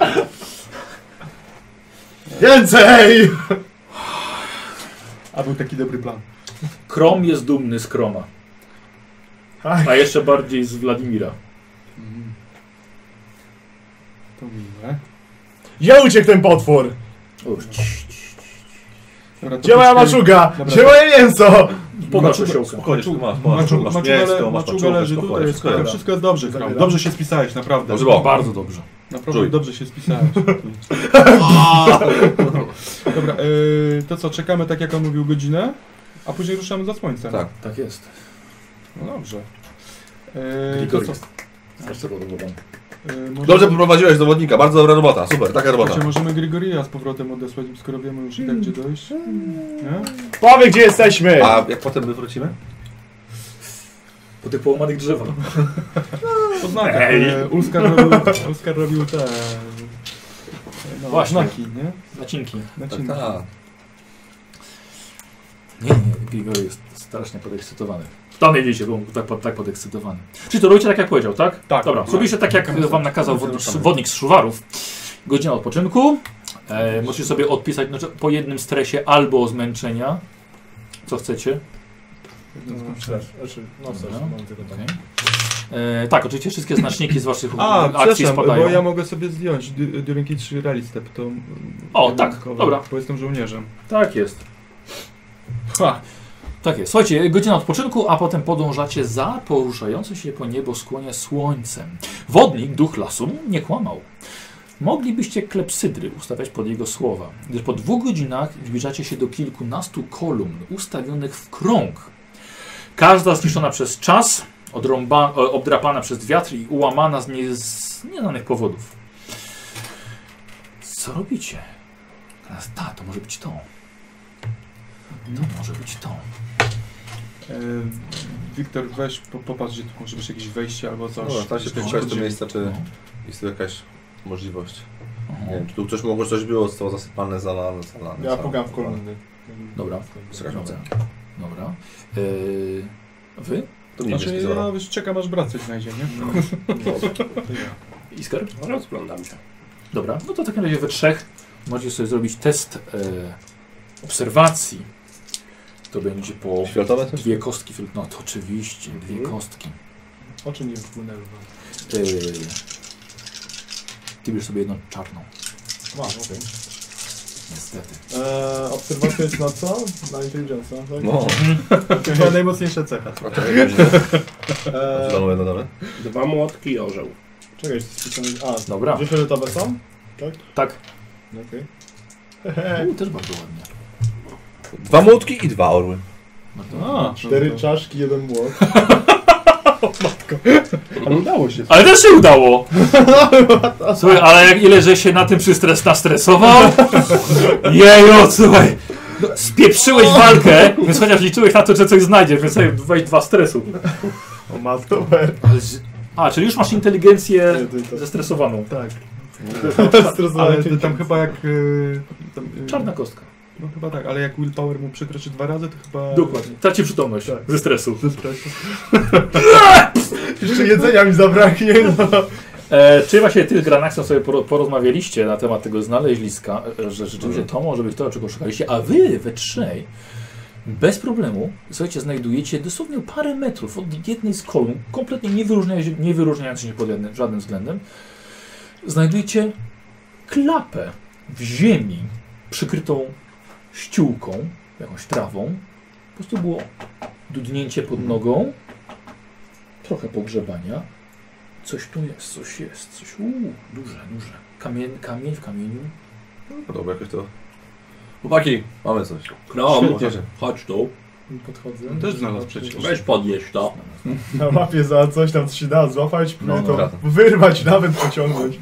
Speaker 4: Więcej!
Speaker 5: A był taki dobry plan.
Speaker 1: Krom jest dumny z Kroma. A jeszcze bardziej z Wladimira.
Speaker 5: Mhm. To miłe.
Speaker 4: Ja uciekł ten potwór!
Speaker 5: Dobra, to
Speaker 4: Gdzie moja
Speaker 5: troszkę-
Speaker 4: maczuga?
Speaker 5: Dobra.
Speaker 4: Gdzie moje mięso?
Speaker 1: Pogasz
Speaker 5: Znaczy,
Speaker 1: osiołka.
Speaker 2: Chodź, tu masz, masz,
Speaker 5: Maczu-
Speaker 2: masz, masz
Speaker 5: Maczuga
Speaker 2: mięsko, masz
Speaker 5: maczuga leży
Speaker 2: maczugę,
Speaker 5: tutaj,
Speaker 2: wszystko
Speaker 5: wszystko,
Speaker 2: jest.
Speaker 5: wszystko jest dobrze, Kram.
Speaker 4: Zabieram.
Speaker 5: Dobrze się spisałeś, naprawdę.
Speaker 2: Dobrze, bo.
Speaker 1: Bardzo dobrze.
Speaker 5: Naprawdę
Speaker 2: Czuj.
Speaker 5: dobrze się spisałeś. Dobra, y, to co, czekamy tak jak on mówił godzinę, a później ruszamy za słońcem.
Speaker 2: Tak.
Speaker 1: Tak jest.
Speaker 5: No dobrze. Y, to
Speaker 1: Grigor
Speaker 5: co, y, może,
Speaker 2: Dobrze poprowadziłeś dowodnika, bardzo dobra robota, super, taka robota.
Speaker 5: Czy możemy Grigoria z powrotem odesłać, skoro wiemy już i tak gdzie dojść? Nie?
Speaker 4: Powie gdzie jesteśmy!
Speaker 2: A jak potem my wrócimy?
Speaker 1: Po tych połamanych drzewa.
Speaker 5: To znakach. y, Ulskar robił, Ulskar robił te... No,
Speaker 1: Właśnie.
Speaker 5: Znaki, nie?
Speaker 1: Nacinki.
Speaker 5: Nacinki.
Speaker 2: Tak.
Speaker 1: Nie, nie, Grigor jest strasznie podekscytowany. Tam jedziecie, bo on tak, po- tak podekscytowany. Czyli to robicie tak jak powiedział, tak?
Speaker 5: Tak.
Speaker 1: Dobra,
Speaker 5: Tak.
Speaker 1: zrobiliście tak jak wam nakazał wodnik, wodnik z Szuwarów. Godzina odpoczynku. E, możecie sobie odpisać znaczy, po jednym stresie albo zmęczenia. Co chcecie.
Speaker 4: No, Znaczy, no coś,
Speaker 1: Dobra.
Speaker 4: mam tylko tak.
Speaker 1: Okej. E, tak, oczywiście wszystkie znaczniki z waszych
Speaker 5: A,
Speaker 1: akcji
Speaker 5: przepraszam,
Speaker 1: spadają.
Speaker 5: bo ja mogę sobie zdjąć dy- During each Rally Step, to... mm,
Speaker 1: O, tak,
Speaker 5: dodatkowe,
Speaker 1: dobra.
Speaker 5: Bo jestem żołnierzem.
Speaker 1: Tak jest.
Speaker 5: Ha!
Speaker 1: Tak jest. Słuchajcie, godzina odpoczynku, a potem podążacie za poruszające się po nieboskłonie słońcem. Wodnik, duch lasu, nie kłamał. Moglibyście klepsydry ustawiać pod jego słowa, gdyż po dwóch godzinach zbliżacie się do kilkunastu kolumn ustawionych w krąg. Każda zniszczona przez czas, odrąba, e, obdrapana przez wiatr i ułamana z, nie, z nieznanych powodów. Co robicie? Teraz ta, to może być to. To może być to.
Speaker 5: E, Wiktor, weź, po, popatrz, gdzie tu może być jakieś wejście albo coś.
Speaker 2: Dobra, tam No, się
Speaker 5: Gdzieś
Speaker 2: przyjrzeć do
Speaker 5: będzie-
Speaker 2: miejsca, czy
Speaker 1: No.
Speaker 2: jest tu jakaś możliwość. Nie
Speaker 1: Aha.
Speaker 2: wiem, czy tu coś mogło, coś było, zostało zasypane, zalane, zalane.
Speaker 4: Ja
Speaker 2: zalane.
Speaker 4: pukam w kolumny.
Speaker 1: Dobra.
Speaker 2: Słuchaj,
Speaker 1: Dobra. Dobra. Yy, wy?
Speaker 2: To nie
Speaker 5: Znaczy, No,
Speaker 2: wiesz,
Speaker 5: ja wiesz, czekam aż brat coś znajdzie, nie?
Speaker 1: Iskar?
Speaker 6: No,
Speaker 3: Rozglądam się.
Speaker 1: Dobra. No to w takim razie we trzech możecie sobie zrobić test e, obserwacji. To będzie po
Speaker 2: Światowe coś?
Speaker 1: dwie kostki. fil- No to oczywiście, dwie
Speaker 4: Mhm.
Speaker 1: kostki.
Speaker 4: Oczy nie wpłynęły.
Speaker 1: Yy, ty bierz sobie jedną czarną.
Speaker 4: Mam, okej.
Speaker 1: Niestety.
Speaker 4: Eee, obserwacja jest na co? Na inteligencję, tak?
Speaker 2: No,
Speaker 5: To była najmocniejsza cecha.
Speaker 2: a to jak będzie?
Speaker 4: Eee,
Speaker 2: Zielone dodamy?
Speaker 6: Dwa młotki i orzeł.
Speaker 4: czekaj, czy to jest specjalnie... A,
Speaker 1: Dobra.
Speaker 4: dwie fioletowe są?
Speaker 1: Tak.
Speaker 4: Okej.
Speaker 1: U, też bardzo ładnie.
Speaker 2: Dwa młotki i dwa orły.
Speaker 5: A, no
Speaker 4: Cztery czaszki, jeden młot.
Speaker 5: Ale udało się.
Speaker 1: Ale też się udało! Słuchaj, ale jak ile że się na tym przystres nastresował? Jeju, słuchaj! No, Spieprzyłeś walkę, więc chociaż liczyłeś na to, że coś znajdziesz, więc sobie weź dwa stresu.
Speaker 4: O matko. Super.
Speaker 1: Ale z- A, czyli już masz inteligencję
Speaker 4: Nie, ty to-
Speaker 1: zestresowaną.
Speaker 5: Tak.
Speaker 4: Stresowałem
Speaker 5: Ale ty tam
Speaker 4: inteligencję.
Speaker 5: chyba jak... y, Tam, y,
Speaker 1: Czarna kostka.
Speaker 5: No chyba tak, ale jak willpower mu przekroczy dwa razy, to chyba...
Speaker 1: Dokładnie. Traci przytomność ze stresu.
Speaker 4: Jeszcze jedzenia mi zabraknie. No.
Speaker 1: E, czy właśnie ty z Granaxem sobie poro- porozmawialiście na temat tego znaleźliska, e, że rzeczywiście to może być to, czego szukaliście, a wy we trzej bez problemu, słuchajcie, znajdujecie dosłownie parę metrów od jednej z kolumn, kompletnie nie wyróżniając, nie wyróżniając się pod jednym, żadnym względem, znajdujecie klapę w ziemi przykrytą ściółką, jakąś trawą. Po prostu było dudnięcie pod nogą, trochę pogrzebania, Coś tu jest, coś jest, coś. Uuu, duże, duże. Kamien, kamień w kamieniu.
Speaker 2: No dobra, jakoś to... Chłopaki, mamy coś.
Speaker 6: Krom,
Speaker 2: Świetnie.
Speaker 6: chodź tu.
Speaker 4: Podchodzę.
Speaker 5: No Też znalazł przecież.
Speaker 6: Weź podnieś to.
Speaker 4: Na mapie za coś tam, co się da złapać,
Speaker 2: No,
Speaker 4: no,
Speaker 2: no,
Speaker 4: to
Speaker 2: prawda.
Speaker 4: wyrwać, nawet pociągnąć.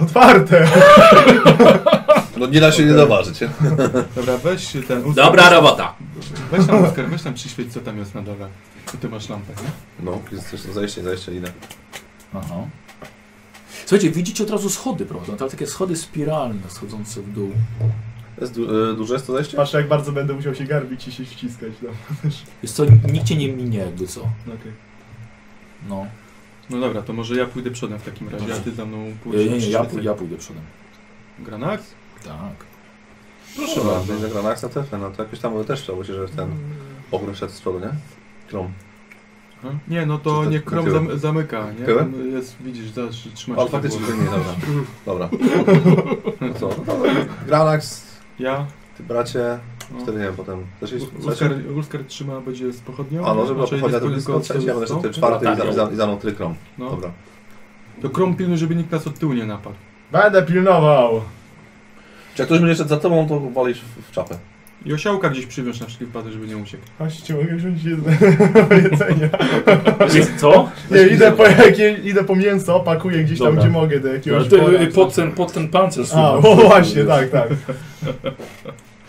Speaker 4: Otwarte!
Speaker 2: No nie da się nie zauważyć. nie?
Speaker 5: Dobra, weź ten...
Speaker 6: Dobra robota.
Speaker 5: Weź tam, Oskar, weź tam przyświeć, co tam jest na dole. I ty masz lampę, nie?
Speaker 2: No, jest coś, zajście, zajście, inne.
Speaker 1: Aha. Słuchajcie, widzicie od razu schody prowadzą. Tam takie schody spiralne schodzące w dół.
Speaker 2: Jest du- y, duże jest to zajście?
Speaker 4: Patrz, jak bardzo będę musiał się garbić i się ściskać. No.
Speaker 1: Jest co, nikt cię nie minie, jakby co.
Speaker 4: Okay.
Speaker 1: No.
Speaker 5: No dobra, to może ja pójdę przodem w takim razie, a ty za mną
Speaker 1: Nie,
Speaker 5: pójdziesz.
Speaker 1: nie, nie, ja,
Speaker 5: przyświecaj.
Speaker 1: pój- ja pójdę przodem.
Speaker 5: Granax?
Speaker 1: Tak.
Speaker 2: Proszę bardzo. No, na akcja też, no to jakoś tam też trzeba się, że ten ogrom szedł z przodu, nie? Krom.
Speaker 5: Hmm? Nie, no
Speaker 2: Co
Speaker 5: to
Speaker 2: to-
Speaker 5: nie Krom
Speaker 2: tyłem?
Speaker 5: zam zamyka, nie?
Speaker 2: Tyłem?
Speaker 5: Tam Jest, widzisz, zaś trzymasz
Speaker 2: O,
Speaker 5: za
Speaker 2: faktycznie to nie,
Speaker 5: głowę.
Speaker 2: dobra. Dobra. No co? No, Granax,
Speaker 5: Ja?
Speaker 2: ty bracie,
Speaker 5: No.
Speaker 2: wtedy nie wiem, potem... Też jest,
Speaker 5: Ulskar, Ulskar trzyma, będzie z pochodnią?
Speaker 2: A no, żeby
Speaker 5: Znaczy,
Speaker 2: obchodzia
Speaker 5: jest
Speaker 2: to blisko
Speaker 5: pochodnią z
Speaker 2: trzeci, ja będę
Speaker 5: tą-
Speaker 2: szedł ty czwarty i za-
Speaker 6: tak,
Speaker 2: i za- i za mną ty krom.
Speaker 5: No.
Speaker 2: Dobra.
Speaker 5: To Krom pilnuj, żeby nikt nas od tyłu nie napadł.
Speaker 4: Będę pilnował!
Speaker 2: Czy jak ktoś będzie szedł za tobą, to walisz w, w czapę.
Speaker 5: I osiołka gdzieś przywiąż na wszelki wypadek, żeby nie uciekł.
Speaker 4: Chodźcie, mogę wziąć jedno jedzenia.
Speaker 1: Jest co?
Speaker 4: Nie, idę po, jakie, idę po mięso, pakuję gdzieś tam,
Speaker 1: Dobra.
Speaker 4: gdzie mogę, do
Speaker 1: Ale
Speaker 4: jakiegoś
Speaker 1: ty, y,
Speaker 4: pola.
Speaker 1: pod, ten, pod ten pancerz
Speaker 4: A,
Speaker 1: słucham.
Speaker 4: o, właśnie, tak, tak.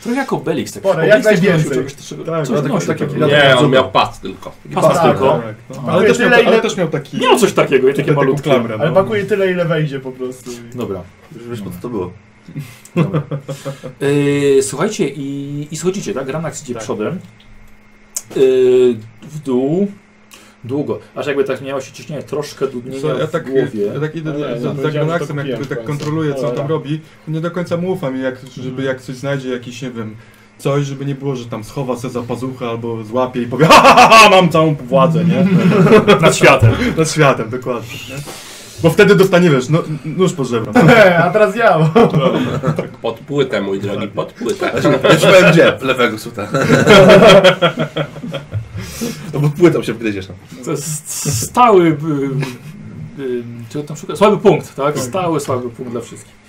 Speaker 1: Trochę jak Obelix. Tak.
Speaker 4: Pora, jak
Speaker 1: Obelix też
Speaker 4: najwięcej.
Speaker 1: nosił Czegoś, czego-
Speaker 4: Tak,
Speaker 1: coś
Speaker 2: tak,
Speaker 1: nosił
Speaker 2: tak,
Speaker 1: takiego.
Speaker 2: tak.
Speaker 6: Nie, on miał pas tylko.
Speaker 1: Pas
Speaker 4: tak,
Speaker 1: tylko.
Speaker 5: Tak, no.
Speaker 4: Ale
Speaker 5: ale, też
Speaker 4: tyle,
Speaker 5: miał,
Speaker 4: ile-
Speaker 5: ale też miał taki...
Speaker 1: Miał coś takiego i takie
Speaker 5: taką
Speaker 1: malutkie.
Speaker 5: klamrę,
Speaker 4: Ale
Speaker 5: no.
Speaker 4: pakuję tyle, ile wejdzie po prostu. i-
Speaker 1: Dobra.
Speaker 2: Już wiesz, po co to było.
Speaker 1: Dobra. Yy, słuchajcie, i, i schodzicie, tak? Granax idzie
Speaker 5: Tak.
Speaker 1: przodem. Yy, w dół. Długo. Aż jakby tak miało się ciśnienie troszkę dudnienia
Speaker 5: Co, ja
Speaker 1: w
Speaker 5: tak,
Speaker 1: głowie.
Speaker 5: ja tak idę
Speaker 4: Ale ja
Speaker 5: za, za
Speaker 4: powiedziałem, że to
Speaker 5: Granaxem, jak
Speaker 4: kupiłem
Speaker 5: który
Speaker 4: w
Speaker 5: tak
Speaker 4: końcu.
Speaker 5: kontroluje, co on
Speaker 4: Dobra.
Speaker 5: tam robi, to nie do końca mu ufam, i jak, żeby jak coś znajdzie, jakiś, nie wiem, coś, żeby nie było, że tam schowa se za pazuchę albo złapie i powie ha, ha, ha, ha mam całą władzę, nie?
Speaker 1: Nad światem.
Speaker 5: Nad światem, dokładnie. Nie? Bo wtedy dostanie, wiesz, no, nóż pod żebra.
Speaker 4: He, a teraz ja!
Speaker 6: Pod płytę, mój drogi, pod płytę.
Speaker 2: Już powiem gdzie, lewego suta. No bo płytą się wgryziesz. no.
Speaker 1: To jest stały. y, y, Czy tam szuka? Słaby punkt, tak? Stały słaby punkt dla wszystkich.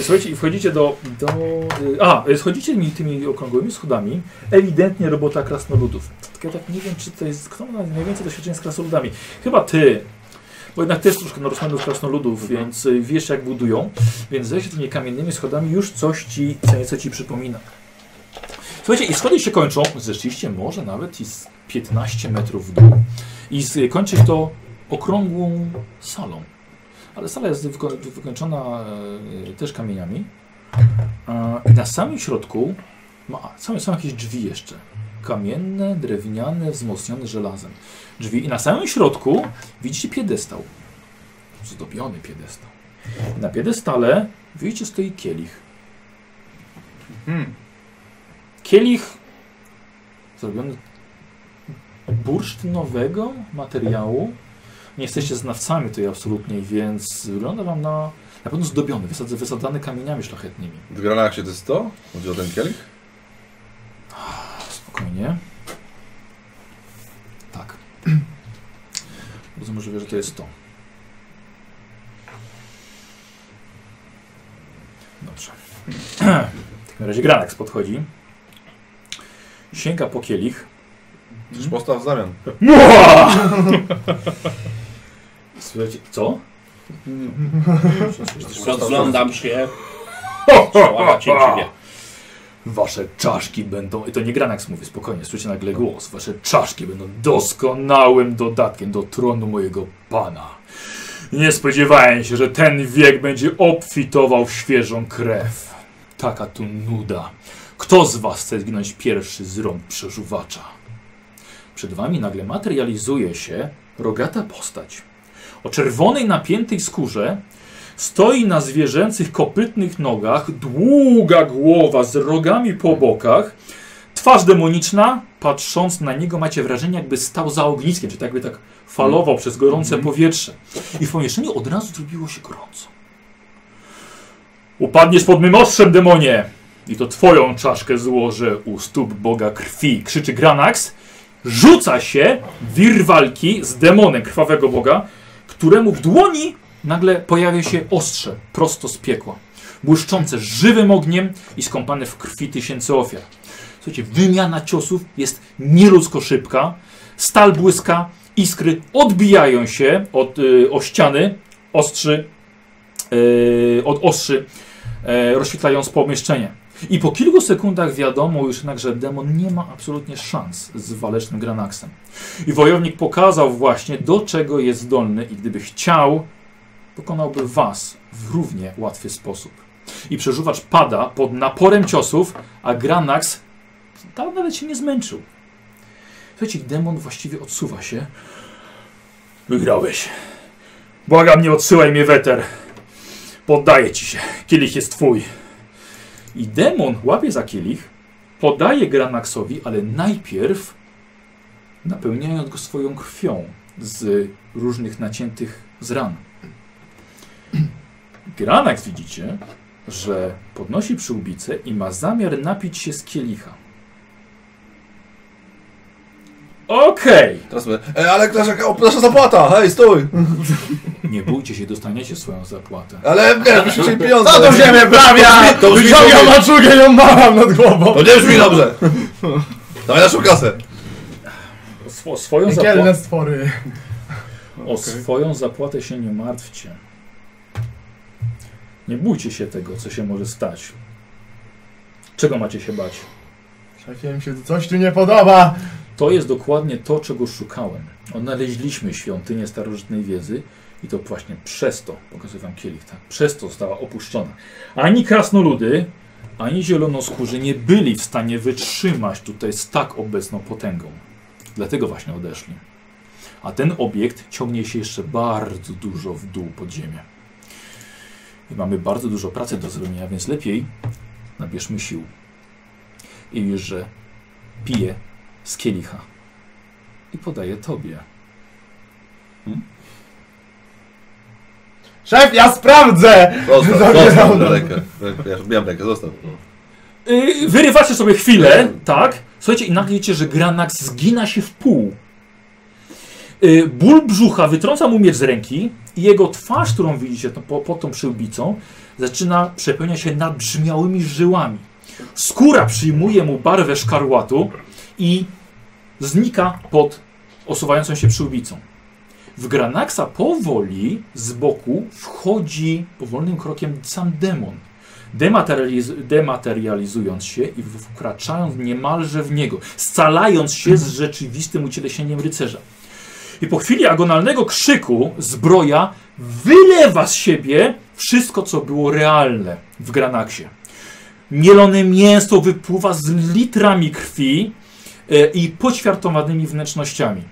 Speaker 1: Słuchajcie, i wchodzicie do. do y, a, y, schodzicie tymi, tymi okrągłymi schodami. Ewidentnie robota krasnoludów. Tylko ja tak nie wiem, czy to jest. Kto ma najwięcej doświadczenia z krasnoludami? Chyba ty. Bo jednak ty jest troszkę narosłany z krasnoludów, więc y, wiesz jak budują. Więc zejście tymi kamiennymi schodami już coś ci, co nieco ci przypomina. Słuchajcie, i schody się kończą. Rzeczywiście może nawet i z 15 metrów w dół. I z- kończy się to okrągłą salą. Ale sala jest wyko- wykończona e, też kamieniami. E, I na samym środku ma, są, są jakieś drzwi jeszcze. Kamienne, drewniane, wzmocnione żelazem. Drzwi. I na samym środku widzicie piedestał. Zdobiony piedestał. Na piedestale widzicie stoi kielich.
Speaker 5: Hmm.
Speaker 1: Kielich zrobiony bursztynowego materiału. Nie jesteście znawcami tej absolutnie, więc wygląda wam na Na pewno zdobiony, wysad- wysadzany kamieniami szlachetnymi.
Speaker 2: W Granaksie to jest to? Chodzi o ten kielich?
Speaker 1: Spokojnie. Tak. Bardzo możliwe, że to jest to. Dobrze. W takim razie Granax podchodzi. Sięga po kielich.
Speaker 2: Coś postaw w zamian.
Speaker 1: Słuchajcie, co?
Speaker 3: Rozglądam się.
Speaker 1: 어,
Speaker 6: 어,
Speaker 3: Przełamać cięciwie.
Speaker 1: Wasze czaszki będą, i to nie Granax mówi, spokojnie, słyszycie nagle głos. Wasze czaszki będą doskonałym dodatkiem do tronu mojego pana. Nie spodziewałem się, że ten wiek będzie obfitował w świeżą krew. Taka tu nuda. Kto z was chce zginąć pierwszy z rąk przeżuwacza? Przed wami nagle materializuje się rogata postać. O czerwonej, napiętej skórze Stoi na zwierzęcych kopytnych nogach, długa głowa z rogami po bokach, twarz demoniczna, patrząc na niego macie wrażenie jakby stał za ogniskiem, czy tak jakby tak falował przez gorące powietrze. I w pomieszczeniu od razu zrobiło się gorąco. Upadniesz pod mym ostrzem, demonie! I to twoją czaszkę złożę u stóp Boga krwi, krzyczy Granax. Rzuca się wir walki z demonem krwawego Boga, któremu w dłoni Nagle pojawia się ostrze, prosto z piekła, błyszczące żywym ogniem i skąpane w krwi tysięcy ofiar. Słuchajcie, wymiana ciosów jest nieludzko szybka, stal błyska, iskry odbijają się od, y, o ściany, ostrzy, y, od ostrzy, y, rozświetlając pomieszczenie. I po kilku sekundach wiadomo już jednak, że demon nie ma absolutnie szans z walecznym granaksem. I wojownik pokazał właśnie, do czego jest zdolny i gdyby chciał, pokonałby was w równie łatwy sposób. I przeżuwacz pada pod naporem ciosów, a Granax tam nawet się nie zmęczył. Słuchajcie, demon właściwie odsuwa się. Wygrałeś. Błagam, nie odsyłaj mnie weter. Poddaję ci się. Kielich jest twój. I demon łapie za kielich, podaje Granaxowi, ale najpierw napełniając go swoją krwią z różnych naciętych z ran. Granax widzicie, że podnosi przyłbicę i ma zamiar napić się z kielicha. Okej!
Speaker 2: Teraz my. E, ale nasza, nasza zapłata! Hej, stój!
Speaker 1: Nie bójcie się, dostaniecie swoją zapłatę.
Speaker 2: Ale nie, byśmy chcieli pieniądze!
Speaker 4: Co to ziemię brawia!
Speaker 2: To brzmi
Speaker 4: Wyciągam
Speaker 2: dobrze.
Speaker 4: maczugę ją małam nad głową!
Speaker 2: To nie brzmi dobrze! Dawaj naszą kasę!
Speaker 1: Swo, swoją,
Speaker 4: Piekielne
Speaker 1: zapła-
Speaker 4: stwory.
Speaker 1: o swoją zapłatę się nie martwcie. Nie bójcie się tego, co się może stać. Czego macie się bać?
Speaker 4: Trafiłem się, coś tu nie podoba!
Speaker 1: To jest dokładnie to, czego szukałem. Odnaleźliśmy świątynię starożytnej wiedzy i to właśnie przez to, pokazuję wam kielich, tak? przez to została opuszczona. Ani krasnoludy, ani zielonoskórzy nie byli w stanie wytrzymać tutaj z tak obecną potęgą. Dlatego właśnie odeszli. A ten obiekt ciągnie się jeszcze bardzo dużo w dół pod ziemię. I mamy bardzo dużo pracy do zrobienia, więc lepiej nabierzmy sił. I wiesz, że pije z kielicha i podaję tobie.
Speaker 4: Szef, ja sprawdzę!
Speaker 2: Zostaw,
Speaker 4: Zabieram.
Speaker 2: zostaw tę rękę. Ja już miałem rękę, zostaw. no.
Speaker 1: Yy, wyrywacie sobie chwilę, tak? Słuchajcie, i nagle widzicie, że Granax zgina się w pół. Yy, ból brzucha wytrąca mu miecz z ręki i jego twarz, którą widzicie tą, po, pod tą przyłbicą, zaczyna przepełniać się nabrzmiałymi żyłami. Skóra przyjmuje mu barwę szkarłatu i znika pod osuwającą się przyłbicą. W Granaxa powoli z boku wchodzi powolnym krokiem sam demon. Dematerializ dematerializując się i wkraczając niemalże w niego, scalając się z rzeczywistym ucieleśnieniem rycerza. I po chwili agonalnego krzyku zbroja wylewa z siebie wszystko, co było realne w Granaksie. Mielone mięso wypływa z litrami krwi e, i poćwiartowanymi wnętrznościami.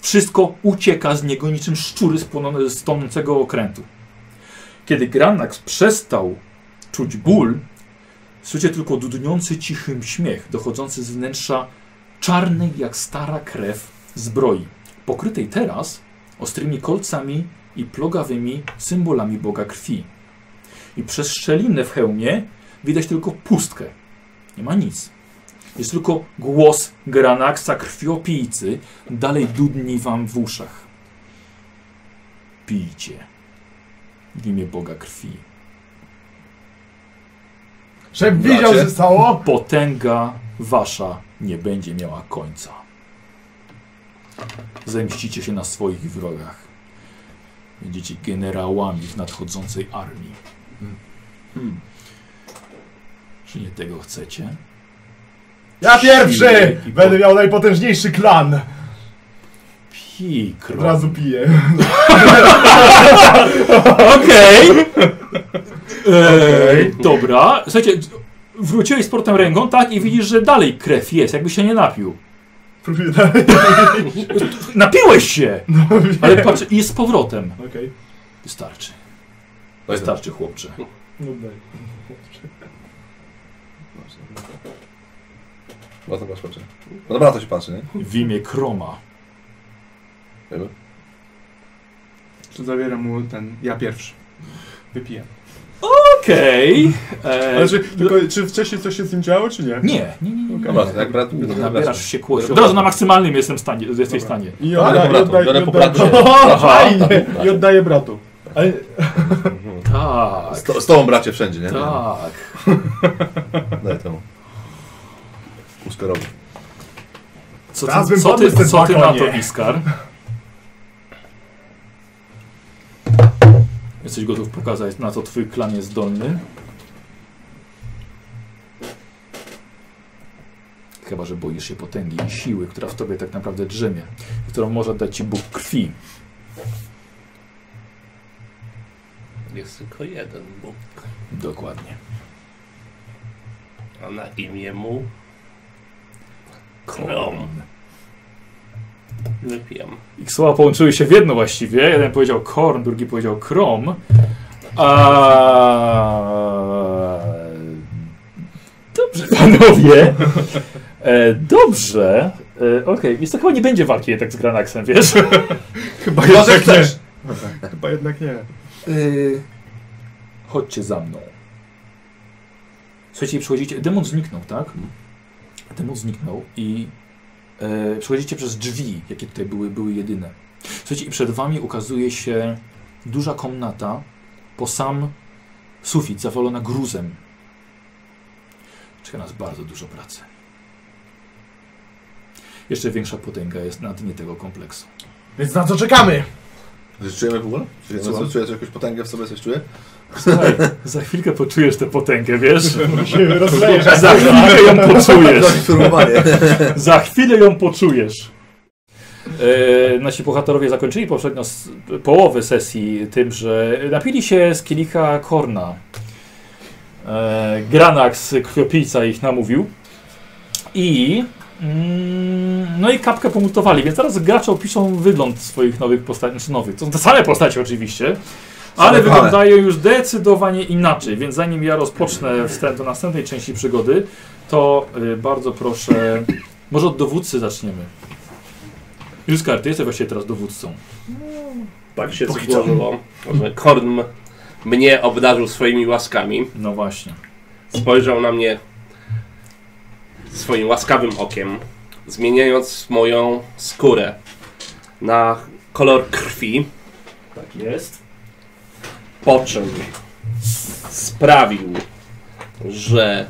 Speaker 1: Wszystko ucieka z niego niczym szczury z, płonące- z tonącego okrętu. Kiedy Granax przestał czuć ból, słyszycie tylko dudniący cichym śmiech dochodzący z wnętrza czarnej jak stara krew zbroi, pokrytej teraz ostrymi kolcami i plogawymi symbolami Boga krwi. i przez szczelinę w hełmie widać tylko pustkę. Nie ma nic. Jest tylko głos Granaksa krwiopijcy, dalej dudni wam w uszach. Pijcie. W imię Boga krwi.
Speaker 4: Żebym widział,
Speaker 2: Bracie.
Speaker 4: że stało!
Speaker 1: Potęga wasza nie będzie miała końca. Zemścicie się na swoich wrogach. Będziecie generałami w nadchodzącej armii. Hmm. Czy nie tego chcecie?
Speaker 4: Ja pierwszy!
Speaker 1: Silny i
Speaker 4: Będę miał najpotężniejszy klan! Od
Speaker 1: Pikro.
Speaker 4: razu piję.
Speaker 1: Okej. Eee, Dobra. Słuchajcie, wróciłeś z portem ręką, tak? I widzisz, że dalej krew jest, jakby się nie napił.
Speaker 4: Próbuję dalej.
Speaker 1: Napiłeś się!
Speaker 4: No,
Speaker 1: Ale patrz, i jest z powrotem.
Speaker 4: Okej,
Speaker 1: Wystarczy.
Speaker 2: Daj tam.
Speaker 1: Wystarczy, chłopcze.
Speaker 4: no daj.
Speaker 2: No to patrz, patrz. No dobra, to się patrzy, nie?
Speaker 1: W imię Kroma.
Speaker 5: Czy zabieram mu ten, ja pierwszy. Wypiję.
Speaker 1: Okej. eee,
Speaker 5: Ale czy, E, tylko, czy wcześniej coś się z nim działo, czy nie?
Speaker 1: Nie, nie, nie. nie,
Speaker 2: No
Speaker 1: nie.
Speaker 2: dobra, jak brat mnie to
Speaker 1: Nabierasz się kłosi. Od
Speaker 2: Dobra.
Speaker 1: razu na maksymalnym jestem stanie, jesteś w
Speaker 5: Dobra.
Speaker 1: stanie.
Speaker 5: I
Speaker 2: Ale po
Speaker 5: odda, i
Speaker 2: bratu,
Speaker 5: odda,
Speaker 2: Tak, biorę
Speaker 5: i
Speaker 2: po
Speaker 5: odda,
Speaker 2: bracie.
Speaker 4: O, fajnie!
Speaker 5: I oddaję bratu.
Speaker 4: Ale
Speaker 1: Tak,
Speaker 2: Z, to, z tobą bracie wszędzie, nie?
Speaker 1: tak.
Speaker 2: Daj temu. Uskerowi.
Speaker 1: Co
Speaker 4: Teraz
Speaker 1: ty,
Speaker 4: bym
Speaker 1: co ty,
Speaker 4: podniósł ten
Speaker 1: co ty na to,
Speaker 4: zakonie.
Speaker 1: Iskar? Jesteś gotów pokazać, na co twój klan jest zdolny? Chyba, że boisz się potęgi i siły, która w tobie tak naprawdę drzemie, którą może dać ci Bóg krwi.
Speaker 6: Jest tylko jeden Bóg,
Speaker 1: Dokładnie.
Speaker 6: a na imię mu
Speaker 1: Krom.
Speaker 6: wypijam.
Speaker 1: Ich słowa połączyły się w jedno właściwie. Jeden powiedział korn, drugi powiedział krom. A... Dobrze, panowie. E, dobrze. E, Okej, więc to chyba nie będzie walki jednak z Granaxem, wiesz?
Speaker 5: Chyba
Speaker 2: Może chcesz?
Speaker 5: nie. Chyba jednak nie.
Speaker 1: Y, Chodźcie za mną. Słuchajcie, przychodzicie... Demon zniknął, tak? Demon zniknął i e, przechodzicie przez drzwi, jakie tutaj były, były jedyne. Słuchajcie, i przed wami ukazuje się duża komnata po sam sufit, zawalona gruzem. Czeka nas bardzo dużo pracy. Jeszcze większa potęga jest na dnie tego kompleksu.
Speaker 4: Więc na co czekamy?
Speaker 2: Coś czujemy w ogóle? Czujemy,
Speaker 1: Słucham?
Speaker 2: co, czujesz jakąś potęgę w sobie, coś czuję?
Speaker 1: Słuchaj, za chwilkę poczujesz tę potęgę, wiesz?
Speaker 4: Rozlejesz.
Speaker 1: Za chwilkę ją poczujesz.
Speaker 2: Informowanie.
Speaker 1: Za chwilę ją poczujesz. E, nasi bohaterowie zakończyli poprzednio s- połowę sesji tym, że napili się z kielicha korna. E, Granax, krwiopijca ich namówił. I... Mm, no i kapkę pomutowali, więc teraz gracze opiszą wygląd swoich nowych postaci, znaczy nowych, to są te same postacie oczywiście, ale
Speaker 2: Same pale.
Speaker 1: wyglądają już zdecydowanie inaczej, więc zanim ja rozpocznę wstęp do następnej części przygody, to y, bardzo proszę, może od dowódcy zaczniemy. Juskar, ty jesteś właściwie teraz dowódcą.
Speaker 6: Tak się
Speaker 1: Póki co.
Speaker 6: złożyło, że Korn mnie obdarzył swoimi łaskami.
Speaker 1: No właśnie.
Speaker 6: Spojrzał na mnie swoim łaskawym okiem, zmieniając moją skórę na kolor krwi.
Speaker 8: Tak jest.
Speaker 6: Po czym sprawił, że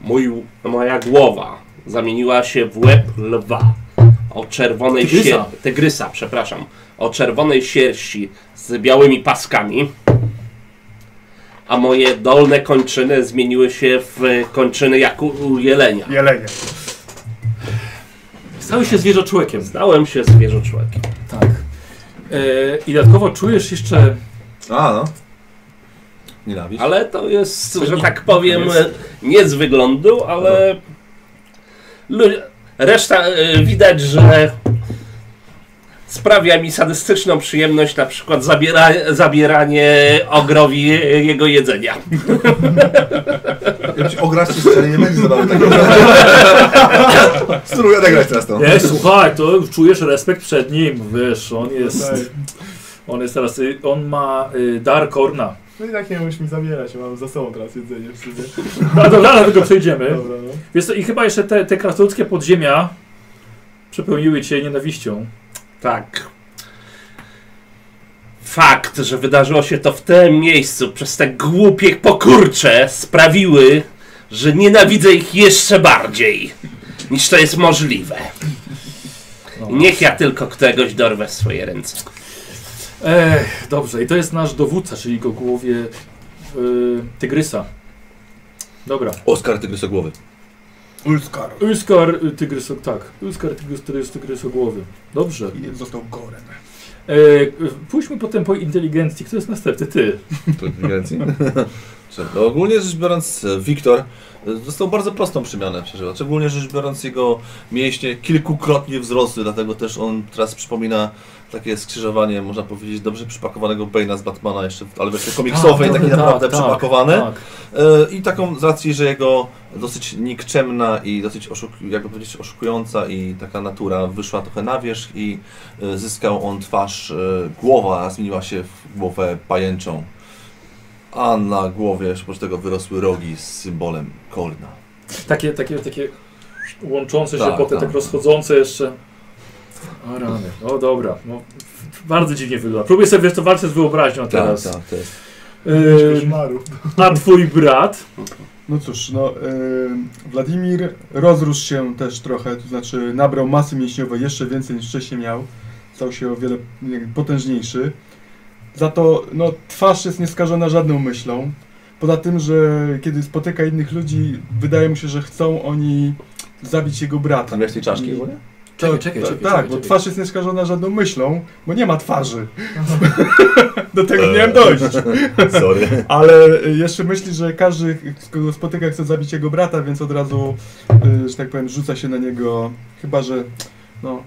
Speaker 6: mój, moja głowa zamieniła się w łeb lwa o czerwonej
Speaker 1: Tygrysa.
Speaker 6: sierści. Tygrysa, przepraszam. O czerwonej sierści z białymi paskami. A moje dolne kończyny zmieniły się w kończyny jak u u jelenia.
Speaker 4: Jelenie.
Speaker 1: Stałeś się zwierzoczłekiem.
Speaker 6: Zdałem się zwierzę człowiekiem.
Speaker 1: Tak. E, I dodatkowo czujesz jeszcze
Speaker 2: A, no. Nienawiść.
Speaker 6: Ale to jest,
Speaker 1: Coś
Speaker 6: że
Speaker 1: nie-
Speaker 6: tak powiem,
Speaker 1: to jest-
Speaker 6: nie z wyglądu, ale lu- reszta y, widać, że sprawia mi sadystyczną przyjemność na przykład zabiera, zabieranie ogrowi e, jego jedzenia.
Speaker 2: Jakbyś ograć ci strzeli, nie będzie zabawy takiego. Spróbuję odegrać teraz to.
Speaker 1: Nie, słuchaj, to już czujesz respekt
Speaker 4: Tak.
Speaker 1: przed nim, wiesz, on jest, on jest teraz, y, on ma y, dar Korna.
Speaker 4: No i tak nie musisz mi zabierać, mam za sobą teraz jedzenie w sumie.
Speaker 1: No dobra, do tego przejdziemy.
Speaker 4: Dobra, no.
Speaker 1: Wiesz co, i chyba jeszcze te, te krasnoludzkie podziemia przepełniły cię nienawiścią.
Speaker 6: Tak. Fakt, że wydarzyło się to w tym miejscu przez te głupie pokurcze sprawiły, że nienawidzę ich jeszcze bardziej niż to jest możliwe.
Speaker 1: No.
Speaker 6: Niech ja tylko któregoś dorwę w swoje ręce.
Speaker 1: Ech, dobrze, i to jest nasz dowódca, czyli go głowie yy, tygrysa. Dobra.
Speaker 2: Oskar Tygrysogłowy.
Speaker 5: Ulskar.
Speaker 1: Uskar y, tygrys, tak. Uskar tygrys, tygrys, tygrys głowy. Dobrze.
Speaker 5: I został gorem.
Speaker 1: E, pójdźmy potem po inteligencji. Kto jest następny? Ty.
Speaker 2: Inteligencji. Czy- No, ogólnie rzecz biorąc, e, Wiktor e, dostał bardzo prostą przemianę przeżywa. Szczególnie rzecz biorąc, jego mięśnie kilkukrotnie wzrosły, dlatego też on teraz przypomina takie skrzyżowanie, można powiedzieć, dobrze przypakowanego Bane'a z Batmana, jeszcze, w- ale wersji komiksowej,
Speaker 1: A,
Speaker 2: takie
Speaker 1: tak,
Speaker 2: naprawdę
Speaker 1: tak,
Speaker 2: przypakowane.
Speaker 1: Tak.
Speaker 2: E, I taką z racji, że jego dosyć nikczemna i dosyć oszuk jakby powiedzieć, oszukująca i taka natura wyszła trochę na wierzch i e, zyskał on twarz, e, głowa zmieniła się w głowę pajęczą, a na głowie oprócz tego wyrosły rogi z symbolem kolna.
Speaker 1: Takie, takie, takie łączące się
Speaker 2: Tak,
Speaker 1: potem,
Speaker 2: tak.
Speaker 1: tak rozchodzące jeszcze. O rany. O dobra. No, bardzo dziwnie wygląda. Próbuję sobie wiesz, to walczyć z wyobraźnią teraz.
Speaker 2: tak, to jest.
Speaker 1: Ym,
Speaker 4: Koszmaru.
Speaker 1: a twój brat?
Speaker 5: No cóż, no ym, Wladimir rozrósł się też trochę, to znaczy nabrał masy mięśniowej jeszcze więcej niż wcześniej miał. Stał się o wiele nie, potężniejszy. Za to no, twarz jest nieskażona żadną myślą. Poza tym, że kiedy spotyka innych ludzi, wydaje mu się, że chcą oni zabić jego brata.
Speaker 2: Tam miałeś tej czaszki?
Speaker 5: I-
Speaker 2: ogólnie?
Speaker 1: Czekaj,
Speaker 5: to-
Speaker 1: czekaj,
Speaker 5: to-
Speaker 1: czekaj,
Speaker 5: Tak,
Speaker 1: czekaj,
Speaker 5: bo
Speaker 1: czekaj.
Speaker 5: twarz jest nieskażona żadną myślą, bo nie ma twarzy. Do tego nie miałem dojść.
Speaker 2: Sorry.
Speaker 5: Ale y, jeszcze myśli, że każdy, kogo spotyka, chce zabić jego brata, więc od razu, y, że tak powiem, rzuca się na niego. Chyba, że. No.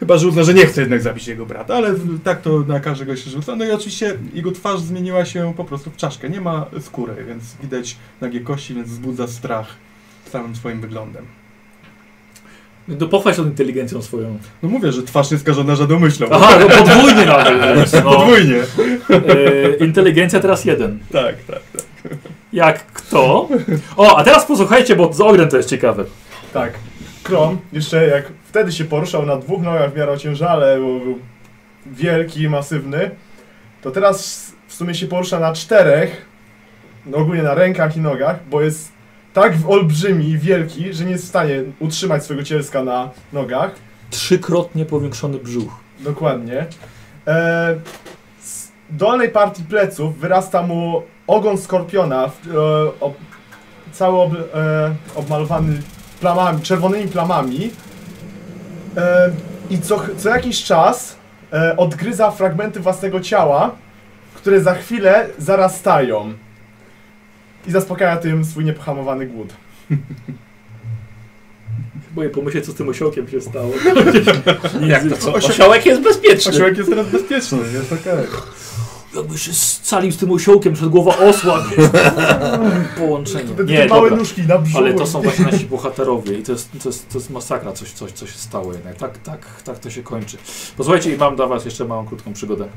Speaker 5: Chyba, że uzna, że nie chce jednak zabić jego brata, ale w- tak to na każdego się rzuca. No i oczywiście jego twarz zmieniła się po prostu w czaszkę. Nie ma skóry, więc widać nagie kości, więc wzbudza strach samym swoim wyglądem.
Speaker 1: No pochwal się tą inteligencją swoją.
Speaker 5: No mówię, że twarz nie skażona żadną myślą.
Speaker 1: Aha, no podwójnie nawet. No.
Speaker 5: Podwójnie.
Speaker 1: E, inteligencja teraz jeden.
Speaker 5: Tak, tak.
Speaker 1: Jak kto? O, a teraz posłuchajcie, bo z ogrem to jest ciekawe.
Speaker 4: Tak. Krom jeszcze jak wtedy się poruszał na dwóch nogach w miarę ciężale, bo był wielki, masywny, to teraz w sumie się porusza na czterech, no ogólnie na rękach i nogach, bo jest tak w- olbrzymi i wielki, że nie jest w stanie utrzymać swojego cielska na nogach.
Speaker 1: Trzykrotnie powiększony brzuch.
Speaker 4: Dokładnie. E, z dolnej partii pleców wyrasta mu ogon skorpiona, w- e, ob, cały ob, e, obmalowany plamami, czerwonymi plamami. E, I co, ch- co jakiś czas e, odgryza fragmenty własnego ciała, które za chwilę zarastają. I zaspokaja tym swój niepohamowany głód.
Speaker 1: Boję pomyśleć, co z tym osiołkiem się stało.
Speaker 6: Jak to co? Osiołek jest bezpieczny.
Speaker 5: Osiołek jest teraz bezpieczny, jest okej.
Speaker 1: Jakby się scalił z tym osiołkiem przed głowa osła. wiesz. Połączenie.
Speaker 4: Wtedy
Speaker 1: Nie,
Speaker 4: te małe
Speaker 1: dobra.
Speaker 4: nóżki na brzuchu.
Speaker 1: Ale to są właśnie nasi bohaterowie i to jest, to jest, to jest masakra, coś, coś, co się stało jednak. Tak, tak, tak to się kończy. Posłuchajcie, i mam dla was jeszcze małą, krótką przygodę.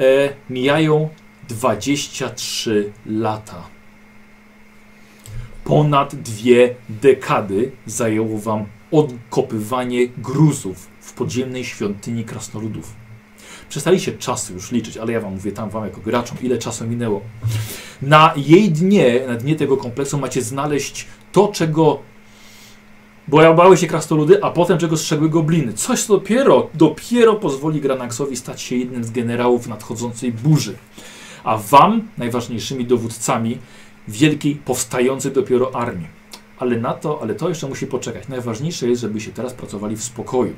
Speaker 1: E, mijają 23 lata. Ponad dwie dekady zajęło wam odkopywanie gruzów w podziemnej świątyni krasnoludów. Przestaliście czasu już liczyć, ale ja wam mówię tam wam jako graczom, ile czasu minęło. Na jej dnie, na dnie tego kompleksu macie znaleźć to, czego bojały się krasnoludy, a potem czego strzegły gobliny. Coś co dopiero, dopiero pozwoli Granaxowi stać się jednym z generałów nadchodzącej burzy. A wam najważniejszymi dowódcami wielkiej, powstającej dopiero armii. Ale na to, ale to jeszcze musi poczekać. Najważniejsze jest, żebyście teraz pracowali w spokoju.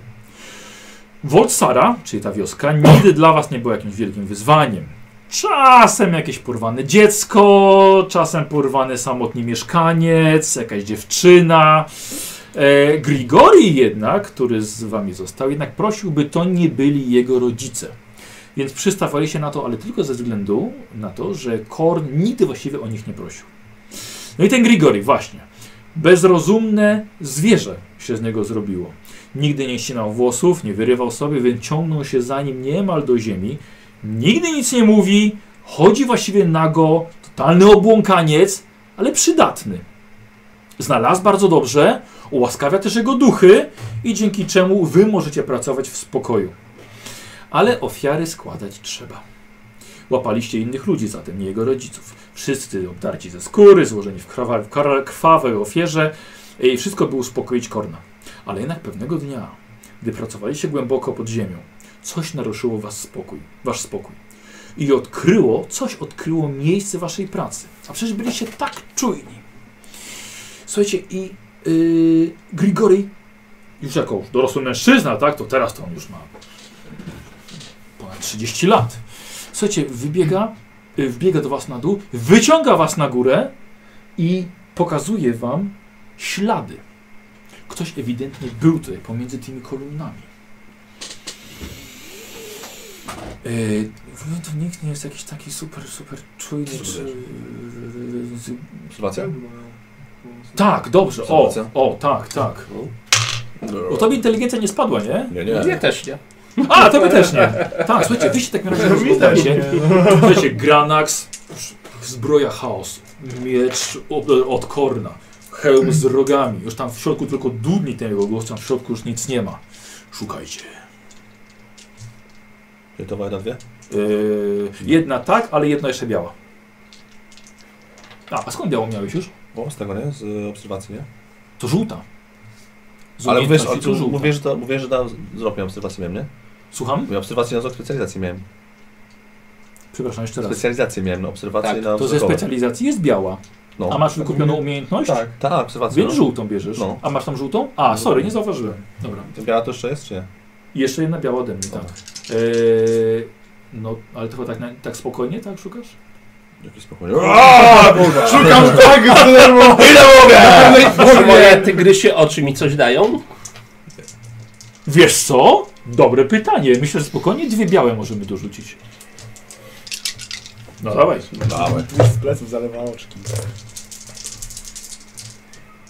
Speaker 1: Wolsara, czyli ta wioska, nigdy dla was nie była jakimś wielkim wyzwaniem. Czasem jakieś porwane dziecko, czasem porwany samotny mieszkaniec, jakaś dziewczyna. E, Grigori jednak, który z wami został, jednak prosił, by to nie byli jego rodzice. Więc przystawali się na to, ale tylko ze względu na to, że Korn nigdy właściwie o nich nie prosił. No i ten Grigori, właśnie. Bezrozumne zwierzę się z niego zrobiło. Nigdy nie ścinał włosów, nie wyrywał sobie, więc ciągnął się za nim niemal do ziemi. Nigdy nic nie mówi, Chodzi właściwie nago, totalny obłąkaniec, ale przydatny. Znalazł bardzo dobrze, ułaskawia też jego duchy i dzięki czemu wy możecie pracować w spokoju. Ale ofiary składać trzeba. Łapaliście innych ludzi zatem, nie jego rodziców. Wszyscy obdarci ze skóry, złożeni w krwa- w kar- krwawej ofierze i wszystko by uspokoić Korna. Ale jednak pewnego dnia, gdy pracowaliście głęboko pod ziemią, coś naruszyło was spokój, wasz spokój. I odkryło, coś odkryło miejsce waszej pracy. A przecież byliście tak czujni. Słuchajcie, i yy, Grigory, już jako dorosły mężczyzna, tak, to teraz to on już ma ponad 30 lat. Słuchajcie, wybiega, y, wbiega do was na dół, wyciąga was na górę i pokazuje wam ślady. Ktoś ewidentnie był tutaj pomiędzy tymi kolumnami. Yy, to nikt nie jest jakiś taki super, super czujny czy... y, z-
Speaker 2: Obserwacja?
Speaker 1: tak, dobrze. O,
Speaker 2: Obserwacja.
Speaker 1: o, tak, tak. U tobie inteligencja nie spadła, nie?
Speaker 2: Nie,
Speaker 3: Nie,
Speaker 2: nie.
Speaker 3: też nie.
Speaker 1: A, tobie też nie. Tak, słuchajcie, wy się tak na razie rozglądacie. Słuchajcie, Granax, zbroja chaosu, miecz od- od korna, hełm z rogami. Już tam w środku tylko dudni ten jego głos, tam w środku już nic nie ma. Szukajcie.
Speaker 2: Czy to wojna dwie?
Speaker 1: Yy, jedna tak, ale jedna jeszcze biała. A, a skąd białą miałeś już?
Speaker 2: O, z tego, nie? Z y, obserwacji, nie?
Speaker 1: To żółta. Z
Speaker 2: Ale wiesz,
Speaker 1: umiejętności
Speaker 2: ale
Speaker 1: to
Speaker 2: tu
Speaker 1: żółta.
Speaker 2: mówię, że, to, mówię, że na wzrok miałem obserwację, miałem, nie?
Speaker 1: Słucham?
Speaker 2: Ja obserwację na wzrok specjalizacji miałem.
Speaker 1: Przepraszam, jeszcze raz.
Speaker 2: Specjalizację miałem, no, obserwację
Speaker 3: Tak,
Speaker 2: na
Speaker 1: To ze
Speaker 2: wzrokowe.
Speaker 1: specjalizacji jest biała.
Speaker 2: No.
Speaker 1: A masz wykupioną umiejętność?
Speaker 5: Tak.
Speaker 2: Tak, obserwację.
Speaker 1: Więc żółtą bierzesz.
Speaker 2: No.
Speaker 1: A masz tam żółtą? A, sorry, nie zauważyłem. Dobra.
Speaker 2: To biała to jeszcze jest, czy nie?
Speaker 1: I Jeszcze jedna biała ode mnie, tak. Eee, no, ale to chyba tak, na, tak spokojnie, tak szukasz?
Speaker 2: Jakie spokojnie. O,
Speaker 4: Aaa, Szukam tak zerwo! Ile
Speaker 3: Czy moje tygrysie oczy mi coś dają?
Speaker 1: Wiesz co? Dobre pytanie. Myślę, że spokojnie dwie białe możemy dorzucić. No dawaj.
Speaker 2: Dawaj.
Speaker 4: Z pleców zalewa oczki.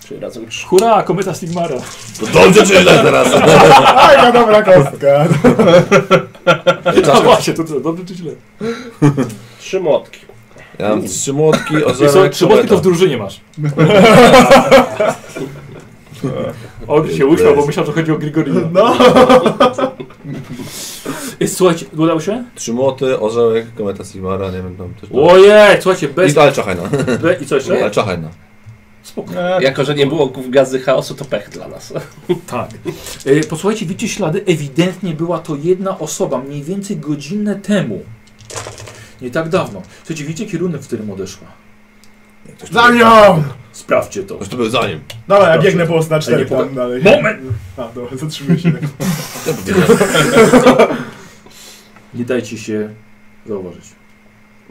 Speaker 3: Czyli razem trzy.
Speaker 1: Hurra, kometa Sigmara.
Speaker 2: To dobrze czy źle teraz?
Speaker 4: A, jaka dobra kostka!
Speaker 1: No właśnie, to co, dobrze czy źle?
Speaker 3: Trzy młotki.
Speaker 2: Ja mam trzy młotki, o
Speaker 1: I
Speaker 2: zero
Speaker 1: co,
Speaker 2: jak
Speaker 1: trzy młotki to w
Speaker 2: kometa.
Speaker 1: drużynie masz. On się uśmiał, bo myślał, że chodzi o Grigorina.
Speaker 4: No.
Speaker 1: E, Słuchajcie, udało się?
Speaker 2: Trzy młoty, orzełek, kometa Sigmara, nie wiem, tam też...
Speaker 1: Ojej, słuchajcie, bez...
Speaker 2: I Tak. ale czachajna.
Speaker 1: Be... I co jeszcze?
Speaker 2: Ale czachajna.
Speaker 1: Spoko.
Speaker 5: E,
Speaker 3: Jako, że nie było w gazy chaosu, to pech dla nas.
Speaker 1: Tak. E, Posłuchajcie, widzicie ślady? Ewidentnie była to jedna osoba, mniej więcej godzinę temu. Nie tak dawno. Słuchajcie, widzicie kierunek, w którym odeszła.
Speaker 4: Za nią!
Speaker 1: Sprawdźcie to.
Speaker 2: Ktoś tu był za nim.
Speaker 4: Dawaj, ja biegnę po na cztery
Speaker 1: nie poka-
Speaker 4: tam dalej.
Speaker 1: Moment!
Speaker 4: A, dobra, zatrzymuję się.
Speaker 2: Ja powiedziałem.
Speaker 1: Nie dajcie się zauważyć.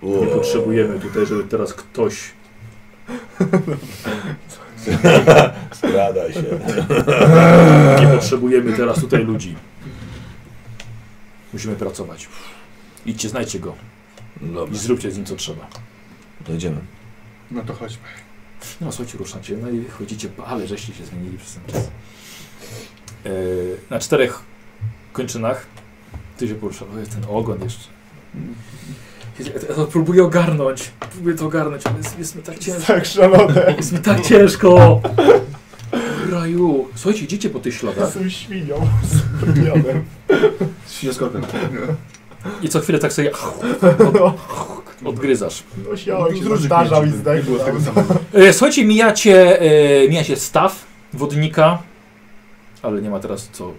Speaker 2: Uuu.
Speaker 1: Nie potrzebujemy tutaj, żeby teraz ktoś...
Speaker 2: Skradaj się.
Speaker 1: Nie potrzebujemy teraz tutaj ludzi. Musimy pracować. Idźcie, znajdźcie go i
Speaker 2: Dobrze,
Speaker 1: zróbcie z nim co trzeba.
Speaker 2: dojdziemy.
Speaker 5: No to chodźmy.
Speaker 1: No słuchajcie, ruszacie, no i chodzicie, po- ale żeście się zmienili przez ten czas. E, na czterech kończynach ty się poruszasz, jest ten ogon jeszcze. Ja to- ja to próbuję ogarnąć, próbuję to ogarnąć, ale jest, jest mi tak ciężko,
Speaker 4: Tak, szalone.
Speaker 1: jest mi tak ciężko! Raju, słuchajcie, idziecie po tych śladach
Speaker 4: Jestem świnią. Z minionem.
Speaker 2: Świnia skorpion.
Speaker 1: i co chwilę tak sobie odgryzasz.
Speaker 4: No siołek
Speaker 5: Z
Speaker 4: się tak
Speaker 5: różnych
Speaker 4: zestarzał i
Speaker 5: mięśni, nie
Speaker 4: zdechł.
Speaker 5: było z tego
Speaker 4: tam.
Speaker 5: samego.
Speaker 1: E, słuchajcie, mijacie, e, mijacie staw wodnika, ale nie ma teraz co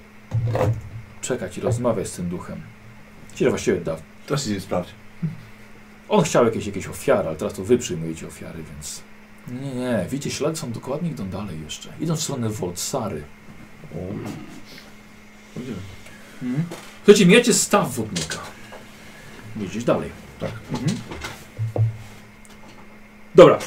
Speaker 1: czekać i rozmawiać z tym duchem. Czyli właściwie da.
Speaker 2: Teraz idziemy sprawdzić.
Speaker 1: On chciał jakieś, jakieś ofiary, ale teraz to wy przyjmujecie ofiary, więc... Nie, nie, widzicie, ślady są dokładnie, idą dalej jeszcze. Idą w stronę Wolsary.
Speaker 5: Mhm.
Speaker 1: Słuchajcie, mijacie staw wodnika. Jedziesz dalej.
Speaker 4: Tak.
Speaker 5: Mhm.
Speaker 1: Dobra, e,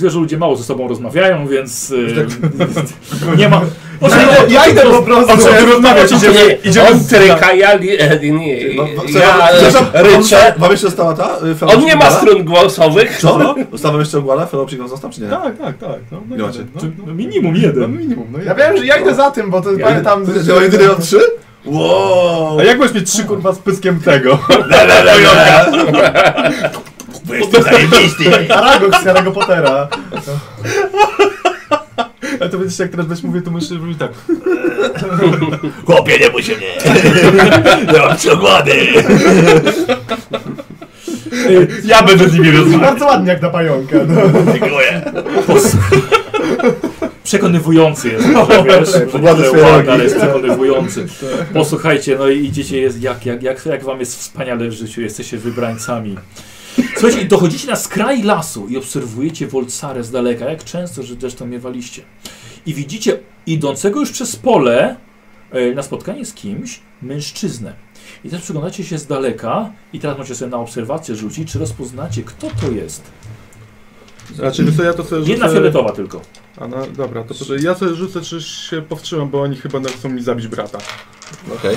Speaker 1: wiesz, że ludzie mało ze sobą rozmawiają, więc e, nie ma... O,
Speaker 4: Ja- Tak. Ja idę po prostu.
Speaker 7: O co ty rozmawiać? Idziemy, idziemy
Speaker 3: On
Speaker 7: z-
Speaker 3: tryka, ja, li, e, nie,
Speaker 2: No,
Speaker 3: ja
Speaker 2: przepraszam,
Speaker 3: e, ryczę.
Speaker 2: Mam jeszcze została ta? y, Fela
Speaker 3: On nie ma
Speaker 2: Przygłada?
Speaker 3: strun głosowych.
Speaker 2: Co? Ustawam jeszcze ogłala? Fela przygnął został czy nie?
Speaker 5: Tak, tak, tak. No, no,
Speaker 2: Nie
Speaker 5: no,
Speaker 2: macie.
Speaker 5: no,
Speaker 1: minimum jeden.
Speaker 5: no minimum, no
Speaker 4: Ja wiem, że ja idę za tym, bo to pamiętam...
Speaker 2: Ty- ty- ty- ty- ty- trzy? Wow!
Speaker 7: A jak weźmie trzy kurwa z pyskiem tego?
Speaker 2: Jestem zajebisty!
Speaker 4: Aragog z Harry'ego Pottera.
Speaker 7: A to będziesz jak teraz weź mówię, to musisz robić tak.
Speaker 2: Chłopie, nie bój się mnie! Ja mam przegłady!
Speaker 4: No,
Speaker 1: E,
Speaker 7: Ja będę z nimi rozmawiał.
Speaker 4: Bardzo ładnie jak na pająka. No.
Speaker 2: Dziękuję!
Speaker 1: Przekonywujący jest, no, wiesz, że
Speaker 2: władze
Speaker 1: tyle
Speaker 2: swojej
Speaker 1: uwagi,
Speaker 2: rogi.
Speaker 1: ale jest przekonywujący. Posłuchajcie, no i idziecie, jest, jak, jak, jak, jak wam jest wspaniale w życiu, jesteście wybrańcami. Słuchajcie, i dochodzicie na skraj lasu i obserwujecie Wolcarę z daleka, jak często że zresztą miewaliście. I widzicie idącego już przez pole e, na spotkanie z kimś mężczyznę. I teraz przyglądacie się z daleka i teraz macie sobie na obserwację rzucić, czy rozpoznacie, kto to jest.
Speaker 5: Znaczy, wiesz co, ja to sobie rzucę...
Speaker 1: Jedna fioletowa tylko.
Speaker 5: A no, dobra, to proszę, ja sobie rzucę, czy się powstrzymam, bo oni chyba chcą mi zabić brata.
Speaker 2: Okej.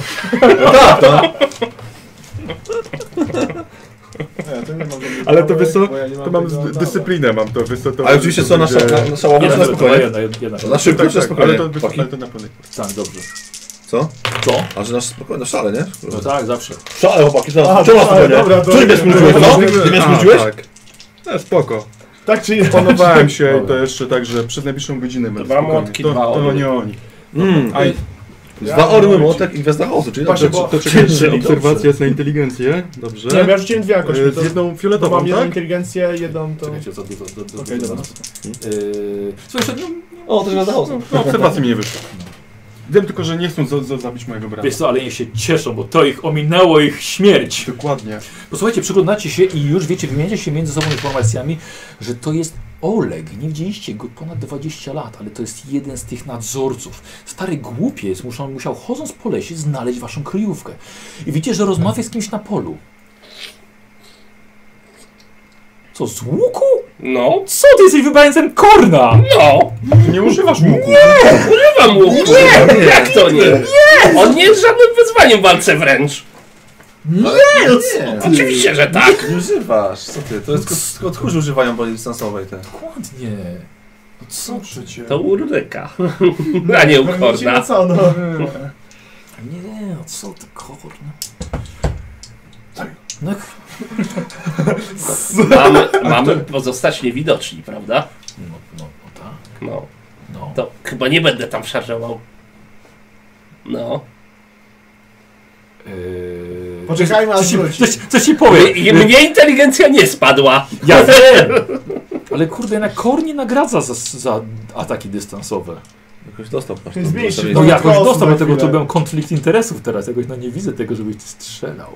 Speaker 4: Nie, to nie mam żadnych
Speaker 5: Ale to wiesz co,
Speaker 4: bo ja nie mam
Speaker 5: to mam
Speaker 4: tego-
Speaker 5: z,
Speaker 4: dobra.
Speaker 5: dyscyplinę mam, to wiesz co, to...
Speaker 2: Ale oczywiście co, nasza,
Speaker 5: będzie-
Speaker 2: na- nasza łapka
Speaker 1: Jedna
Speaker 2: na
Speaker 1: fioletowa,
Speaker 2: spokojnie.
Speaker 1: jedna, jedna. jedna.
Speaker 2: Na szybko,
Speaker 5: Tak,
Speaker 2: na
Speaker 5: tak, ale
Speaker 2: spokojnie.
Speaker 5: to, wiesz, co,
Speaker 2: Paki.
Speaker 5: ale to na pewno.
Speaker 1: Tak, dobrze.
Speaker 2: Co?
Speaker 1: Co?
Speaker 2: A że nasz spokojnie, na szale, nie?
Speaker 1: No tak, zawsze.
Speaker 2: Szale, chłopaki, co?
Speaker 4: A,
Speaker 2: Czemu was
Speaker 4: szale,
Speaker 5: no,
Speaker 2: spokojnie?
Speaker 4: dobra,
Speaker 2: Co ty mnie
Speaker 4: dobra.
Speaker 2: smuciłeś, no? Ty mnie
Speaker 5: A,
Speaker 2: smuciłeś?
Speaker 5: Tak.
Speaker 2: No,
Speaker 5: E, spoko.
Speaker 4: Tak czy nie?
Speaker 5: Planowałem się i to
Speaker 1: Dobra.
Speaker 5: jeszcze tak, że przed najbliższą godzinę będę
Speaker 3: Dwa
Speaker 5: spokojny.
Speaker 3: młotki,
Speaker 5: to,
Speaker 3: dwa
Speaker 5: to
Speaker 3: orły.
Speaker 5: nie oni.
Speaker 2: Mm.
Speaker 5: A i-
Speaker 2: Dwa orły, młotek i gwiazda chaosu, czyli
Speaker 4: Właśnie,
Speaker 2: dobrze.
Speaker 4: bo-
Speaker 5: to czekaj, jeszcze obserwacja jest na inteligencję, dobrze.
Speaker 4: Nie, ja rzuciłem dwie jakoś.
Speaker 5: E,
Speaker 4: To,
Speaker 5: Z jedną
Speaker 4: to mam No,
Speaker 5: fioletową,
Speaker 4: jedną
Speaker 5: tak?
Speaker 4: inteligencję, jedną to...
Speaker 1: Czekajcie, co do, do, do, do,
Speaker 4: Okej,
Speaker 1: do, do
Speaker 4: dobra.
Speaker 1: nas. Yy, Słuchaj, no,
Speaker 2: O, to gwiazda chaosu.
Speaker 5: No, obserwacji mi nie wyszło. Wiem tylko, że nie chcą za, za, zabić mojego brata.
Speaker 1: wiesz co, ale nie się cieszą, bo to ich ominęło ich śmierć.
Speaker 5: Dokładnie.
Speaker 1: Posłuchajcie, przyglądacie się i już wiecie, wymieniacie się między sobą informacjami, że to jest Oleg. Nie widzieliście go ponad 20 lat, ale to jest jeden z tych nadzorców. Stary głupiec muszą, musiał chodząc po lesie znaleźć waszą kryjówkę. I widzicie, że rozmawia z kimś na polu. Co, z łuku?
Speaker 3: No,
Speaker 1: Co, ty jesteś wybrańcem Korna!
Speaker 3: no.
Speaker 5: Nie używasz łuku.
Speaker 3: Używam łuku.
Speaker 2: Nie!
Speaker 3: Jak to nie? On nie jest żadnym wyzwaniem w walce wręcz.
Speaker 2: Nie, no co ty?
Speaker 3: Oczywiście, że tak.
Speaker 2: Nie używasz, co ty? To jest tylko- tylko tchórzy używają broni dystansowej te.
Speaker 1: Dokładnie. No co ty?
Speaker 3: To Urryka. A nie u Korna.
Speaker 4: co, no.
Speaker 1: Nie, no co ty, Korn?
Speaker 4: Tak.
Speaker 1: No, jak-
Speaker 3: Mamy, mamy pozostać niewidoczni, prawda?
Speaker 1: no, no, no tak,
Speaker 3: No,
Speaker 1: no.
Speaker 3: to chyba nie będę tam szarżował. No.
Speaker 1: Yy...
Speaker 4: Poczekajmy, aż
Speaker 1: Coś, ci-
Speaker 4: wróci.
Speaker 1: coś, coś ci powiem.
Speaker 3: I mnie inteligencja nie spadła.
Speaker 1: Ja wiem. Ale kurde, na kornie nagradza za, za ataki dystansowe.
Speaker 2: Jakoś dostał po prostu.
Speaker 4: Zmniejszył.
Speaker 1: No
Speaker 4: Yy, No,
Speaker 2: Dostał-
Speaker 1: jakoś
Speaker 4: kosmos
Speaker 1: dostał
Speaker 4: na
Speaker 1: do tego, to
Speaker 4: chwilę.
Speaker 1: byłem konflikt interesów teraz. Jakoś no nie widzę tego, żebyś ty strzelał.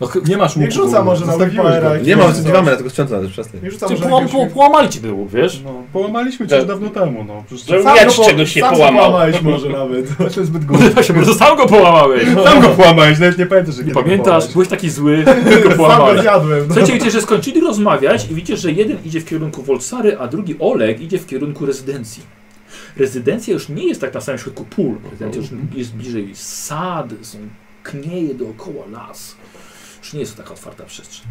Speaker 1: No ch- nie masz łuku.
Speaker 4: Niech rzuca może na
Speaker 5: Zostawiłeś go.
Speaker 4: Wipera.
Speaker 2: Nie mam, nie mamy na tego sprzętu nawet przez
Speaker 4: Niech rzuca
Speaker 1: Ty,
Speaker 4: może
Speaker 1: połam,
Speaker 4: jakiegoś...
Speaker 1: po, połamali ci było, wiesz?
Speaker 5: No, połamaliśmy cię
Speaker 2: E-
Speaker 3: Tak.
Speaker 5: dawno temu, no. Przecież
Speaker 3: Żeby
Speaker 4: Sam
Speaker 3: ja
Speaker 4: go
Speaker 3: ci
Speaker 4: po-
Speaker 3: czegoś nie
Speaker 4: sam się
Speaker 3: połamał.
Speaker 4: połamałeś może nawet.
Speaker 7: To jest zbyt głupi.
Speaker 1: Uderza się, bo sam go połamałeś.
Speaker 2: No.
Speaker 5: Sam go połamałeś, nawet nie pamiętasz, że
Speaker 1: Nie
Speaker 5: kiedy go
Speaker 1: pamiętasz,
Speaker 5: połamałeś.
Speaker 1: byłeś taki zły, tylko
Speaker 4: Sam go
Speaker 1: połamałeś.
Speaker 4: zjadłem. No.
Speaker 1: Słuchajcie, widzicie, że skończyli rozmawiać i widzicie, że jeden idzie w kierunku Wolsary, a drugi Oleg idzie w kierunku rezydencji. Rezydencja już nie jest tak na samym środku pól. Rezydencja już jest bliżej sad, są knieje dookoła las. Już nie jest to taka otwarta przestrzeń.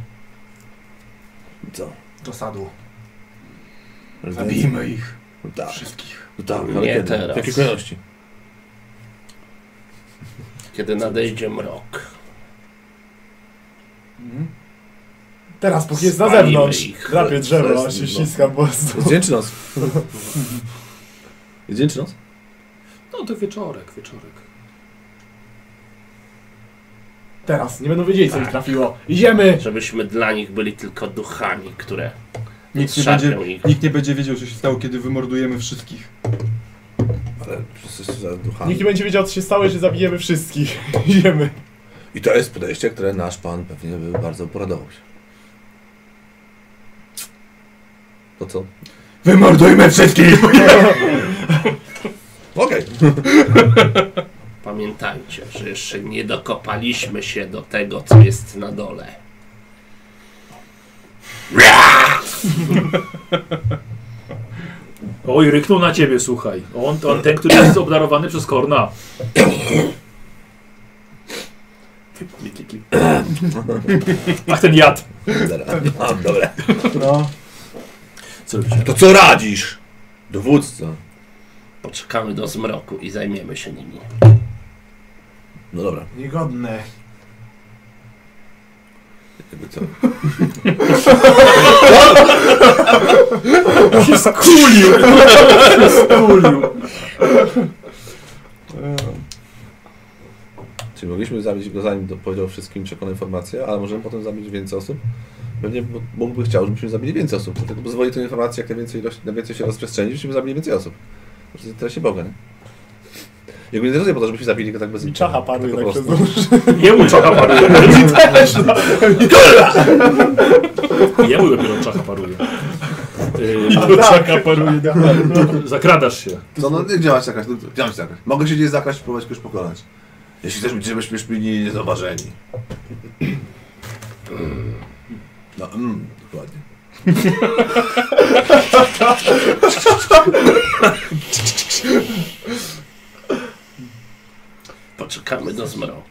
Speaker 2: Co?
Speaker 7: Do sadu.
Speaker 2: Zabijmy.
Speaker 7: Zabijmy ich.
Speaker 2: Tak,
Speaker 7: Wszystkich.
Speaker 2: tak, ale
Speaker 3: Nie
Speaker 2: kiedy?
Speaker 3: teraz.
Speaker 2: W jakiej kolejności?
Speaker 3: Kiedy nadejdzie mrok.
Speaker 4: Teraz, póki jest na
Speaker 3: Spalimy
Speaker 4: zewnątrz.
Speaker 3: ich.
Speaker 4: Drapie drzewo,
Speaker 2: Zaraz,
Speaker 4: a się
Speaker 2: no.
Speaker 4: ściska po prostu.
Speaker 2: Jest dzień czy noc? Jest dzień czy noc?
Speaker 1: No to wieczorek, wieczorek.
Speaker 4: Teraz, nie będą wiedzieli co ich trafiło. Idziemy!
Speaker 3: Żebyśmy dla nich byli tylko duchami, które
Speaker 5: Nikt nie, będzie,
Speaker 3: szarpią ich.
Speaker 5: nikt nie będzie wiedział, co się stało, kiedy wymordujemy wszystkich.
Speaker 2: Ale wszyscy za duchami.
Speaker 4: Nikt nie będzie wiedział co się stało, że zabijemy wszystkich. Idziemy.
Speaker 2: I to jest podejście, które nasz pan pewnie by bardzo poradował się. To co?
Speaker 7: Wymordujmy wszystkich!
Speaker 2: Okej.
Speaker 3: Pamiętajcie, że jeszcze nie dokopaliśmy się do tego, co jest na dole.
Speaker 1: Oj, ryknął na ciebie, słuchaj. On, on ten, który jest obdarowany przez Korna. Ach, ten jad.
Speaker 2: Dobra. Dobra.
Speaker 5: No.
Speaker 1: Co robicie?
Speaker 2: To co radzisz? Dowódca.
Speaker 3: Poczekamy do zmroku i zajmiemy się nimi.
Speaker 2: No dobra,
Speaker 7: Niegodne.
Speaker 2: jakby co.
Speaker 1: Się skulił! Się skulił.
Speaker 2: Czyli mogliśmy zabić go zanim do, powiedział wszystkim czekane informacje, ale możemy potem zabić więcej osób. Pewnie bo- Bóg by chciał, żebyśmy zabili więcej osób. Dlatego pozwoli tę informację jak najwięcej, ilość- najwięcej się rozprzestrzeni, żebyśmy zabili więcej osób. To jest w interesie Boga, nie? Jego nie zrozumie po to, żebyśmy zabili go tak bez
Speaker 4: I czacha
Speaker 2: tak
Speaker 4: panuje
Speaker 2: po
Speaker 4: tak przez
Speaker 2: prostu.
Speaker 4: duszę.
Speaker 1: Jemu czacha paruje.
Speaker 4: Też, no.
Speaker 1: Jemu dopiero czacha paruje. Yy,
Speaker 4: I do czaka paruje. tak.
Speaker 1: zakradasz się.
Speaker 2: Co, no nie działać jakaś, no, działać jakaś. Mogę się gdzieś zakraść, próbować kogoś pokonać. Jeśli chcesz być, żebyśmy byli niezauważeni. No, mm, dokładnie.
Speaker 6: Poczekamy do zmroku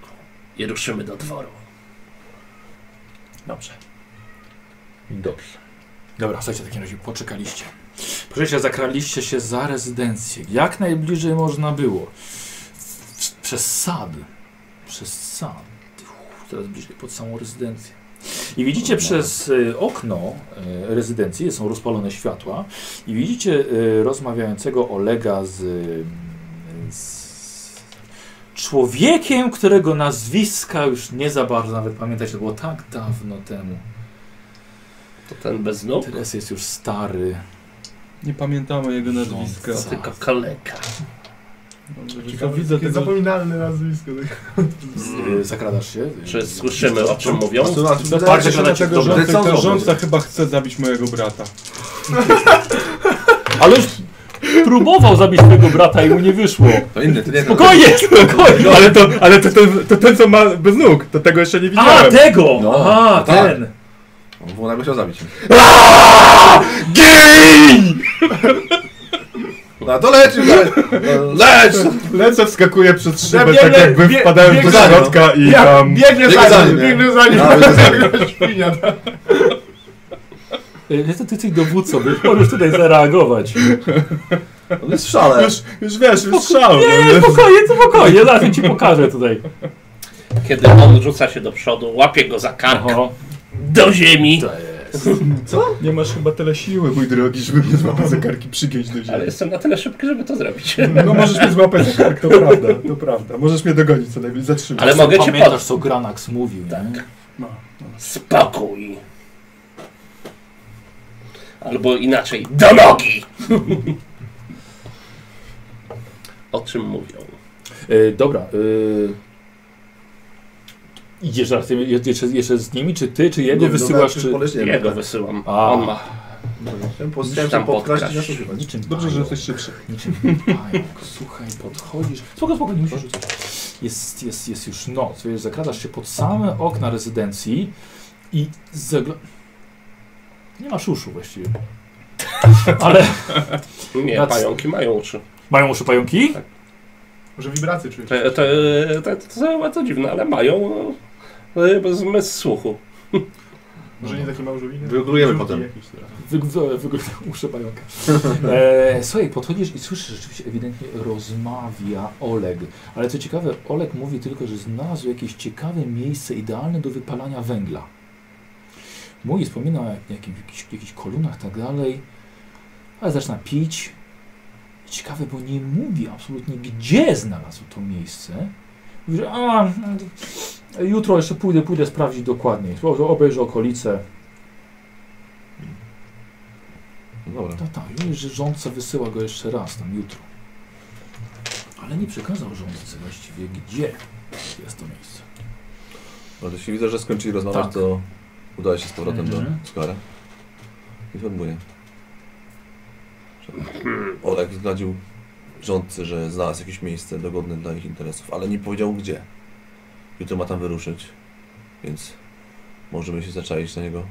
Speaker 6: i ruszymy do dworu.
Speaker 1: Dobrze. Dobrze. Dobra, słuchajcie, w takim razie poczekaliście. Przecież zakraliście się za rezydencję. Jak najbliżej można było. Przez sad. Przez sad. Uff, Teraz bliżej pod samą rezydencję. I widzicie przez y, okno y, rezydencji, są rozpalone światła, i widzicie y, rozmawiającego Olega z, y, z człowiekiem, którego nazwiska już nie za bardzo nawet pamiętać, to było tak dawno temu.
Speaker 6: To ten bez nóg,
Speaker 1: Teraz jest już stary.
Speaker 5: Nie pamiętamy jego nazwiska.
Speaker 1: Rządca.
Speaker 6: tylko kaleka.
Speaker 5: Dobrze, tylko widzę tego...
Speaker 4: Zapominalne nazwisko.
Speaker 1: Y, Zakradasz się?
Speaker 6: Czy słyszymy o czym mówią?
Speaker 1: Tak,
Speaker 5: Widzę
Speaker 1: zakradasz się.
Speaker 5: tego
Speaker 1: Dobra.
Speaker 5: rządca,
Speaker 2: Decyzją
Speaker 5: ten
Speaker 2: zrobię.
Speaker 5: rządca chyba chce zabić mojego brata.
Speaker 1: Ale już próbował zabić twojego brata i mu nie wyszło.
Speaker 2: To inny, to nie ten.
Speaker 1: Spokojnie, spokojnie.
Speaker 7: Ale to, ale to, ten- to ten co ma bez nóg, to tego jeszcze nie
Speaker 1: A,
Speaker 7: widziałem.
Speaker 1: tego!
Speaker 2: No,
Speaker 1: A,
Speaker 2: no tak.
Speaker 1: ten.
Speaker 2: Wona by chciał zabić.
Speaker 7: Gin!
Speaker 2: No to leć, już, leć! No, Leć!
Speaker 7: Lecę, wskakuję przez szybę,
Speaker 4: biegnę,
Speaker 7: tak jakby
Speaker 4: bie-
Speaker 7: wpadałem do
Speaker 4: biegnę.
Speaker 7: środka i tam...
Speaker 4: Biegnie
Speaker 2: Biegnie
Speaker 4: za
Speaker 2: za
Speaker 4: nim,
Speaker 2: nim,
Speaker 4: biegnie za nim.
Speaker 2: A, biegnie za nim.
Speaker 4: Jak świnia. tak.
Speaker 1: Y, Niestety ty jesteś dowódcą, więc możesz tutaj zareagować.
Speaker 2: On No jest w szale.
Speaker 7: Już, już wiesz, już
Speaker 5: no,
Speaker 7: szał.
Speaker 1: Nie, spokojnie, spokojnie, zaraz ci pokażę tutaj.
Speaker 6: Kiedy on rzuca się do przodu, łapie go za kark
Speaker 1: Oho.
Speaker 6: do ziemi.
Speaker 1: To jest.
Speaker 7: Nie masz chyba tyle siły, mój drogi, żeby mnie złapać za karki przygiąć do
Speaker 6: Ale
Speaker 7: ziemi.
Speaker 6: jestem na tyle szybki, żeby to zrobić.
Speaker 2: Mm.
Speaker 7: No możesz mnie złapać za kark,
Speaker 5: tak,
Speaker 7: to prawda, to prawda. Możesz mnie dogonić co najmniej, zatrzymać.
Speaker 6: Ale mogę cię
Speaker 1: Pamiętasz,
Speaker 6: pod...
Speaker 1: co Granax mówił, nie?
Speaker 6: Spokój. Albo inaczej, do nogi! o czym mówią?
Speaker 1: Y, Dobra. y, Idziesz zaraz, ty- jeszcze, jeszcze z nimi, czy ty, czy jego wysyłasz, czy...
Speaker 6: Ja
Speaker 2: tak.
Speaker 6: go wysyłam.
Speaker 1: A.
Speaker 6: On ma.
Speaker 2: Chciałem się
Speaker 6: no, Tam
Speaker 2: podkraść i
Speaker 6: podkraść.
Speaker 2: naszukiwać.
Speaker 1: Niczym
Speaker 5: Dobrze, że
Speaker 1: pająk.
Speaker 5: jesteś szybszy.
Speaker 1: Niczym pająk, słuchaj, podchodzisz. Spoko, spoko, nie musisz rzucać. Jest, jest, jest już noc, wiesz, zakradasz się pod same okna rezydencji i zagla... Nie ma szuszu właściwie. Ale
Speaker 6: Nie,
Speaker 1: Nad-
Speaker 6: pająki mają uszy.
Speaker 1: mają uszy pająki?
Speaker 4: Może wibracje czujesz.
Speaker 6: To, to, to, to, to bardzo dziwne, ale mają no, zmysł słuchu.
Speaker 4: Może nie takie małżowiny? tak.
Speaker 2: Wygooglujemy potem.
Speaker 1: Wygląda wyg uszy pająka. E, słuchaj, podchodzisz i słyszysz rzeczywiście ewidentnie rozmawia Oleg. Ale co ciekawe, Oleg mówi tylko, że znalazł jakieś ciekawe miejsce idealne do wypalania węgla. Mówi, wspomina o jak- jakim- jakichś jakich kolumnach i tak dalej, ale zaczyna pić. Ciekawe, bo nie mówi absolutnie, gdzie znalazł to miejsce. Mówi, że a, jutro jeszcze pójdę, pójdę sprawdzić dokładniej. Obejrzę okolice.
Speaker 2: Dobra.
Speaker 1: Tak, tak. I że rządca wysyła go jeszcze raz, tam jutro. Ale nie przekazał rządcy właściwie, gdzie jest to miejsce.
Speaker 2: No, jeśli widzę, że skończyli rozmawiać,
Speaker 1: Tak.
Speaker 2: to udaję się z powrotem
Speaker 1: Mhm.
Speaker 2: do Skara. Informuję. że Oleg zdradził rządcy, że znalazł jakieś miejsce dogodne dla ich interesów, ale nie powiedział gdzie. Jutro ma tam wyruszyć, więc możemy się zaczaić na niego.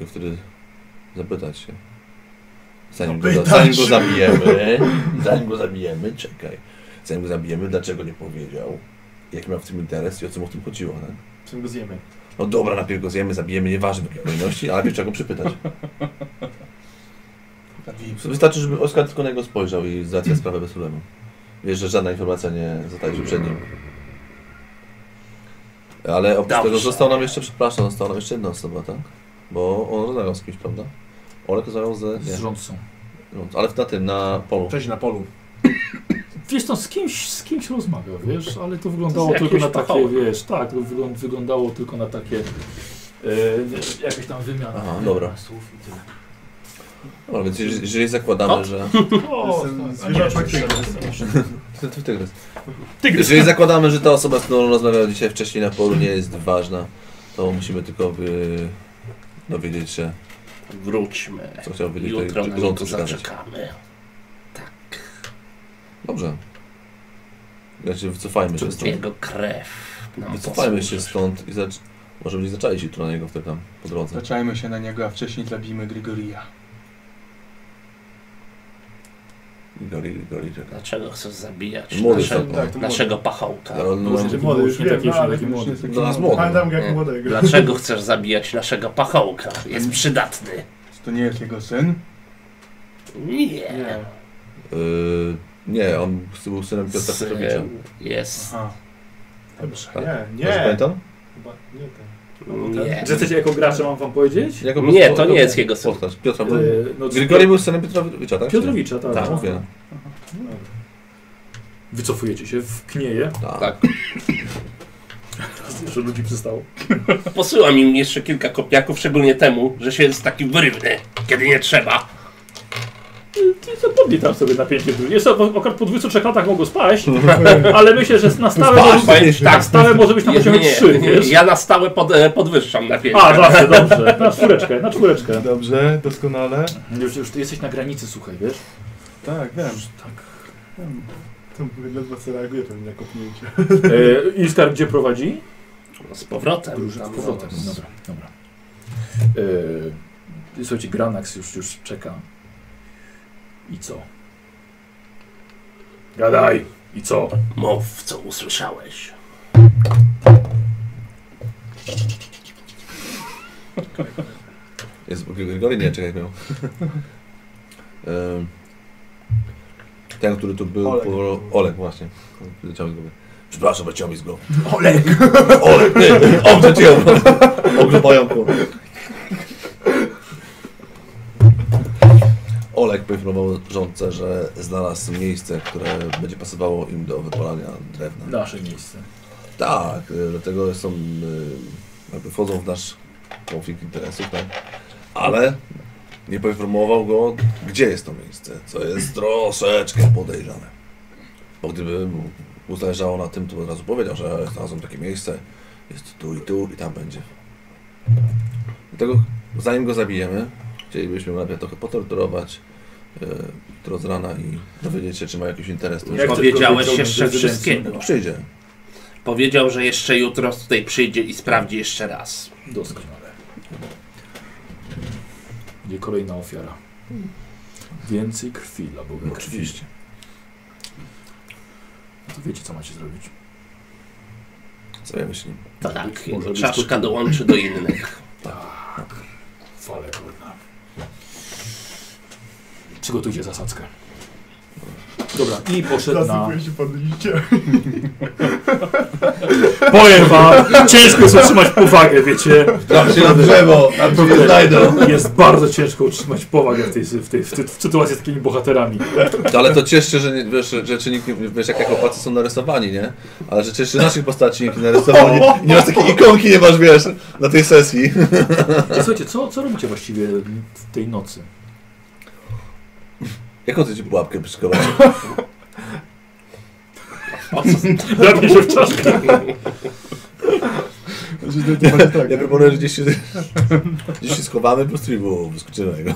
Speaker 2: I wtedy zapytać się. Zanim, go, za- zanim go zabijemy, zanim go zabijemy, czekaj. Zanim go zabijemy, dlaczego nie powiedział? Jaki miał w tym interes i o co mu w tym chodziło, nie?
Speaker 4: Czym go zjemy?
Speaker 2: No dobra, najpierw go zjemy, zabijemy, nieważne w jakiej kolejności, ale wiesz czego przypytać. Wystarczy, żeby Oskar tylko na niego spojrzał i załatwia sprawę bez problemu. Wiesz, że żadna informacja nie zatańczy przed nim. Ale oprócz
Speaker 3: Dobrze.
Speaker 2: tego został nam jeszcze, przepraszam, została nam jeszcze jedna osoba, tak? Bo on rozmawiał z kimś, prawda? Olek rozmawiał z...
Speaker 1: z
Speaker 2: Nie, No,
Speaker 1: rządcą.
Speaker 2: ale na tym, na polu.
Speaker 4: Cześć na polu.
Speaker 1: Wiesz, no z kimś, z kimś rozmawiał, wiesz, ale to wyglądało
Speaker 3: Z
Speaker 1: tylko na
Speaker 3: jakimś
Speaker 1: takie,
Speaker 3: pachołkiem.
Speaker 1: wiesz, tak, to wyglą- wyglądało tylko na takie, e, wiesz, jakieś tam wymiany.
Speaker 2: Aha, dobra.
Speaker 1: Słów i tyle.
Speaker 2: Dobra, No, więc jeżeli, jeżeli zakładamy, że...
Speaker 1: O,
Speaker 4: Jestem
Speaker 1: tak, a nie,
Speaker 4: zwierzaczek
Speaker 2: Ty- ty- Tygrys. Jeżeli zakładamy, że ta osoba, z którą rozmawiałem dzisiaj wcześniej na polu nie jest ważna, to musimy tylko by dowiedzieć się,
Speaker 3: Wróćmy.
Speaker 2: co chciał wiedzieć
Speaker 3: Jutro
Speaker 2: tutaj
Speaker 3: na niego
Speaker 2: rządcu przekazać.
Speaker 3: zaczekamy.
Speaker 6: Tak.
Speaker 2: Dobrze. Znaczy wycofajmy się stąd.
Speaker 3: Jego krew. nam
Speaker 2: Wycofajmy się
Speaker 3: posłuży.
Speaker 2: stąd i zacz... może będzie zaczęli się tu na niego wtedy tam po drodze.
Speaker 5: Zaczajmy się na niego, a wcześniej zabijmy Grigoria.
Speaker 2: Goli, goli, czeka.
Speaker 3: Dlaczego chcesz zabijać
Speaker 2: Młody
Speaker 3: nasze,
Speaker 2: są.
Speaker 4: Tak, to
Speaker 3: naszego pachołka?
Speaker 2: Ale on-
Speaker 1: Może
Speaker 2: on-
Speaker 1: taki
Speaker 4: Młody,
Speaker 1: był
Speaker 4: już
Speaker 1: już nie taki,
Speaker 4: wiem,
Speaker 1: już nie
Speaker 4: ale
Speaker 1: taki
Speaker 4: już
Speaker 1: młody.
Speaker 5: taki
Speaker 2: Do nas
Speaker 5: mały.
Speaker 2: młody.
Speaker 4: Pamiętam jak
Speaker 2: No.
Speaker 4: młodego.
Speaker 3: Dlaczego chcesz zabijać naszego pachołka? Jest przydatny.
Speaker 5: To nie jest jego syn?
Speaker 3: Nie.
Speaker 4: Nie.
Speaker 2: Yy, nie, on był synem Piotra Petrowicza.
Speaker 3: Syn jest.
Speaker 5: Aha.
Speaker 4: Dobrze.
Speaker 2: Tak?
Speaker 4: Nie,
Speaker 2: Dobrze
Speaker 4: nie.
Speaker 2: Pamiętam?
Speaker 4: Chyba nie ten.
Speaker 3: Nie.
Speaker 1: no Że jesteście jako gracze, mam wam powiedzieć?
Speaker 2: Jako
Speaker 3: Nie,
Speaker 2: po-
Speaker 3: to nie
Speaker 2: jako-
Speaker 3: jest jego syn.
Speaker 2: Postać. Piotra.
Speaker 4: Y,
Speaker 1: Yy, no,
Speaker 2: Grigori był synem Piotrowicza, tak?
Speaker 1: Piotrowicza, tak.
Speaker 2: Tak,
Speaker 1: no.
Speaker 2: mówię.
Speaker 1: Wycofujecie się, w knieje,
Speaker 2: Tak.
Speaker 3: Tak.
Speaker 1: że ludzi przystało.
Speaker 3: Posyłam im jeszcze kilka kopiaków, szczególnie temu, że się jest taki wyrywny, kiedy nie trzeba.
Speaker 1: Ty to podnij tam sobie napięcie. Jest o- akurat po 23 latach mogło spaść, ale myślę, że na stałe,
Speaker 2: Spaść,
Speaker 1: może,
Speaker 2: spaść.
Speaker 1: na stałe może być na
Speaker 3: tak, Nie, nie,
Speaker 1: poziomie 3,
Speaker 3: nie,
Speaker 1: tak? wiesz?
Speaker 3: ja na stałe pod, e, podwyższam napięcie.
Speaker 1: A, dobrze, dobrze. Na czwóreczkę, na czwóreczkę.
Speaker 7: Dobrze, doskonale.
Speaker 1: Już, już ty jesteś na granicy, słuchaj, wiesz?
Speaker 7: Tak, wiem.
Speaker 4: To mówię, ledwo co reaguje pewnie na kopnięcie.
Speaker 1: E, Iskar gdzie prowadzi?
Speaker 3: Z powrotem.
Speaker 1: Z
Speaker 3: tam,
Speaker 1: powrotem.
Speaker 3: no.
Speaker 1: Dobra, dobra. E, słuchajcie, Granax już, już czeka. I co? Gadaj! I co?
Speaker 3: Mów, co usłyszałeś.
Speaker 2: Jest Grigori? Nie, czekaj, jak miał. Y, Em, Ten, który tu był
Speaker 4: Olek.
Speaker 2: po... Olek, właśnie. Leciał mi z głowy. Przepraszam, leciał mi z głowy.
Speaker 1: Olek!
Speaker 2: Olek, ty! Obrze cię! Obrze pająku. Olek poinformował rządcę, że znalazł miejsce, które będzie pasowało im do wypalania drewna.
Speaker 4: No.
Speaker 1: Nasze miejsce.
Speaker 2: Tak, y, dlatego są, y, jakby wchodzą w nasz konflikt interesów, tak? Ale nie poinformował go, gdzie jest to miejsce, co jest troszeczkę podejrzane. Bo gdyby mu zależało na tym, to by od razu powiedział, że znalazłem takie miejsce, jest tu i tu i tam będzie. Dlatego zanim go zabijemy, chcielibyśmy go najpierw trochę potorturować, y, jutro z rana i dowiedzieć się, czy ma jakiś interes. To już
Speaker 1: Jak
Speaker 2: ma-
Speaker 1: tylko
Speaker 3: Powiedziałeś
Speaker 1: wyciągnę
Speaker 3: jeszcze
Speaker 1: z rezydencji.
Speaker 3: wszystkiego.
Speaker 2: przyjdzie.
Speaker 3: Powiedział, że jeszcze jutro tutaj przyjdzie i sprawdzi jeszcze raz.
Speaker 1: Doskonale. Gdzie kolejna ofiara. Więcej krwi dla Boga. krwi.
Speaker 2: Oczywiście.
Speaker 1: No To wiecie, co macie zrobić.
Speaker 2: Zajmiemy się nim.
Speaker 3: Tak,
Speaker 1: Może być
Speaker 3: czaszka
Speaker 1: to-
Speaker 3: dołączy do innych.
Speaker 1: Tak. Fale kurna. Przygotujcie zasadzkę. Dobra, i poszedł na...
Speaker 4: Zasypuję się pod liście.
Speaker 1: Powiem wam, ciężko jest utrzymać powagę, wiecie.
Speaker 2: Tam się na drzewo, tam się nie znajdą.
Speaker 1: Jest bardzo ciężko utrzymać powagę w tej, w tej, w tej w sytuacji z takimi bohaterami.
Speaker 2: Ale to cieszy, że nie, wiesz, że czy nikt nie, wiesz jak chłopacy są narysowani, nie? Ale że cieszy naszych postaci nikt nie narysowali. Nie masz takiej ikonki, nie masz, wiesz, na tej sesji.
Speaker 1: Słuchajcie, co, co robicie właściwie w tej nocy?
Speaker 2: Jaką ty ci pułapkę przykowałeś?
Speaker 3: O co
Speaker 1: Drapie się w czaszkę.
Speaker 5: tak.
Speaker 2: Ja proponuję, że gdzieś się, gdzieś się schowamy, po prostu i było, wyskoczymy jego.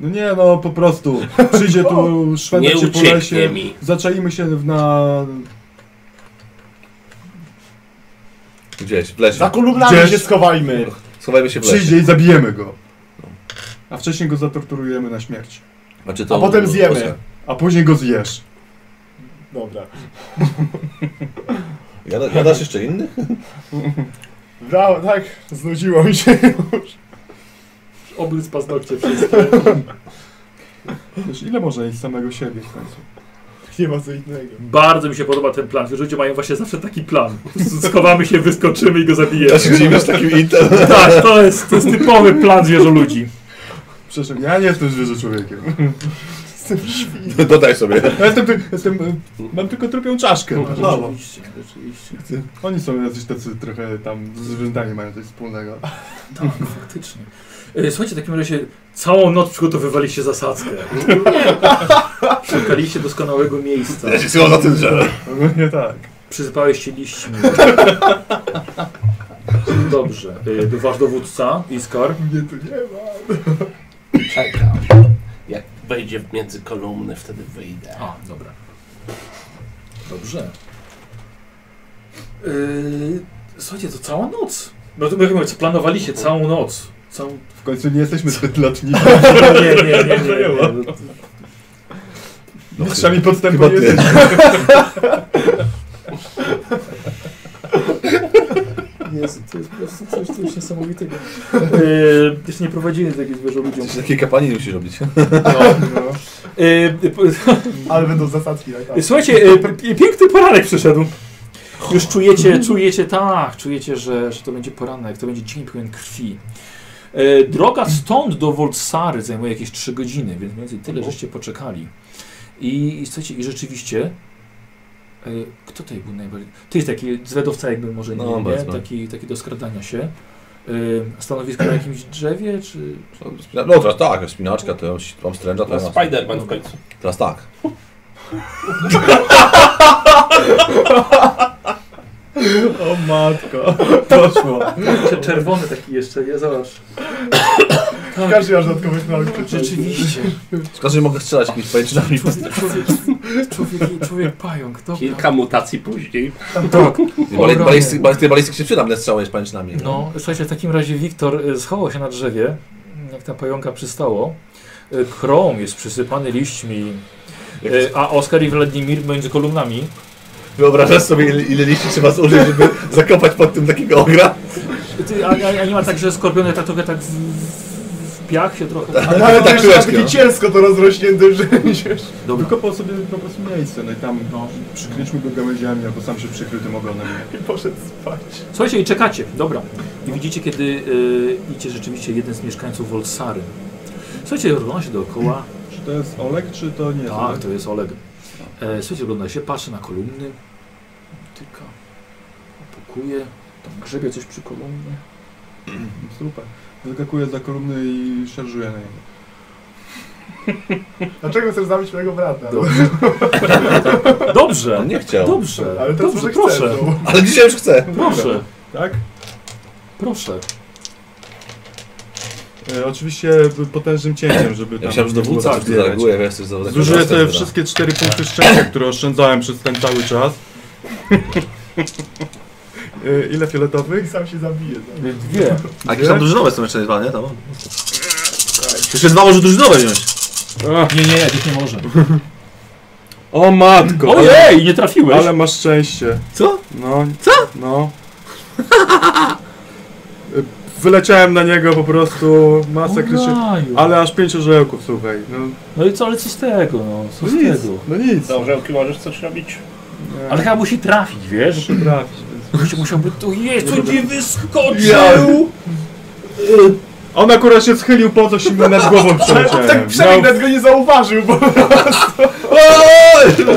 Speaker 5: No nie, no po prostu. Przyjdzie tu
Speaker 3: Nie
Speaker 5: szwendek się po
Speaker 3: ucieknie
Speaker 5: lesie.
Speaker 3: mi.
Speaker 5: Zaczaimy się w- na...
Speaker 2: Gdzieś, w lesie.
Speaker 4: Za kolumnami
Speaker 5: Gdzieś?
Speaker 4: się schowajmy.
Speaker 2: Schowajmy się w lesie.
Speaker 5: Przyjdzie i zabijemy go. A wcześniej go zatorturujemy na śmierć.
Speaker 2: A, czy to-
Speaker 4: A potem zjemy.
Speaker 5: A później go zjesz.
Speaker 4: Dobra.
Speaker 2: Jada, jadasz jeszcze inny?
Speaker 4: Bra, tak, znudziło mi się.
Speaker 1: Obryz paznokcie wszystkie.
Speaker 5: Wiesz, ile można jeść samego siebie w końcu?
Speaker 4: nie ma co innego.
Speaker 1: Bardzo mi się podoba ten plan. Wierzcie, mają właśnie zawsze taki plan. Po prostu Schowamy się, wyskoczymy i go zabijemy.
Speaker 2: Ja się dziwię z takim Intel.
Speaker 1: Tak, to jest, to jest typowy plan zwierzę ludzi.
Speaker 5: Przepraszam, ja nie jestem zwierzę człowiekiem.
Speaker 2: Dodaj sobie.
Speaker 5: Ja jestem, ty- jestem, y, mam tylko tropią czaszkę. No,
Speaker 1: Oczywiście, oczywiście.
Speaker 5: Oni są jacyś tacy trochę tam z zwierzętami mają coś wspólnego.
Speaker 1: Tak, faktycznie. E, Słuchajcie, w takim razie całą noc przygotowywaliście zasadzkę. Szukaliście doskonałego miejsca.
Speaker 2: Ja się schowam za tym drzewem.
Speaker 5: Ogólnie tak.
Speaker 1: Przysypałeś się liśćmi. Dobrze. E, Wasz dowódca, Iskar.
Speaker 5: Mnie tu nie ma.
Speaker 6: Czekam. Jak wejdzie między kolumny, wtedy wyjdę.
Speaker 1: A, dobra. Dobrze. E, Słuchajcie, to cała noc. No to jak mówię, co planowaliście całą noc. Całą...
Speaker 5: W końcu nie jesteśmy zbyt lotni.
Speaker 1: Nie, nie, nie, nie, nie, nie.
Speaker 5: Mistrzami podstępu
Speaker 2: No, Chyba
Speaker 5: nie
Speaker 2: ty.
Speaker 5: jesteśmy.
Speaker 1: Jezu, to jest po prostu coś, coś niesamowitego. Yy, Jeszcze nie prowadziłem takiej zwierzę ludziom.
Speaker 2: Coś takiej kampanii nie musisz robić.
Speaker 5: No.
Speaker 1: E, po-
Speaker 4: Ale będą zasadzki na tak.
Speaker 1: Słuchajcie, e, p- piękny poranek przyszedł. Już czujecie, czujecie, tak, czujecie, że, że to będzie poranek, to będzie dzień pełen krwi. E, Droga stąd do Wolsary zajmuje jakieś 3 godziny, więc mniej więcej tyle, żeście poczekali. I, i słuchajcie, i rzeczywiście... e, Kto tutaj był najbardziej... Ty jest taki zwiadowca jakby może, nie,
Speaker 2: No,
Speaker 1: nie?
Speaker 2: bardzo.
Speaker 1: Taki, taki do skradania się. E, Stanowisko na jakimś drzewie, czy...
Speaker 2: No teraz tak, spinaczka, to ja mam stręża, to
Speaker 6: No,
Speaker 2: ja mam-
Speaker 6: Spider-Man w końcu.
Speaker 2: Teraz tak.
Speaker 4: O matko, doszło.
Speaker 1: Czerwony taki jeszcze, nie? Zobacz.
Speaker 4: Każdy masz dodatkowy nauk
Speaker 1: Rzeczywiście.
Speaker 2: Skąd że mogę strzelać jakimiś pajęczynami?
Speaker 1: Człowiek, człowiek, człowiek, człowiek pająk, dobra.
Speaker 6: Kilka mutacji później.
Speaker 1: Tak.
Speaker 2: Bali- balisty- balisty- Balistyk się przyda, będę strzelał z pajęczynami.
Speaker 1: No, słuchajcie, w takim razie Wiktor y, schował się na drzewie, jak na pająka przystało. Y, Krom jest przysypany liśćmi,
Speaker 2: Jak-
Speaker 1: y, a Oskar i Władimir między kolumnami.
Speaker 2: Wyobrażasz sobie, ile, ile liści trzeba zużyć, żeby zakopać pod tym takiego ogra?
Speaker 1: Ty, a, a, a nie ma tak, że skorpiony tak trochę tak w, w- w piach się trochę...
Speaker 4: Ale
Speaker 2: tak
Speaker 4: tak, tak,
Speaker 2: czułeczkę.
Speaker 4: takie cielsko to rozrośnięte, że
Speaker 1: Dobra.
Speaker 5: Wykopał sobie po prostu miejsce, no i tam
Speaker 1: No.
Speaker 5: przykryliśmy go gałęziami, albo sam się przykrył tym ogonem.
Speaker 4: i poszedł spać.
Speaker 1: Słuchajcie, i czekacie, dobra. I widzicie, kiedy y, idzie rzeczywiście jeden z mieszkańców Wolsary. Słuchajcie, rozgląda się dookoła,
Speaker 5: Czy to jest Olek, czy to nie jest
Speaker 1: Tak,
Speaker 5: Olek?
Speaker 1: to jest Oleg. E, słuchajcie, ogląda się, patrzy na kolumny, tyka, opukuje, tam grzebie coś przy kolumnie.
Speaker 5: Super. Wyskakuje za kolumny i szarżuje na niego.
Speaker 4: Dlaczego chcesz zabić mojego brata?
Speaker 1: Dobrze. Dobrze,
Speaker 2: On No nie chciał.
Speaker 1: dobrze,
Speaker 4: Ale teraz
Speaker 1: dobrze,
Speaker 4: może
Speaker 1: proszę,
Speaker 4: chcesz. no.
Speaker 2: Ale dzisiaj już chce.
Speaker 1: proszę,
Speaker 5: Tak?
Speaker 1: proszę.
Speaker 5: E, oczywiście potężnym cięciem, żeby tam...
Speaker 2: Ja myślałem, że
Speaker 5: nie
Speaker 2: dowódca
Speaker 5: było
Speaker 2: tak,
Speaker 5: tak
Speaker 2: coś tu
Speaker 5: zbierać.
Speaker 2: zareaguje, wiesz, coś za-
Speaker 5: Zużyję
Speaker 2: za-
Speaker 5: te wszystkie cztery punkty szczęścia, które oszczędzałem przez ten cały czas. E, Ile
Speaker 4: I
Speaker 5: fioletowych?
Speaker 4: sam się zabije. tak.
Speaker 1: Dwie.
Speaker 2: A jakieś tam drużynowe są jeszcze dwa, nie? Tam. Jeszcze dwa może drużynowe wziąć.
Speaker 5: Ach,
Speaker 1: Nie, nie, nie, tych nie może.
Speaker 5: O matko!
Speaker 1: Ojej, nie trafiłeś.
Speaker 5: Ale masz szczęście.
Speaker 2: Co?
Speaker 5: No. Co? No. E, Wyleciałem na niego po prostu, masa kryczy.
Speaker 1: Ale...
Speaker 5: Ale aż pięć orzełków, słuchaj. No,
Speaker 1: No i co, ale co z tego, no, co z
Speaker 5: no nic,
Speaker 1: tego?
Speaker 5: no nic.
Speaker 6: Dobrze, Oki, możesz coś robić?
Speaker 5: Nie,
Speaker 1: Ale chyba musi trafić, wiesz?
Speaker 5: muszę trafić, więc...
Speaker 1: Musi, musiałby, tu jest, tu nie wyskoczył!
Speaker 5: On akurat się schylił po coś i mu nad głową przeleciałem.
Speaker 4: Tak
Speaker 2: No.
Speaker 4: przynajmniej nawet go nie zauważył, bo
Speaker 5: No,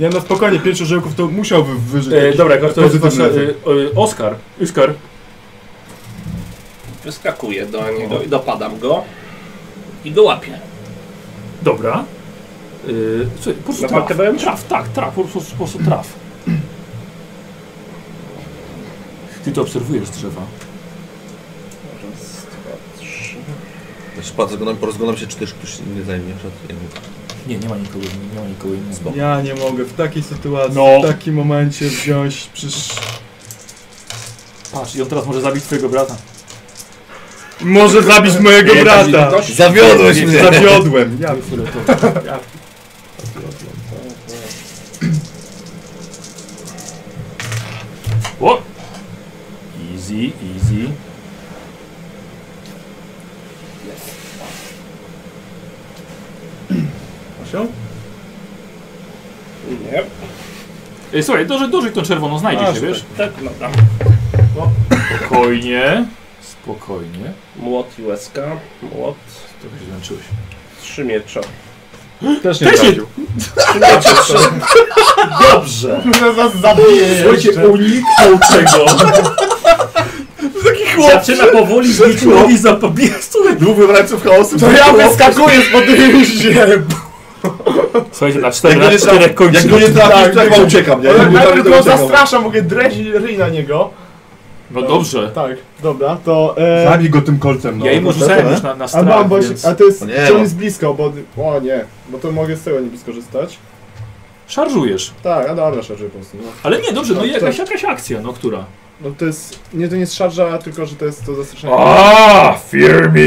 Speaker 5: nie no spokojnie, pięć orzełków to musiał wy- wyżyć.
Speaker 1: E,
Speaker 5: jakiś
Speaker 1: dobra, jak to jest wasza,
Speaker 5: pozytywny
Speaker 1: e,
Speaker 5: efekt.
Speaker 1: e, Oskar, Oskar,
Speaker 6: Wyskakuję do niego i dopadam go. I go łapię.
Speaker 1: Dobra. Yy, słuchaj, po prostu
Speaker 6: Na
Speaker 1: traf,
Speaker 6: walkę dałem?
Speaker 1: traf, tak, traf, po prostu, po prostu traf. Ty to obserwujesz z drzewa.
Speaker 2: Rozglądam, rozglądam się, czy też ktoś nie zajmie. że- nie wiem.
Speaker 1: Nie, nie ma nikogo, nie, nie ma nikogo innego.
Speaker 5: Ja nie mogę w takiej sytuacji,
Speaker 1: No.
Speaker 5: w takim momencie wziąć, przecież...
Speaker 1: Patrz, i on teraz może zabić twojego brata.
Speaker 5: Może zabić mojego brata!
Speaker 2: Zawiodłeś mnie!
Speaker 5: Zawiodłem! Ja
Speaker 1: Fioletowy. O! Easy, easy.
Speaker 5: Osioł?
Speaker 3: Nie.
Speaker 1: Ej, słuchaj, dłużej, dłużej tą czerwoną znajdzie się, wiesz?
Speaker 3: Tak, dobra.
Speaker 1: Spokojnie. Spokojnie.
Speaker 3: Młot i łezka. Młot.
Speaker 1: Trochę się zmęczyłeś.
Speaker 3: Trzy miecze.
Speaker 7: Też nie
Speaker 1: Też nie-
Speaker 7: trafił.
Speaker 8: Dobrze.
Speaker 4: Was zabiję jeszcze.
Speaker 8: uniknął czego. Zaczyna powoli zniknąć i zapobiegać. Słuchaj,
Speaker 2: Dwóch wybrańców chaosu.
Speaker 4: To ja wyskakuję z podjeździe.
Speaker 1: Słuchajcie, na
Speaker 2: Jak
Speaker 1: czterech,
Speaker 2: go
Speaker 1: na
Speaker 2: nie
Speaker 1: czterech kończymy.
Speaker 2: trafisz, jak go nie trafisz, tak, to chyba uciekam, nie?
Speaker 4: Ja
Speaker 2: Jak go trafisz,
Speaker 4: najpierw
Speaker 2: to
Speaker 4: go
Speaker 2: uciekam.
Speaker 4: zastraszam, mogę dreć ryj na niego.
Speaker 1: No dobrze.
Speaker 4: Tak, dobra, to... E,
Speaker 7: Zabij go tym kolcem, no.
Speaker 1: Ja im
Speaker 2: no,
Speaker 1: rzucałem
Speaker 2: tak,
Speaker 1: już na, na
Speaker 4: a
Speaker 1: strach,
Speaker 4: mam, bo się,
Speaker 1: więc...
Speaker 4: a to jest...
Speaker 2: O nie,
Speaker 4: czy
Speaker 2: no.
Speaker 4: on jest blisko, bo... O nie, bo to mogę z tego nie skorzystać.
Speaker 1: Szarżujesz.
Speaker 4: Tak, a dobra, szarżuję po prostu. No.
Speaker 1: Ale nie, dobrze, no
Speaker 4: No,
Speaker 1: jakaś,
Speaker 4: tak.
Speaker 1: jakaś akcja, no która?
Speaker 4: no to jest... Nie, to nie jest szarża, tylko że to jest to zastraszenie.
Speaker 1: A, fear me!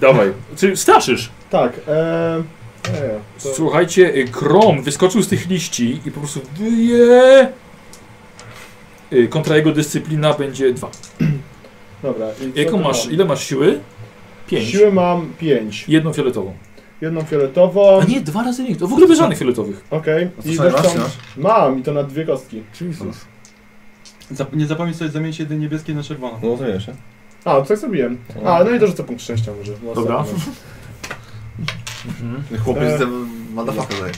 Speaker 1: Dawaj. Czy straszysz?
Speaker 4: Tak, e, e, to...
Speaker 1: Słuchajcie, y, Krom wyskoczył z tych liści i po prostu wyje. Y, Kontra jego dyscyplina będzie dwa.
Speaker 4: Dobra. i co
Speaker 1: Jaką
Speaker 4: tu
Speaker 1: masz,
Speaker 4: mam?
Speaker 1: ile masz siły? Pięć.
Speaker 4: Siły mam 5.
Speaker 1: Jedną fioletową.
Speaker 4: Jedną fioletową.
Speaker 1: A nie, dwa razy nie. To w ogóle bez żadnych fioletowych.
Speaker 4: Okej.
Speaker 2: A co,
Speaker 4: I
Speaker 2: sorry,
Speaker 4: zresztą
Speaker 2: masz,
Speaker 4: mam i to na dwie kostki.
Speaker 5: Zap- nie zapomnij sobie zamienić jedynie niebieskie na czerwoną.
Speaker 2: No rozumiesz, nie?
Speaker 4: A, tak zrobiłem. A, no i dorzucę punkt szczęścia może. No,
Speaker 1: Dobra.
Speaker 4: ostatnio.
Speaker 1: Mhm.
Speaker 2: Chłopiec
Speaker 4: E.
Speaker 2: z motherfucker daje.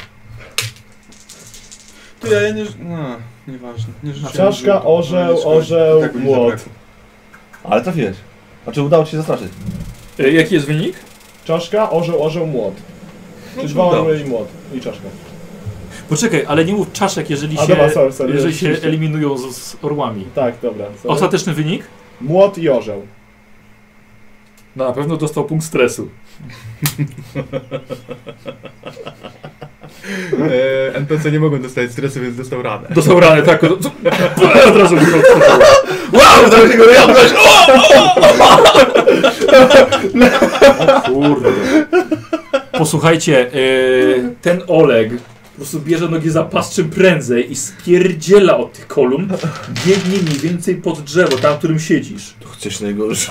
Speaker 5: Ty, ja ja nie... rzu- No, nieważne. Nie rzuciłem
Speaker 4: Czaszka,
Speaker 5: żółtego,
Speaker 4: orzeł,
Speaker 5: ale nie szkodzi.
Speaker 4: orzeł,
Speaker 5: I tak mi
Speaker 4: młot.
Speaker 5: zabrakło.
Speaker 2: Ale trafiłeś. Znaczy udało ci się zastraszyć.
Speaker 1: Y, Jaki jest wynik?
Speaker 4: Czaszka, orzeł, orzeł, młot. Czyli dwa
Speaker 2: udało
Speaker 4: orły i młot. I czaszka.
Speaker 1: Poczekaj, ale nie mów czaszek, jeżeli
Speaker 4: A,
Speaker 1: się,
Speaker 4: dobra, sorry, sorry,
Speaker 1: jeżeli się
Speaker 4: rzeczywiście.
Speaker 1: eliminują z, z orłami.
Speaker 4: Tak, dobra. sorry.
Speaker 1: Ostateczny wynik?
Speaker 4: Młot i orzeł.
Speaker 1: No na pewno dostał punkt stresu.
Speaker 5: E, NPC nie mogą dostać stresu, więc dostał ranę.
Speaker 1: Dostał ranę, tak. od- Od razu wychodzi.
Speaker 2: Wow, udało się go jabłkoś!
Speaker 1: Kurde. Posłuchajcie, e, ten Oleg po prostu bierze nogi za pas czym prędzej i spierdziela od tych kolumn, biegnie mniej więcej pod drzewo, tam, w którym siedzisz.
Speaker 2: Chcesz na jego już.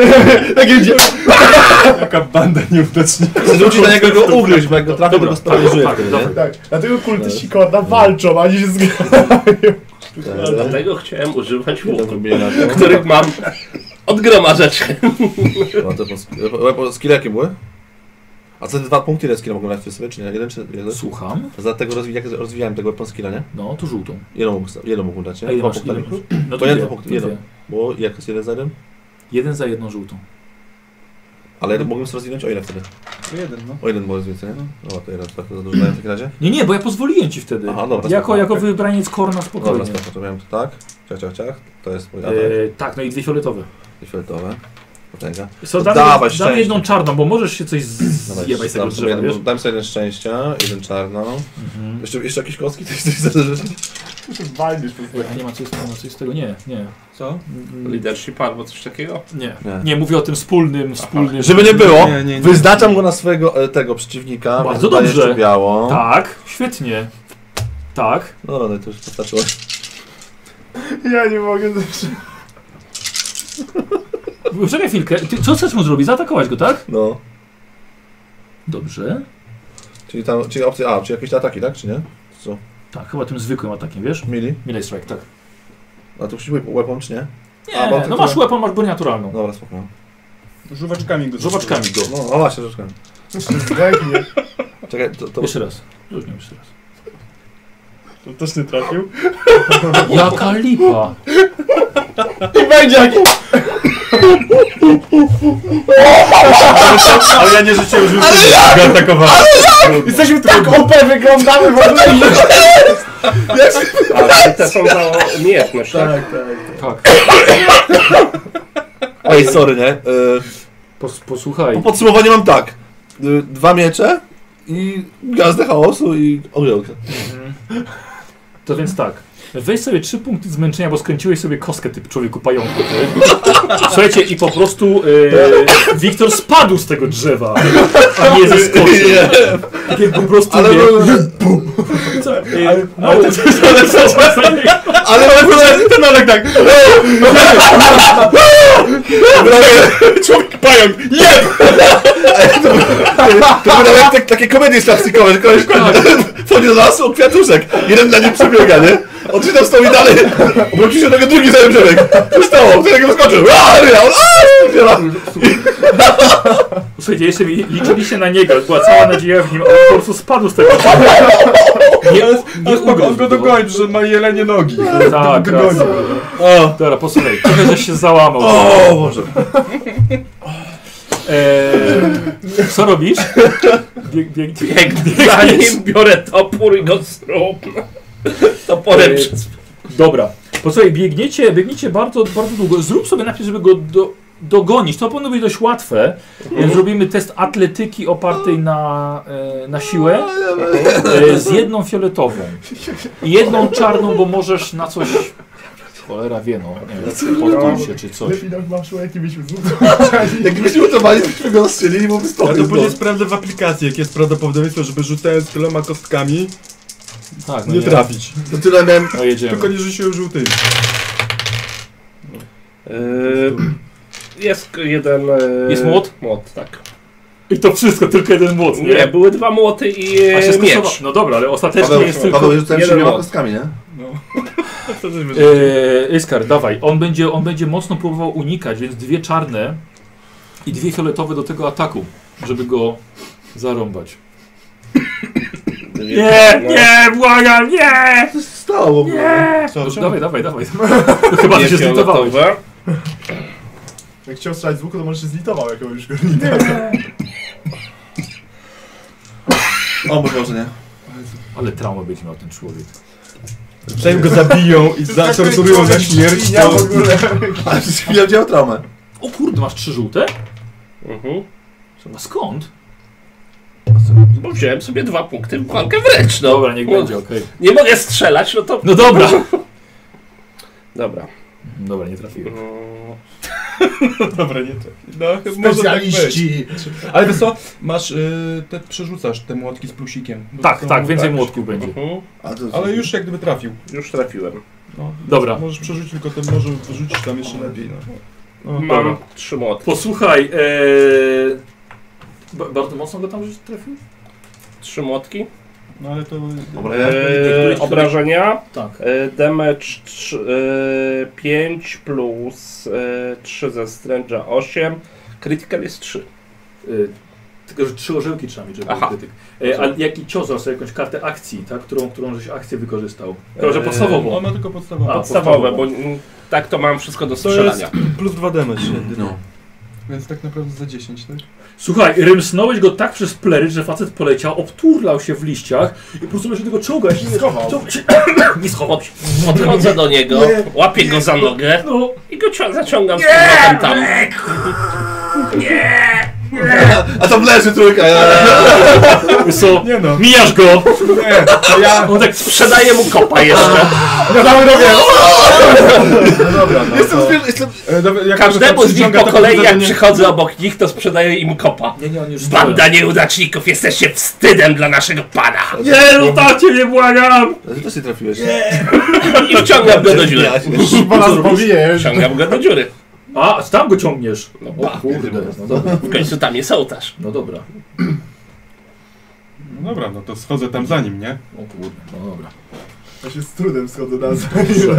Speaker 5: Taka banda nieudaczników.
Speaker 2: Rzucić na niego go ugryźć, bo jak go trafi, to go sparaliżuje.
Speaker 1: tak,
Speaker 2: wtedy,
Speaker 1: dobra.
Speaker 2: nie?
Speaker 4: Tak. Dlatego kultyści korda walczą, a nie się zgadzają.
Speaker 2: Eee,
Speaker 3: Dlatego chciałem używać
Speaker 2: nie do
Speaker 3: łuku,
Speaker 2: zrobienia, no.
Speaker 3: których mam od groma rzeczy.
Speaker 2: No to po sk- po- po- skille jakie były? A co te dwa punkty ile skilla mogą dać sobie, czy nie? Jeden czy jeden?
Speaker 1: Słucham?
Speaker 2: Dlatego rozwi jak rozwijałem tego weapon skilla, nie?
Speaker 1: No, to żółtą.
Speaker 2: Jedną mógł, jedną mógł dać,
Speaker 1: A
Speaker 2: nie?
Speaker 1: ile
Speaker 2: Dwa
Speaker 1: masz?
Speaker 2: punkty.
Speaker 1: Ile masz? No
Speaker 2: Bo ja
Speaker 1: dwie,
Speaker 2: dwa punkty,
Speaker 1: to
Speaker 2: jedną.
Speaker 1: dwie.
Speaker 2: Bo jak jest jeden za jeden?
Speaker 1: Jeden za jedną żółtą.
Speaker 2: Ale
Speaker 1: Mhm.
Speaker 2: mogłem sobie rozwinąć o ile wtedy?
Speaker 5: Jeden, no.
Speaker 2: O jeden może więcej, nie? No to jeden tak za dużo dałem w takim razie.
Speaker 1: Nie, nie, bo ja pozwoliłem ci wtedy.
Speaker 2: Aha, dobra,
Speaker 1: jako
Speaker 2: spoko,
Speaker 1: jako
Speaker 2: okej.
Speaker 1: wybraniec korna
Speaker 2: Dobra,
Speaker 1: spokojnie.
Speaker 2: spoko, to miałem to tak. Ciach, ciach, ciach. To jest mój atak.
Speaker 1: E, tak, no i dwie fioletowe.
Speaker 2: I Fioletowe. Potęga.
Speaker 1: So,
Speaker 2: To
Speaker 1: damy,
Speaker 2: dawaj
Speaker 1: damy
Speaker 2: szczęście.
Speaker 1: jedną czarną, bo możesz się coś z-
Speaker 2: Dawaj,
Speaker 1: zjebać z tego
Speaker 2: dam sobie
Speaker 1: drzewa,
Speaker 2: jeden-
Speaker 1: wiesz?
Speaker 2: Dam sobie jeden szczęścia, jeden czarną.
Speaker 1: Mhm.
Speaker 2: Jeszcze, jeszcze jakieś kostki? Coś, coś, coś,
Speaker 4: Walnisz po prostu.
Speaker 1: Nie ma coś, nie ma coś z tego, nie, nie.
Speaker 5: Co?
Speaker 1: Mm,
Speaker 3: Leadership albo coś takiego.
Speaker 1: Nie,
Speaker 2: Nie.
Speaker 1: nie, mówię o tym wspólnym, wspólnym...
Speaker 2: Żeby nie było,
Speaker 5: Nie, nie, nie.
Speaker 2: wyznaczam go na swojego e, tego przeciwnika.
Speaker 1: Bardzo
Speaker 2: więc dodaję
Speaker 1: dobrze.
Speaker 2: jeszcze białą.
Speaker 1: Tak, świetnie. Tak.
Speaker 2: No rany, to już wystarczyło.
Speaker 4: Ja nie mogę zawsze.
Speaker 1: Czekaj chwilkę, Ty, co chcesz mu zrobić? Zaatakować go, tak?
Speaker 2: No.
Speaker 1: Dobrze.
Speaker 2: Czyli tam, czyli opcja A, czyli jakieś ataki, tak? Czy nie? Co?
Speaker 1: Tak, chyba tym zwykłym atakiem, wiesz?
Speaker 2: Mili?
Speaker 1: Melee strike, tak.
Speaker 2: A tu musimy weapon, czy nie?
Speaker 1: Nie,
Speaker 2: A, bo ty-
Speaker 1: no masz łepą, masz broń naturalną.
Speaker 2: Dobra, spoko.
Speaker 5: Żuwaczkami go
Speaker 1: Żobaczkami go.
Speaker 2: No, a właśnie, troszkę.
Speaker 4: Zdechnie.
Speaker 2: Czekaj, to... to...
Speaker 1: Jeszcze raz. Różnią jeszcze raz.
Speaker 4: To też nie trafił.
Speaker 1: Jaka lipa!
Speaker 4: I będzie jakiś...
Speaker 8: ale ja nie życzyłem, żeby ale go atakowałem.
Speaker 4: Jesteśmy tak OP wyglądamy w ogóle.
Speaker 3: A czyli te są za umiejętność, tak?
Speaker 7: Tak, tak.
Speaker 1: Tak.
Speaker 2: Ej, sorry, nie? Y,
Speaker 1: Pos, posłuchaj.
Speaker 2: po podsumowaniu mam tak. Y, dwa miecze i gwiazdę chaosu i ogiełkę.
Speaker 1: To więc tak. Weź sobie trzy punkty zmęczenia, bo skręciłeś sobie kostkę typ człowieku pająku. Ty. Słuchajcie, i po prostu e, Wiktor spadł z tego drzewa, a nie zeskoczył. Takie po prostu
Speaker 2: Ale,
Speaker 1: nie.
Speaker 2: ale,
Speaker 1: Co? E,
Speaker 4: Ale-
Speaker 1: no, ale
Speaker 2: ale w ogóle ten Olek tak. Człowiek pająk! Nie! To będą jak te, takie komedie slapstickowe, że koleś wchodzi do lasu, kwiatuszek, jeden na nim przebiega, nie? Odczytam stoi dalej, obrócił się do tego drugi za nim przebieg. Co stało? Kto tego wyskoczył? Aaa, on, aaa, spierdziela.
Speaker 1: Słuchajcie, jeszcze mi- liczyliście na niego, była cała nadzieja w nim, ale po prostu spadł z tego. Nie, nie
Speaker 7: Spoko,
Speaker 1: ugryzł
Speaker 7: on go
Speaker 1: go.
Speaker 7: dogoni, że ma jelenie nogi.
Speaker 1: Tak, raz.
Speaker 7: no,
Speaker 2: O,
Speaker 1: Dobra, posłuchaj, trochę żeś się załamał.
Speaker 2: o Boże.
Speaker 1: Eee, E, co robisz? Bieg, bieg,
Speaker 6: Biegnę za nim, biorę topór i go strąb. Toporem
Speaker 1: Eee,
Speaker 6: przez...
Speaker 1: Dobra, posłuchaj, biegniecie, biegniecie bardzo, bardzo długo. Zrób sobie najpierw, żeby go do, dogonić. To powinno być dość łatwe. Więc Zrobimy test atletyki opartej na, e, na siłę e, z jedną fioletową i jedną czarną, bo możesz na coś... Cholera wie, no, nie wiem, potknąć się czy coś.
Speaker 4: Lepiej nam masz łajki byśmy
Speaker 2: Jakbyśmy utowali, byśmy go strzelili, bo by
Speaker 7: Ja to
Speaker 2: stopy
Speaker 7: później sprawdzę w aplikacji, jakie jest prawdopodobieństwo, żeby rzucając tyloma kostkami
Speaker 1: Tak, no
Speaker 7: nie trafić.
Speaker 2: To tyle miałem.
Speaker 1: No jedziemy.
Speaker 7: Tylko nie rzuciłem żółtymi.
Speaker 6: Eee, Jest jeden... eee,
Speaker 1: Jest młot?
Speaker 6: Młot, tak.
Speaker 1: I to wszystko, tylko jeden młot,
Speaker 6: Nie,
Speaker 1: nie?
Speaker 6: były dwa młoty i eee,
Speaker 1: A się stosowa...
Speaker 6: miecz.
Speaker 1: No dobra, ale ostatecznie
Speaker 2: Paweł,
Speaker 1: jest tylko...
Speaker 2: Paweł rzucałem się
Speaker 6: jeden
Speaker 2: wieloma
Speaker 6: lot.
Speaker 2: kostkami, nie?
Speaker 1: Yy, Iskar, dawaj. On będzie, on będzie mocno próbował unikać, więc dwie czarne i dwie fioletowe do tego ataku, żeby go zarąbać. Nie, nie, błagam, nie!
Speaker 2: Co się stało?
Speaker 1: Nie! Już, No, dawaj, dawaj, dawaj. To chyba że się zlitowałeś.
Speaker 6: Fioletowe.
Speaker 4: Jak chciał strzelać z łuku, to może się zlitował jako już górnika.
Speaker 2: O Boże, nie.
Speaker 1: Ale traumę będzie miał ten człowiek.
Speaker 7: Zanim go zabiją i zatorturują na śmierć,
Speaker 4: Ja w
Speaker 7: to...
Speaker 4: ogóle.
Speaker 2: Ale przez chwilę działał traumę.
Speaker 1: O kurde, masz trzy żółte?
Speaker 6: Mhm.
Speaker 1: A skąd?
Speaker 6: Bo wziąłem sobie dwa punkty w walkę wręcz, no.
Speaker 1: Dobra, niech
Speaker 6: No,
Speaker 1: będzie, okej.
Speaker 6: Nie mogę strzelać, no to...
Speaker 1: No dobra!
Speaker 6: Dobra.
Speaker 1: Dobra, nie trafiłem.
Speaker 6: Mm,
Speaker 7: Dobra, nie to. No, może tak być. Ale wiesz co, masz, y, te, przerzucasz te młotki z plusikiem. bo
Speaker 1: Tak,
Speaker 7: to-
Speaker 1: tak, więcej młotków będzie.
Speaker 6: mhm.
Speaker 2: A to-
Speaker 7: Ale już jak gdyby trafił.
Speaker 6: Już trafiłem.
Speaker 7: No.
Speaker 1: Dobra.
Speaker 7: Możesz przerzucić tylko ten, może wyrzucić tam jeszcze lepiej. No.
Speaker 6: Mam
Speaker 1: dobra.
Speaker 6: trzy młoty.
Speaker 1: Posłuchaj, ee... ba- Bardzo mocno go tam trafił?
Speaker 6: Trzy młotki.
Speaker 7: no ale to... E,
Speaker 2: Dobra, ja-
Speaker 6: Eee, obrażenia.
Speaker 1: Tak.
Speaker 6: Eee, damage 5 plus 3 ze Strange'a 8. Critical jest 3.
Speaker 1: Y, Tylko, że trzy orzełki trzeba mieć, żeby
Speaker 6: Aha.
Speaker 1: Aha. krytyk. Y, A jaki cios masz jakąś kartę akcji, tak? którą, którą żeś akcję wykorzystał? Tylko, że
Speaker 6: Eee,
Speaker 1: podstawową.
Speaker 7: On no, ma tylko podstawową.
Speaker 1: A,
Speaker 6: Podstawowe, bo
Speaker 1: E, no, podstawowe.
Speaker 6: mm, tak to mam wszystko do
Speaker 7: To jest
Speaker 6: strzelania.
Speaker 7: plus 2 damage. jedynie.
Speaker 2: No.
Speaker 7: Więc tak naprawdę za 10, tak?
Speaker 1: Słuchaj, rymsnąłeś go tak przez plery, że facet poleciał, obturlał się w liściach i po prostu się tego czołgać. Nie
Speaker 4: schował.
Speaker 1: Co-
Speaker 6: Nie schowam się. Podchodzę do niego, łapię go za nogę
Speaker 1: No,
Speaker 6: i go cia- zaciągam z powrotem tam.
Speaker 2: A tam leży trójka. Ja...
Speaker 1: co?
Speaker 7: Nie no.
Speaker 1: Mijasz go!
Speaker 7: Nie, to ja...
Speaker 1: On tak
Speaker 6: Sprzedaję mu kopa jeszcze.
Speaker 7: Ja tam robię!
Speaker 4: No dobra, no
Speaker 2: Jestem
Speaker 4: to...
Speaker 2: zwierzę, jestem...
Speaker 7: E, dobra, jak
Speaker 6: Każdemu
Speaker 7: ktoś
Speaker 6: z nich
Speaker 7: przyciąga,
Speaker 6: po
Speaker 7: to
Speaker 6: kolei
Speaker 7: powiedzę, że
Speaker 6: jak
Speaker 7: nie-
Speaker 6: przychodzę obok nich, to sprzedaję im kopa.
Speaker 1: Nie, nie, on już
Speaker 7: Tak.
Speaker 6: Banda nieudaczników, jesteście wstydem dla naszego pana.
Speaker 1: Nie, rzutajcie mnie, błagam!
Speaker 2: Ty też no tak. nie trafiłeś.
Speaker 6: I wciągam go do dziury.
Speaker 4: Bo nas pobijesz.
Speaker 6: Wciągam go do dziury.
Speaker 1: A, tam go ciągniesz!
Speaker 6: No
Speaker 1: O
Speaker 6: pa,
Speaker 1: kurde, no dobra.
Speaker 6: w końcu tam jest ołtarz.
Speaker 1: No dobra.
Speaker 7: No dobra, no to schodzę tam za nim, nie?
Speaker 1: O kurde, no dobra.
Speaker 4: Ja się z trudem schodzę na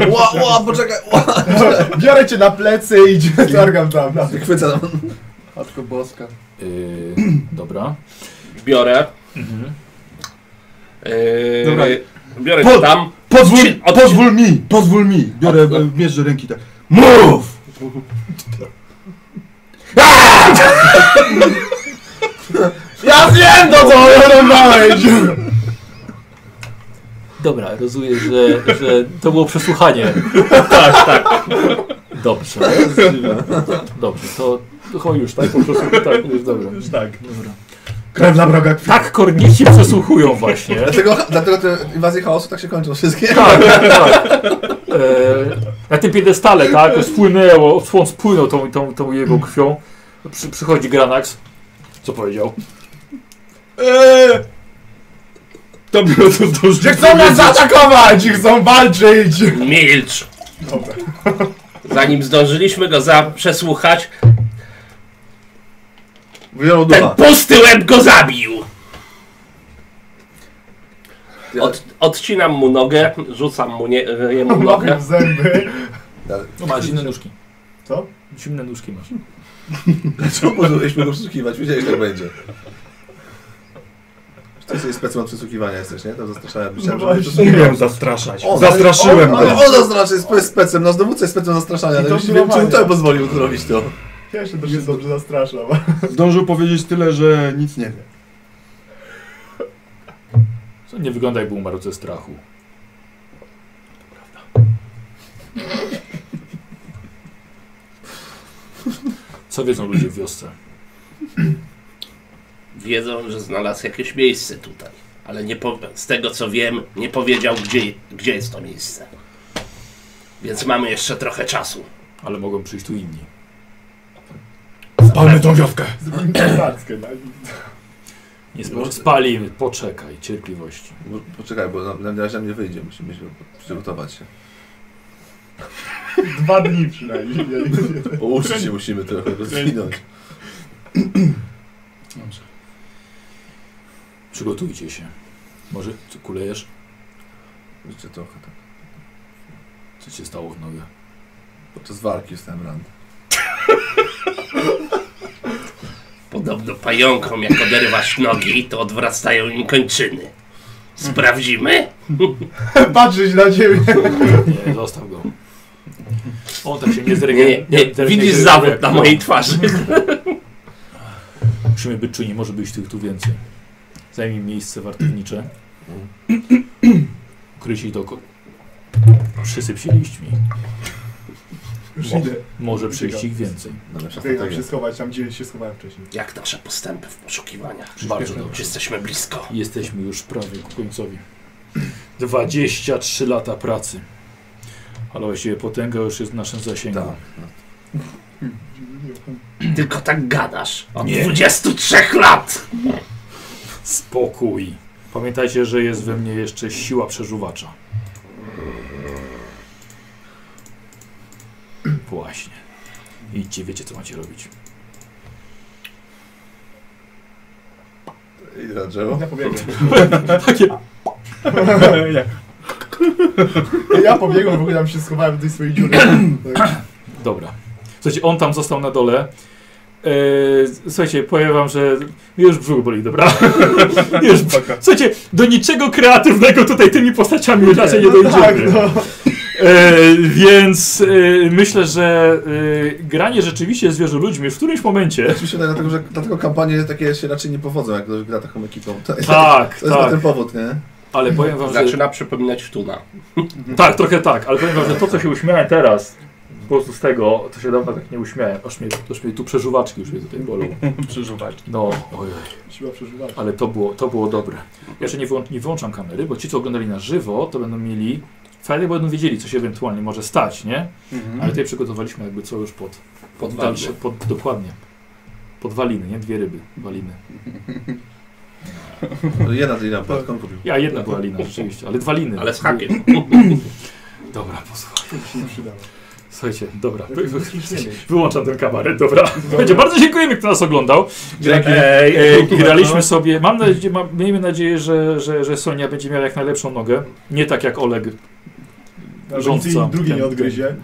Speaker 2: Ła, ła, poczekaj, ła.
Speaker 4: Biorę cię na plecy i cię targam tam. Na...
Speaker 2: Tak Chwycę tam.
Speaker 7: Matko boska.
Speaker 1: Yy, dobra.
Speaker 6: Biorę.
Speaker 2: Mhm.
Speaker 6: Yy,
Speaker 7: Dobra.
Speaker 6: Biorę
Speaker 7: Po-
Speaker 6: go tam.
Speaker 7: Pozwól,
Speaker 6: Od-
Speaker 7: pozwól mi, pozwól mi. Biorę
Speaker 6: Od-
Speaker 7: e, miecz do ręki tak. Mów!
Speaker 4: Ja wiem do co oglądałeś!
Speaker 1: Dobra, rozumiem, że, że to było przesłuchanie.
Speaker 6: Tak, tak.
Speaker 1: Dobrze. Dobrze, to, to chyba już, tak? Po prostu tak, już dobra.
Speaker 4: Już tak.
Speaker 1: dobra.
Speaker 4: Krew na brogach.
Speaker 1: Tak kornici przesłuchują właśnie.
Speaker 2: Dlatego, dlatego te inwazje chaosu tak się kończą wszystkie.
Speaker 1: Tak, tak. E, na tym piedestale, tak? Spłynęło, odsłon spłynął tą, tą, tą jego krwią. Przy, przychodzi Granax. Co powiedział?
Speaker 7: Eee! To było to zdążyć.
Speaker 4: Że chcą nas zaatakować! i Chcą walczyć!
Speaker 6: Milcz. Zanim zdążyliśmy go za przesłuchać,
Speaker 2: Wyjął
Speaker 6: Ten
Speaker 2: ducha.
Speaker 6: pusty łeb go zabił! Od, odcinam mu nogę, rzucam mu nie, jemu
Speaker 4: Łapie
Speaker 6: nogę.
Speaker 4: w zęby.
Speaker 1: No masz zimne nóżki.
Speaker 4: Co?
Speaker 1: Zimne nóżki masz.
Speaker 2: Czemu możemy go przesłuchiwać? Wiedziałeś, jak będzie. Ty jesteś specem od przesłuchiwania jesteś, nie? Tam zastraszałem. Myślałem,
Speaker 4: No
Speaker 2: że
Speaker 4: właśnie.
Speaker 8: Umiem zastraszać.
Speaker 2: O,
Speaker 8: Zastraszyłem
Speaker 2: Ale
Speaker 8: go.
Speaker 2: on zastraszy, jest specem, nasz dowódca jest specem zastraszania,
Speaker 4: I
Speaker 2: ale
Speaker 4: to
Speaker 2: już nie wiem, czemu
Speaker 4: pilnowanie.
Speaker 2: to pozwolił zrobić to.
Speaker 4: Ja się dosyć dobrze zastraszam.
Speaker 5: Zdążył powiedzieć tyle, że nic nie wie.
Speaker 1: Co nie wygląda jakby umarł ze strachu. Co wiedzą ludzie w wiosce?
Speaker 6: Wiedzą, że znalazł jakieś miejsce tutaj. Ale nie po, z tego co wiem, nie powiedział gdzie, gdzie jest to miejsce. Więc mamy jeszcze trochę czasu.
Speaker 1: Ale mogą przyjść tu inni.
Speaker 8: Palmy tą wiowkę.
Speaker 4: Zrobimy kartkę. tak?
Speaker 1: Nie spo- spalimy, poczekaj, cierpliwości.
Speaker 2: Bo- Poczekaj, bo na, na razie nam nie wyjdzie, musimy się przygotować się.
Speaker 4: Dwa dni przynajmniej.
Speaker 2: Pouczyć się musimy trochę, rozwinąć.
Speaker 1: Przygotujcie się. Może co, kulejesz?
Speaker 2: Jeszcze trochę tak.
Speaker 1: Co ci się stało w nogę?
Speaker 2: Podczas walki jestem ranny.
Speaker 6: Podobno pająkom, jak oderwasz nogi, to odwracają im kończyny. Sprawdzimy?
Speaker 4: Patrzeć na ciebie.
Speaker 1: Nie, zostaw go. On tak się nie
Speaker 6: Nie, nie,
Speaker 1: zregeneruje.
Speaker 6: nie. Widzisz zawód na mojej twarzy.
Speaker 1: Musimy być czujni, może być tych tu więcej. Zajmij miejsce wartownicze. Ukryj się i doko. Przysyp się liśćmi.
Speaker 4: Już
Speaker 1: Mo-
Speaker 4: idę.
Speaker 1: Może przyjść ich więcej.
Speaker 2: Dobra,
Speaker 4: Tutaj tam się
Speaker 2: strategia.
Speaker 4: schować, tam gdzie się schowałem wcześniej.
Speaker 6: Jak nasze postępy w poszukiwaniach?
Speaker 1: Bardzo dobrze.
Speaker 6: Jesteśmy blisko.
Speaker 1: Jesteśmy już prawie ku końcowi. 23 lata pracy. Ale właściwie potęga już jest w naszym zasięgu.
Speaker 2: Tak.
Speaker 6: Tylko tak gadasz. Od
Speaker 1: Nie.
Speaker 6: 23 lat!
Speaker 1: Spokój. Pamiętajcie, że jest we mnie jeszcze siła przeżuwacza. Właśnie. Idźcie, wiecie co macie robić.
Speaker 2: I na drzewo.
Speaker 4: Ja pobiegłem.
Speaker 1: Takie.
Speaker 4: Ja pobiegłem, w ogóle tam się schowałem do tej swojej dziury. Tak.
Speaker 1: Dobra. Słuchajcie, on tam został na dole. Eee, słuchajcie, powiem wam, że już brzuch boli, dobra? już brzuch. Słuchajcie, do niczego kreatywnego tutaj tymi postaciami już raczej nie
Speaker 4: No
Speaker 1: dojdziemy.
Speaker 4: tak, no.
Speaker 1: E, więc e, myślę, że e, granie rzeczywiście z ludźmi w którymś momencie.
Speaker 2: Też mi się wydaje, dlatego, że dlatego kampanie takie się raczej nie powodzą, jak ktoś gra taką ekipą. To jest,
Speaker 1: Tak,
Speaker 2: to jest na
Speaker 1: tak.
Speaker 2: ten powód, nie?
Speaker 1: Ale powiem wam, że.
Speaker 6: Zaczyna przypominać Tuna.
Speaker 1: Tak, trochę tak, ale powiem wam, że to, co się uśmiałem teraz, po prostu z tego, to się dawno tak nie uśmiałem. Aż mnie, aż mnie tu przeżuwaczki już mnie tutaj bolą.
Speaker 5: Przeżuwać.
Speaker 1: No, ojej.
Speaker 4: Siła przeżywania.
Speaker 1: Ale to było, to było dobre. Ja Jeszcze nie, wyłącz, nie wyłączam kamery, bo ci, co oglądali na żywo, to będą mieli fajne, bo będą wiedzieli, co się ewentualnie może stać, nie?
Speaker 2: Mhm.
Speaker 1: Ale tutaj przygotowaliśmy jakby co już pod, pod
Speaker 6: Podwaliny.
Speaker 1: dalsze, pod, dokładnie. Pod waliny, nie? Dwie ryby, waliny.
Speaker 2: Jedna lina, pan kupił.
Speaker 1: Ja jedna była lina, rzeczywiście, ale dwa liny.
Speaker 6: Ale z hakiem.
Speaker 1: Dobra, posłuchaj.
Speaker 4: To się nie przydało.
Speaker 1: Słuchajcie, dobra.
Speaker 4: Jak to jest
Speaker 1: Wyłączam ten kabaret, dobra. Słuchajcie, bardzo dziękujemy, kto nas oglądał.
Speaker 5: Dzięki.
Speaker 1: Ej, ej, graliśmy sobie. Mam nadzieję, mam, miejmy nadzieję, że, że, że Sonia będzie miała jak najlepszą nogę. Nie tak jak Oleg. Rządca.
Speaker 4: Rządca. Drugi
Speaker 1: Ten-
Speaker 4: nie odgryzie.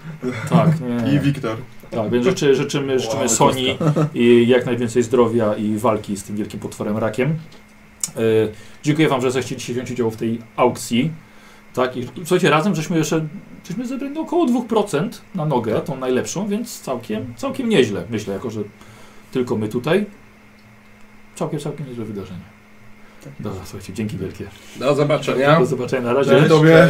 Speaker 1: Tak, nie.
Speaker 5: I Wiktor.
Speaker 1: Tak, więc życzy, życzymy, życzymy
Speaker 2: Wow,
Speaker 1: Sony i jak najwięcej zdrowia i walki z tym wielkim potworem rakiem. E, dziękuję Wam, że zechcieliście wziąć udział w tej aukcji. Tak, i słuchajcie, razem żeśmy jeszcze żeśmy zebrali no około 2% na nogę, tą najlepszą, więc całkiem, całkiem nieźle, myślę, jako że tylko my tutaj. Całkiem, całkiem niezłe wydarzenie. Dobra, słuchajcie, dzięki wielkie.
Speaker 6: Tak. Do zobaczenia.
Speaker 1: Do zobaczenia, na razie.
Speaker 5: Dzięki tobie.